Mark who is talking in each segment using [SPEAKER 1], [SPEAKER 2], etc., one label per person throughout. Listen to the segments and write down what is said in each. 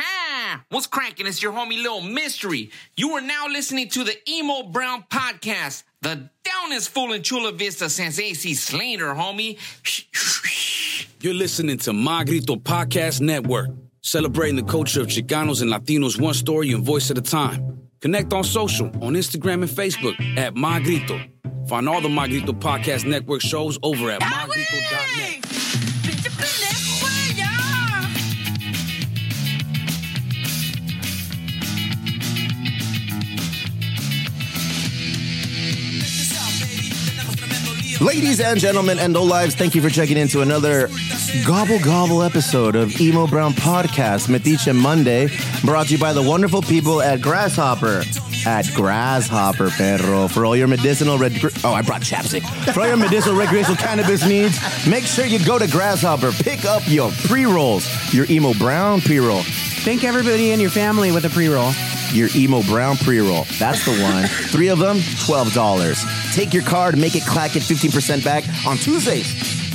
[SPEAKER 1] ha! What's cracking? It's your homie Little Mystery. You are now listening to the Emo Brown Podcast, the downest fool in Chula Vista since AC Slater, homie.
[SPEAKER 2] You're listening to Magrito Podcast Network, celebrating the culture of Chicanos and Latinos one story and voice at a time. Connect on social, on Instagram and Facebook at Magrito. Find all the Magrito Podcast Network shows over at magrito.net.
[SPEAKER 3] Ladies and gentlemen, and old lives, thank you for checking into another gobble gobble episode of Emo Brown Podcast, Metiche Monday, brought to you by the wonderful people at Grasshopper. At Grasshopper, perro. For all your medicinal, red- oh, I brought chapstick. For all your medicinal, recreational cannabis needs, make sure you go to Grasshopper. Pick up your pre-rolls, your Emo Brown pre-roll,
[SPEAKER 4] Thank everybody in your family with a pre-roll.
[SPEAKER 3] your emo brown pre-roll. That's the one. Three of them, twelve dollars. Take your card, make it clack it fifteen percent back on Tuesdays.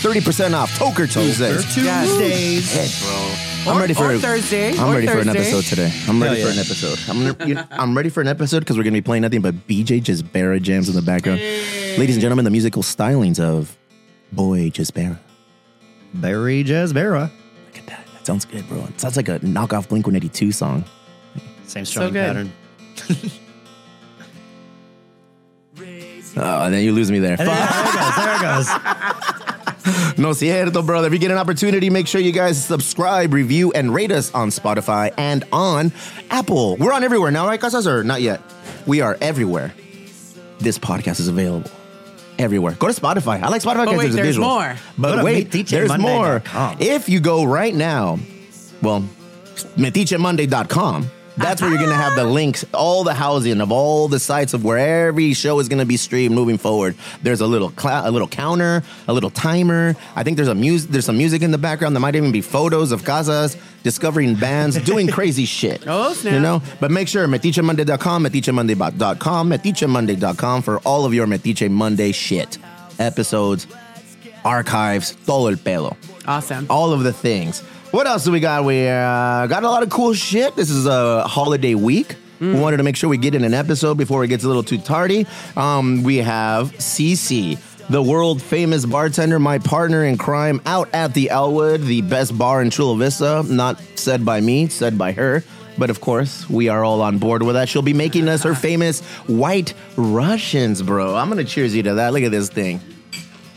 [SPEAKER 3] Thirty percent off. Toker Tuesdays.
[SPEAKER 4] Tuesdays.
[SPEAKER 3] Shit, bro. I'm
[SPEAKER 4] Or-
[SPEAKER 3] ready for
[SPEAKER 4] or Thursday.
[SPEAKER 3] I'm
[SPEAKER 4] Or
[SPEAKER 3] ready for an
[SPEAKER 4] Thursday.
[SPEAKER 3] episode today. I'm ready
[SPEAKER 5] Hell
[SPEAKER 3] for an
[SPEAKER 5] yeah.
[SPEAKER 3] episode. I'm, you know, I'm ready for an episode because we're gonna be playing nothing but BJ just Barra jams in the background. Ladies and gentlemen, the musical stylings of Boy Just Barra.
[SPEAKER 5] Barry Jasbera.
[SPEAKER 3] Look at that. That sounds good, bro. It sounds like a knockoff Blink 182 song.
[SPEAKER 5] Same strong
[SPEAKER 4] good.
[SPEAKER 5] pattern.
[SPEAKER 3] Oh, and then you lose me there. Fuck.
[SPEAKER 5] there it goes. There it goes.
[SPEAKER 3] No cierto, brother. If you get an opportunity, make sure you guys subscribe, review, and rate us on Spotify and on Apple. We're on everywhere now, right, Casas? Or not yet? We are everywhere. This podcast is available everywhere. Go to Spotify. I like Spotify
[SPEAKER 4] But
[SPEAKER 3] because
[SPEAKER 4] wait,
[SPEAKER 3] there's,
[SPEAKER 4] there's
[SPEAKER 3] visuals.
[SPEAKER 4] more.
[SPEAKER 5] Go
[SPEAKER 3] But
[SPEAKER 5] to
[SPEAKER 3] wait, there's more.
[SPEAKER 5] MeetEachMonday.com.
[SPEAKER 3] If you go right now, well, metichemonday.com. That's where you're going to have the
[SPEAKER 4] Ah.
[SPEAKER 3] links, all the housing of all the sites of where every show is going to be streamed moving forward. There's a little cla a little counter, a little timer. I think there's a music there's some music in the background. There might even be photos of casas, discovering bands, doing crazy shit.
[SPEAKER 4] Oh, snap.
[SPEAKER 3] You know? But make sure metichemonday.com, metichemonday.com, metichemonday.com for all of your Metiche Monday shit. Episodes, archives, todo el pelo
[SPEAKER 4] Awesome.
[SPEAKER 3] all of the things. What else do we got? We uh, got a lot of cool shit. This is a holiday week. We wanted to make sure we get in an episode before it gets a little too tardy. Um, we have CC, the world famous bartender, my partner in crime, out at the Elwood, the best bar in Chula Vista. Not said by me, said by her. But of course, we are all on board with that. She'll be making us her famous white Russians, bro. I'm gonna cheers you to that. Look at this thing.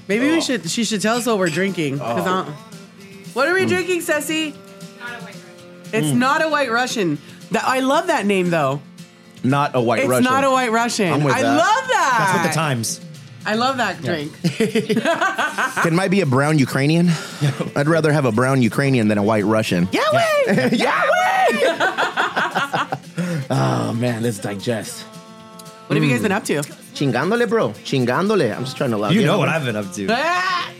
[SPEAKER 4] Maybe we should. She should tell us what we're drinking. 'cause
[SPEAKER 3] Oh.
[SPEAKER 4] I don't- What are
[SPEAKER 3] Mm.
[SPEAKER 4] we drinking, Ceci? It's not a white Russian. That I love that name though.
[SPEAKER 3] Not a white
[SPEAKER 4] It's
[SPEAKER 3] Russian.
[SPEAKER 4] not a white Russian.
[SPEAKER 3] I'm with
[SPEAKER 4] I
[SPEAKER 3] that.
[SPEAKER 4] love that.
[SPEAKER 5] That's what the times.
[SPEAKER 4] I love that drink.
[SPEAKER 3] It might be a brown Ukrainian. I'd rather have a brown Ukrainian than a white Russian.
[SPEAKER 4] Yahweh!
[SPEAKER 3] Yahweh! oh man, let's digest.
[SPEAKER 4] What have you guys been up to?
[SPEAKER 3] Chingandole, bro. Chingandole. I'm just trying to laugh.
[SPEAKER 5] You know what I've been up to.
[SPEAKER 4] Ah!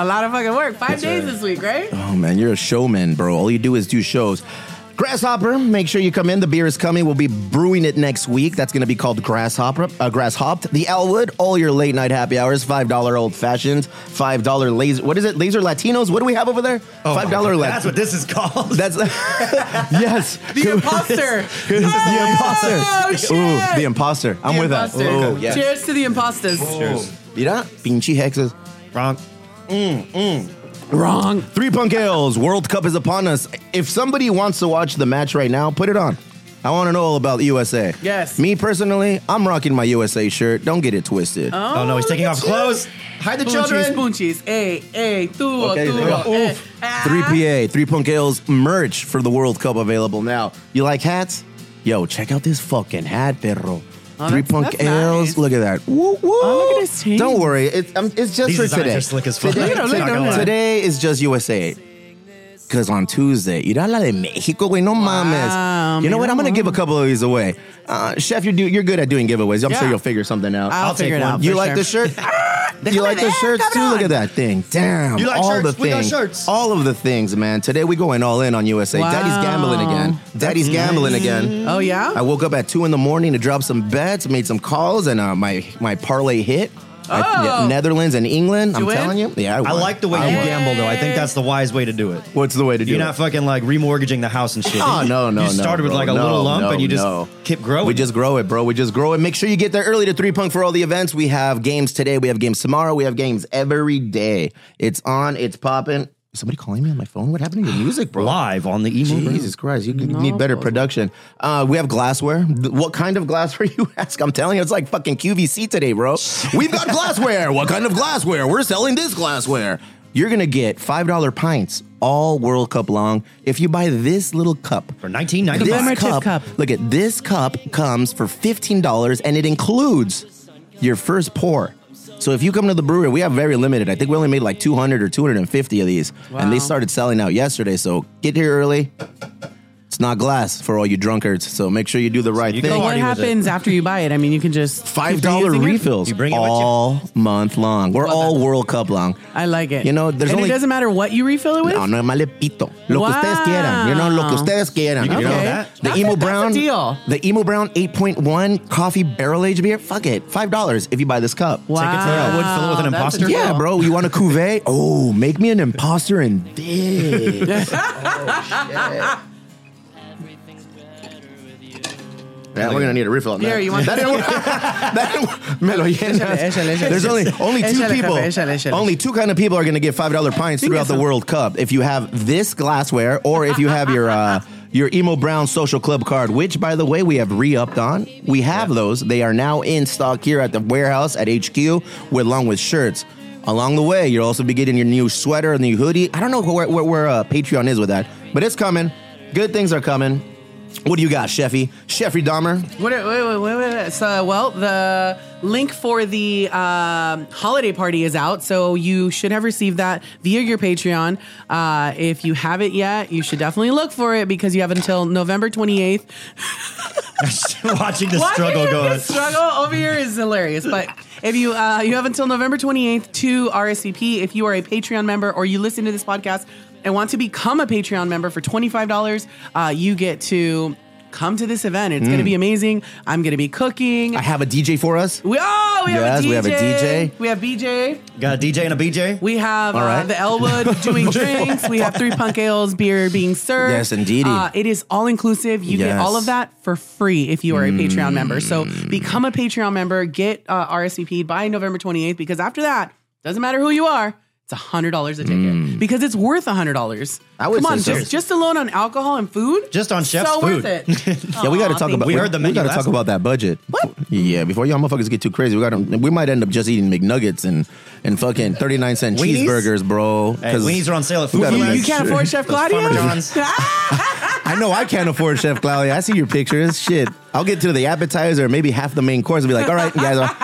[SPEAKER 4] A lot of fucking work. Five days this week, right?
[SPEAKER 3] Oh man, you're a showman, bro. All you do is do shows. Grasshopper, make sure you come in. The beer is coming. We'll be brewing it next week. That's going to be called Grasshopper, uh, Grasshopped. The Elwood, all your late night happy hours, $5 old fashions, $5 laser. What is it? Laser Latinos? What do we have over there?
[SPEAKER 5] Oh my
[SPEAKER 3] $5
[SPEAKER 5] God,
[SPEAKER 3] Latinos.
[SPEAKER 5] That's what this is called.
[SPEAKER 3] That's yes.
[SPEAKER 4] The imposter.
[SPEAKER 3] the imposter.
[SPEAKER 4] Oh, shit.
[SPEAKER 3] Ooh, the imposter. I'm
[SPEAKER 4] The
[SPEAKER 3] with
[SPEAKER 4] imposter.
[SPEAKER 3] that. Oh, yeah.
[SPEAKER 4] Cheers to the imposters.
[SPEAKER 5] Cheers.
[SPEAKER 3] Mira, pinchy hexes. Mm,
[SPEAKER 5] Wrong.
[SPEAKER 4] Wrong.
[SPEAKER 3] Three Punk Ales. World Cup is upon us. If somebody wants to watch the match right now, put it on. I want to know all about USA.
[SPEAKER 4] Yes.
[SPEAKER 3] Me personally, I'm rocking my USA shirt. Don't get it twisted.
[SPEAKER 5] Oh, no, he's taking off clothes.
[SPEAKER 3] Hi, the
[SPEAKER 4] Spoonchies, spoonchies. Hey, hey, tuo,
[SPEAKER 3] Okay, there you
[SPEAKER 4] tuo.
[SPEAKER 3] go.
[SPEAKER 4] eh,
[SPEAKER 3] Oof.
[SPEAKER 4] ah.
[SPEAKER 3] 3PA, 3 Punk Ales merch for the World Cup available now. You like hats? Yo, check out this fucking hat, perro.
[SPEAKER 4] Oh,
[SPEAKER 3] 3
[SPEAKER 4] that's-
[SPEAKER 3] Punk
[SPEAKER 4] that's
[SPEAKER 3] Ales,
[SPEAKER 4] nice.
[SPEAKER 3] look at that. Woo, woo.
[SPEAKER 4] Oh, look at his team.
[SPEAKER 3] Don't worry, it's, um, it's just
[SPEAKER 5] These
[SPEAKER 3] for
[SPEAKER 5] designs
[SPEAKER 3] today.
[SPEAKER 5] are slick as fuck.
[SPEAKER 3] Today,
[SPEAKER 5] Look at 'em, look at 'em.
[SPEAKER 3] today is just USA. Because on Tuesday, irá la de México, güey, no mames. You know what? I'm going to give a couple of these away. Uh, Chef, you're, do, you're good at doing giveaways. I'm
[SPEAKER 4] Yeah.
[SPEAKER 3] sure you'll figure something out.
[SPEAKER 4] I'll,
[SPEAKER 5] I'll
[SPEAKER 4] figure it
[SPEAKER 5] take one.
[SPEAKER 4] out.
[SPEAKER 3] you
[SPEAKER 4] for
[SPEAKER 3] like
[SPEAKER 4] sure.
[SPEAKER 3] the shirt? you like the
[SPEAKER 4] Déjame ver,
[SPEAKER 3] shirts too?
[SPEAKER 4] cabrón.
[SPEAKER 3] Look at that thing. Damn.
[SPEAKER 5] You like
[SPEAKER 3] all
[SPEAKER 5] shirts?
[SPEAKER 3] the
[SPEAKER 5] We got
[SPEAKER 3] things.
[SPEAKER 5] shirts.
[SPEAKER 3] All of the things, man. Today we going all in on USA.
[SPEAKER 4] Wow.
[SPEAKER 3] Daddy's gambling again. Daddy's gambling again.
[SPEAKER 4] Oh yeah.
[SPEAKER 3] I woke up at two in the morning to drop some bets, made some calls, and uh, my my parlay hit. I- yeah,
[SPEAKER 4] Oh.
[SPEAKER 3] Netherlands and England. I'm
[SPEAKER 4] you win?
[SPEAKER 3] telling you. Yeah, I,
[SPEAKER 5] I
[SPEAKER 3] won.
[SPEAKER 5] like the way you
[SPEAKER 4] Hey.
[SPEAKER 5] gamble, though. I think that's the wise way to do it.
[SPEAKER 3] What's the way to do
[SPEAKER 5] You're
[SPEAKER 3] it?
[SPEAKER 5] not fucking like remortgaging the house and shit.
[SPEAKER 3] Oh
[SPEAKER 5] You-
[SPEAKER 3] no no
[SPEAKER 5] You
[SPEAKER 3] no,
[SPEAKER 5] started with
[SPEAKER 3] bro.
[SPEAKER 5] like a
[SPEAKER 3] No,
[SPEAKER 5] little lump
[SPEAKER 3] no,
[SPEAKER 5] and you just
[SPEAKER 3] no.
[SPEAKER 5] kept growing.
[SPEAKER 3] We just grow it, bro. We just grow it. Make sure you get there early to three punk for all the events. We have games today. We have games tomorrow. We have games every day. It's on. It's popping. Is somebody calling me on my phone? What happened to your music, bro?
[SPEAKER 5] live on the emo. Brown.
[SPEAKER 3] Jesus Christ, you could need better production. Uh, we have glassware. Th- What kind of glassware, you ask? I'm telling you, it's like fucking QVC today, bro. We've got glassware. What kind of glassware? We're selling this glassware. You're going to get $5 pints all World Cup long if you buy this little cup.
[SPEAKER 5] For 1995.
[SPEAKER 4] Commemorative cup.
[SPEAKER 3] Look at this cup comes for $15 and it includes your first pour. So if you come to the brewery, we have very limited. I think we only made like 200 or 250 of these. And
[SPEAKER 4] Wow.
[SPEAKER 3] they started selling out yesterday. So get here early. It's not glass for all you drunkards. So make sure you do the right
[SPEAKER 5] you
[SPEAKER 3] thing.
[SPEAKER 5] go
[SPEAKER 4] What
[SPEAKER 5] Party with it.
[SPEAKER 4] happens after you buy it? I mean, you can just keep
[SPEAKER 3] Five dollar
[SPEAKER 4] reusing it.
[SPEAKER 3] refills
[SPEAKER 5] You bring it with you.
[SPEAKER 3] all month long. We're all World Cup long.
[SPEAKER 4] I like it.
[SPEAKER 3] You know, there's
[SPEAKER 4] and
[SPEAKER 3] only-
[SPEAKER 4] it doesn't matter what you refill it with.
[SPEAKER 3] No, no, malepito. Lo que ustedes
[SPEAKER 4] Wow.
[SPEAKER 3] quieran. You know, lo que ustedes quieran.
[SPEAKER 5] You
[SPEAKER 3] know?
[SPEAKER 5] can do that.
[SPEAKER 3] The
[SPEAKER 4] That's
[SPEAKER 3] emo
[SPEAKER 4] a- that's a
[SPEAKER 3] brown
[SPEAKER 4] deal.
[SPEAKER 3] The emo brown 8.1 coffee barrel aged beer. Fuck it, five dollars if you buy this cup.
[SPEAKER 4] Wow,
[SPEAKER 5] Tickets there, I would fill it with an
[SPEAKER 4] that's a
[SPEAKER 5] imposter.
[SPEAKER 4] deal.
[SPEAKER 3] Yeah, bro. You want a cuvee? Oh, make me an imposter and this.
[SPEAKER 4] Oh,
[SPEAKER 3] Yeah, we're gonna need a refill on that.
[SPEAKER 4] Here, you want
[SPEAKER 3] that? Didn't work. that didn't work. Me lo llenas.
[SPEAKER 4] Échale, échale, échale.
[SPEAKER 3] There's only only two
[SPEAKER 4] Échale,
[SPEAKER 3] people.
[SPEAKER 4] jefe, échale, échale.
[SPEAKER 3] Only two kind of people are gonna get five dollar pints
[SPEAKER 4] Think
[SPEAKER 3] throughout the
[SPEAKER 4] so.
[SPEAKER 3] World Cup. If you have this glassware, or if you have your uh, your emo brown social club card, which by the way we have re-upped on. We have those. They are now in stock here at the warehouse at HQ, with along with shirts. Along the way, you'll also be getting your new sweater and new hoodie. I don't know where, where, where uh, Patreon is with that, but it's coming. Good things are coming. What do you got, Sheffy? Sheffy Dahmer.
[SPEAKER 4] What, wait, wait, wait, wait, wait. So, well, the link for the um, holiday party is out, so you should have received that via your Patreon. Uh, if you haven't yet, you should definitely look for it because you have until November 28th.
[SPEAKER 5] Watching the
[SPEAKER 4] Why
[SPEAKER 5] struggle
[SPEAKER 4] do you
[SPEAKER 5] go.
[SPEAKER 4] have to struggle over here is hilarious. But if you uh, you have until November 28th to RSVP, if you are a Patreon member or you listen to this podcast and want to become a Patreon member for $25, uh, you get to come to this event. It's going to be amazing. I'm going to be cooking.
[SPEAKER 3] Mm. I have a DJ for us.
[SPEAKER 4] we oh, we
[SPEAKER 3] Yes,
[SPEAKER 4] have a DJ.
[SPEAKER 3] we have a DJ.
[SPEAKER 4] We have BJ.
[SPEAKER 5] Got a DJ and a BJ.
[SPEAKER 4] We have
[SPEAKER 3] All
[SPEAKER 4] uh,
[SPEAKER 3] right.
[SPEAKER 4] the Elwood doing drinks. We have three punk ales, beer being served.
[SPEAKER 3] Yes, indeedy.
[SPEAKER 4] Uh, it is all inclusive. You get
[SPEAKER 3] Yes. Mm.
[SPEAKER 4] all of that for free if you are a Patreon member. So become a Patreon member. Get uh, RSVP'd by November 28th because after that, doesn't matter who you are, it's hundred dollars a ticket because it's worth hundred dollars.
[SPEAKER 3] Mm. I would
[SPEAKER 4] Come on,
[SPEAKER 3] say so.
[SPEAKER 4] just just alone on alcohol and food,
[SPEAKER 5] Just on chef's
[SPEAKER 4] so
[SPEAKER 5] food.
[SPEAKER 4] worth it.
[SPEAKER 3] Yeah, we got to talk
[SPEAKER 4] thank
[SPEAKER 3] about.
[SPEAKER 5] you. We heard the
[SPEAKER 3] We
[SPEAKER 5] menu
[SPEAKER 3] got to
[SPEAKER 5] last
[SPEAKER 3] talk
[SPEAKER 5] time.
[SPEAKER 3] about that budget. What? Yeah, before y'all motherfuckers get too crazy, we got to. We might end up just eating McNuggets and and fucking thirty nine cent
[SPEAKER 5] Weenies?
[SPEAKER 3] cheeseburgers, bro.
[SPEAKER 5] Hey,
[SPEAKER 3] 'Cause
[SPEAKER 5] weenies are on sale at
[SPEAKER 3] we
[SPEAKER 5] Food
[SPEAKER 3] gotta
[SPEAKER 5] Line.
[SPEAKER 4] you,
[SPEAKER 3] make
[SPEAKER 4] you can't
[SPEAKER 3] sure-
[SPEAKER 4] afford Chef Ah, Claudio.
[SPEAKER 5] Farmer John's.
[SPEAKER 3] I know I can't afford Chef Cloudy. I see your pictures. Shit, I'll get to the appetizer, maybe half the main course, and be like, all right, you guys. Are,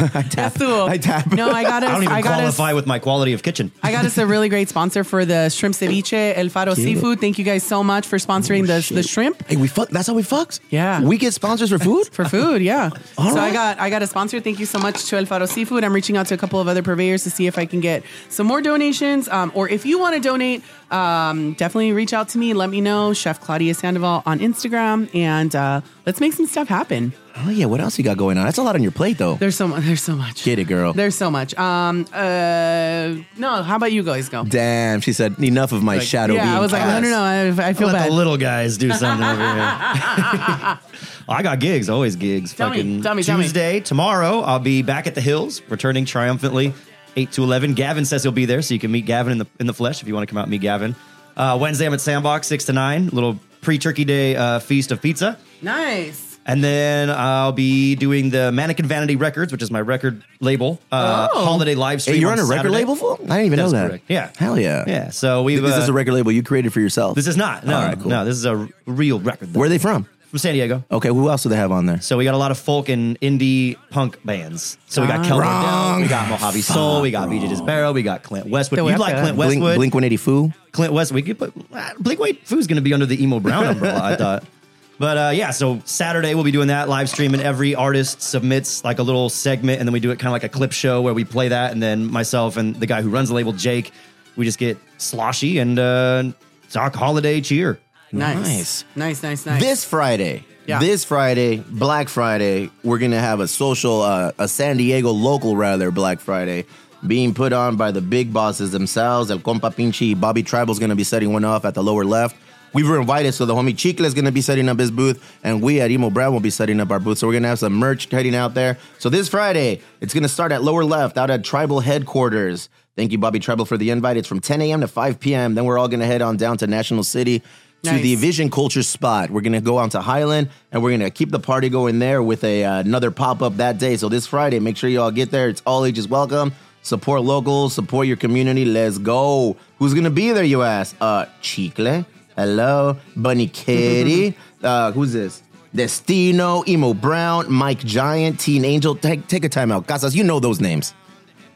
[SPEAKER 4] Cool.
[SPEAKER 3] I tap.
[SPEAKER 4] No, I got us.
[SPEAKER 5] I don't even
[SPEAKER 4] got us-
[SPEAKER 5] qualify with my quality of kitchen.
[SPEAKER 4] I got us a really great sponsor for the shrimp ceviche, El Faro Seafood. Thank you guys so much for sponsoring the, the shrimp
[SPEAKER 3] hey, we fuck. That's how we fucks.
[SPEAKER 4] Yeah.
[SPEAKER 3] we get sponsors for food.
[SPEAKER 4] for food. Yeah.
[SPEAKER 3] All
[SPEAKER 4] so
[SPEAKER 3] right.
[SPEAKER 4] I got I got a sponsor. Thank you so much to El Faro Seafood. I'm reaching out to a couple of other purveyors to see if I can get some more donations. Um, or if you want to donate, um, definitely reach out to me. Let me know, Chef Claudia Sandoval on Instagram, and uh, let's make some stuff happen.
[SPEAKER 3] Oh yeah, what else you got going on? That's a lot on your plate though.
[SPEAKER 4] There's so much. There's so much.
[SPEAKER 3] Get it, girl.
[SPEAKER 4] There's so much. Um. Uh. No. How about you guys go?
[SPEAKER 3] Damn, she said enough of my
[SPEAKER 5] Like,
[SPEAKER 3] shadow. being
[SPEAKER 4] Yeah, I was like, no,
[SPEAKER 3] cast."
[SPEAKER 4] no, no. I, I feel
[SPEAKER 5] Let
[SPEAKER 4] bad.
[SPEAKER 5] the little guys do something over here. I got gigs, always gigs.
[SPEAKER 4] Tell me,
[SPEAKER 5] Fucking
[SPEAKER 4] tell me, tell me.
[SPEAKER 5] Tuesday, tomorrow, I'll be back at the hills, returning triumphantly, eight to eleven. Gavin says he'll be there, so you can meet Gavin in the in the flesh if you want to come out and meet Gavin. Uh, Wednesday, I'm at Sandbox, six to nine, little pre Turkey Day uh, feast of pizza.
[SPEAKER 4] Nice.
[SPEAKER 5] And then I'll be doing the Mannequin Vanity Records, which is my record label, uh,
[SPEAKER 4] Oh.
[SPEAKER 5] holiday live stream.
[SPEAKER 3] Hey, you're on
[SPEAKER 5] on
[SPEAKER 3] a record
[SPEAKER 5] Saturday.
[SPEAKER 3] label, fool? I didn't even
[SPEAKER 5] That's
[SPEAKER 3] know that.
[SPEAKER 5] correct. Yeah.
[SPEAKER 3] hell yeah,
[SPEAKER 5] Yeah, so we've.
[SPEAKER 3] Is this
[SPEAKER 5] uh,
[SPEAKER 3] a record label you created for yourself?
[SPEAKER 5] This is not. No,
[SPEAKER 3] All right, cool.
[SPEAKER 5] no. This is a r- real record. though.
[SPEAKER 3] Where are they from?
[SPEAKER 5] from San Diego.
[SPEAKER 3] Okay, who else do they have on there?
[SPEAKER 5] So we got a lot of folk and indie punk bands. So we got Kelvin Down, we got Mojave Soul, we got BJ Disbarrow, we got Clint Westwood.
[SPEAKER 4] Don't
[SPEAKER 5] You
[SPEAKER 4] have
[SPEAKER 5] like
[SPEAKER 4] to.
[SPEAKER 5] Clint
[SPEAKER 3] Blink,
[SPEAKER 5] Westwood?
[SPEAKER 3] Blink 180 Foo.
[SPEAKER 5] Clint Westwood. We could put ah, Blink White Foo's going to be under the emo brown umbrella. I thought. But uh, yeah, so Saturday we'll be doing that live stream, and every artist submits like a little segment, and then we do it kind of like a clip show where we play that, and then myself and the guy who runs the label, Jake, we just get sloshy and uh, talk holiday cheer.
[SPEAKER 4] Nice. Nice, nice, nice.
[SPEAKER 3] This Friday,
[SPEAKER 4] Yeah.
[SPEAKER 3] This Friday, Black Friday, we're going to have a social, uh, a San Diego local rather, Black Friday. Being put on by the big bosses themselves. El compa Pinchi, Bobby Tribal's going to be setting one off at the lower left. We were invited, so the homie Chicle is going to be setting up his booth, and we at Emo Brown will be setting up our booth. So we're going to have some merch heading out there. So this Friday, it's going to start at lower left out at Tribal headquarters. Thank you, Bobby Tribal, for the invite. It's from 10 a.m. to 5 p.m. Then we're all going to head on down to National City to
[SPEAKER 4] Nice.
[SPEAKER 3] the Vision Culture spot. We're going to go on to Highland and we're going to keep the party going there with a, uh, another pop up that day. So this Friday, make sure you all get there. It's all ages welcome. Support locals, support your community. Let's go. Who's going to be there, you ask? Uh, Chicle. Hello. Bunny Kitty. uh, who's this? Destino, Emo Brown, Mike Giant, Teen Angel. Take, take a time out. Casas, you know those names.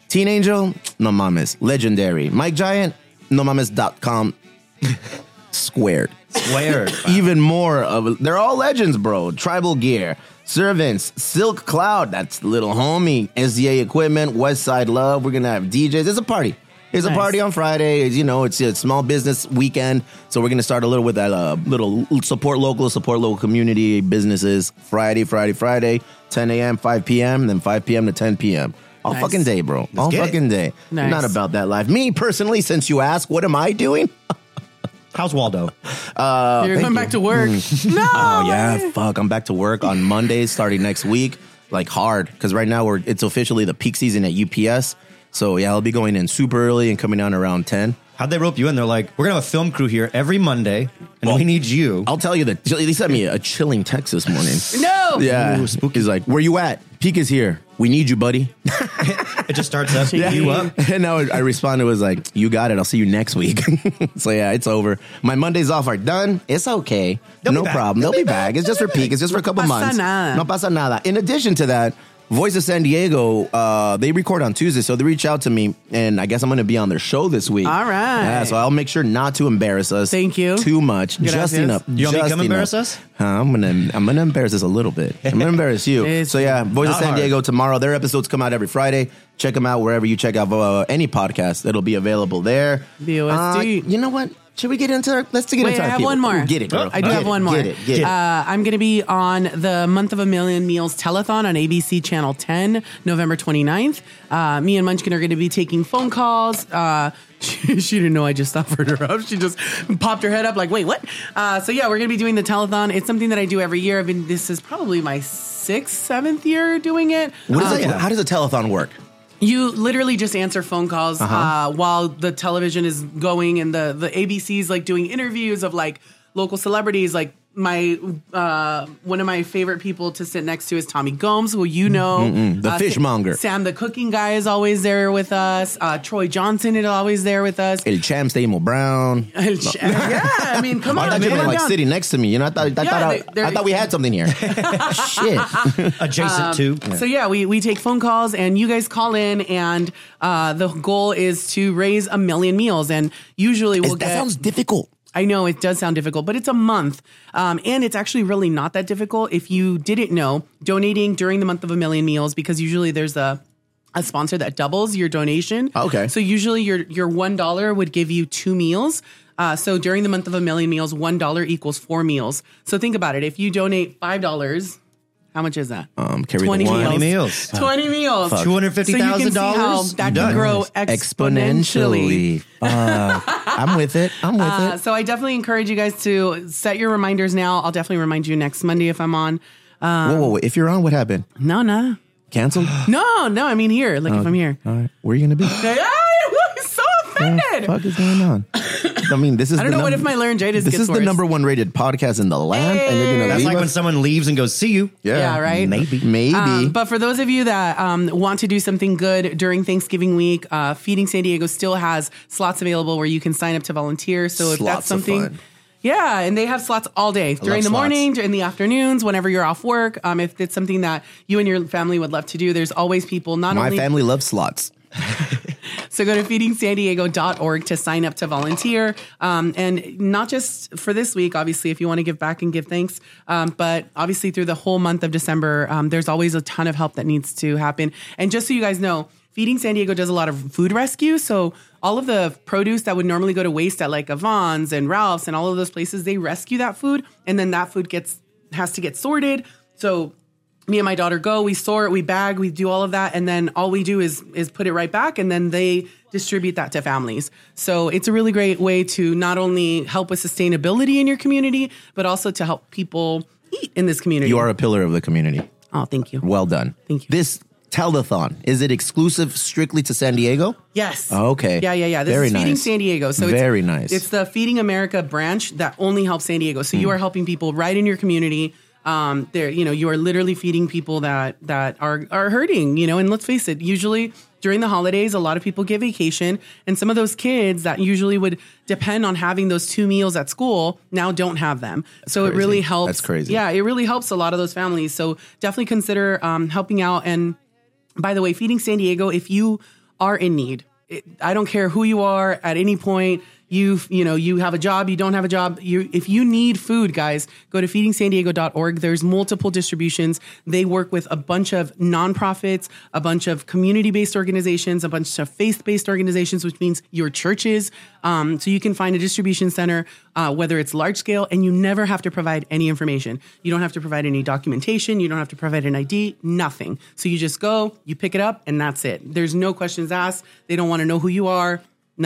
[SPEAKER 3] Teen Angel, no mames. Legendary. Mike Giant, no mames.com squared.
[SPEAKER 5] Swear.
[SPEAKER 3] Even more of they're all legends, bro. Tribal gear, servants, Silk Cloud, that's little homie, SDA equipment, West Side Love. We're gonna have DJs. It's a party. It's a
[SPEAKER 4] Nice.
[SPEAKER 3] party on Friday. It's, you know, it's a small business weekend, so we're gonna start a little with that uh, little support local, support local community businesses. Friday, Friday, Friday, 10 a.m., 5 p.m., then 5 p.m. to 10 p.m. All
[SPEAKER 4] Nice.
[SPEAKER 3] fucking day, bro. All
[SPEAKER 5] get it.
[SPEAKER 3] fucking day.
[SPEAKER 4] Nice.
[SPEAKER 3] Not about that life. Me personally, since you ask, what am I doing?
[SPEAKER 5] How's Waldo?
[SPEAKER 4] You're going
[SPEAKER 3] Uh, thank
[SPEAKER 4] back
[SPEAKER 3] you.
[SPEAKER 4] to work. no.
[SPEAKER 3] Oh yeah,
[SPEAKER 4] man.
[SPEAKER 3] fuck! I'm back to work on Mondays starting next week. Like hard because right now we're it's officially the peak season at UPS. So yeah, I'll be going in super early and coming down around ten.
[SPEAKER 5] How'd they rope you in? They're like, we're gonna have a film crew here every Monday, and we need you.
[SPEAKER 3] I'll tell you that they sent me a chilling text this morning.
[SPEAKER 4] No.
[SPEAKER 3] Yeah,
[SPEAKER 5] Ooh, spooky.
[SPEAKER 3] He's like, "Where you at? Peak is here. We need you, buddy."
[SPEAKER 5] It just starts up. You up?
[SPEAKER 3] And now I responded was like, "You got it. I'll see you next week." so yeah, it's over. My Mondays off are done. It's okay.
[SPEAKER 5] They'll be
[SPEAKER 3] no
[SPEAKER 5] back.
[SPEAKER 3] problem. They'll, be back. It's just for peak. It's just for a couple
[SPEAKER 4] pasa
[SPEAKER 3] months.
[SPEAKER 4] nada.
[SPEAKER 3] No pasa nada. In addition to that, Voice of San Diego, uh, they record on Tuesday, so they reach out to me, and I guess I'm going to be on their show this week.
[SPEAKER 4] All right.
[SPEAKER 3] Yeah, so I'll make sure not to embarrass us.
[SPEAKER 4] Thank you.
[SPEAKER 3] Too much. just
[SPEAKER 4] Gracias.
[SPEAKER 3] enough.
[SPEAKER 5] You want me to
[SPEAKER 3] Just
[SPEAKER 5] come embarrass
[SPEAKER 3] enough.
[SPEAKER 5] us?
[SPEAKER 3] Huh, I'm gonna I'm gonna embarrass us a little bit. I'm gonna embarrass you.
[SPEAKER 4] It's
[SPEAKER 3] so yeah, Voice of
[SPEAKER 5] not
[SPEAKER 3] San
[SPEAKER 5] hard.
[SPEAKER 3] Diego tomorrow. Their episodes come out every Friday. Check them out wherever you check out uh, any podcast. It'll be available there.
[SPEAKER 4] VOSD.
[SPEAKER 3] Uh, you know what? Should we get into our, let's get
[SPEAKER 4] Wait,
[SPEAKER 3] into
[SPEAKER 4] I
[SPEAKER 3] our
[SPEAKER 4] have
[SPEAKER 3] people.
[SPEAKER 4] one more.
[SPEAKER 3] Get it, girl.
[SPEAKER 4] I do
[SPEAKER 3] Get
[SPEAKER 4] have
[SPEAKER 3] it,
[SPEAKER 4] one more.
[SPEAKER 3] Get it. Get it.
[SPEAKER 4] Uh, I'm going to be on the Month of a Million Meals telethon on ABC Channel 10, November 29th. Uh, me and Munchkin are going to be taking phone calls. Uh, she, she didn't know I just offered her up. She just popped her head up, like, wait, what? Uh, so, yeah, we're going to be doing the telethon. It's something that I do every year. I've been, this is probably my sixth, seventh year doing it.
[SPEAKER 3] What is
[SPEAKER 4] Uh,
[SPEAKER 3] it- How does a telethon work?
[SPEAKER 4] you literally just answer phone calls
[SPEAKER 3] Uh-huh.
[SPEAKER 4] uh while the television is going and the the ABC's like doing interviews of like local celebrities. Like my uh, one of my favorite people to sit next to is Tommy Gomes, who you know,
[SPEAKER 3] Mm-hmm. the
[SPEAKER 4] Uh, Sa-
[SPEAKER 3] fishmonger.
[SPEAKER 4] Sam the cooking guy is always there with us. Uh, Troy Johnson is always there with us.
[SPEAKER 3] El Champ Stamo Brown. I
[SPEAKER 4] yeah, I mean, come on,
[SPEAKER 3] thought you
[SPEAKER 4] man,
[SPEAKER 3] were
[SPEAKER 4] I'm
[SPEAKER 3] like
[SPEAKER 4] down.
[SPEAKER 3] sitting next to me. You know, I thought I,
[SPEAKER 4] Yeah,
[SPEAKER 3] thought,
[SPEAKER 4] they-
[SPEAKER 3] I,
[SPEAKER 4] they're-
[SPEAKER 3] I thought we had something here. Shit.
[SPEAKER 5] Adjacent to.
[SPEAKER 4] So yeah, we we take phone calls and you guys call in, and uh, the goal is to raise a million meals. And usually we'll
[SPEAKER 3] that
[SPEAKER 4] get
[SPEAKER 3] sounds difficult.
[SPEAKER 4] I know it does sound difficult, but it's a month. Um, and it's actually really not that difficult. If you didn't know, donating during the month of a million meals, because usually there's a a sponsor that doubles your donation.
[SPEAKER 3] Okay.
[SPEAKER 4] So usually your your one dollar would give you two meals. Uh, so during the month of a million meals, one dollar equals four meals. So think about it. If you donate five dollars, how much is that?
[SPEAKER 3] Um, carry the
[SPEAKER 4] 20
[SPEAKER 3] one.
[SPEAKER 4] meals.
[SPEAKER 5] 20 meals.
[SPEAKER 4] 20 meals.
[SPEAKER 5] Fuck. $250,000?
[SPEAKER 4] So you can see how
[SPEAKER 5] You
[SPEAKER 4] That
[SPEAKER 5] done.
[SPEAKER 4] can grow exponentially.
[SPEAKER 3] Fuck. Uh, I'm with it. I'm with
[SPEAKER 4] Uh,
[SPEAKER 3] it.
[SPEAKER 4] so I definitely encourage you guys to set your reminders now. I'll definitely remind you next Monday if I'm on.
[SPEAKER 3] whoa, whoa, whoa. If you're on, what happened?
[SPEAKER 4] No, no,
[SPEAKER 3] Canceled?
[SPEAKER 4] no, no. I mean here. Like if I'm here.
[SPEAKER 3] All right. Where are you going to be?
[SPEAKER 4] Hey, he's so offended.
[SPEAKER 3] fuck is going on? I mean, this is.
[SPEAKER 4] I don't
[SPEAKER 3] the
[SPEAKER 4] know. What
[SPEAKER 3] num-
[SPEAKER 4] if my laryngitis
[SPEAKER 3] This
[SPEAKER 4] gets
[SPEAKER 3] is
[SPEAKER 4] worse?
[SPEAKER 3] the number one rated podcast in the land, and you're gonna
[SPEAKER 5] That's
[SPEAKER 3] leave
[SPEAKER 5] like when
[SPEAKER 3] us?
[SPEAKER 5] someone leaves and goes, "See you."
[SPEAKER 4] Yeah, right?
[SPEAKER 5] Maybe.
[SPEAKER 3] Maybe.
[SPEAKER 4] Um, but for those of you that um, want to do something good during Thanksgiving week, uh, Feeding San Diego still has slots available where you can sign up to volunteer. So if
[SPEAKER 3] Slots
[SPEAKER 4] that's
[SPEAKER 3] of
[SPEAKER 4] something.
[SPEAKER 3] fun.
[SPEAKER 4] Yeah, and they have slots all day during the
[SPEAKER 3] slots.
[SPEAKER 4] morning, in the afternoons, whenever you're off work. Um, if it's something that you and your family would love to do, there's always people. Not
[SPEAKER 3] my
[SPEAKER 4] only
[SPEAKER 3] family loves slots.
[SPEAKER 4] so go to feedingsandiego.org to sign up to volunteer. Um, and not just for this week, obviously, if you want to give back and give thanks, um, but obviously through the whole month of December, um, there's always a ton of help that needs to happen. And just so you guys know, Feeding San Diego does a lot of food rescue. So all of the produce that would normally go to waste at like Avon's and Ralph's and all of those places, they rescue that food and then that food gets has to get sorted. So me and my daughter go, we sort, we bag, we do all of that, and then all we do is is put it right back, and then they distribute that to families. So it's a really great way to not only help with sustainability in your community, but also to help people eat in this community.
[SPEAKER 3] You are a pillar of the community.
[SPEAKER 4] oh, thank you.
[SPEAKER 3] Well done.
[SPEAKER 4] Thank you.
[SPEAKER 3] This telethon is it exclusive strictly to San Diego?
[SPEAKER 4] Yes.
[SPEAKER 3] Oh, Okay.
[SPEAKER 4] Yeah, yeah, yeah. This
[SPEAKER 3] Very
[SPEAKER 4] is Feeding
[SPEAKER 3] nice.
[SPEAKER 4] San Diego. So
[SPEAKER 3] Very
[SPEAKER 4] it's,
[SPEAKER 3] nice.
[SPEAKER 4] It's the Feeding America branch that only helps San Diego. So you
[SPEAKER 3] Hmm.
[SPEAKER 4] are helping people right in your community. Um, there, you know, you are literally feeding people that that are are hurting. You know, and let's face it, usually during the holidays, a lot of people get vacation, and some of those kids that usually would depend on having those two meals at school now don't have them. so it
[SPEAKER 3] crazy.
[SPEAKER 4] really helps.
[SPEAKER 3] That's crazy.
[SPEAKER 4] Yeah, it really helps a lot of those families. So definitely consider um, helping out and by the way, Feeding San Diego, if you are in need, it, I don't care who you are at any point, you you know, you have a job, you don't have a job, you if you need food, guys, go to feedingsandiego.org. There's multiple distributions. They work with a bunch of nonprofits, a bunch of community-based organizations, a bunch of faith-based organizations, which means your churches. Um, so you can find a distribution center, uh, whether it's large scale, and you never have to provide any information. You don't have to provide any documentation. You don't have to provide an ID, nothing. So you just go, you pick it up, and that's it. There's no questions asked. They don't want to know who you are,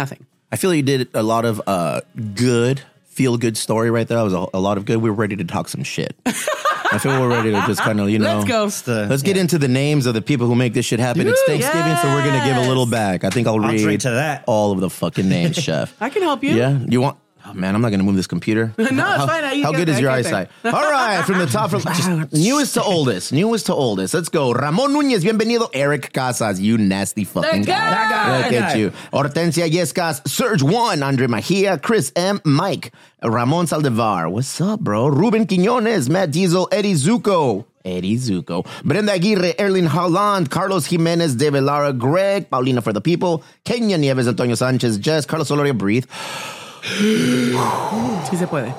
[SPEAKER 4] nothing.
[SPEAKER 3] I feel you did a lot of uh, good, feel good story right there. That was a, a lot of good. We were ready to talk some shit. I feel we're ready to just kind of, you know.
[SPEAKER 4] Let's go.
[SPEAKER 3] Let's get into the names of the people who make this shit happen. it's
[SPEAKER 4] Dude,
[SPEAKER 3] Thanksgiving, so we're going to give a little
[SPEAKER 4] yes.
[SPEAKER 3] back. I think I'll read
[SPEAKER 5] drink to that.
[SPEAKER 3] all of the fucking names, chef.
[SPEAKER 4] I can help you.
[SPEAKER 3] Yeah, you want? Oh, man, I'm not gonna move this computer. no, it's
[SPEAKER 4] fine. I- you
[SPEAKER 3] How
[SPEAKER 4] got
[SPEAKER 3] good is
[SPEAKER 4] that,
[SPEAKER 3] your
[SPEAKER 4] I got
[SPEAKER 3] eyesight? All right, from the top, from just newest to oldest, newest to oldest. Let's go. Ramon Nunez, bienvenido. Eric Casas, you nasty fucking
[SPEAKER 4] That guy. That
[SPEAKER 5] guy,
[SPEAKER 3] Look
[SPEAKER 5] that
[SPEAKER 3] at
[SPEAKER 5] guy.
[SPEAKER 3] you. Hortensia Yescas, Serge One, Andre Mejia, Chris M, Mike, Ramon Saldivar. What's up, bro? Ruben Quiñones, Matt Diesel, Eddie Zuko. Eddie Zuko, Brenda Aguirre, Erlin Holland, Carlos Jimenez de Velara, Greg, Paulina for the People, Kenya Nieves, Antonio Sanchez, Jess, Carlos Solorio, Breathe,
[SPEAKER 4] Sí se puede.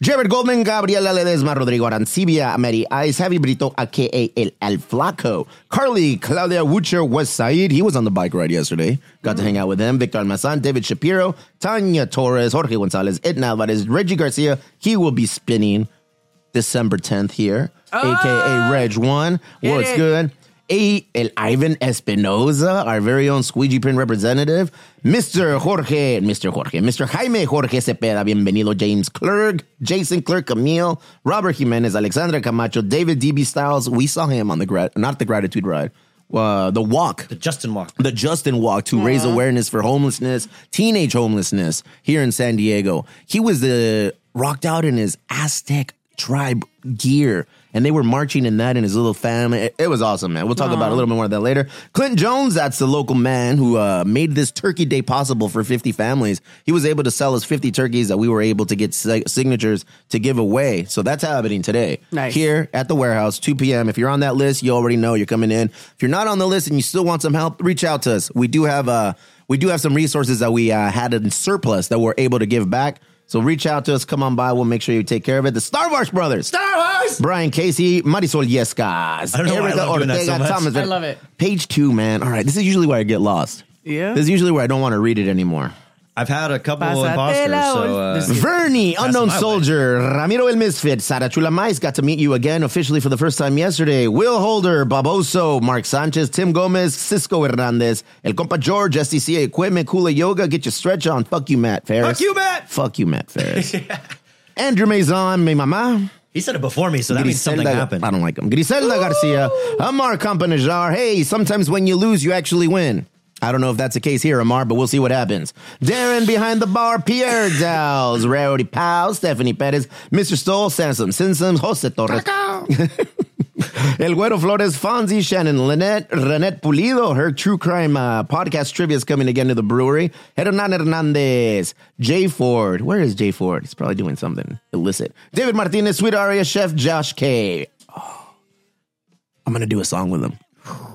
[SPEAKER 3] Jared Goldman, Gabriela Ledesma, Rodrigo Arancibia, Mary Ice, Javi Brito, aka El, El Flaco, Carly, Claudia Wucher, West Said. He was on the bike ride yesterday. Got to hang out with him. Victor Almazan, David Shapiro, Tanya Torres, Jorge Gonzalez, Edna Alvarez, Reggie Garcia. He will be spinning December 10th here, aka Reg One. What's
[SPEAKER 4] it.
[SPEAKER 3] good? A El Ivan Espinoza, our very own squeegee print representative, Mr. Jorge, Mr. Jorge, Mr. Jaime Jorge Cepeda, bienvenido, James Clerk, Jason Clerk, Camille, Robert Jimenez, Alexandra Camacho, David DB Styles. We saw him on the grat- not the gratitude ride, uh, the walk
[SPEAKER 5] Justin Walk.
[SPEAKER 3] the Justin Walk to raise awareness for homelessness, teenage homelessness here in San Diego. He was the rocked out in his Aztec tribe gear, and they were marching in that in his little family. It, it was awesome, man. We'll talk about a little bit more of that later. Clint Jones, that's the local man who uh, made this Turkey Day possible for 50 families. He was able to sell us 50 turkeys that we were able to get si- signatures to give away. So that's happening today
[SPEAKER 4] Nice.
[SPEAKER 3] here here at the warehouse, 2 p.m. If you're on that list, you already know you're coming in. If you're not on the list and you still want some help, reach out to us. We do have uh, we do have some resources that we uh, had in surplus that we're able to give back. So reach out to us. Come on by. We'll make sure you take care of it. The Star Wars brothers.
[SPEAKER 5] Star Wars!
[SPEAKER 3] Brian Casey, Marisol Yescas,
[SPEAKER 5] I don't know why I
[SPEAKER 3] Erica
[SPEAKER 5] love doing that so
[SPEAKER 3] Ortega,
[SPEAKER 5] much.
[SPEAKER 3] Thomas.
[SPEAKER 4] I love it.
[SPEAKER 3] Page two, man. All right, this is usually where I get lost.
[SPEAKER 4] Yeah.
[SPEAKER 3] this is usually where I don't want to read it anymore.
[SPEAKER 5] I've had a couple
[SPEAKER 4] Pasatela
[SPEAKER 5] imposters, so
[SPEAKER 4] or-
[SPEAKER 5] uh,
[SPEAKER 4] This-
[SPEAKER 3] Vernie,
[SPEAKER 5] That's
[SPEAKER 3] unknown
[SPEAKER 5] my way.
[SPEAKER 3] soldier, Ramiro El Misfit, Sara Chula Mais got to meet you again officially for the first time yesterday. Will Holder, Baboso, Mark Sanchez, Tim Gomez, Cisco Hernandez, El Compa George, SDCA Equipment, Kula Yoga, get your stretch on. Fuck you, Matt Ferris.
[SPEAKER 5] Fuck you, Matt!
[SPEAKER 3] Fuck you, Matt Ferris. Andrew Maison, Mi Mama.
[SPEAKER 5] he said it before me, so that means something happened.
[SPEAKER 3] I don't like him. Griselda Garcia, Amar Campanajar. Hey, sometimes when you lose, you actually win. I don't know if that's the case here, Amar, but we'll see what happens. Darren behind the bar, Pierre Dowles, Rarity Pal, Stephanie Perez, Mr. Stoll, Sansom Sinsum, Jose Torres, El Güero Flores, Fonzie, Shannon Lynette, Renette Pulido. Her true crime uh, podcast trivia is coming again to the brewery. Hernan Hernandez, Jay Ford. Where is Jay Ford? He's probably doing something illicit. David Martinez, Sweet Aria Chef, Josh K. am gonna do a song with him.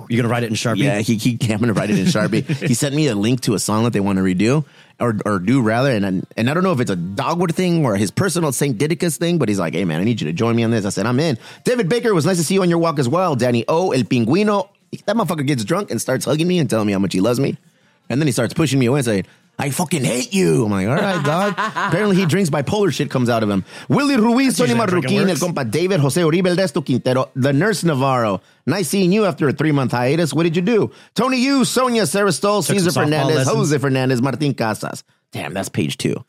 [SPEAKER 5] You're gonna write it in Sharpie.
[SPEAKER 3] Yeah, he, he I'm gonna write it in Sharpie. he sent me a link to a song that they want to redo or or do rather, and and I don't know if it's a Dogwood thing or his personal Saint Didicus thing, but he's like, hey man, I need you to join me on this. I said, I'm in. David Baker it was nice to see you on your walk as well. Danny O, El Pinguino, that motherfucker gets drunk and starts hugging me and telling me how much he loves me, and then he starts pushing me away and saying. I fucking hate you. I'm like, all right, dog. Apparently, he drinks bipolar shit comes out of him. Willie Ruiz, Tony
[SPEAKER 5] usually how it fucking
[SPEAKER 3] Marroquin, El
[SPEAKER 5] works.
[SPEAKER 3] Compa David, Jose Uribe, El Desto Quintero, The Nurse Navarro. Nice seeing you after a three month hiatus. What did you do? Tony you, Sonia Sarastol,
[SPEAKER 5] Took
[SPEAKER 3] Cesar
[SPEAKER 5] some softball
[SPEAKER 3] Fernandez,
[SPEAKER 5] lessons.
[SPEAKER 3] Jose Fernandez, Martin Casas. Damn, that's page two.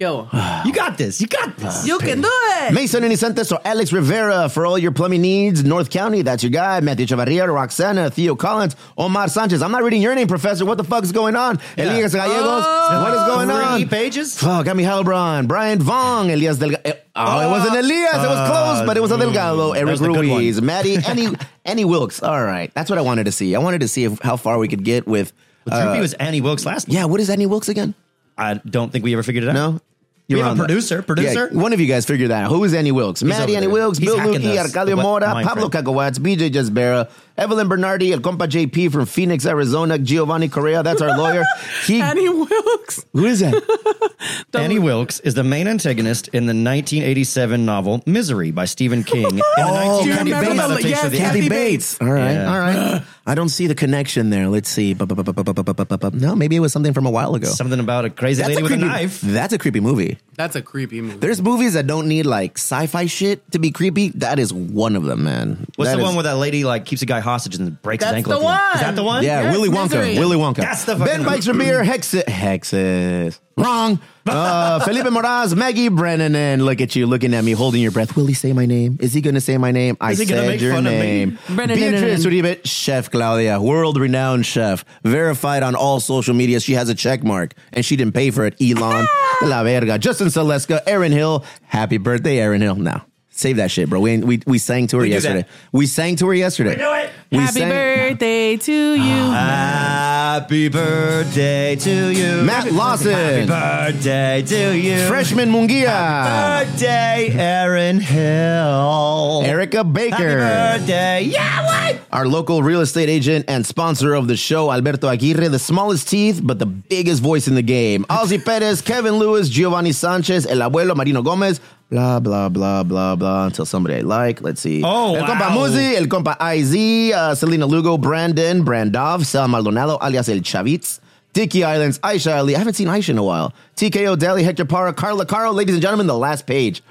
[SPEAKER 4] Go.
[SPEAKER 3] Ah,
[SPEAKER 5] You got this. You got this.
[SPEAKER 4] you can do it.
[SPEAKER 3] Mason Innocentes or Alex Rivera for all your plumbing needs. North County, that's your guy. Matthew Chavarria, Roxana, Theo Collins, Omar Sanchez. I'm not reading your name, Professor. What the fuck is going on? Elias Gallegos, what is going
[SPEAKER 5] Oh, Three
[SPEAKER 3] on?
[SPEAKER 5] pages?
[SPEAKER 3] Fuck, Amy Halbron, Brian Vong, Elias Delgado. Oh, it wasn't Elias. It was close, but it was a Delgado. Eric
[SPEAKER 5] Ah. Mm, was the good
[SPEAKER 3] Ruiz, Maddie, Annie, Annie Wilkes. All right, that's what I wanted to see. I wanted to see if, how far we could get with.
[SPEAKER 5] Well, Droopy
[SPEAKER 3] uh,
[SPEAKER 5] was Annie Wilkes last
[SPEAKER 3] yeah, what is Annie Wilkes again?
[SPEAKER 5] I don't think we ever figured it out.
[SPEAKER 3] No.
[SPEAKER 5] We have a
[SPEAKER 3] on that.
[SPEAKER 5] producer. Producer?
[SPEAKER 3] one of you guys figured that out. Who is Annie Wilkes? Maddie
[SPEAKER 5] over
[SPEAKER 3] Annie
[SPEAKER 5] there.
[SPEAKER 3] Wilkes,
[SPEAKER 5] He's
[SPEAKER 3] Bill
[SPEAKER 5] hacking
[SPEAKER 3] Lukey,
[SPEAKER 5] us.
[SPEAKER 3] Arcadio
[SPEAKER 5] The what-
[SPEAKER 3] Mora,
[SPEAKER 5] mind
[SPEAKER 3] Pablo
[SPEAKER 5] trick.
[SPEAKER 3] Cagawatz, BJ Jasbera, Evelyn Bernardi, El Compa JP from Phoenix, Arizona, Giovanni Correa. That's our lawyer. He,
[SPEAKER 4] Annie Wilkes.
[SPEAKER 3] who is that?
[SPEAKER 5] Annie Wilkes is the main antagonist in the 1987 novel Misery by Stephen King. and the
[SPEAKER 3] Oh,
[SPEAKER 4] Do you
[SPEAKER 5] 1990
[SPEAKER 3] Kathy
[SPEAKER 4] remember
[SPEAKER 5] adaptation
[SPEAKER 3] Bates.
[SPEAKER 4] the- yes,
[SPEAKER 5] of the-
[SPEAKER 4] Kathy
[SPEAKER 3] Kathy
[SPEAKER 4] Bates.
[SPEAKER 3] Bates. All right.
[SPEAKER 5] Yeah.
[SPEAKER 3] All right. I don't see the connection there. Let's see. Bu- bu- bu- bu- bu- bu- bu- bu- bu- bu- No, maybe it was something from a while ago.
[SPEAKER 5] Something about a crazy lady with a knife.
[SPEAKER 3] That's a creepy movie.
[SPEAKER 4] That's a creepy movie.
[SPEAKER 3] There's movies that don't need like sci-fi shit to be creepy. That is one of them, man.
[SPEAKER 5] What's
[SPEAKER 3] That
[SPEAKER 5] the
[SPEAKER 3] is-
[SPEAKER 5] one where that lady like keeps a guy hostage and breaks
[SPEAKER 4] That's
[SPEAKER 5] his ankle?
[SPEAKER 4] the
[SPEAKER 5] at end?
[SPEAKER 4] one.
[SPEAKER 5] Is that the one?
[SPEAKER 3] Yeah,
[SPEAKER 4] Yes,
[SPEAKER 3] Willy Wonka.
[SPEAKER 4] Misery.
[SPEAKER 3] Willy Wonka.
[SPEAKER 5] That's the
[SPEAKER 3] Ben
[SPEAKER 5] fucking-
[SPEAKER 3] Bikes Ramirez, Hexes. Hexes. Wrong. Uh, Felipe Moraz, Maggie Brennan, and look at you looking at me, holding your breath. Will he say my name? Is he going to say my name? I
[SPEAKER 5] Is he
[SPEAKER 3] said
[SPEAKER 5] gonna make
[SPEAKER 3] your
[SPEAKER 5] fun of me?
[SPEAKER 3] name.
[SPEAKER 4] Brennan-
[SPEAKER 3] Beatriz Uribe, Chef Claudia, world renowned chef, verified on all social media. She has a check mark, and she didn't pay for it. Elon, de la verga. Justin Seleska, Aaron Hill. Happy birthday, Aaron Hill. Now. Save that shit, bro. We, we, we sang to her
[SPEAKER 5] We do
[SPEAKER 3] yesterday.
[SPEAKER 5] that.
[SPEAKER 3] We sang to her yesterday. We Ah,
[SPEAKER 5] do it.
[SPEAKER 4] Happy
[SPEAKER 3] sang-
[SPEAKER 4] birthday to you.
[SPEAKER 5] Happy birthday to you.
[SPEAKER 3] Matt
[SPEAKER 5] Happy
[SPEAKER 3] Lawson.
[SPEAKER 5] birthday to you.
[SPEAKER 3] Freshman Mungia.
[SPEAKER 5] birthday, Aaron Hill.
[SPEAKER 3] Erica
[SPEAKER 5] Happy
[SPEAKER 3] Baker.
[SPEAKER 5] birthday. Yeah, what?
[SPEAKER 3] Our local real estate agent and sponsor of the show, Alberto Aguirre, the smallest teeth, but the biggest voice in the game. Ozzy Perez, Kevin Lewis, Giovanni Sanchez, El Abuelo, Marino Gomez. Blah, blah, blah, blah, blah, until somebody I like. Let's see.
[SPEAKER 5] Oh,
[SPEAKER 3] El compa
[SPEAKER 5] wow.
[SPEAKER 3] Muzi, El compa IZ, uh, Selena Lugo, Brandon, Brandov, Sal Maldonado, alias El Chavitz. Dicky Islands, Aisha Ali. I haven't seen Aisha in a while. TKO Deli, Hector Parra, Carla Caro. Ladies and gentlemen, the last page.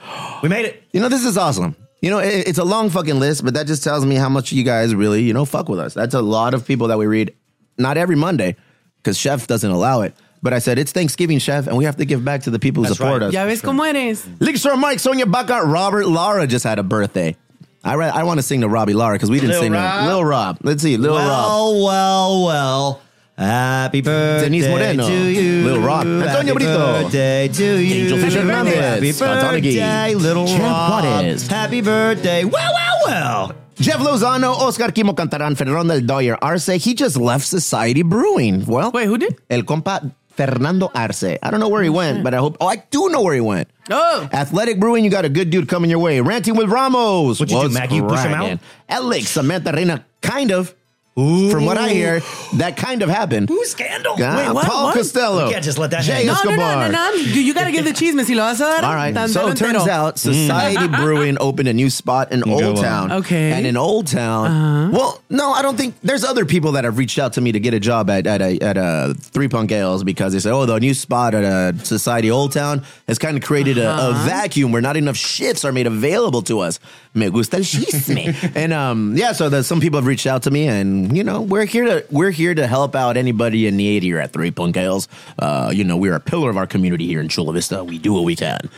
[SPEAKER 5] We made it.
[SPEAKER 3] You know, this is awesome. You know, it, it's a long fucking list, but that just tells me how much you guys really, you know, fuck with us. That's a lot of people that we read, not every Monday, because Chef doesn't allow it. But I said, it's Thanksgiving, Chef, and we have to give back to the people who
[SPEAKER 5] That's
[SPEAKER 3] support
[SPEAKER 5] right.
[SPEAKER 3] us.
[SPEAKER 4] Ya ves como eres.
[SPEAKER 3] Lickstraw Mike, Sonia Baca, Robert Lara just had a birthday. I, ra- I want to sing to Robbie Lara because we didn't
[SPEAKER 5] Lil
[SPEAKER 3] sing
[SPEAKER 5] Rob.
[SPEAKER 3] to Lil Rob. Let's see, Lil Rob.
[SPEAKER 5] Well, well, well. Happy birthday
[SPEAKER 3] Denise Moreno.
[SPEAKER 5] to you.
[SPEAKER 3] Lil Rob. Antonio
[SPEAKER 5] Happy
[SPEAKER 3] Brito.
[SPEAKER 5] birthday to you.
[SPEAKER 3] Angel Fisher
[SPEAKER 5] Happy
[SPEAKER 3] Hernandez. Scott
[SPEAKER 5] birthday,
[SPEAKER 3] Donaghy.
[SPEAKER 5] Little
[SPEAKER 3] Chad
[SPEAKER 5] Rob.
[SPEAKER 3] Juarez.
[SPEAKER 5] Happy birthday. Well, well, well.
[SPEAKER 3] Jeff Lozano, Oscar Kimo Cantaran, Fernando El Doyer Arce. He just left Society Brewing. Well,
[SPEAKER 4] Wait, who did?
[SPEAKER 3] El compa Fernando Arce. I don't know where he
[SPEAKER 5] Mm-hmm.
[SPEAKER 3] went, but I hope. Oh, I do know where he went.
[SPEAKER 4] Oh.
[SPEAKER 3] Athletic Brewing, you got a good dude coming your way. Ranting with Ramos.
[SPEAKER 5] What'd you do, Maggie? You push him out?
[SPEAKER 3] crackin'? Alex, Samantha Reina, kind of. From what I hear, that kind of happened.
[SPEAKER 5] Ooh, scandal.
[SPEAKER 3] Ah,
[SPEAKER 5] Wait, what?
[SPEAKER 3] Paul
[SPEAKER 4] what?
[SPEAKER 3] Costello.
[SPEAKER 5] You can't just let that
[SPEAKER 3] Jay
[SPEAKER 5] hang.
[SPEAKER 4] No, no, no, no,
[SPEAKER 3] Escobar.
[SPEAKER 4] no. You, you gotta give the cheese, Missy. Lo vas a dar.
[SPEAKER 3] All right.
[SPEAKER 4] Tan-
[SPEAKER 3] so
[SPEAKER 4] tan
[SPEAKER 3] it turns
[SPEAKER 4] entero.
[SPEAKER 5] Mm.
[SPEAKER 3] out Society Brewing opened a new spot in
[SPEAKER 5] Go on.
[SPEAKER 3] Old Town.
[SPEAKER 4] Okay.
[SPEAKER 3] And in Old Town, well, no, I don't think there's other people that have reached out to me to get a job at at a, at a Three Punk Ales because they said, oh, the new spot at uh Society Old Town has kind of created a, a vacuum where not enough shits are made available to us. Me gusta el chisme. and um, yeah, so that some people have reached out to me, and you know, we're here to we're here to help out anybody in need here at Three Punk Ales. Uh, you know, we're a pillar of our community here in Chula Vista. We do what we can.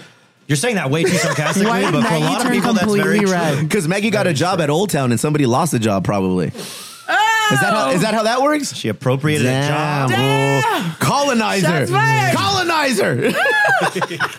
[SPEAKER 5] You're saying that way too sarcastically,
[SPEAKER 4] Why did
[SPEAKER 5] but for a
[SPEAKER 4] Maggie
[SPEAKER 5] lot of
[SPEAKER 4] turn
[SPEAKER 5] people, that's very
[SPEAKER 4] completely
[SPEAKER 5] true.
[SPEAKER 4] red?
[SPEAKER 3] Because Maggie got a job at Old Town and somebody lost a job, probably. Is that
[SPEAKER 4] Oh,
[SPEAKER 3] how, is that, how that works?
[SPEAKER 5] She appropriated a job.
[SPEAKER 3] Damn, fool. Colonizer.
[SPEAKER 4] Shots fired.
[SPEAKER 3] Colonizer.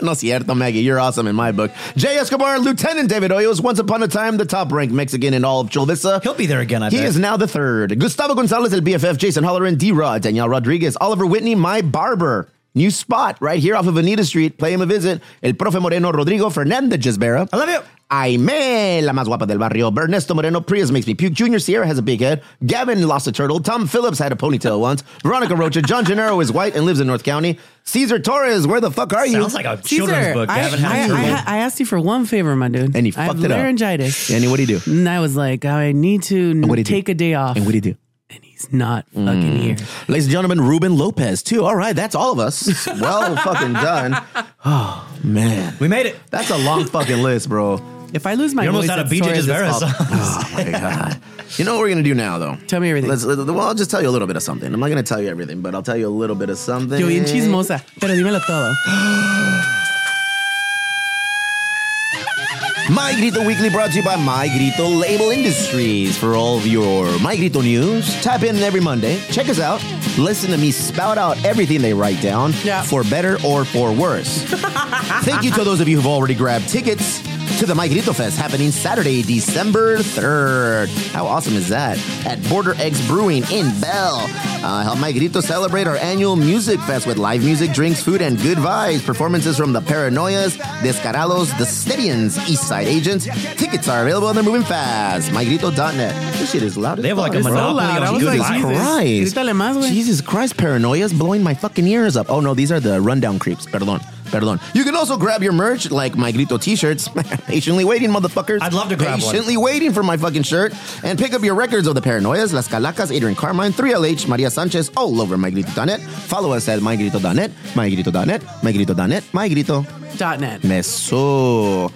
[SPEAKER 3] no cierto, Maggie. You're awesome in my book. Jay Escobar, Lieutenant David Hoyos, once upon a time the top ranked Mexican in all of Chulvissa.
[SPEAKER 5] He'll be there again, I
[SPEAKER 3] He
[SPEAKER 5] bet.
[SPEAKER 3] is now the third. Gustavo Gonzalez, El BFF, Jason Holleran, D Rod, Danielle Rodriguez, Oliver Whitney, my barber. New spot right here off of Anita Street. Play him a visit. El Profe Moreno, Rodrigo Fernandez Jesbera.
[SPEAKER 5] I love you.
[SPEAKER 3] Aime, la más guapa del barrio. Ernesto Moreno, Prius makes me puke. Junior Sierra has a big head. Gavin lost a turtle. Tom Phillips had a ponytail once. Veronica Rocha, John Gennaro is white and lives in North County. Caesar Torres, where the fuck are you?
[SPEAKER 5] Sounds like a children's
[SPEAKER 4] Caesar,
[SPEAKER 5] book.
[SPEAKER 4] I,
[SPEAKER 5] Gavin
[SPEAKER 4] I-
[SPEAKER 5] Hatfield.
[SPEAKER 4] I- I asked you for one favor, my dude.
[SPEAKER 3] and he
[SPEAKER 4] I
[SPEAKER 3] fucked
[SPEAKER 4] have
[SPEAKER 3] it up.
[SPEAKER 4] laryngitis.
[SPEAKER 3] And he- what'd he do?
[SPEAKER 4] And I was like, I need to
[SPEAKER 3] what'd he do?
[SPEAKER 4] take a day off.
[SPEAKER 3] And Mm. what'd he do?
[SPEAKER 4] he He's not fucking here.
[SPEAKER 3] Ladies and gentlemen, Ruben Lopez, too. All right, that's all of us. Well fucking done. Oh, man.
[SPEAKER 5] We made it.
[SPEAKER 3] That's a long fucking list, bro.
[SPEAKER 4] If I lose my
[SPEAKER 5] You almost
[SPEAKER 4] voice,
[SPEAKER 5] had a
[SPEAKER 4] it's
[SPEAKER 5] BJ
[SPEAKER 4] Torres'
[SPEAKER 5] Desveras
[SPEAKER 4] fault.
[SPEAKER 5] song.
[SPEAKER 3] Oh, my God. You know what we're going to do now, though?
[SPEAKER 4] Tell me everything.
[SPEAKER 3] Let's, let- well, I'll just tell you a little bit of something. I'm not going to tell you everything, but I'll tell you a little bit of something.
[SPEAKER 4] Yo bien chismosa, pero dímelo todo.
[SPEAKER 3] My Grito Weekly brought to you by My Grito Label Industries. For all of your My Grito news, tap in every Monday. Check us out. Listen to me spout out everything they write down
[SPEAKER 4] Yeah.
[SPEAKER 3] for better or for worse. Thank you to those of you who've already grabbed tickets to the My Grito Fest happening Saturday, December 3rd. How awesome is that? At Border Eggs Brewing in Bell. Uh, help My Grito celebrate our annual music fest with live music, drinks, food, and good vibes. Performances from the Paranoias, Descarados, The Steadians, Eastside Agents. Tickets are available and they're moving fast. MyGrito.net. This shit is loud as
[SPEAKER 5] They have like a
[SPEAKER 3] fuck, bro.
[SPEAKER 5] monopoly
[SPEAKER 4] loud. I
[SPEAKER 5] on
[SPEAKER 4] was
[SPEAKER 5] good
[SPEAKER 4] like,
[SPEAKER 5] vibes.
[SPEAKER 4] Jesus.
[SPEAKER 3] Christ.
[SPEAKER 4] Grítale más, güey.
[SPEAKER 3] Jesus Christ, paranoia's blowing my fucking ears up. Oh no, these are the rundown creeps. Perdón. Perdón. You can also grab your merch, like my Grito t-shirts. Patiently waiting, motherfuckers.
[SPEAKER 5] I'd love to grab one.
[SPEAKER 3] Patiently waiting for my fucking shirt. And pick up your records of the Paranoias, Las Calacas, Adrian Carmine, 3LH, Maria Sanchez, all over mygrito.net. Follow us at mygrito.net, mygrito.net, mygrito.net, mygrito.
[SPEAKER 4] Dot net.
[SPEAKER 3] Meso.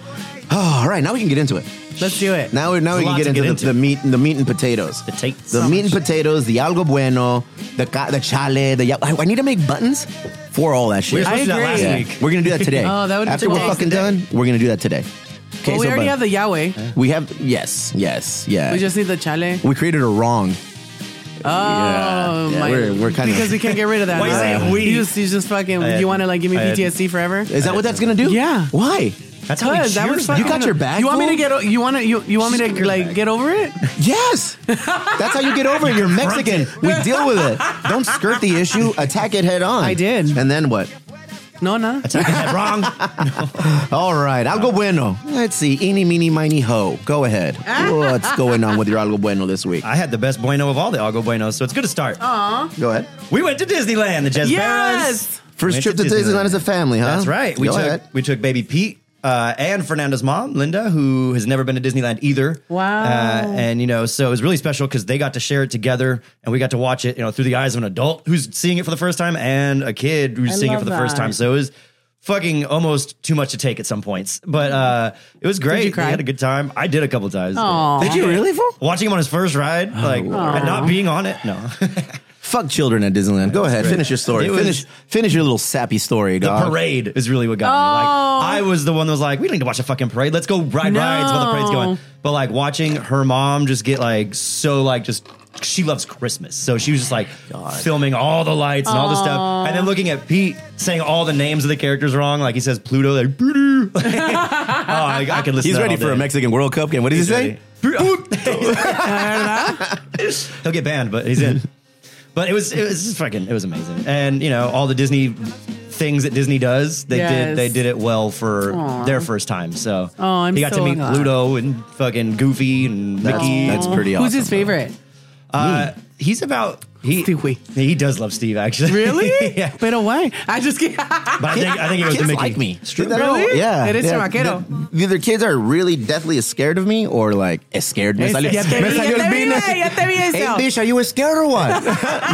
[SPEAKER 3] all right, now we can get into it.
[SPEAKER 4] Let's do it.
[SPEAKER 3] Now, we- now we can
[SPEAKER 5] There's a lot
[SPEAKER 3] get
[SPEAKER 5] to
[SPEAKER 3] into,
[SPEAKER 5] get
[SPEAKER 3] the,
[SPEAKER 5] into.
[SPEAKER 3] the meat, the meat and potatoes.
[SPEAKER 5] The tates.
[SPEAKER 3] The meat and potatoes, the algo bueno, the ca- the chale, the ya- I, I need to make buttons for all that
[SPEAKER 5] We
[SPEAKER 3] shit.
[SPEAKER 5] were supposed to do that
[SPEAKER 4] agree.
[SPEAKER 5] last
[SPEAKER 3] yeah.
[SPEAKER 5] week.
[SPEAKER 3] We're gonna do that today.
[SPEAKER 4] Oh, that would be
[SPEAKER 3] after we're
[SPEAKER 4] tomorrow.
[SPEAKER 3] fucking done. We're gonna do that today. Okay,
[SPEAKER 4] well, we
[SPEAKER 3] so,
[SPEAKER 4] already
[SPEAKER 3] but
[SPEAKER 4] have the Yahweh.
[SPEAKER 3] we have yes, yes, yeah.
[SPEAKER 4] We
[SPEAKER 3] We,
[SPEAKER 4] just need the chale.
[SPEAKER 3] created a wrong.
[SPEAKER 4] Oh
[SPEAKER 3] yeah,
[SPEAKER 4] my!
[SPEAKER 3] we're- we're kinda-
[SPEAKER 4] because we can't get rid of that.
[SPEAKER 5] Why you
[SPEAKER 4] huh?
[SPEAKER 5] saying we?
[SPEAKER 4] You just, you just fucking.
[SPEAKER 5] I had-
[SPEAKER 4] you want to like give me
[SPEAKER 5] I had-
[SPEAKER 4] PTSD forever?
[SPEAKER 3] Is that what that's gonna do?
[SPEAKER 4] Yeah.
[SPEAKER 3] Why?
[SPEAKER 5] That's how we
[SPEAKER 4] Cause that
[SPEAKER 5] cheered
[SPEAKER 4] was
[SPEAKER 5] back
[SPEAKER 4] fucking.
[SPEAKER 3] You got your back,
[SPEAKER 4] You want me to
[SPEAKER 3] fool?
[SPEAKER 4] get? o- You want to? You, you want me to like get over it?
[SPEAKER 3] Yes. that's how you get over it. You're Mexican. We deal with it. Don't skirt the issue. Attack it head on.
[SPEAKER 4] I did.
[SPEAKER 3] And then what?
[SPEAKER 4] No, no.
[SPEAKER 5] Attack that wrong.
[SPEAKER 3] All right, algo bueno. Let's see. Eeny, meeny, miny, ho. Go ahead. What's going on with your algo bueno this week?
[SPEAKER 5] I had the best bueno of all the Algo Buenos, so it's good to start.
[SPEAKER 3] Go ahead.
[SPEAKER 5] We went to Disneyland, the Jezberas.
[SPEAKER 4] Yes.
[SPEAKER 3] First
[SPEAKER 5] Went
[SPEAKER 3] trip to Disneyland as a family, huh?
[SPEAKER 5] That's right. We
[SPEAKER 3] Go
[SPEAKER 5] took
[SPEAKER 3] ahead.
[SPEAKER 5] we took baby Pete uh, and Fernanda's mom, Linda, who has never been to Disneyland either.
[SPEAKER 4] Wow.
[SPEAKER 5] Uh, and you know, so it was really special because they got to share it together, and we got to watch it, you know, through the eyes of an adult who's seeing it for the first time and a kid who's
[SPEAKER 4] I
[SPEAKER 5] seeing it
[SPEAKER 4] love
[SPEAKER 5] for the first
[SPEAKER 4] that.
[SPEAKER 5] time. So it was fucking almost too much to take at some points, but uh, it was great.
[SPEAKER 4] you cry?
[SPEAKER 5] We had a good time. I did a couple times.
[SPEAKER 4] Aw.
[SPEAKER 3] Did you really, fool?
[SPEAKER 5] Watching him on his first ride, like and not being on it. No,
[SPEAKER 3] Fuck children at Disneyland. Go ahead. Finish your story.
[SPEAKER 5] It was-
[SPEAKER 3] finish finish your little sappy story,
[SPEAKER 5] the
[SPEAKER 3] dog.
[SPEAKER 5] parade is really what got me. Like I was the one that was like, we don't need to watch a fucking parade. Let's go ride rides while the parade's going.
[SPEAKER 4] No.
[SPEAKER 5] But like watching her mom just get like so like just she loves Christmas. So she was just like filming all the lights and all the stuff. And then looking at Pete saying all the names of the characters wrong. Like he says Pluto, like Pluto. oh, I, I could listen
[SPEAKER 3] He's
[SPEAKER 5] to that
[SPEAKER 3] ready
[SPEAKER 5] all
[SPEAKER 3] for a
[SPEAKER 5] day.
[SPEAKER 3] Mexican World Cup game. What did he say?
[SPEAKER 5] He'll get banned, but he's in. but it was it was just fucking it was amazing, and you know all the Disney things that Disney does, they
[SPEAKER 4] Yes.
[SPEAKER 5] did they did it well for
[SPEAKER 4] Aw.
[SPEAKER 5] their first time. So
[SPEAKER 4] Oh, I'm
[SPEAKER 5] he got
[SPEAKER 4] so
[SPEAKER 5] to meet
[SPEAKER 4] glad.
[SPEAKER 5] Pluto and fucking Goofy and
[SPEAKER 3] That's,
[SPEAKER 5] Mickey.
[SPEAKER 3] that's pretty awesome.
[SPEAKER 4] Who's his
[SPEAKER 3] though.
[SPEAKER 4] favorite?
[SPEAKER 5] Uh, he's about he
[SPEAKER 4] Stewie.
[SPEAKER 5] he does love Steve actually.
[SPEAKER 4] Really?
[SPEAKER 5] yeah,
[SPEAKER 4] But why? I just kidding.
[SPEAKER 5] but I think I think it was the
[SPEAKER 3] Kids
[SPEAKER 5] Mickey.
[SPEAKER 3] like me.
[SPEAKER 5] It's true.
[SPEAKER 3] Did that all-
[SPEAKER 4] Really?
[SPEAKER 3] Yeah.
[SPEAKER 4] Eres
[SPEAKER 3] yeah.
[SPEAKER 4] chamaquero.
[SPEAKER 3] The- Either kids are really deathly scared of me or like scared. Me
[SPEAKER 4] Ya
[SPEAKER 3] salió-
[SPEAKER 4] te vi,
[SPEAKER 3] me
[SPEAKER 4] ya
[SPEAKER 3] salió el
[SPEAKER 4] te vi,
[SPEAKER 3] vino.
[SPEAKER 4] güey, ya te vi
[SPEAKER 3] Hey,
[SPEAKER 4] eso.
[SPEAKER 3] bitch, are you scared or what?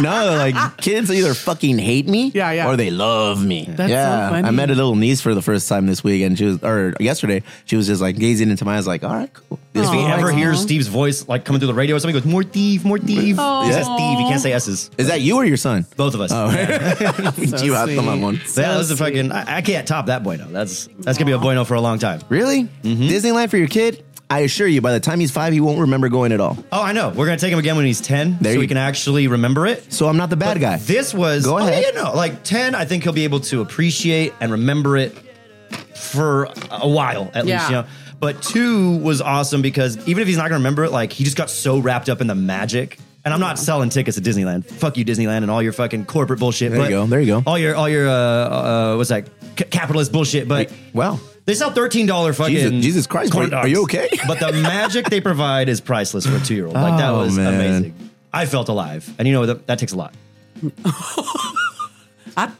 [SPEAKER 3] no, like kids either fucking hate me,
[SPEAKER 4] Yeah, yeah.
[SPEAKER 3] or they love me.
[SPEAKER 4] That's so
[SPEAKER 3] yeah,
[SPEAKER 4] funny.
[SPEAKER 3] I met a little niece for the first time this week, and she was, or yesterday, she was just like gazing into my eyes, like, all right, cool. This
[SPEAKER 5] If he
[SPEAKER 3] feels
[SPEAKER 5] ever
[SPEAKER 3] like-
[SPEAKER 5] hears Steve's voice like coming through the radio or something, he goes more thief, more thief. He says Steve. He can't say s's.
[SPEAKER 3] is that you or your son?
[SPEAKER 5] Both of us.
[SPEAKER 3] Oh. Do you have
[SPEAKER 4] sweet.
[SPEAKER 3] them on one?
[SPEAKER 5] That
[SPEAKER 4] So
[SPEAKER 5] was a fucking. I, I can't top that bueno. That's that's gonna be a bueno for a long time.
[SPEAKER 3] Really?
[SPEAKER 5] Mm-hmm.
[SPEAKER 3] Disneyland for your kid? I assure you, by the time he's five, he won't remember going at all.
[SPEAKER 5] Oh, I know. We're gonna take him again when he's ten,
[SPEAKER 3] There
[SPEAKER 5] so
[SPEAKER 3] you-
[SPEAKER 5] he can actually remember it.
[SPEAKER 3] So I'm not the bad guy.
[SPEAKER 5] This was.
[SPEAKER 3] Go
[SPEAKER 5] oh,
[SPEAKER 3] ahead.
[SPEAKER 5] yeah, no, like ten. I think he'll be able to appreciate and remember it for a while at
[SPEAKER 4] Yeah.
[SPEAKER 5] least. You know. But two was awesome because even if he's not gonna remember it, like he just got so wrapped up in the magic. And I'm not selling tickets at Disneyland. Fuck you, Disneyland, and all your fucking corporate bullshit.
[SPEAKER 3] There you
[SPEAKER 5] but
[SPEAKER 3] go, there you go.
[SPEAKER 5] All your all your uh, uh what's that C- capitalist bullshit. But
[SPEAKER 3] Wow.
[SPEAKER 5] They sell thirteen dollar fucking
[SPEAKER 3] Jesus- Jesus Christ,
[SPEAKER 5] corn
[SPEAKER 3] are-
[SPEAKER 5] dogs.
[SPEAKER 3] are you okay?
[SPEAKER 5] but the magic they provide is priceless for a two year old. Like that
[SPEAKER 3] Oh,
[SPEAKER 5] was
[SPEAKER 3] man.
[SPEAKER 5] amazing. I felt alive, and you know that, that takes a lot.
[SPEAKER 4] Hasta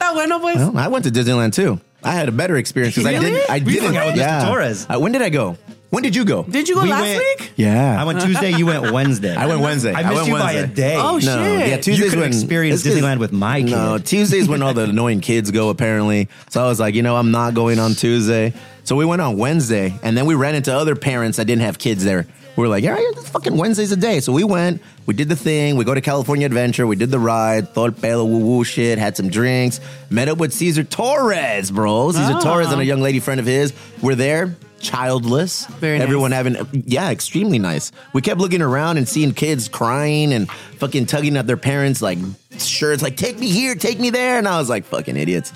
[SPEAKER 4] Ah, bueno pues.
[SPEAKER 3] Well, I went to Disneyland too. I had a better experience because I
[SPEAKER 5] Really?
[SPEAKER 3] didn't. I
[SPEAKER 5] We
[SPEAKER 3] didn't.
[SPEAKER 5] hung out with Mr. Torres.
[SPEAKER 3] Uh, when did I go? When did you go?
[SPEAKER 4] Did you go
[SPEAKER 5] We
[SPEAKER 4] last
[SPEAKER 5] went-
[SPEAKER 4] week?
[SPEAKER 3] yeah,
[SPEAKER 5] I went Tuesday. You went Wednesday.
[SPEAKER 3] I went Wednesday.
[SPEAKER 5] I
[SPEAKER 3] I
[SPEAKER 5] missed
[SPEAKER 3] went
[SPEAKER 5] you by a
[SPEAKER 3] Wednesday.
[SPEAKER 5] day.
[SPEAKER 4] Oh, shit.
[SPEAKER 3] No, yeah,
[SPEAKER 4] You
[SPEAKER 3] Tuesdays
[SPEAKER 5] could've
[SPEAKER 3] when
[SPEAKER 5] experienced
[SPEAKER 3] it's 'cause-
[SPEAKER 5] Disneyland with my
[SPEAKER 3] No,
[SPEAKER 5] kid.
[SPEAKER 3] Tuesdays when all the annoying kids go apparently. So I was like, you know, I'm not going on Tuesday. So we went on Wednesday, and then we ran into other parents that didn't have kids there. We were like, yeah, yeah, this fucking Wednesday's a day. So we went, we did the thing, we go to California Adventure, we did the ride, thought pelo woo woo shit, had some drinks, met up with Caesar Torres, bro. Caesar
[SPEAKER 4] Oh.
[SPEAKER 3] Torres and a young lady friend of his. We're there, childless.
[SPEAKER 4] Very nice.
[SPEAKER 3] Everyone having yeah extremely nice we kept looking around and seeing kids crying and fucking tugging at their parents like shirts like take me here take me there and i was like fucking idiots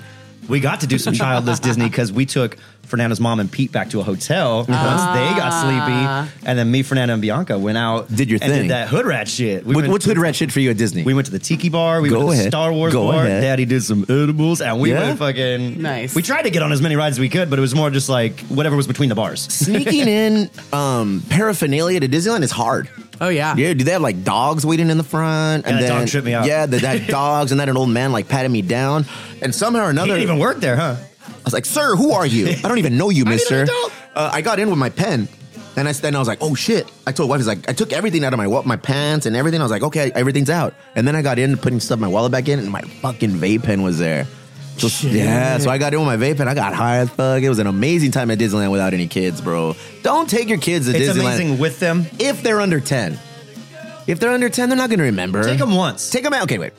[SPEAKER 5] We got to do some childless Disney because we took Fernando's mom and Pete back to a
[SPEAKER 3] Uh-huh.
[SPEAKER 5] hotel once they got sleepy, and then me, Fernando, and Bianca went out.
[SPEAKER 3] Ah. Did your
[SPEAKER 5] and
[SPEAKER 3] thing.
[SPEAKER 5] Did that hood rat shit. We
[SPEAKER 3] What-
[SPEAKER 5] went-
[SPEAKER 3] what's hood rat shit for you at disney
[SPEAKER 5] We went to the tiki bar. We
[SPEAKER 3] Go
[SPEAKER 5] went to the
[SPEAKER 3] ahead.
[SPEAKER 5] Star Wars
[SPEAKER 3] Go
[SPEAKER 5] bar.
[SPEAKER 3] ahead.
[SPEAKER 5] Daddy did some edibles, and we
[SPEAKER 3] Yeah?
[SPEAKER 5] went fucking
[SPEAKER 4] Nice.
[SPEAKER 5] We tried to get on as many rides as we could, but it was more just like whatever was between the bars.
[SPEAKER 3] sneaking in um paraphernalia to disneyland is hard
[SPEAKER 4] Oh yeah.
[SPEAKER 3] yeah, do they have like dogs waiting in the front?
[SPEAKER 5] Yeah, that dog tripped me out.
[SPEAKER 3] Yeah, the, that dogs and that an old man like patted me down, and somehow or
[SPEAKER 5] He
[SPEAKER 3] another,
[SPEAKER 5] didn't even work there, huh?
[SPEAKER 3] I was like, "Sir, who are you? I don't even know you, Mister."
[SPEAKER 5] adult.
[SPEAKER 3] Uh, I got in with my pen, and I then I was like, "Oh shit!" I told wife, "Is like I took everything out of my wa- my pants and everything." I was like, "Okay, everything's out." And then I got in, putting stuff in my wallet back in, and my fucking vape pen was there. So, yeah, so I got in with my vape pen. I got high as fuck. It was an amazing time at Disneyland without any kids, bro. Don't take your kids to
[SPEAKER 5] It's
[SPEAKER 3] Disneyland
[SPEAKER 5] amazing with them.
[SPEAKER 3] if they're under ten. If they're under ten, they're not going to remember.
[SPEAKER 5] Take them once.
[SPEAKER 3] Take him out. Okay, wait.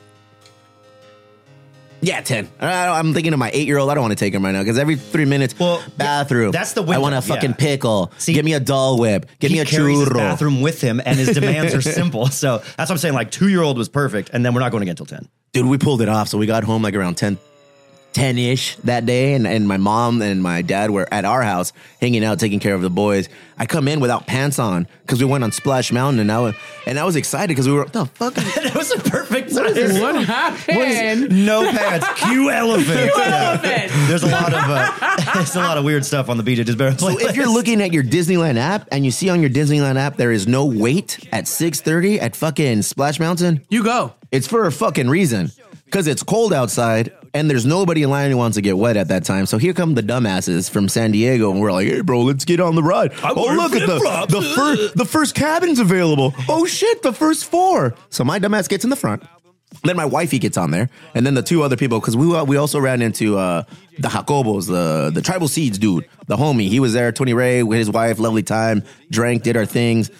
[SPEAKER 3] Yeah, ten. I, I'm thinking of my eight year old. I don't want to take him right now because every three minutes,
[SPEAKER 5] Well,
[SPEAKER 3] bathroom.
[SPEAKER 5] that's the
[SPEAKER 3] I
[SPEAKER 5] window,
[SPEAKER 3] want a
[SPEAKER 5] yeah.
[SPEAKER 3] fucking pickle.
[SPEAKER 5] See,
[SPEAKER 3] give me a doll whip. Give
[SPEAKER 5] he
[SPEAKER 3] me a
[SPEAKER 5] carries his
[SPEAKER 3] churro.
[SPEAKER 5] bathroom with him, and his demands are simple. So that's what I'm saying. Like two year old was perfect, and then we're not going again till ten.
[SPEAKER 3] dude, we pulled it off. So we got home like around 10, 10 ish that day. And, and my mom and my dad were at our house hanging out, taking care of the boys. I come in without pants on because we went on Splash Mountain and I was, and I was excited because we were, what the fuck? is-
[SPEAKER 5] That was a perfect time.
[SPEAKER 4] What happened?
[SPEAKER 5] No pants. Q elephant.
[SPEAKER 4] elephant.
[SPEAKER 5] There's a lot of uh, there's a lot of weird stuff on the beach. It Just better
[SPEAKER 3] So if you're looking at your Disneyland app and you see on your Disneyland app there is no wait at 6:30 at fucking Splash Mountain,
[SPEAKER 4] You go.
[SPEAKER 3] it's for a fucking reason. Cause it's cold outside and there's nobody in line who wants to get wet at that time. So here come the dumbasses from San Diego and we're like, hey bro, let's get on the ride. oh
[SPEAKER 5] wearing
[SPEAKER 3] look at the
[SPEAKER 5] flip-flops.
[SPEAKER 3] the first the first cabin's available. Oh shit, the first four. So my dumbass gets in the front. Then my wifey gets on there, and then the two other people because we we also ran into uh, the Jacobos, the the tribal seeds dude, the homie. He was there, Tony Ray with his wife, lovely time, drank, did our things,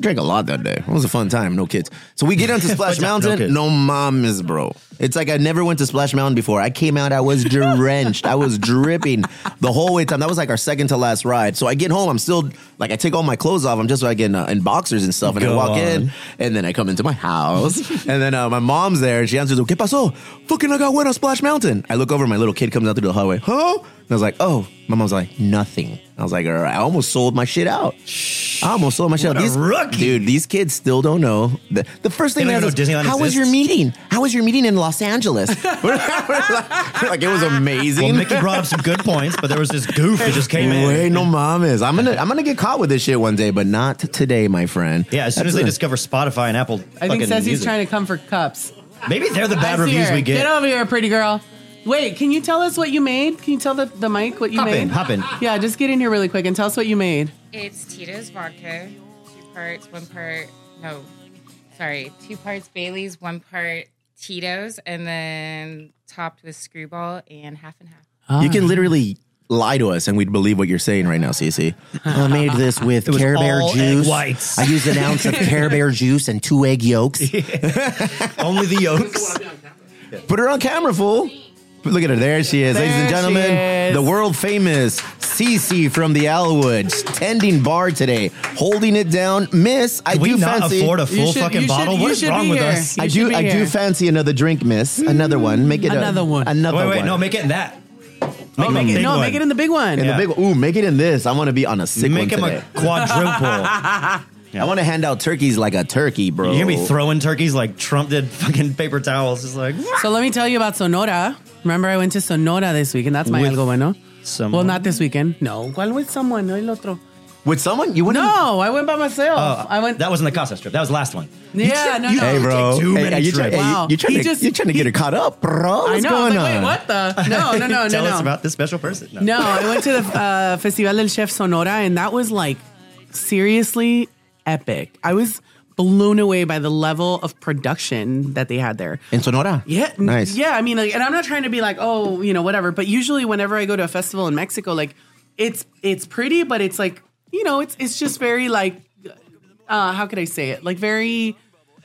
[SPEAKER 3] drank a lot that day. It was a fun time, no kids. So we get onto Splash
[SPEAKER 5] No
[SPEAKER 3] Mountain,
[SPEAKER 5] kids.
[SPEAKER 3] no, mames, bro. It's like I never went to Splash Mountain before. I came out, I was drenched, I was dripping the whole way time. That was like our second to last ride. So I get home, I'm still like I take all my clothes off. I'm just like in, uh, in boxers and stuff, and I
[SPEAKER 5] Go
[SPEAKER 3] walk
[SPEAKER 5] on.
[SPEAKER 3] in and then I come into my house, and then uh, my mom's there, and she answers, "¿Qué pasó? Fucking I got wet on Splash Mountain." I look over, my little kid comes out through the hallway. Huh? And I was like, "Oh." My mom's like, "Nothing." I was like, "All right." I almost sold my shit out. I almost sold my shit out.
[SPEAKER 5] a rookie.
[SPEAKER 3] dude, these kids still don't know. The, the first thing
[SPEAKER 5] They
[SPEAKER 3] they
[SPEAKER 5] don't
[SPEAKER 3] ask
[SPEAKER 5] even
[SPEAKER 3] is,
[SPEAKER 5] know Disneyland
[SPEAKER 3] "How was
[SPEAKER 5] exists?"
[SPEAKER 3] your meeting? How was your meeting in Los Angeles?" We're like, we're like, it was amazing.
[SPEAKER 5] well, Mickey brought up some good points, but there was this goof that just came in.
[SPEAKER 3] Way no mames. I'm gonna I'm gonna get caught with this shit one day, but not today, my friend.
[SPEAKER 5] Yeah, as soon as
[SPEAKER 3] That's
[SPEAKER 5] they
[SPEAKER 3] it.
[SPEAKER 5] discover Spotify and Apple,
[SPEAKER 4] I think
[SPEAKER 5] fucking
[SPEAKER 4] says he's
[SPEAKER 5] music.
[SPEAKER 4] trying to come for cups.
[SPEAKER 5] Maybe they're the bad
[SPEAKER 4] I see
[SPEAKER 5] reviews
[SPEAKER 4] her.
[SPEAKER 5] we get.
[SPEAKER 4] over here, pretty girl. Wait, can you tell us what you made? Can you tell the, the mic what you
[SPEAKER 5] Hop
[SPEAKER 4] made?
[SPEAKER 5] in, hop in.
[SPEAKER 4] Yeah, just get in here really quick and tell us what you made.
[SPEAKER 6] It's Tito's vodka, two parts, one part, no, sorry, two parts Bailey's, one part Tito's, and then topped with screwball and half and half.
[SPEAKER 3] You can literally lie to us and we'd believe what you're saying right now, Cece. I made this with
[SPEAKER 5] was
[SPEAKER 3] Care Bear
[SPEAKER 5] all egg
[SPEAKER 3] juice.
[SPEAKER 5] whites.
[SPEAKER 3] I used an ounce of Care Bear juice and two egg yolks.
[SPEAKER 5] Only the yolks.
[SPEAKER 3] Put her on camera, fool. Look at her. There she is, ladies and
[SPEAKER 4] There she
[SPEAKER 3] gentlemen.
[SPEAKER 4] is.
[SPEAKER 3] The world famous Cece from the Alwoods, tending bar today, holding it down. Miss, I
[SPEAKER 5] Can we
[SPEAKER 3] do
[SPEAKER 5] not
[SPEAKER 3] fancy.
[SPEAKER 5] afford a
[SPEAKER 4] You
[SPEAKER 5] full
[SPEAKER 4] should-
[SPEAKER 5] fucking
[SPEAKER 4] you should-
[SPEAKER 5] bottle?
[SPEAKER 4] you
[SPEAKER 5] What is
[SPEAKER 4] should
[SPEAKER 5] wrong
[SPEAKER 4] be
[SPEAKER 5] with
[SPEAKER 4] here.
[SPEAKER 5] us?
[SPEAKER 4] You
[SPEAKER 3] I
[SPEAKER 4] should
[SPEAKER 3] do.
[SPEAKER 4] be
[SPEAKER 3] I do
[SPEAKER 4] here. Mm,
[SPEAKER 3] fancy another drink, Miss. Another one. Make it a-
[SPEAKER 4] Another one.
[SPEAKER 3] Another
[SPEAKER 5] Wait, wait,
[SPEAKER 3] one.
[SPEAKER 5] no, make it in that.
[SPEAKER 4] Oh, make
[SPEAKER 5] a
[SPEAKER 4] it,
[SPEAKER 5] big
[SPEAKER 4] no,
[SPEAKER 5] one.
[SPEAKER 4] make it in the big one.
[SPEAKER 3] In
[SPEAKER 5] Yeah.
[SPEAKER 3] the big. Ooh, make it in this. I want to be on a sick
[SPEAKER 5] Make
[SPEAKER 3] one
[SPEAKER 5] him
[SPEAKER 3] today.
[SPEAKER 5] a quadruple.
[SPEAKER 3] I want to hand out turkeys like a turkey, bro.
[SPEAKER 5] You're gonna be throwing turkeys like Trump did fucking paper towels. Just like
[SPEAKER 4] So let me tell you about Sonora. Remember, I went to Sonora this week, and that's my
[SPEAKER 5] With
[SPEAKER 4] algo bueno.
[SPEAKER 5] someone?
[SPEAKER 4] Well, not this weekend. No, ¿cuál with someone? No, el otro.
[SPEAKER 3] With someone? You went?
[SPEAKER 4] No, I went by myself. I went.
[SPEAKER 5] Oh, That wasn't the Casa Strip. That was the last one.
[SPEAKER 4] yeah, no, no.
[SPEAKER 3] Hey, bro.
[SPEAKER 5] Too
[SPEAKER 3] Hey,
[SPEAKER 5] many
[SPEAKER 3] are you
[SPEAKER 5] trips.
[SPEAKER 3] trying, hey, you-
[SPEAKER 4] Wow.
[SPEAKER 3] you trying
[SPEAKER 4] He
[SPEAKER 3] to,
[SPEAKER 4] just-
[SPEAKER 3] you're trying to get her caught up, bro. What's
[SPEAKER 4] I know. I was
[SPEAKER 3] going
[SPEAKER 4] like,
[SPEAKER 3] on?
[SPEAKER 4] wait, what the? No, no, no, no,
[SPEAKER 5] Tell
[SPEAKER 4] no.
[SPEAKER 5] us about this special person.
[SPEAKER 4] No, I went to the uh, Festival del Chef Sonora, and that was like seriously epic. I was blown away by the level of production that they had there.
[SPEAKER 3] in Sonora.
[SPEAKER 4] Yeah. n-
[SPEAKER 3] nice.
[SPEAKER 4] Yeah, I mean, like, and I'm not trying to be like, oh, you know, whatever. But usually, whenever I go to a festival in Mexico, like, it's it's pretty, but it's like, you know, it's it's just very like, uh, how could I say it? Like very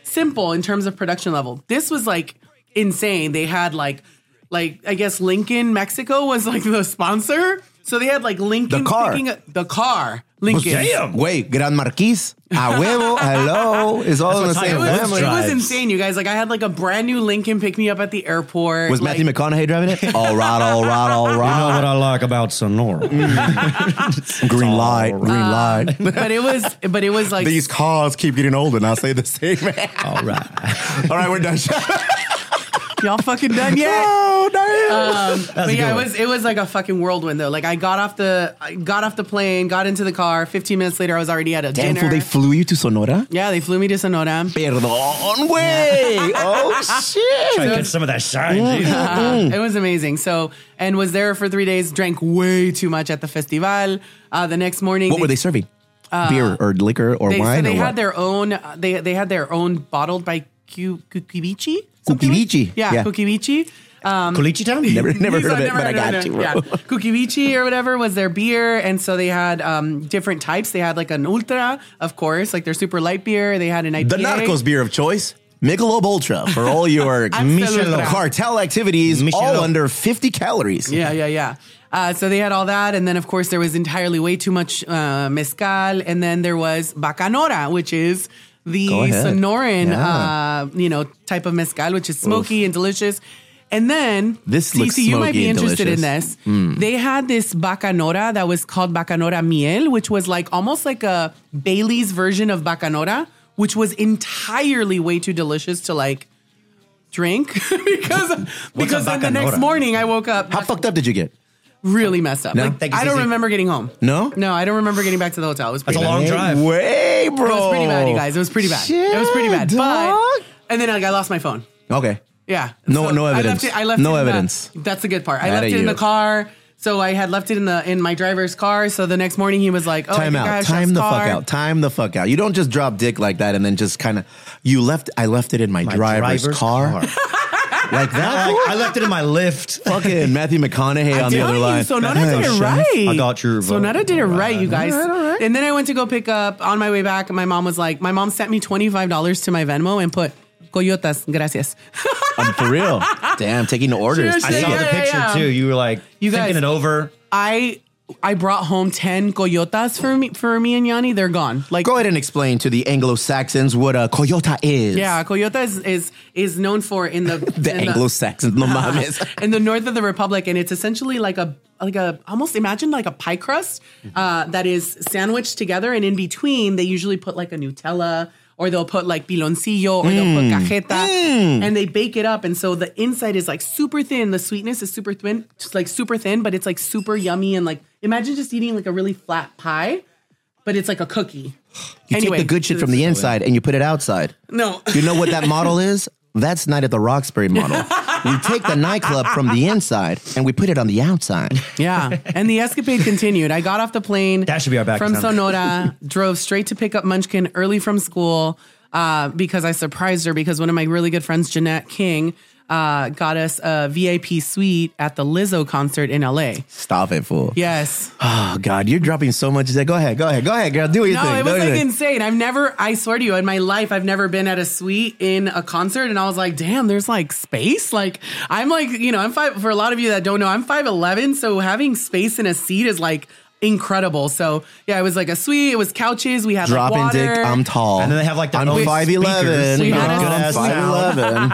[SPEAKER 4] simple in terms of production level. This was like insane. They had like, like I guess Lincoln, Mexico was like the sponsor, so they had like Lincoln
[SPEAKER 3] The car.
[SPEAKER 4] picking up- the car, Lincoln.
[SPEAKER 5] Damn.
[SPEAKER 3] Wait, Gran Marquis, a huevo, hello, is all in the
[SPEAKER 5] That's what
[SPEAKER 3] same
[SPEAKER 5] Tyler
[SPEAKER 4] It was,
[SPEAKER 3] family.
[SPEAKER 4] it was
[SPEAKER 5] Drives.
[SPEAKER 4] insane, you guys. Like I had like a brand new Lincoln pick me up at the airport.
[SPEAKER 3] Was
[SPEAKER 4] like,
[SPEAKER 3] Matthew McConaughey driving it? All right, all right, all
[SPEAKER 5] You know
[SPEAKER 3] right.
[SPEAKER 5] what I like about Sonora?
[SPEAKER 3] Green light,
[SPEAKER 5] all
[SPEAKER 3] green light.
[SPEAKER 4] but it was but it was like
[SPEAKER 3] These cars keep getting older, and I say the same.
[SPEAKER 5] All right.
[SPEAKER 3] all right, we're done.
[SPEAKER 4] y'all fucking done yet.
[SPEAKER 3] oh, damn.
[SPEAKER 4] Um, but
[SPEAKER 5] a good
[SPEAKER 4] yeah, it
[SPEAKER 5] one.
[SPEAKER 4] was it was like a fucking whirlwind though. Like I got off the I got off the plane, got into the car. Fifteen minutes later, I was already at a
[SPEAKER 3] Damn, fool,
[SPEAKER 4] dinner.
[SPEAKER 3] they flew you to Sonora?
[SPEAKER 4] yeah, they flew me to Sonora.
[SPEAKER 3] Perdón, way. Oh, shit.
[SPEAKER 5] Try to get some of that shine, dude.
[SPEAKER 3] Mm.
[SPEAKER 4] It was amazing. So and was there for three days. Drank way too much at the festival. Uh, the next morning,
[SPEAKER 3] What were they serving? Beer or liquor or
[SPEAKER 4] they,
[SPEAKER 3] wine?
[SPEAKER 4] so they
[SPEAKER 3] or
[SPEAKER 4] had
[SPEAKER 3] what?
[SPEAKER 4] their own. uh, They they had their own bottled by Cu- Cucubici. something like-
[SPEAKER 3] Cucubici,
[SPEAKER 4] Yeah,
[SPEAKER 3] yeah.
[SPEAKER 4] Cucubici.
[SPEAKER 5] Culichi Town?
[SPEAKER 3] never never
[SPEAKER 4] These
[SPEAKER 3] heard of
[SPEAKER 4] I've
[SPEAKER 3] it, but I
[SPEAKER 4] heard
[SPEAKER 3] got
[SPEAKER 4] of
[SPEAKER 3] you.
[SPEAKER 4] it. Yeah. Kukivichi or whatever was their beer. And so they had um, different types. They had like an ultra, of course, like their super light beer. They had an IPA.
[SPEAKER 3] The Narcos beer of choice. Michelob Ultra for all your
[SPEAKER 4] Michelob.
[SPEAKER 3] cartel activities, all
[SPEAKER 5] Michelob.
[SPEAKER 3] under 50 calories.
[SPEAKER 4] Yeah, yeah, yeah. Uh, so they had all that. And then, of course, there was entirely way too much uh, mezcal. And then there was bacanora, which is the
[SPEAKER 3] Go ahead.
[SPEAKER 4] Sonoran,
[SPEAKER 3] Yeah.
[SPEAKER 4] uh, you know, type of mezcal, which is smoky and delicious. And then,
[SPEAKER 3] This
[SPEAKER 4] Cece,
[SPEAKER 3] looks
[SPEAKER 4] you might
[SPEAKER 3] smoky
[SPEAKER 4] be
[SPEAKER 3] and
[SPEAKER 4] interested in
[SPEAKER 3] delicious. Mm.
[SPEAKER 4] this. They had this bacanora that was called bacanora miel, which was like almost like a Bailey's version of bacanora, which was entirely way too delicious to like drink because because then the next
[SPEAKER 5] Bacanora?
[SPEAKER 4] morning I woke up
[SPEAKER 3] How fucked up did you get?
[SPEAKER 4] really messed up.
[SPEAKER 3] No?
[SPEAKER 4] Like,
[SPEAKER 5] Thank you,
[SPEAKER 4] I don't
[SPEAKER 5] Cece.
[SPEAKER 4] remember getting home.
[SPEAKER 3] No?
[SPEAKER 4] no, I don't remember getting back to the hotel. It was
[SPEAKER 5] That's
[SPEAKER 4] pretty
[SPEAKER 5] a long
[SPEAKER 4] bad.
[SPEAKER 5] drive.
[SPEAKER 3] Way, bro.
[SPEAKER 4] It was pretty bad, you guys. It was pretty bad. it was pretty bad.
[SPEAKER 3] Shit, dog.
[SPEAKER 4] But Oh, and then like, I lost my phone.
[SPEAKER 3] Okay.
[SPEAKER 4] Yeah,
[SPEAKER 3] No- no evidence.
[SPEAKER 4] I left it. I left
[SPEAKER 3] No
[SPEAKER 4] it in the-
[SPEAKER 3] evidence.
[SPEAKER 4] that's a good part. I
[SPEAKER 3] Mad
[SPEAKER 4] left
[SPEAKER 3] at
[SPEAKER 4] it in
[SPEAKER 3] you.
[SPEAKER 4] the car. So I had left it in the in my driver's car. So the next morning he was like, "Oh, I
[SPEAKER 3] Time
[SPEAKER 4] think I
[SPEAKER 3] out.
[SPEAKER 4] have
[SPEAKER 3] Time
[SPEAKER 4] Chef's
[SPEAKER 3] the
[SPEAKER 4] car.
[SPEAKER 3] fuck out. Time the fuck out. You don't just drop dick like that and then just kind of. You left. I left it in my,
[SPEAKER 5] My
[SPEAKER 3] driver's, car. like that.
[SPEAKER 5] I, I left it in my lift.
[SPEAKER 3] Fucking Matthew McConaughey on the
[SPEAKER 4] telling
[SPEAKER 3] other
[SPEAKER 4] you,
[SPEAKER 3] line.
[SPEAKER 4] Sonata did it right.
[SPEAKER 5] I got your vote.
[SPEAKER 4] Sonata did it right, you guys.
[SPEAKER 3] All right, all right.
[SPEAKER 4] And then I went to go pick up on my way back. My mom was like, my mom sent me twenty five dollars to my Venmo and put coyotas, gracias.
[SPEAKER 3] I'm for real. Damn, taking the orders.
[SPEAKER 5] I
[SPEAKER 4] Yeah,
[SPEAKER 5] saw the
[SPEAKER 4] yeah,
[SPEAKER 5] picture
[SPEAKER 4] yeah.
[SPEAKER 5] too. You were like
[SPEAKER 4] You
[SPEAKER 5] thinking
[SPEAKER 4] guys-
[SPEAKER 5] it over.
[SPEAKER 4] I I brought home ten coyotas for me for me and Yanni. They're gone. Like
[SPEAKER 3] Go ahead and explain to the Anglo Saxons what a coyota is.
[SPEAKER 4] yeah, uh, coyota is is, is known for in the
[SPEAKER 3] The
[SPEAKER 4] in
[SPEAKER 3] Anglo Saxons, no mames.
[SPEAKER 4] in the north of the republic, and it's essentially like a like a almost imagine like a pie crust uh, that is sandwiched together, and in between they usually put like a Nutella. Or they'll put like piloncillo or they'll
[SPEAKER 3] Mm.
[SPEAKER 4] put cajeta and they bake it up. And so the inside is like super thin. The sweetness is super thin, just like super thin, but it's like super yummy. And like imagine just eating like a really flat pie, but it's like a cookie.
[SPEAKER 3] You
[SPEAKER 4] Anyway,
[SPEAKER 3] take the good shit from the inside and you put it outside.
[SPEAKER 4] No.
[SPEAKER 3] You know what that model is? That's Night at the Roxbury model. we take the nightclub from the inside and we put it on the outside.
[SPEAKER 4] Yeah, and the escapade continued. I got off the plane.
[SPEAKER 5] That should be our back
[SPEAKER 4] from
[SPEAKER 5] sound.
[SPEAKER 4] Sonora. drove straight to pick up Munchkin early from school uh, because I surprised her because one of my really good friends, Jeanette King, uh, got us a VIP suite at the Lizzo concert in LA.
[SPEAKER 3] Stop it, fool.
[SPEAKER 4] Yes.
[SPEAKER 3] Oh God, you're dropping so much. Go ahead, go ahead, go ahead, girl. Do what you
[SPEAKER 4] No,
[SPEAKER 3] think. do
[SPEAKER 4] it was
[SPEAKER 3] what you
[SPEAKER 4] like
[SPEAKER 3] think.
[SPEAKER 4] insane. I've never, I swear to you, in my life, I've never been at a suite in a concert, and I was like, damn, there's like space. Like I'm like, you know, I'm five. For a lot of you that don't know, I'm five eleven, so having space in a seat is like incredible. So yeah, it was like a suite. It was couches. We had
[SPEAKER 3] dropping
[SPEAKER 4] like water.
[SPEAKER 3] dick. I'm tall.
[SPEAKER 5] And then they have, like, their
[SPEAKER 3] I'm
[SPEAKER 5] own
[SPEAKER 3] five eleven.
[SPEAKER 5] speakers.
[SPEAKER 4] We had a-
[SPEAKER 3] I'm
[SPEAKER 4] Good-ass
[SPEAKER 3] five eleven.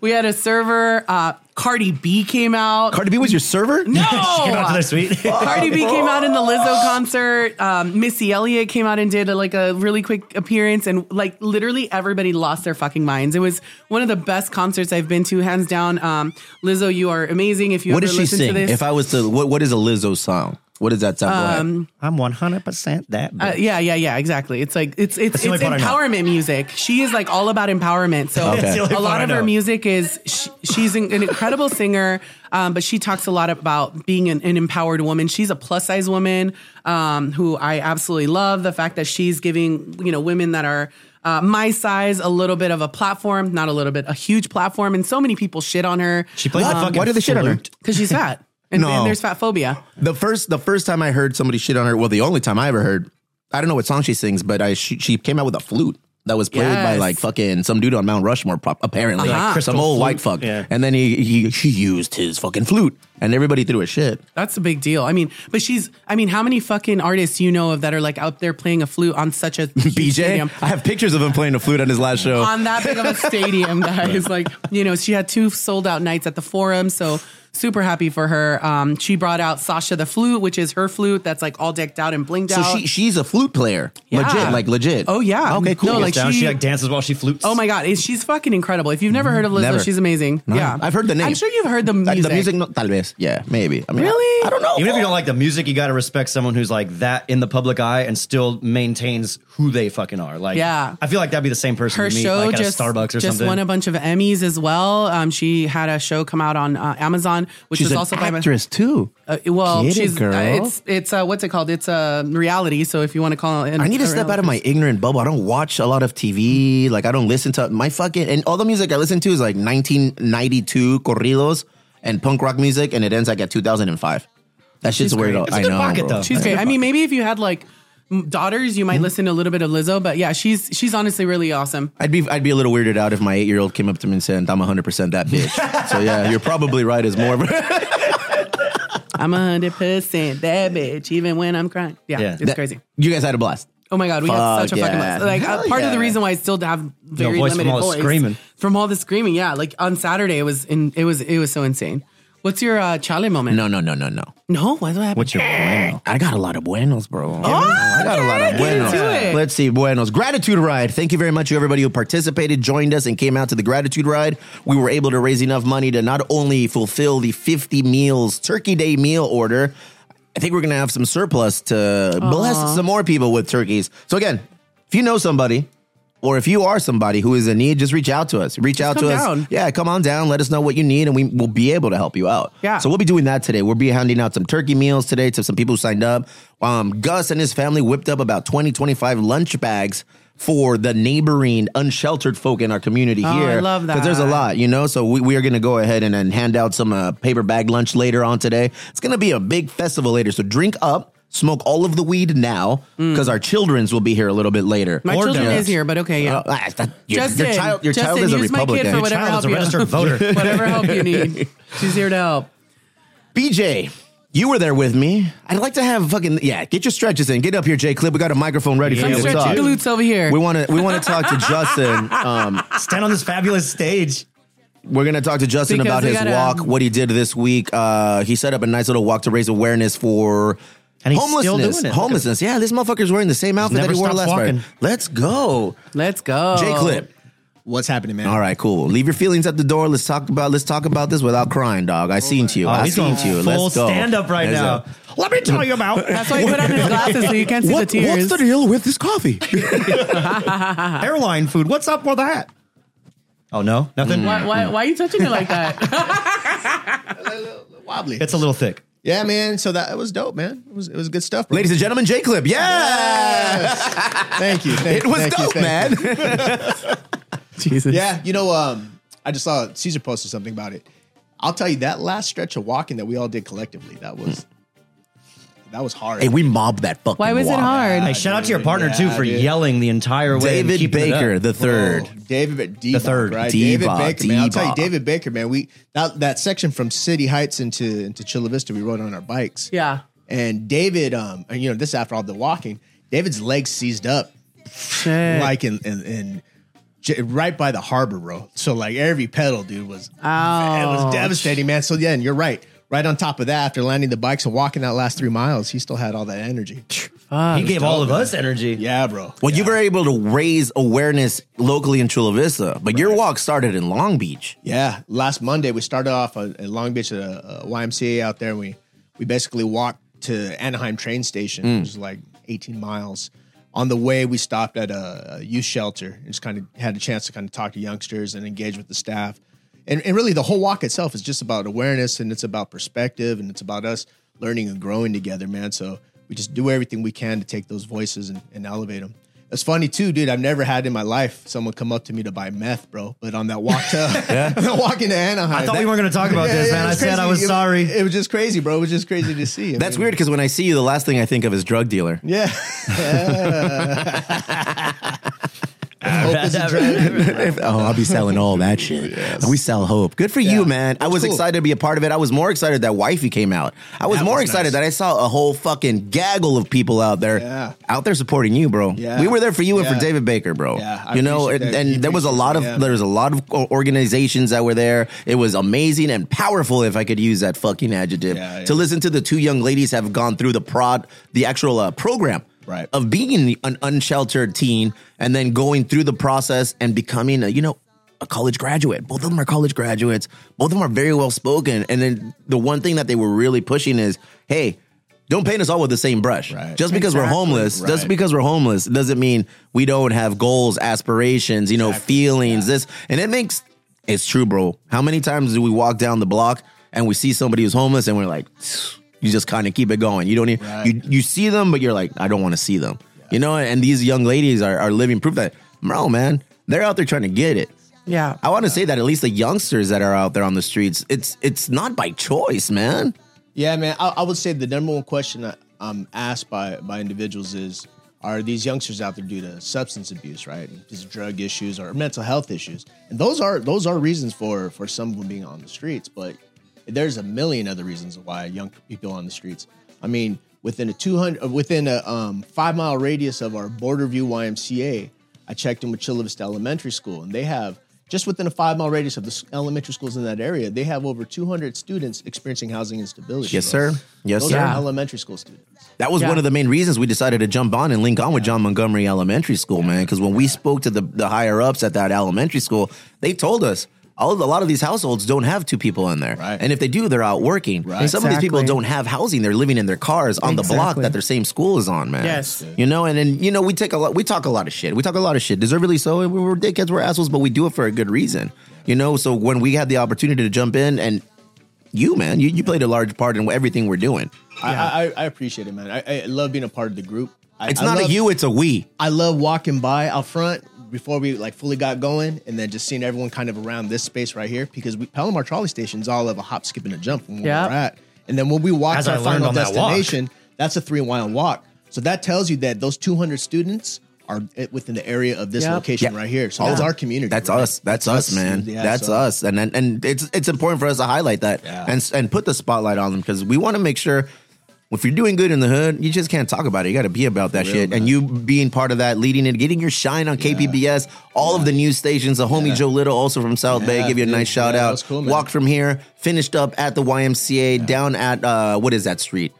[SPEAKER 4] We had a server. Uh, Cardi B came out.
[SPEAKER 3] Cardi B was your server?
[SPEAKER 4] no.
[SPEAKER 5] She came out to the suite.
[SPEAKER 4] Cardi B came out in the Lizzo concert. Um, Missy Elliott came out and did a, like a really quick appearance, and like literally everybody lost their fucking minds. It was one of the best concerts I've been to, hands down. Um, Lizzo, you are amazing. If you
[SPEAKER 3] What
[SPEAKER 4] ever
[SPEAKER 3] does she
[SPEAKER 4] listen to
[SPEAKER 3] sing?
[SPEAKER 4] this,
[SPEAKER 3] If I was to, what, what is a Lizzo song? What does that sound like?
[SPEAKER 4] Um,
[SPEAKER 5] I'm 100% that.
[SPEAKER 4] Uh,
[SPEAKER 5] bitch.
[SPEAKER 4] yeah, yeah, yeah. Exactly. It's like it's it's it's
[SPEAKER 5] the only part I know.
[SPEAKER 4] empowerment music. She is like all about empowerment. So
[SPEAKER 3] Okay. That's the
[SPEAKER 5] only
[SPEAKER 4] a lot
[SPEAKER 5] part I
[SPEAKER 4] of her
[SPEAKER 5] know.
[SPEAKER 4] music is she, she's an, an incredible singer, um, but she talks a lot about being an, an empowered woman. She's a plus size woman um, who I absolutely love. The fact that she's giving you know women that are. Uh, my size, a little bit of a platform, not a little bit, a huge platform, and so many people shit on her
[SPEAKER 5] she plays the fucking
[SPEAKER 3] why do they shit on her?
[SPEAKER 5] flute.
[SPEAKER 4] because she's fat, and,
[SPEAKER 3] No.
[SPEAKER 4] and there's fat phobia.
[SPEAKER 3] The first the first time I heard somebody shit on her, well, the only time I ever heard, I don't know what song she sings, but I she, she came out with a flute that was played by
[SPEAKER 4] Yes.
[SPEAKER 3] like fucking some dude on Mount Rushmore, prop, apparently,
[SPEAKER 4] Uh-huh. Like
[SPEAKER 3] some old white fuck,
[SPEAKER 5] yeah.
[SPEAKER 3] and then he, he she used his fucking flute, and everybody threw a shit.
[SPEAKER 4] That's a big deal. I mean, but she's. I mean, how many fucking artists you know of that are like out there playing a flute on such a huge
[SPEAKER 3] BJ,
[SPEAKER 4] stadium?
[SPEAKER 3] I have pictures of him playing the flute on his last show.
[SPEAKER 4] on that big of a stadium, guys. Like, you know, she had two sold out nights at the Forum, so super happy for her. Um, she brought out Sasha the flute, which is her flute that's like all decked out and blinged
[SPEAKER 3] so
[SPEAKER 4] out.
[SPEAKER 3] she she's a flute player,
[SPEAKER 4] Yeah.
[SPEAKER 3] legit, like legit.
[SPEAKER 4] oh yeah,
[SPEAKER 3] okay, cool.
[SPEAKER 4] No, like
[SPEAKER 5] Down,
[SPEAKER 4] she,
[SPEAKER 5] she, like dances while she flutes.
[SPEAKER 4] Oh my god, it's- she's fucking incredible. If you've never heard of Lizzo,
[SPEAKER 3] Never.
[SPEAKER 4] she's amazing.
[SPEAKER 3] No,
[SPEAKER 4] yeah,
[SPEAKER 3] I've heard the name.
[SPEAKER 4] I'm sure you've heard the
[SPEAKER 3] Like,
[SPEAKER 4] music.
[SPEAKER 3] the music, no, tal vez, yeah, maybe. I mean, I-
[SPEAKER 4] Really?
[SPEAKER 3] I, don't know.
[SPEAKER 5] Even if you don't like the music, you got to respect someone who's like that in the public eye and still maintains who they fucking are. Like,
[SPEAKER 4] Yeah.
[SPEAKER 5] I feel like that'd be the same person
[SPEAKER 4] her
[SPEAKER 5] to me,
[SPEAKER 4] show
[SPEAKER 5] like at
[SPEAKER 4] just
[SPEAKER 5] a Starbucks or
[SPEAKER 4] just
[SPEAKER 5] something.
[SPEAKER 4] won a bunch of Emmys as well. Um, she had a show come out on uh, Amazon, which
[SPEAKER 3] she's
[SPEAKER 4] was
[SPEAKER 3] an
[SPEAKER 4] also by my-
[SPEAKER 3] actress too.
[SPEAKER 4] Uh, well,
[SPEAKER 3] Get it,
[SPEAKER 4] she's
[SPEAKER 3] girl.
[SPEAKER 4] Uh, it's it's uh, what's it called? It's a uh, reality. So if you want to call it, an-
[SPEAKER 3] I need to
[SPEAKER 4] a
[SPEAKER 3] step out
[SPEAKER 4] reality-
[SPEAKER 3] of my ignorant bubble. I don't watch a lot of TV. Like I don't listen to my fucking and all the music I listen to is like 1992 corridos and punk rock music, and it ends like at 2005. That shit's weird.
[SPEAKER 5] great. It's a
[SPEAKER 3] I
[SPEAKER 5] good
[SPEAKER 3] know.
[SPEAKER 5] pocket,
[SPEAKER 3] bro.
[SPEAKER 5] though.
[SPEAKER 4] She's great. I mean, maybe if you had like m- daughters, you might listen to a little bit of Lizzo. But yeah, she's she's honestly really awesome.
[SPEAKER 3] I'd be I'd be a little weirded out if my eight year old came up to me and said I'm 100 percent that bitch. so yeah, you're probably right. Is more. of-
[SPEAKER 4] I'm a hundred percent that bitch, even when I'm crying. Yeah,
[SPEAKER 5] Yeah.
[SPEAKER 4] it's
[SPEAKER 5] That-
[SPEAKER 4] crazy.
[SPEAKER 3] you guys had a blast.
[SPEAKER 4] Oh my god, we had
[SPEAKER 3] Fuck
[SPEAKER 4] such a fucking
[SPEAKER 3] yeah.
[SPEAKER 4] blast. Like uh,
[SPEAKER 3] Hell
[SPEAKER 4] part of the
[SPEAKER 3] yeah.
[SPEAKER 4] reason why I still have very
[SPEAKER 5] voice from
[SPEAKER 4] limited
[SPEAKER 5] all the
[SPEAKER 4] voice
[SPEAKER 5] screaming.
[SPEAKER 4] from all the screaming. Yeah, like on Saturday it was in it was it was so insane. What's your uh, Charlie moment?
[SPEAKER 3] No, no, no, no, no.
[SPEAKER 4] no, what happened?
[SPEAKER 5] What's your bueno?
[SPEAKER 3] I got a lot of buenos, bro.
[SPEAKER 4] Oh,
[SPEAKER 3] I got a lot
[SPEAKER 4] okay,
[SPEAKER 3] of
[SPEAKER 4] get
[SPEAKER 3] buenos.
[SPEAKER 4] into it.
[SPEAKER 3] Let's see, buenos. Gratitude ride. Thank you very much to everybody who participated, joined us, and came out to the gratitude ride. We were able to raise enough money to not only fulfill the 50 meals Turkey Day meal order. I think we're gonna have some surplus to bless some more people with turkeys. So again, if you know somebody. Or if you are somebody who is in need, just reach out to us. Reach out
[SPEAKER 4] come
[SPEAKER 3] to us.
[SPEAKER 4] down.
[SPEAKER 3] Yeah, come on down. Let us know what you need, and we will be able to help you out.
[SPEAKER 4] Yeah.
[SPEAKER 3] So we'll be doing that today. We'll be handing out some turkey meals today to some people who signed up. Um, Gus and his family whipped up about 20, 25 lunch bags for the neighboring unsheltered folk in our community
[SPEAKER 4] Oh,
[SPEAKER 3] here.
[SPEAKER 4] I love that.
[SPEAKER 3] Because there's a lot, you know? So we, we are going to go ahead and, and hand out some uh, paper bag lunch later on today. It's going to be a big festival later. So drink up. Smoke all of the weed now because our children's will be here a little bit later.
[SPEAKER 4] Mm. My
[SPEAKER 5] Or
[SPEAKER 4] children
[SPEAKER 5] does.
[SPEAKER 4] is here, but okay, yeah.
[SPEAKER 3] Uh, ah, that- your, your
[SPEAKER 4] Justin,
[SPEAKER 3] child, your
[SPEAKER 4] Justin,
[SPEAKER 3] child is a
[SPEAKER 4] use my kid
[SPEAKER 3] Republican.
[SPEAKER 4] for whatever
[SPEAKER 5] Child is
[SPEAKER 4] help
[SPEAKER 5] a
[SPEAKER 4] you-
[SPEAKER 5] registered voter.
[SPEAKER 4] Whatever help you need, she's here to help.
[SPEAKER 3] BJ, you were there with me. I'd like to have fucking yeah. Get your stretches in. Get up here, J. Clip. We got a microphone ready
[SPEAKER 5] Yeah,
[SPEAKER 4] Come
[SPEAKER 3] for you.
[SPEAKER 5] we
[SPEAKER 3] to
[SPEAKER 4] stretch
[SPEAKER 3] talk.
[SPEAKER 5] do.
[SPEAKER 4] your glutes over here.
[SPEAKER 3] We want to we want to talk to Justin. Um,
[SPEAKER 5] Stand on this fabulous stage.
[SPEAKER 3] we're gonna talk to Justin
[SPEAKER 4] Because
[SPEAKER 3] about
[SPEAKER 4] we
[SPEAKER 3] his
[SPEAKER 4] gotta-
[SPEAKER 3] walk,
[SPEAKER 5] um,
[SPEAKER 3] what he did this week. Uh, he set up a nice little walk to raise awareness for.
[SPEAKER 5] And he's still doing
[SPEAKER 3] homelessness,
[SPEAKER 5] it. Look at him.
[SPEAKER 3] homelessness. Yeah, this motherfucker's wearing the same outfit
[SPEAKER 5] never
[SPEAKER 3] that he wore
[SPEAKER 5] stopped
[SPEAKER 3] last
[SPEAKER 5] walking. Uh,
[SPEAKER 3] night. Let's go,
[SPEAKER 4] Let's go,
[SPEAKER 3] J. Clip.
[SPEAKER 7] What's happening, man?
[SPEAKER 3] All right, cool. Leave your feelings at the door. Let's talk about let's talk about this without crying, dog. I seen to you.
[SPEAKER 5] Oh,
[SPEAKER 3] I
[SPEAKER 5] he's going
[SPEAKER 3] seen to you.
[SPEAKER 5] full
[SPEAKER 3] Let's go.
[SPEAKER 5] stand up right
[SPEAKER 3] There's
[SPEAKER 5] now.
[SPEAKER 3] a-
[SPEAKER 5] Let me tell you about
[SPEAKER 4] That's why you put on his glasses so you can't see the tears.
[SPEAKER 3] deal with this coffee?
[SPEAKER 5] airline food. What's up with that? Oh no, nothing.
[SPEAKER 4] why, why, why are you touching it like that?
[SPEAKER 7] Wobbly.
[SPEAKER 5] It's a little thick.
[SPEAKER 7] yeah, man. So that it was dope, man. It was it was good stuff. bro.
[SPEAKER 3] Ladies and gentlemen, J Clip. Yeah.
[SPEAKER 7] thank you. Thank,
[SPEAKER 3] It was
[SPEAKER 7] thank you,
[SPEAKER 3] dope,
[SPEAKER 7] thank you.
[SPEAKER 3] man.
[SPEAKER 4] Jesus.
[SPEAKER 7] Yeah, you know, um, I just saw Caesar posted something about it. I'll tell you that last stretch of walking that we all did collectively, that was that was hard.
[SPEAKER 3] hey, we mobbed that fucking
[SPEAKER 4] Why was it
[SPEAKER 3] wall.
[SPEAKER 4] hard?
[SPEAKER 5] Hey, shout out to your partner too
[SPEAKER 7] Yeah,
[SPEAKER 5] for
[SPEAKER 7] dude.
[SPEAKER 5] yelling the entire way. and
[SPEAKER 3] David
[SPEAKER 5] keeping it up.
[SPEAKER 3] Baker, the third.
[SPEAKER 7] Oh, David D.
[SPEAKER 5] The third.
[SPEAKER 7] right?
[SPEAKER 3] Diva,
[SPEAKER 7] David Baker, man. I'll tell you,
[SPEAKER 3] Diva.
[SPEAKER 7] David Baker, man. We that that section from City Heights into into Chula Vista, we rode on our bikes.
[SPEAKER 4] Yeah.
[SPEAKER 7] And David, um, and you know, this after all the walking, David's legs seized up, like in in, in j- right by the harbor, bro. So like every pedal, dude, was it was devastating, man. So yeah, and you're right. Right on top of that, after landing the bikes and walking that last three miles, he still had all that energy.
[SPEAKER 5] He gave all of us energy.
[SPEAKER 7] Yeah, bro.
[SPEAKER 3] Well, you were able to raise awareness locally in Chula Vista, but your walk started in Long Beach.
[SPEAKER 7] Yeah, uh, last Monday we started off uh, in Long Beach at a, a YMCA out there, and we we basically walked to Anaheim train station, which is like 18 miles. On the way, we stopped at a, a youth shelter and just kind of had a chance to kind of talk to youngsters and engage with the staff. And, and really, the whole walk itself is just about awareness and it's about perspective and it's about us learning and growing together, man. So we just do everything we can to take those voices and, and elevate them. It's funny too, dude. I've never had in my life someone come up to me to buy meth, bro. But on that walk to walking to Anaheim,
[SPEAKER 5] I thought we weren't gonna talk about this, man.
[SPEAKER 7] it was
[SPEAKER 5] I said I was
[SPEAKER 7] It-
[SPEAKER 5] sorry.
[SPEAKER 7] It, was just crazy, bro. It was just crazy to see. I
[SPEAKER 3] That's
[SPEAKER 7] mean,
[SPEAKER 3] weird because when I see you, the last thing I think of is drug dealer.
[SPEAKER 7] Yeah. Hope is a drug.
[SPEAKER 3] If- oh, I'll be selling all that shit. We sell hope. Good for you, man. I was
[SPEAKER 7] cool.
[SPEAKER 3] excited to be a part of it. I was more excited that Wifey came out. I was
[SPEAKER 7] That
[SPEAKER 3] more
[SPEAKER 7] was
[SPEAKER 3] excited
[SPEAKER 7] nice.
[SPEAKER 3] that I saw a whole fucking gaggle of people out there,
[SPEAKER 7] Yeah.
[SPEAKER 3] out there supporting you, bro.
[SPEAKER 7] Yeah.
[SPEAKER 3] We were there for you and
[SPEAKER 7] Yeah.
[SPEAKER 3] for David Baker, bro.
[SPEAKER 7] Yeah, I
[SPEAKER 3] you know, and,
[SPEAKER 7] appreciate that. He
[SPEAKER 3] and there was a lot of
[SPEAKER 7] appreciates it, yeah.
[SPEAKER 3] there was a lot of o- organizations that were there. It was amazing and powerful, if I could use that fucking adjective,
[SPEAKER 7] Yeah, yeah.
[SPEAKER 3] to listen to the two young ladies have gone through the prod, the actual uh, program
[SPEAKER 7] Right.
[SPEAKER 3] of being an unsheltered teen and then going through the process and becoming a you know a college graduate both of them are college graduates both of them are very well spoken and then the one thing that they were really pushing is hey don't paint us all with the same brush
[SPEAKER 7] Right.
[SPEAKER 3] just because we're homeless just
[SPEAKER 7] Right.
[SPEAKER 3] because we're homeless doesn't mean we don't have goals aspirations you know feelings this and it makes it's true bro how many times do we walk down the block and we see somebody who's homeless and we're like you just kind of keep it going you don't even
[SPEAKER 7] Right.
[SPEAKER 3] you you see them, but you're like, I don't want to see them. You know, and these young ladies are, are living proof that, bro, man, they're out there trying to get it.
[SPEAKER 4] Yeah.
[SPEAKER 3] I want to say that at least the youngsters that are out there on the streets, it's it's not by choice, man.
[SPEAKER 7] Yeah, man. I, I would say the number one question that I'm asked by by individuals is, are these youngsters out there due to substance abuse, right? Just drug issues or mental health issues, and those are those are reasons for for some of them being on the streets. But there's a million other reasons why young people on the streets. I mean, within a 200 uh, within a um, five mile radius of our Border View YMCA, I checked in with Chula Vista Elementary School, and they have just within a five mile radius of the s- elementary schools in that area, they have over 200 students experiencing housing instability.
[SPEAKER 3] Yes,
[SPEAKER 7] bro.
[SPEAKER 3] sir. Yes,
[SPEAKER 7] Those
[SPEAKER 3] sir.
[SPEAKER 7] are elementary school students.
[SPEAKER 3] That was
[SPEAKER 4] Yeah.
[SPEAKER 3] one of the main reasons we decided to jump on and link on with John Montgomery Elementary School, man. Because when we spoke to the, the higher ups at that elementary school, they told us all a lot of these households don't have two people in there,
[SPEAKER 7] Right.
[SPEAKER 3] and if they do, they're out working. And some of these people
[SPEAKER 4] Exactly.
[SPEAKER 3] don't have housing; they're living in their cars on the block
[SPEAKER 4] Exactly.
[SPEAKER 3] that their same school is on, man.
[SPEAKER 4] Yes.
[SPEAKER 3] you know, and then you know we take a lot, we talk a lot of shit, we talk a lot of shit, deservedly so. and We're dickheads, we're assholes, but we do it for a good reason, you know. So when we had the opportunity to jump in, and you, man, you, you played a large part in everything we're doing.
[SPEAKER 7] I, I, I appreciate it, man. I, I love being a part of the group. I,
[SPEAKER 3] It's
[SPEAKER 7] I
[SPEAKER 3] not
[SPEAKER 7] love-
[SPEAKER 3] a you, it's a we.
[SPEAKER 7] I love walking by out front before we like fully got going, and then just seeing everyone kind of around this space right here because we Palomar trolley station's all of a hop, skip, and a jump from where
[SPEAKER 4] Yeah.
[SPEAKER 7] we're at. And then when we walk
[SPEAKER 5] As
[SPEAKER 7] to
[SPEAKER 5] I
[SPEAKER 7] our
[SPEAKER 5] learned
[SPEAKER 7] final
[SPEAKER 5] on that walk.
[SPEAKER 7] destination, that's a three mile walk. So that tells you that those 200 students are i- within the area of this
[SPEAKER 4] Yep.
[SPEAKER 7] location
[SPEAKER 3] Yeah.
[SPEAKER 7] right here. So
[SPEAKER 3] All
[SPEAKER 7] that's
[SPEAKER 3] of-
[SPEAKER 7] our community.
[SPEAKER 3] That's
[SPEAKER 7] right?
[SPEAKER 3] us. That's, us, man.
[SPEAKER 7] Yeah,
[SPEAKER 3] That's
[SPEAKER 7] so-
[SPEAKER 3] us. And, and and it's it's important for us to highlight that
[SPEAKER 7] Yeah.
[SPEAKER 3] and s- and put the spotlight on them because we want to make sure if you're doing good in the hood, you just can't talk about it. You got to be about that shit. And you being part of that, leading it, getting your shine on KPBS, all of the news stations. The homie Joe Little, also from South Bay,
[SPEAKER 7] Yeah,
[SPEAKER 3] give you a
[SPEAKER 7] dude.
[SPEAKER 3] nice shout
[SPEAKER 7] Yeah, that
[SPEAKER 3] out.
[SPEAKER 7] was cool, man.
[SPEAKER 3] Walked from here, finished up at the YMCA, down at uh, what is that street?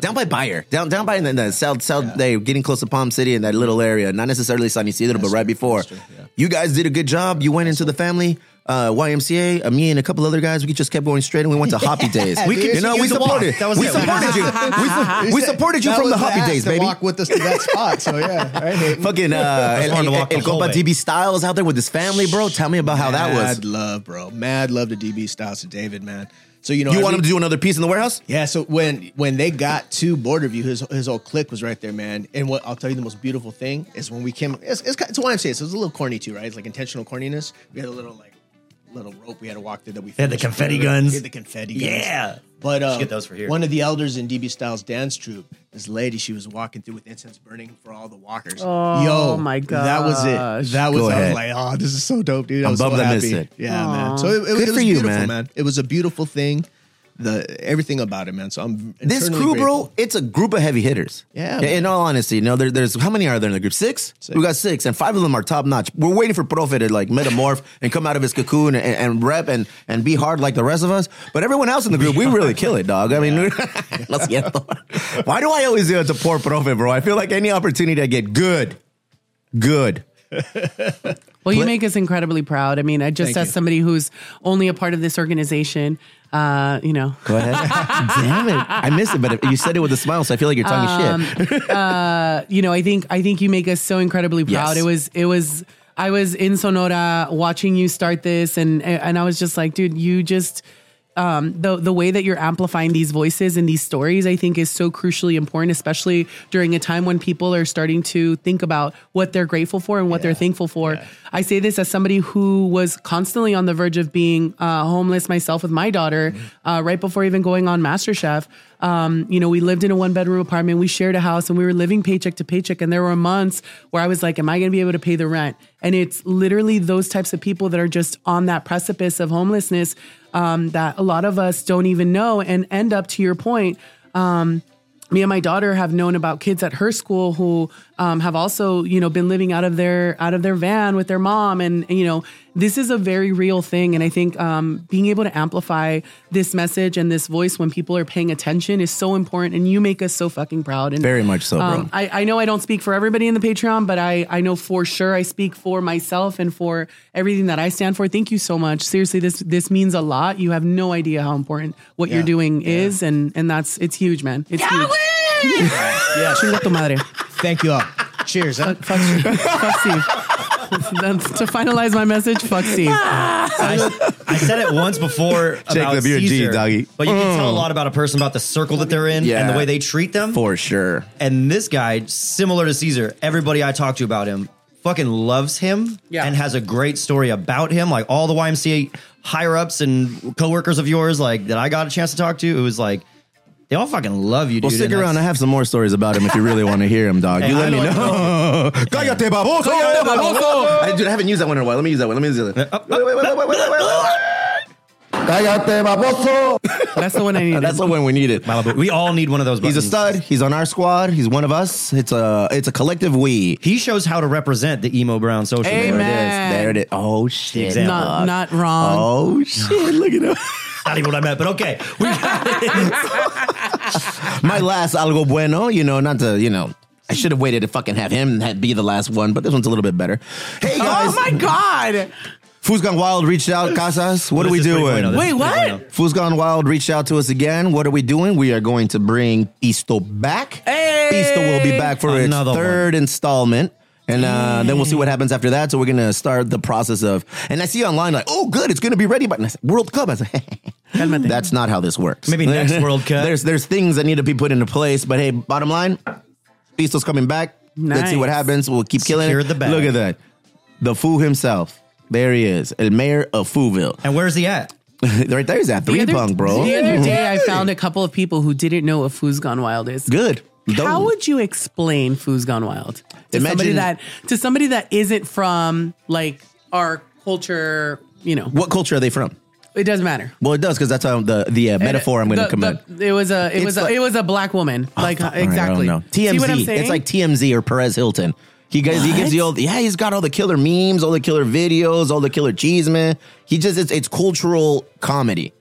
[SPEAKER 3] down by Bayer, down down by the, the south south they getting close to Palm City in that little area, not necessarily San Isidro, but right before. You guys did a good job. You went into the family. Uh, YMCA, uh, me and a couple other guys, we just kept going straight, and we went to Hoppy Days. We
[SPEAKER 7] dude.
[SPEAKER 3] you know, we
[SPEAKER 5] Use the walk.
[SPEAKER 3] supported,
[SPEAKER 5] That was
[SPEAKER 3] we
[SPEAKER 5] it.
[SPEAKER 3] supported you, we, su- we supported you
[SPEAKER 7] That
[SPEAKER 3] from the
[SPEAKER 7] was
[SPEAKER 3] Hoppy
[SPEAKER 7] ask
[SPEAKER 3] Days,
[SPEAKER 7] to
[SPEAKER 3] baby.
[SPEAKER 7] Walk with us to that spot. So yeah, right. Hayden?
[SPEAKER 3] Fucking uh, El,
[SPEAKER 5] wanted to
[SPEAKER 3] El,
[SPEAKER 5] walk the
[SPEAKER 3] El
[SPEAKER 5] whole
[SPEAKER 3] Compa
[SPEAKER 5] way.
[SPEAKER 3] DB Styles out there with his family, bro. Tell me about how that was.
[SPEAKER 7] Mad love, bro. Mad love to DB Styles to David, man. So you know,
[SPEAKER 3] You
[SPEAKER 7] I
[SPEAKER 3] want
[SPEAKER 7] re-
[SPEAKER 3] him to do another piece in the warehouse?
[SPEAKER 7] Yeah, so when when they got to Border View, his his old clique was right there, man. And what I'll tell you, the most beautiful thing is when we came. It's it's, it's why I'm saying so it's a little corny too, right? It's like intentional corniness. We had a little like little rope we had to walk through that we
[SPEAKER 5] had the
[SPEAKER 7] finished.
[SPEAKER 5] confetti guns.
[SPEAKER 7] We had the confetti guns.
[SPEAKER 5] Yeah.
[SPEAKER 7] but uh,
[SPEAKER 5] Should get those for here.
[SPEAKER 7] One of the elders in DB Styles dance troupe, this lady, she was walking through with incense burning for all the walkers. Oh
[SPEAKER 4] my
[SPEAKER 7] that was
[SPEAKER 4] gosh.
[SPEAKER 7] it. That was
[SPEAKER 3] Go
[SPEAKER 7] I
[SPEAKER 3] ahead.
[SPEAKER 7] was like, oh, this is so dope, dude. I
[SPEAKER 3] I'm
[SPEAKER 7] was so
[SPEAKER 3] bummed I missed
[SPEAKER 7] happy.
[SPEAKER 3] it.
[SPEAKER 7] Yeah, man. So it, it, it
[SPEAKER 3] for
[SPEAKER 7] was
[SPEAKER 3] you,
[SPEAKER 7] beautiful,
[SPEAKER 3] man.
[SPEAKER 7] man. It was a beautiful thing the everything about it, man. So I'm
[SPEAKER 3] This
[SPEAKER 7] eternally
[SPEAKER 3] crew,
[SPEAKER 7] grateful.
[SPEAKER 3] bro, it's a group of heavy hitters.
[SPEAKER 7] Yeah,
[SPEAKER 3] In- In all honesty, no, there, there's how many are there in the group? Six? We got six, and five of them are top notch. We're waiting for Profe to like metamorph and come out of his cocoon and, and rep and, and be hard like the rest of us. But everyone else in the group, we really kill it, dog. I mean, lo siento. Why do I always do it to poor Profe, bro? I feel like any opportunity I get good, good.
[SPEAKER 4] Well, you make us incredibly proud. I mean, I just
[SPEAKER 5] Thank
[SPEAKER 4] as
[SPEAKER 5] you.
[SPEAKER 4] somebody who's only a part of this organization, uh, you know,
[SPEAKER 3] Go ahead. Damn it. I missed it, but you said it with a smile, so I feel like you're talking shit.
[SPEAKER 4] you know, I think I think you make us so incredibly proud.
[SPEAKER 3] Yes.
[SPEAKER 4] It was it was I was in Sonora watching you start this, and and I was just like, dude, you just um, the the way that you're amplifying these voices and these stories, I think, is so crucially important, especially during a time when people are starting to think about what they're grateful for and what they're thankful for. I say this as somebody who was constantly on the verge of being uh, homeless myself with my daughter, uh, right before even going on MasterChef. Um, you know, we lived in a one bedroom apartment, we shared a house, and we were living paycheck to paycheck. And there were months where I was like, "Am I going to be able to pay the rent?" And it's literally those types of people that are just on that precipice of homelessness um, that a lot of us don't even know and end up, to your point, me and my daughter have known about kids at her school who um, have also you know been living out of their out of their van with their mom and you know this is a very real thing and i think um, being able to amplify this message and this voice when people are paying attention is so important and you make us so fucking proud and
[SPEAKER 3] Very much so, bro.
[SPEAKER 4] um, I, I know I don't speak for everybody in the Patreon, but I, I know for sure I speak for myself and for everything that I stand for. Thank you so much. Seriously, this this means a lot. You have no idea how important what you're doing is, and and that's it's huge, man. It's huge.
[SPEAKER 7] Yeah.
[SPEAKER 4] Chinga tu madre.
[SPEAKER 7] Thank you all. Cheers. huh?
[SPEAKER 4] Fuck Steve. Fuck Steve. That's- to finalize my message, fuck Steve.
[SPEAKER 5] I, I said it once before about
[SPEAKER 3] Jacob, you're a G,
[SPEAKER 5] Caesar,
[SPEAKER 3] doggy. Mm.
[SPEAKER 5] but you can tell a lot about a person about the circle that they're in and
[SPEAKER 3] Yeah.
[SPEAKER 5] the way they treat them.
[SPEAKER 3] For sure.
[SPEAKER 5] And this guy, similar to Caesar, everybody I talk to about him fucking loves him
[SPEAKER 4] Yeah.
[SPEAKER 5] and has a great story about him. Like all the YMCA higher ups and coworkers of yours, like that I got a chance to talk to, it was like they all fucking love you,
[SPEAKER 3] Well,
[SPEAKER 5] dude.
[SPEAKER 3] stick
[SPEAKER 5] and
[SPEAKER 3] around. I
[SPEAKER 5] that's-
[SPEAKER 3] have some more stories about him if you really want to hear him, dog. you
[SPEAKER 5] I
[SPEAKER 3] let me
[SPEAKER 5] don't
[SPEAKER 3] know. Cállate, baboso! I, dude, I haven't used that one in a while. Let me use that one. Let me use that one. Wait, wait, wait, wait, wait, wait, wait, wait. Cállate, baboso!
[SPEAKER 4] That's the one I needed.
[SPEAKER 3] That's the one we needed.
[SPEAKER 5] Malibu. We all need one of those.
[SPEAKER 3] He's a
[SPEAKER 5] buttons.
[SPEAKER 3] stud. He's on our squad. He's one of us. It's a it's a collective we.
[SPEAKER 5] He shows how to represent the emo brown social. media.
[SPEAKER 4] Amen.
[SPEAKER 3] There it is. There it is. Oh shit.
[SPEAKER 5] Exactly.
[SPEAKER 4] not, not wrong.
[SPEAKER 3] Oh shit! Look at him.
[SPEAKER 5] Not even what I meant, but okay. We got it.
[SPEAKER 3] My last algo bueno. You know, not to you know. I should have waited to fucking have him ha- be the last one, but this one's a little bit better. Hey guys,
[SPEAKER 4] Oh my God.
[SPEAKER 3] Foo's Gone Wild reached out, Casas. What, are we
[SPEAKER 5] This is 3.0.
[SPEAKER 3] doing?
[SPEAKER 5] This is
[SPEAKER 4] Wait, what?
[SPEAKER 5] 3.0.
[SPEAKER 3] Foo's Gone Wild reached out to us again. What are we doing? We are going to bring Pisto back.
[SPEAKER 4] Hey!
[SPEAKER 3] Pisto will be back for
[SPEAKER 5] Another
[SPEAKER 3] its
[SPEAKER 5] one.
[SPEAKER 3] third installment. And uh, then we'll see what happens after that. So we're gonna start the process of, and I see online like, oh, good, it's gonna be ready by and I said, World Cup. I said, that's not how this works.
[SPEAKER 5] Maybe next World Cup.
[SPEAKER 3] There's there's things that need to be put into place. But hey, bottom line, Pisto's coming back. Let's see what
[SPEAKER 4] Nice.
[SPEAKER 3] happens. We'll keep killing
[SPEAKER 5] Secure
[SPEAKER 3] it.
[SPEAKER 5] the bag.
[SPEAKER 3] Look at that, the Foo himself. There he is, the mayor of Fooville.
[SPEAKER 5] And where's he at?
[SPEAKER 3] right there's that three
[SPEAKER 4] other-
[SPEAKER 3] punk, bro. Mm-hmm.
[SPEAKER 4] The other day, I found a couple of people who didn't know what Foo's Gone Wild is.
[SPEAKER 3] Good.
[SPEAKER 4] How would you explain Foo's Gone Wild to somebody
[SPEAKER 3] Imagine-
[SPEAKER 4] that to somebody that isn't from like our culture? You know,
[SPEAKER 3] what culture are they from?
[SPEAKER 4] it doesn't matter.
[SPEAKER 3] Well, it does because that's how the the uh, metaphor I'm going to
[SPEAKER 4] Eh, The-
[SPEAKER 3] come
[SPEAKER 4] the-
[SPEAKER 3] in.
[SPEAKER 4] It was a it
[SPEAKER 3] It's
[SPEAKER 4] was a
[SPEAKER 3] like- Ah,
[SPEAKER 4] it was a black woman. like uh,
[SPEAKER 3] Fuck, alright, I don't
[SPEAKER 4] exactly.
[SPEAKER 3] know.
[SPEAKER 4] See what I'm
[SPEAKER 3] TMZ.
[SPEAKER 4] saying?
[SPEAKER 3] It's like TMZ or Perez Hilton. He guys, he gives you all. Yeah, he's got all the killer memes, all the killer videos, all the killer cheese, man. He just it's, it's cultural comedy.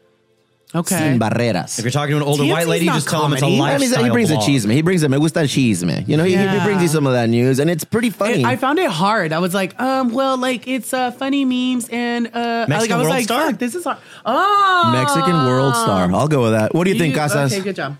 [SPEAKER 4] okay.
[SPEAKER 3] Sin barreras.
[SPEAKER 5] If you're talking to an older
[SPEAKER 4] TMZ 's
[SPEAKER 5] white lady,
[SPEAKER 4] not
[SPEAKER 5] just tell him it's a
[SPEAKER 4] comedy.
[SPEAKER 3] I
[SPEAKER 5] lifestyle.
[SPEAKER 3] mean, he brings
[SPEAKER 5] blog.
[SPEAKER 3] a cheese man. He brings a me gusta cheese man. You know, he, he- he
[SPEAKER 4] Yeah.
[SPEAKER 3] brings you some of that news, and it's pretty funny.
[SPEAKER 4] It- I found it hard. I was like, um, well, like it's uh, funny memes and uh,
[SPEAKER 5] Mexican
[SPEAKER 4] like I was
[SPEAKER 5] World
[SPEAKER 4] like,
[SPEAKER 5] Star?
[SPEAKER 4] fuck, this is hard. Oh,
[SPEAKER 3] Mexican world star. I'll go with that. What do you, think, Casas?
[SPEAKER 4] Ah. Okay, good job.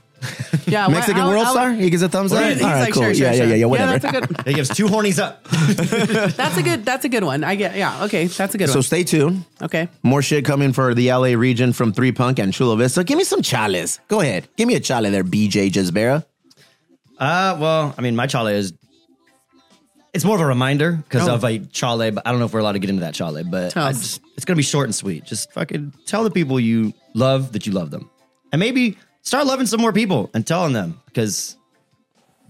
[SPEAKER 4] Yeah, why-
[SPEAKER 3] Mexican
[SPEAKER 4] I'll-
[SPEAKER 3] world
[SPEAKER 4] I'll-
[SPEAKER 3] star? He gives a thumbs up.
[SPEAKER 4] He's, he's
[SPEAKER 3] All right,
[SPEAKER 4] like,
[SPEAKER 3] cool.
[SPEAKER 4] sure, sure,
[SPEAKER 3] yeah,
[SPEAKER 4] sure.
[SPEAKER 3] yeah, yeah, yeah. Whatever.
[SPEAKER 4] that's a good.
[SPEAKER 5] He gives two hornies up.
[SPEAKER 4] That's a good. That's a good one. I get. Yeah. Okay. That's a good
[SPEAKER 3] so
[SPEAKER 4] one.
[SPEAKER 3] stay tuned.
[SPEAKER 4] Okay.
[SPEAKER 3] More shit coming for the LA region from Three Punk and Chula Vista. Give me some chales. Go ahead. Give me a chale there, BJ Jesbera.
[SPEAKER 5] Uh, well, I mean, my chale is. It's more of a reminder because
[SPEAKER 4] Oh.
[SPEAKER 5] of a chale, but I don't know if we're allowed to get into that chale, but
[SPEAKER 4] Tell
[SPEAKER 5] I
[SPEAKER 4] us.
[SPEAKER 5] just, it's going to be short and sweet. Just fucking tell the people you love that you love them. And maybe start loving some more people and telling them because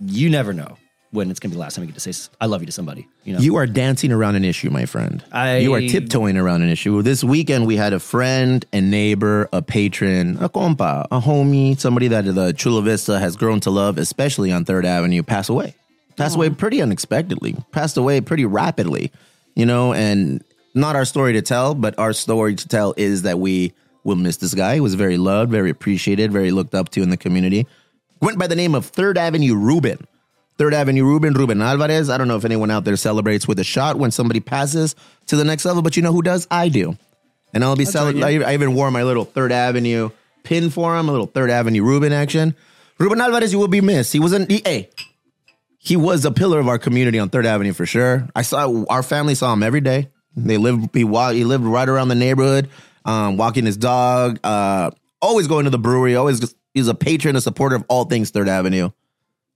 [SPEAKER 5] you never know when it's going to be the last time you get to say, s- I love you to somebody. You know,
[SPEAKER 3] You are dancing around an issue, my friend.
[SPEAKER 5] I-
[SPEAKER 3] you are tiptoeing around an issue. This weekend, we had a friend, a neighbor, a patron, a compa, a homie, somebody that the Chula Vista has grown to love, especially on Third Avenue, pass away. Passed away pretty unexpectedly. Passed away pretty rapidly, you know, and not our story to tell, but our story to tell is that we will miss this guy. He was very loved, very appreciated, very looked up to in the community. Went by the name of Third Avenue Rubin. Third Avenue Ruben, Ruben Alvarez. I don't know if anyone out there celebrates with a shot when somebody passes to the next level, but you know who does? I do. And I'll be celebrating. I even wore my little Third Avenue pin for him, a little Third Avenue Ruben action. Ruben Alvarez, you will be missed. He was an EA. He was a pillar of our community on Third Avenue for sure. I saw our family saw him every day. They lived he, wa- he lived right around the neighborhood, um, walking his dog, uh, always going to the brewery. Always he's a patron, a supporter of all things Third Avenue.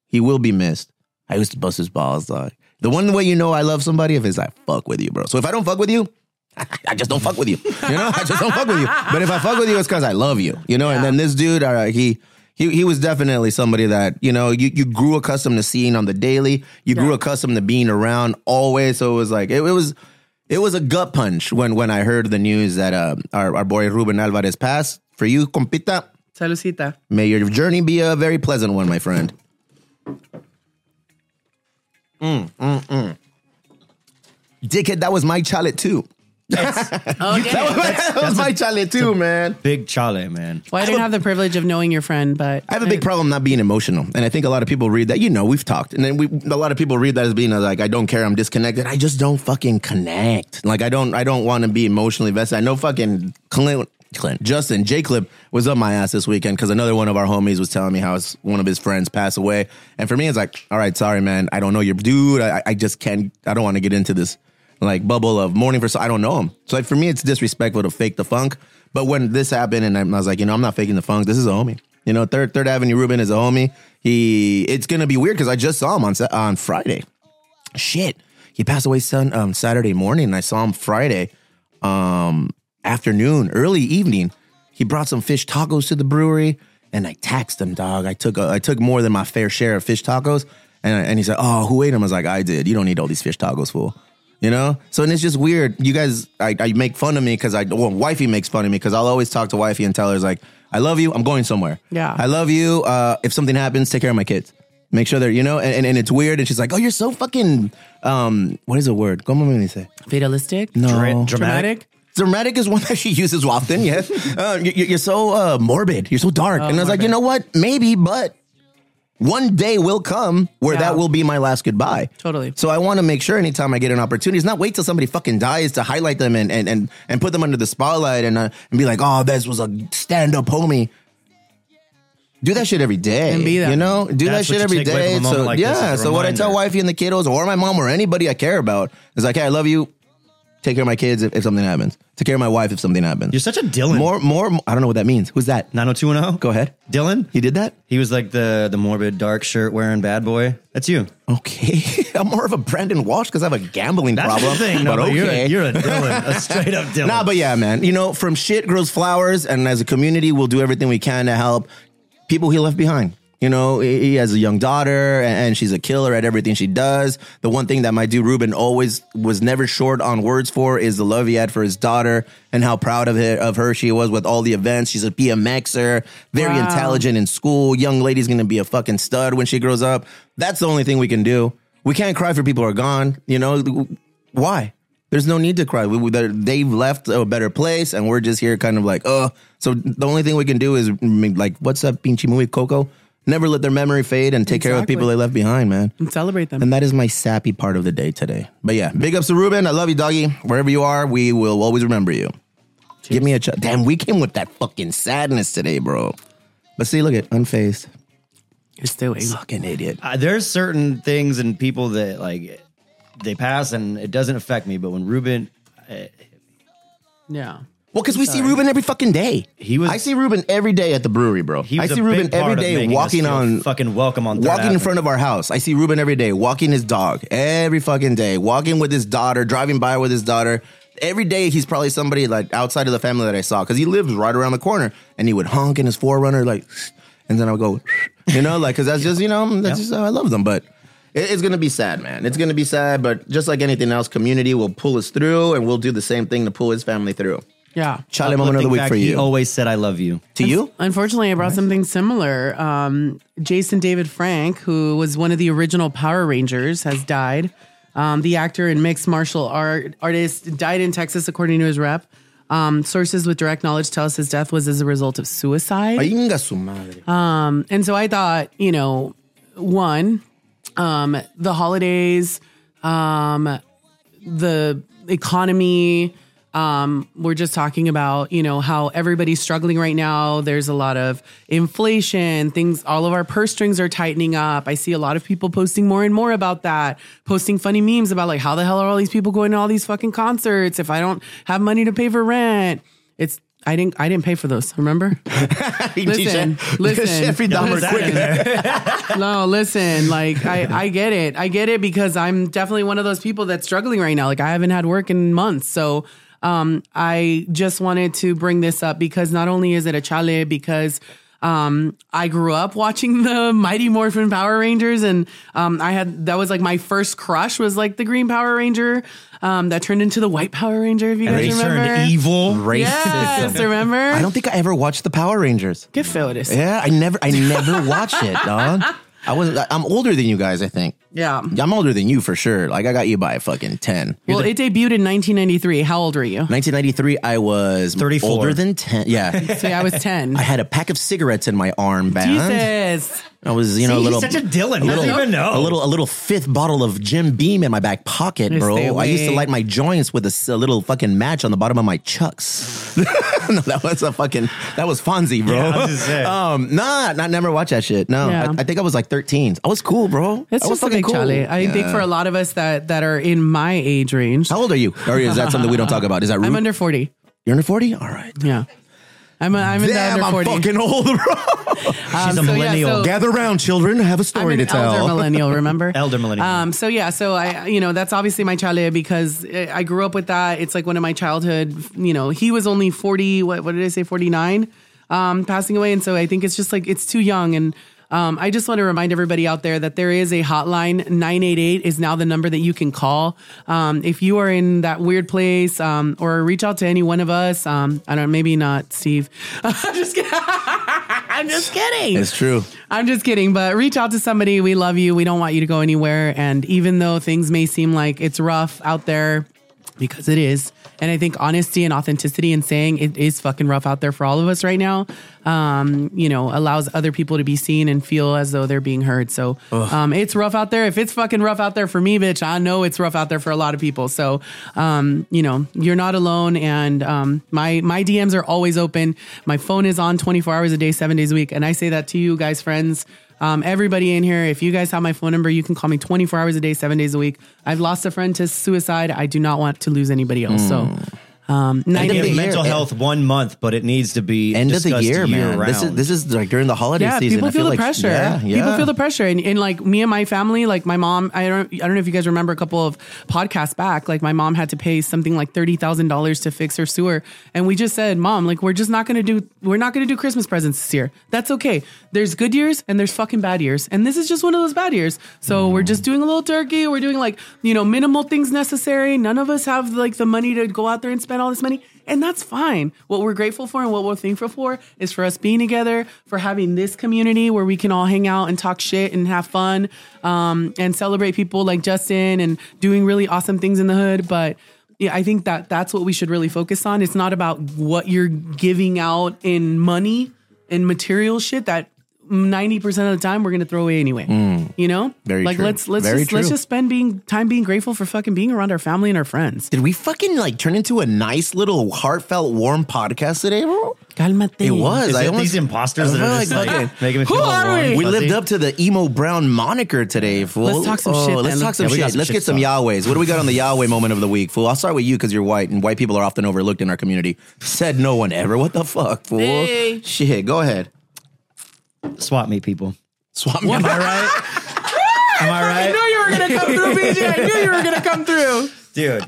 [SPEAKER 3] He will be missed. I used to bust his balls. Dog. The one way you know I love somebody if is I fuck with you, bro. So if I don't fuck with you, I just don't fuck with you. You know, I just don't fuck with you. But if I fuck with you, it's because I love you. You know. And then this dude, all right, he. He, he was definitely somebody that you know you, you grew accustomed to seeing on the daily. You grew accustomed to being around always. So it was like it, it was it was a gut punch when when I heard the news that uh, our our boy Ruben Alvarez passed. For you, compita,
[SPEAKER 4] Salucita.
[SPEAKER 3] may your journey be a very pleasant one, my friend. Mm, mm, mm. Dickhead, that was my chalet too. that was my chalet too, man.
[SPEAKER 5] Big Chale, man.
[SPEAKER 4] Well, I didn't have the privilege of knowing your friend, but
[SPEAKER 3] I have a big problem not being emotional, and I think a lot of people read that. You know, we've talked, and then we a lot of people read that as being like, "I don't care, I'm disconnected." I just don't fucking connect. Like, I don't, I don't want to be emotionally invested. I know fucking Clint, Clint, Justin, J Clip was up my ass this weekend because another one of our homies was telling me how his, one of his friends passed away, and for me, it's like, "All right, sorry, man, I don't know your dude. I, I just can't. I don't want to get into this." like bubble of mourning for so I don't know him. So like for me, it's disrespectful to fake the funk. But when this happened, and I, I was like, you know, I'm not faking the funk. This is a homie. You know, Third Third Avenue Ruben is a homie. He it's gonna be weird because I just saw him on Sa- on Friday. Shit, he passed away sun, um, Saturday morning, and I saw him Friday um, afternoon, early evening. He brought some fish tacos to the brewery, and I taxed him, dog. I took a, I took more than my fair share of fish tacos, and I, and he said, "Oh, who ate them?" I was like, "I did. You don't need all these fish tacos, fool." You know, so and it's just weird. You guys, I, I make fun of me because I well, wifey makes fun of me because I'll always talk to wifey and tell her like, "I love you. I'm going somewhere.
[SPEAKER 4] Yeah.
[SPEAKER 3] I love you. Uh, if something happens, take care of my kids. Make sure they're you know." And, and, and it's weird. And she's like, "Oh, you're so fucking um, what is the word? Como me dice?
[SPEAKER 4] fatalistic.
[SPEAKER 3] No,
[SPEAKER 5] Dra- dramatic.
[SPEAKER 4] Dramatic.
[SPEAKER 3] Dramatic is one that she uses often. Yes, uh, you, you're so uh, morbid. You're so dark.
[SPEAKER 5] Oh,
[SPEAKER 3] and I was like, you know what? Maybe, but one day will come where
[SPEAKER 4] Yeah.
[SPEAKER 3] that will be my last goodbye.
[SPEAKER 4] Totally.
[SPEAKER 3] So I want to make sure anytime I get an opportunity, it's not wait till somebody fucking dies to highlight them and and and, and put them under the spotlight and uh, and be like, oh, this was a stand up homie. Do that shit every day.
[SPEAKER 4] And be that.
[SPEAKER 3] You know, do
[SPEAKER 5] That's
[SPEAKER 3] that shit
[SPEAKER 5] what you
[SPEAKER 3] every
[SPEAKER 5] take away
[SPEAKER 3] day.
[SPEAKER 5] from a moment
[SPEAKER 3] So
[SPEAKER 5] like this is
[SPEAKER 3] yeah.
[SPEAKER 5] a
[SPEAKER 3] So what I tell
[SPEAKER 5] reminder.
[SPEAKER 3] wifey and the kiddos, or my mom, or anybody I care about, is like, hey, I love you. Take care of my kids if, if something happens. Take care of my wife if something happens.
[SPEAKER 5] You're such a Dylan.
[SPEAKER 3] more, more. I don't know what that means. Who's that?
[SPEAKER 5] 90210?
[SPEAKER 3] Go ahead.
[SPEAKER 5] Dylan?
[SPEAKER 3] He did that.
[SPEAKER 5] He was like the the morbid dark shirt wearing bad boy. That's you.
[SPEAKER 3] Okay, I'm more of a Brandon Walsh because I have a gambling
[SPEAKER 5] That's
[SPEAKER 3] problem.
[SPEAKER 5] the thing. No,
[SPEAKER 3] but
[SPEAKER 5] but
[SPEAKER 3] okay,
[SPEAKER 5] you're, a, you're a Dylan, a straight up Dylan.
[SPEAKER 3] Nah, but yeah, man. You know, from shit grows flowers, and as a community, we'll do everything we can to help people he left behind. You know, he he has a young daughter, and- and she's a killer at everything she does. The one thing that my dude Ruben always was never short on words for is the love he had for his daughter and how proud of her, of her she was with all the events. She's a BMXer, very
[SPEAKER 4] Wow.
[SPEAKER 3] intelligent in school. Young lady's gonna be a fucking stud when she grows up. That's the only thing we can do. We can't cry for people who are gone. You know, why? There's no need to cry. We, we, they're- they've left a better place, and we're just here, kind of like, oh. So the only thing we can do is mm, like, what's that pinchy movie, Coco? Never let their memory fade and take care of the people they left behind, man.
[SPEAKER 4] And celebrate them.
[SPEAKER 3] And that is my sappy part of the day today. But yeah, big ups to Ruben. I love you, doggy. Wherever you are, we will always remember you. Give me a ch- damn. We came with that fucking sadness today, bro. But see, look at unfazed,
[SPEAKER 4] You're still able.
[SPEAKER 3] fucking idiot.
[SPEAKER 5] Uh, there's certain things and people that like they pass and it doesn't affect me. But when Ruben,
[SPEAKER 4] Yeah.
[SPEAKER 3] Well, because we see Ruben every fucking day.
[SPEAKER 5] He was-
[SPEAKER 3] I see Ruben every day at the brewery, bro.
[SPEAKER 5] he
[SPEAKER 3] I
[SPEAKER 5] was
[SPEAKER 3] see
[SPEAKER 5] a
[SPEAKER 3] Ruben
[SPEAKER 5] big part
[SPEAKER 3] every
[SPEAKER 5] of
[SPEAKER 3] day
[SPEAKER 5] making us
[SPEAKER 3] walking
[SPEAKER 5] feel
[SPEAKER 3] on
[SPEAKER 5] fucking welcome on Third
[SPEAKER 3] walking in
[SPEAKER 5] Avenue.
[SPEAKER 3] front of our house. I see Ruben every day, walking his dog every fucking day, walking with his daughter, driving by with his daughter. Every day he's probably somebody like outside of the family that I saw because he lives right around the corner, and he would honk in his forerunner like, and then I would go, you know, like because that's just you know that's just how I love them. But it- it's gonna be sad, man. It's gonna be sad, but just like anything else, community will pull us through, and we'll do the same thing to pull his family through.
[SPEAKER 4] Yeah.
[SPEAKER 3] Charlie moment of the
[SPEAKER 5] uplifting
[SPEAKER 3] week
[SPEAKER 5] fact,
[SPEAKER 3] for
[SPEAKER 5] He
[SPEAKER 3] you.
[SPEAKER 5] always said, "I love you."
[SPEAKER 3] to you,
[SPEAKER 4] Unfortunately, I brought something similar. Um, Jason David Frank, who was one of the original Power Rangers, has died. Um, the actor and mixed martial art artist died in Texas, according to his rep. Um, sources with direct knowledge tell us his death was as a result of suicide.
[SPEAKER 3] Venga su madre.
[SPEAKER 4] And so I thought, you know, one, um, the holidays, um, the economy. Um, we're just talking about you know how everybody's struggling right now. There's a lot of inflation, things. All of our purse strings are tightening up. I see a lot of people posting more and more about that, posting funny memes about like how the hell are all these people going to all these fucking concerts if I don't have money to pay for rent? It's I didn't I didn't pay for those. Remember? Listen, listen.
[SPEAKER 3] Jeffrey Dahmer
[SPEAKER 4] Listen.
[SPEAKER 3] quick.
[SPEAKER 4] no, listen, like I, I get it. I get it because I'm definitely one of those people that's struggling right now. Like I haven't had work in months. So um I just wanted to bring this up because not only is it a chale because um I grew up watching the Mighty Morphin Power Rangers and um I had that was like my first crush was like the Green Power Ranger um that turned into the White Power Ranger if you
[SPEAKER 5] And
[SPEAKER 4] guys
[SPEAKER 5] they
[SPEAKER 4] remember.
[SPEAKER 5] turned evil.
[SPEAKER 4] Yes, remember?
[SPEAKER 3] I don't think I ever watched the Power Rangers.
[SPEAKER 4] get filled.
[SPEAKER 3] Yeah, I never, I never watched it, dog. I was, I- I'm older than you guys. I think.
[SPEAKER 4] Yeah.
[SPEAKER 3] I'm older than you for sure. Like I got you by fucking ten.
[SPEAKER 4] Well, it debuted in 1993. How old were you?
[SPEAKER 3] 1993, I was
[SPEAKER 5] 34.
[SPEAKER 3] older than 10. Yeah.
[SPEAKER 4] So yeah, I was 10.
[SPEAKER 3] I had a pack of cigarettes in my armband.
[SPEAKER 4] Jesus.
[SPEAKER 3] I was, you know, a
[SPEAKER 5] He's
[SPEAKER 3] little,
[SPEAKER 5] such a Dylan. He doesn't even know.
[SPEAKER 3] a little, a little fifth bottle of Jim Beam in my back pocket,
[SPEAKER 4] Just
[SPEAKER 3] bro.
[SPEAKER 4] stay
[SPEAKER 3] I used to
[SPEAKER 4] away.
[SPEAKER 3] light my joints with a, s- a little fucking match on the bottom of my chucks. no, that was a fucking, that was Fonzie, bro.
[SPEAKER 5] Yeah, I was gonna say.
[SPEAKER 3] um, nah, not never watch that shit. No,
[SPEAKER 4] Yeah.
[SPEAKER 3] I, I think I was like 13. I was cool, bro.
[SPEAKER 4] It's
[SPEAKER 3] I was
[SPEAKER 4] just a
[SPEAKER 3] fucking
[SPEAKER 4] big
[SPEAKER 3] cool.
[SPEAKER 4] chale. I think
[SPEAKER 3] Yeah.
[SPEAKER 4] for a lot of us that that are in my age range,
[SPEAKER 3] How old are you? Or is that something we don't talk about? Is that rude?
[SPEAKER 4] I'm under forty.
[SPEAKER 3] You're under 40? All right.
[SPEAKER 4] Yeah, I'm a, I'm in
[SPEAKER 3] Damn,
[SPEAKER 4] the under
[SPEAKER 3] I'm
[SPEAKER 4] forty. Um,
[SPEAKER 3] fucking old, bro.
[SPEAKER 5] She's a
[SPEAKER 4] so yeah,
[SPEAKER 5] millennial.
[SPEAKER 4] so-
[SPEAKER 3] Gather round, children. I have a
[SPEAKER 4] I'm
[SPEAKER 3] story
[SPEAKER 4] an
[SPEAKER 3] to tell.
[SPEAKER 4] elder millennial. Remember,
[SPEAKER 5] Elder millennial.
[SPEAKER 4] Um, so yeah, so I, you know, that's obviously my chale because I I grew up with that. It's like one of my childhood. You know, he was only forty. What what did I say? Forty nine, um, passing away, and so I think it's just like it's too young. And um, I just want to remind everybody out there that there is a hotline. Nine eight eight is now the number that you can call um, if you are in that weird place, um, or reach out to any one of us. Um, I don't, maybe not Steve. I'm just kidding. I'm just kidding.
[SPEAKER 3] It's true.
[SPEAKER 4] I'm just kidding, but reach out to somebody. We love you. We don't want you to go anywhere. And even though things may seem like it's rough out there, because it is, and I think honesty and authenticity and saying it is fucking rough out there for all of us right now, um, you know, allows other people to be seen and feel as though they're being heard. So um, it's rough out there. If it's fucking rough out there for me, bitch, I know it's rough out there for a lot of people. So, um, you know, you're not alone. And um, my my DMs are always open. My phone is on 24 hours a day, seven days a week. And I say that to you guys, friends. Um, everybody in here, if you guys have my phone number, you can call me 24 hours a day, seven days a week. I've lost a friend to suicide. I do not want to lose anybody else. So, um,
[SPEAKER 3] End of
[SPEAKER 5] Give
[SPEAKER 3] the
[SPEAKER 4] 98.
[SPEAKER 3] year.
[SPEAKER 5] mental health one month, but it needs to be
[SPEAKER 3] End of the
[SPEAKER 5] discussed
[SPEAKER 3] year, man. This is
[SPEAKER 5] round.
[SPEAKER 3] this is like during the holiday
[SPEAKER 4] yeah,
[SPEAKER 3] season.
[SPEAKER 4] people
[SPEAKER 3] I
[SPEAKER 4] feel, the
[SPEAKER 3] like,
[SPEAKER 4] pressure.
[SPEAKER 3] Yeah, yeah.
[SPEAKER 4] People feel the pressure, and, and like me and my family, like my mom. I don't, I don't know if you guys remember a couple of podcasts back. Like my mom had to pay something like thirty thousand dollars to fix her sewer, and we just said, "Mom, like we're just not gonna do, we're not gonna do Christmas presents this year. That's okay. There's good years and there's fucking bad years, and this is just one of those bad years.
[SPEAKER 3] Mm.
[SPEAKER 4] So we're just doing a little turkey. We're doing like you know minimal things necessary. None of us have like the money to go out there and spend all this money. And that's fine. What we're grateful for and what we're thankful for is for us being together, for having this community where we can all hang out and talk shit and have fun um, and celebrate people like Justin and doing really awesome things in the hood. But yeah, I think that that's what we should really focus on. It's not about what you're giving out in money and material shit that 90% of the time we're going to throw away anyway. You know?
[SPEAKER 3] Mm. Very
[SPEAKER 4] like
[SPEAKER 3] true.
[SPEAKER 4] let's let's
[SPEAKER 3] Very
[SPEAKER 4] just let's
[SPEAKER 3] true.
[SPEAKER 4] just spend being time being grateful for fucking being around our family and our friends.
[SPEAKER 3] Did we fucking like turn into a nice little heartfelt, warm podcast today, bro?
[SPEAKER 4] Calmate.
[SPEAKER 3] It was.
[SPEAKER 5] Is
[SPEAKER 3] I
[SPEAKER 5] it
[SPEAKER 3] almost-
[SPEAKER 5] these imposters
[SPEAKER 3] I
[SPEAKER 5] that
[SPEAKER 3] feel
[SPEAKER 5] are just
[SPEAKER 3] like
[SPEAKER 5] like,
[SPEAKER 3] fucking-
[SPEAKER 5] making me
[SPEAKER 4] Who
[SPEAKER 5] feel all
[SPEAKER 4] are
[SPEAKER 5] warm
[SPEAKER 4] we?
[SPEAKER 5] and
[SPEAKER 3] We
[SPEAKER 5] fuzzy?
[SPEAKER 3] lived up to the emo brown moniker today, fool. Oh,
[SPEAKER 4] Let's talk some shit
[SPEAKER 3] Let's
[SPEAKER 4] then.
[SPEAKER 3] talk some
[SPEAKER 5] Yeah, we got
[SPEAKER 3] shit.
[SPEAKER 5] some
[SPEAKER 3] Let's
[SPEAKER 5] shit
[SPEAKER 3] get some
[SPEAKER 5] to
[SPEAKER 3] Yahwehs. What do we got on the Yahweh moment of the week, fool? I'll start with you because you're white and white people are often overlooked in our community. Said no one ever. What the fuck, fool?
[SPEAKER 4] Hey.
[SPEAKER 3] Shit, go ahead.
[SPEAKER 5] swap meet people.
[SPEAKER 3] Swap
[SPEAKER 5] Am
[SPEAKER 3] me.
[SPEAKER 5] I right? Am I
[SPEAKER 4] I
[SPEAKER 5] right,
[SPEAKER 4] knew you were gonna come through, BJ. I knew you were gonna come through.
[SPEAKER 5] dude?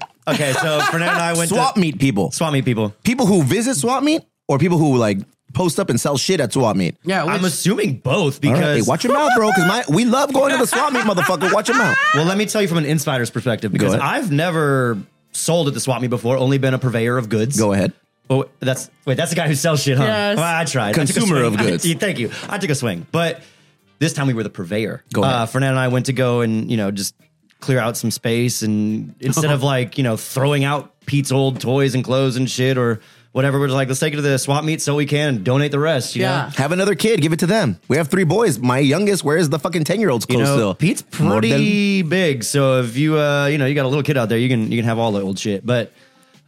[SPEAKER 5] Okay, so Fernando and I went
[SPEAKER 3] Swap
[SPEAKER 5] to
[SPEAKER 3] meet people.
[SPEAKER 5] swap meet people.
[SPEAKER 3] People who visit swap meet or people who like post up and sell shit at swap meet.
[SPEAKER 4] Yeah,
[SPEAKER 5] I'm
[SPEAKER 4] which-
[SPEAKER 5] assuming both
[SPEAKER 3] All right,
[SPEAKER 5] because
[SPEAKER 3] hey, watch your mouth, bro. Because my we love going to the swap meet, motherfucker. Watch your mouth.
[SPEAKER 5] Well, let me tell you from an insider's perspective because
[SPEAKER 3] ahead.
[SPEAKER 5] I've never sold at the swap meet before, only been a purveyor of goods.
[SPEAKER 3] Go ahead.
[SPEAKER 5] Oh, wait, that's wait, that's the guy who sells shit, huh?
[SPEAKER 4] Yes.
[SPEAKER 5] Well, I tried. I took a
[SPEAKER 3] Consumer of
[SPEAKER 5] swing. I-
[SPEAKER 3] goods.
[SPEAKER 5] thank you. I took a swing, but this time we were the purveyor.
[SPEAKER 3] Go ahead.
[SPEAKER 5] Uh, Fernando and I went to go and you know just clear out some space, and instead of like you know throwing out Pete's old toys and clothes and shit, or whatever. We're just like, let's take it to the swap meet so we can donate the rest. You
[SPEAKER 4] Yeah.
[SPEAKER 5] know?
[SPEAKER 3] Have another kid. Give it to them. We have three boys. My youngest wears the fucking 10 year old's
[SPEAKER 5] You
[SPEAKER 3] clothes
[SPEAKER 5] know,
[SPEAKER 3] still.
[SPEAKER 5] Pete's
[SPEAKER 3] Mordel.
[SPEAKER 5] pretty big, so if you uh, you know you got a little kid out there, you can you can have all the old shit. But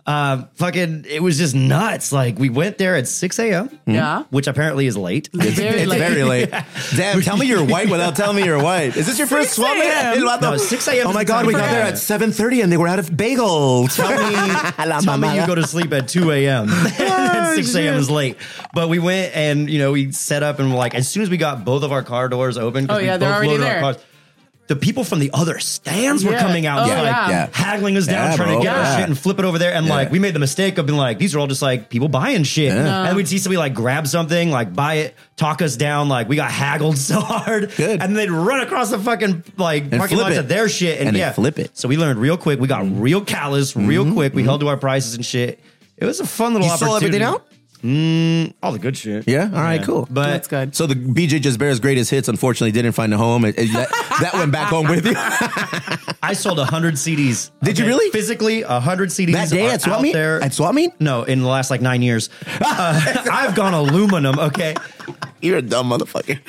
[SPEAKER 5] uh, fucking, it was just nuts. Like we went there at six a.m.
[SPEAKER 4] Yeah.
[SPEAKER 5] which apparently is late.
[SPEAKER 4] Very
[SPEAKER 3] It's
[SPEAKER 4] late.
[SPEAKER 3] very late. Damn, tell me you're white without telling me you're white. Is this your first swap meet?
[SPEAKER 5] 6 a.m.
[SPEAKER 3] Eduardo?
[SPEAKER 5] No, 6 a.m.
[SPEAKER 3] Oh
[SPEAKER 5] is
[SPEAKER 3] my
[SPEAKER 5] the
[SPEAKER 3] God,
[SPEAKER 5] time
[SPEAKER 3] we
[SPEAKER 5] for
[SPEAKER 3] got there
[SPEAKER 5] that.
[SPEAKER 3] at 7.30 and they were out of bagel. Tell me,
[SPEAKER 5] Tell me you go to sleep at 2 a.m. and then 6 a.m. is late. But we went and, you know, we set up and we're like, as soon as we got both of our car doors open, 'cause
[SPEAKER 4] Oh,
[SPEAKER 5] we
[SPEAKER 4] yeah, they're
[SPEAKER 5] both
[SPEAKER 4] already
[SPEAKER 5] loaded
[SPEAKER 4] there.
[SPEAKER 5] the people from the other stands were
[SPEAKER 4] Yeah.
[SPEAKER 5] coming out,
[SPEAKER 4] Oh,
[SPEAKER 5] just, like
[SPEAKER 4] yeah.
[SPEAKER 3] Yeah.
[SPEAKER 5] haggling us down,
[SPEAKER 3] Yeah,
[SPEAKER 5] trying
[SPEAKER 3] bro.
[SPEAKER 5] to get
[SPEAKER 3] Yeah.
[SPEAKER 5] our shit and flip it over there. And like, we made the mistake of being like, these are all just like people buying shit. And we'd see somebody like grab something, like buy it, talk us down, like we got haggled so hard.
[SPEAKER 3] Good.
[SPEAKER 5] And they'd run across the fucking like parking
[SPEAKER 3] flip
[SPEAKER 5] lot to
[SPEAKER 3] it.
[SPEAKER 5] their shit and,
[SPEAKER 3] And they
[SPEAKER 5] yeah,
[SPEAKER 3] flip it. Mm-hmm.
[SPEAKER 5] So we learned real quick. We got real callous real quick. We held to our prices and shit. It was a fun little
[SPEAKER 3] You sold
[SPEAKER 5] opportunity.
[SPEAKER 3] everything
[SPEAKER 5] Mm,
[SPEAKER 3] out?
[SPEAKER 5] All the good shit.
[SPEAKER 3] Yeah? All right, cool.
[SPEAKER 5] But
[SPEAKER 4] That's good.
[SPEAKER 3] So the BJ Just Bear's greatest hits unfortunately didn't find a home. It- it- that, that went back home with you.
[SPEAKER 5] I sold 100 CDs.
[SPEAKER 3] Did you really?
[SPEAKER 5] Physically, 100 CDs.
[SPEAKER 3] That day
[SPEAKER 5] are
[SPEAKER 3] at swap
[SPEAKER 5] out
[SPEAKER 3] meet?
[SPEAKER 5] There.
[SPEAKER 3] At swap meet?
[SPEAKER 5] No, in the last like nine years. Uh, I've gone aluminum, okay?
[SPEAKER 3] You're a dumb motherfucker.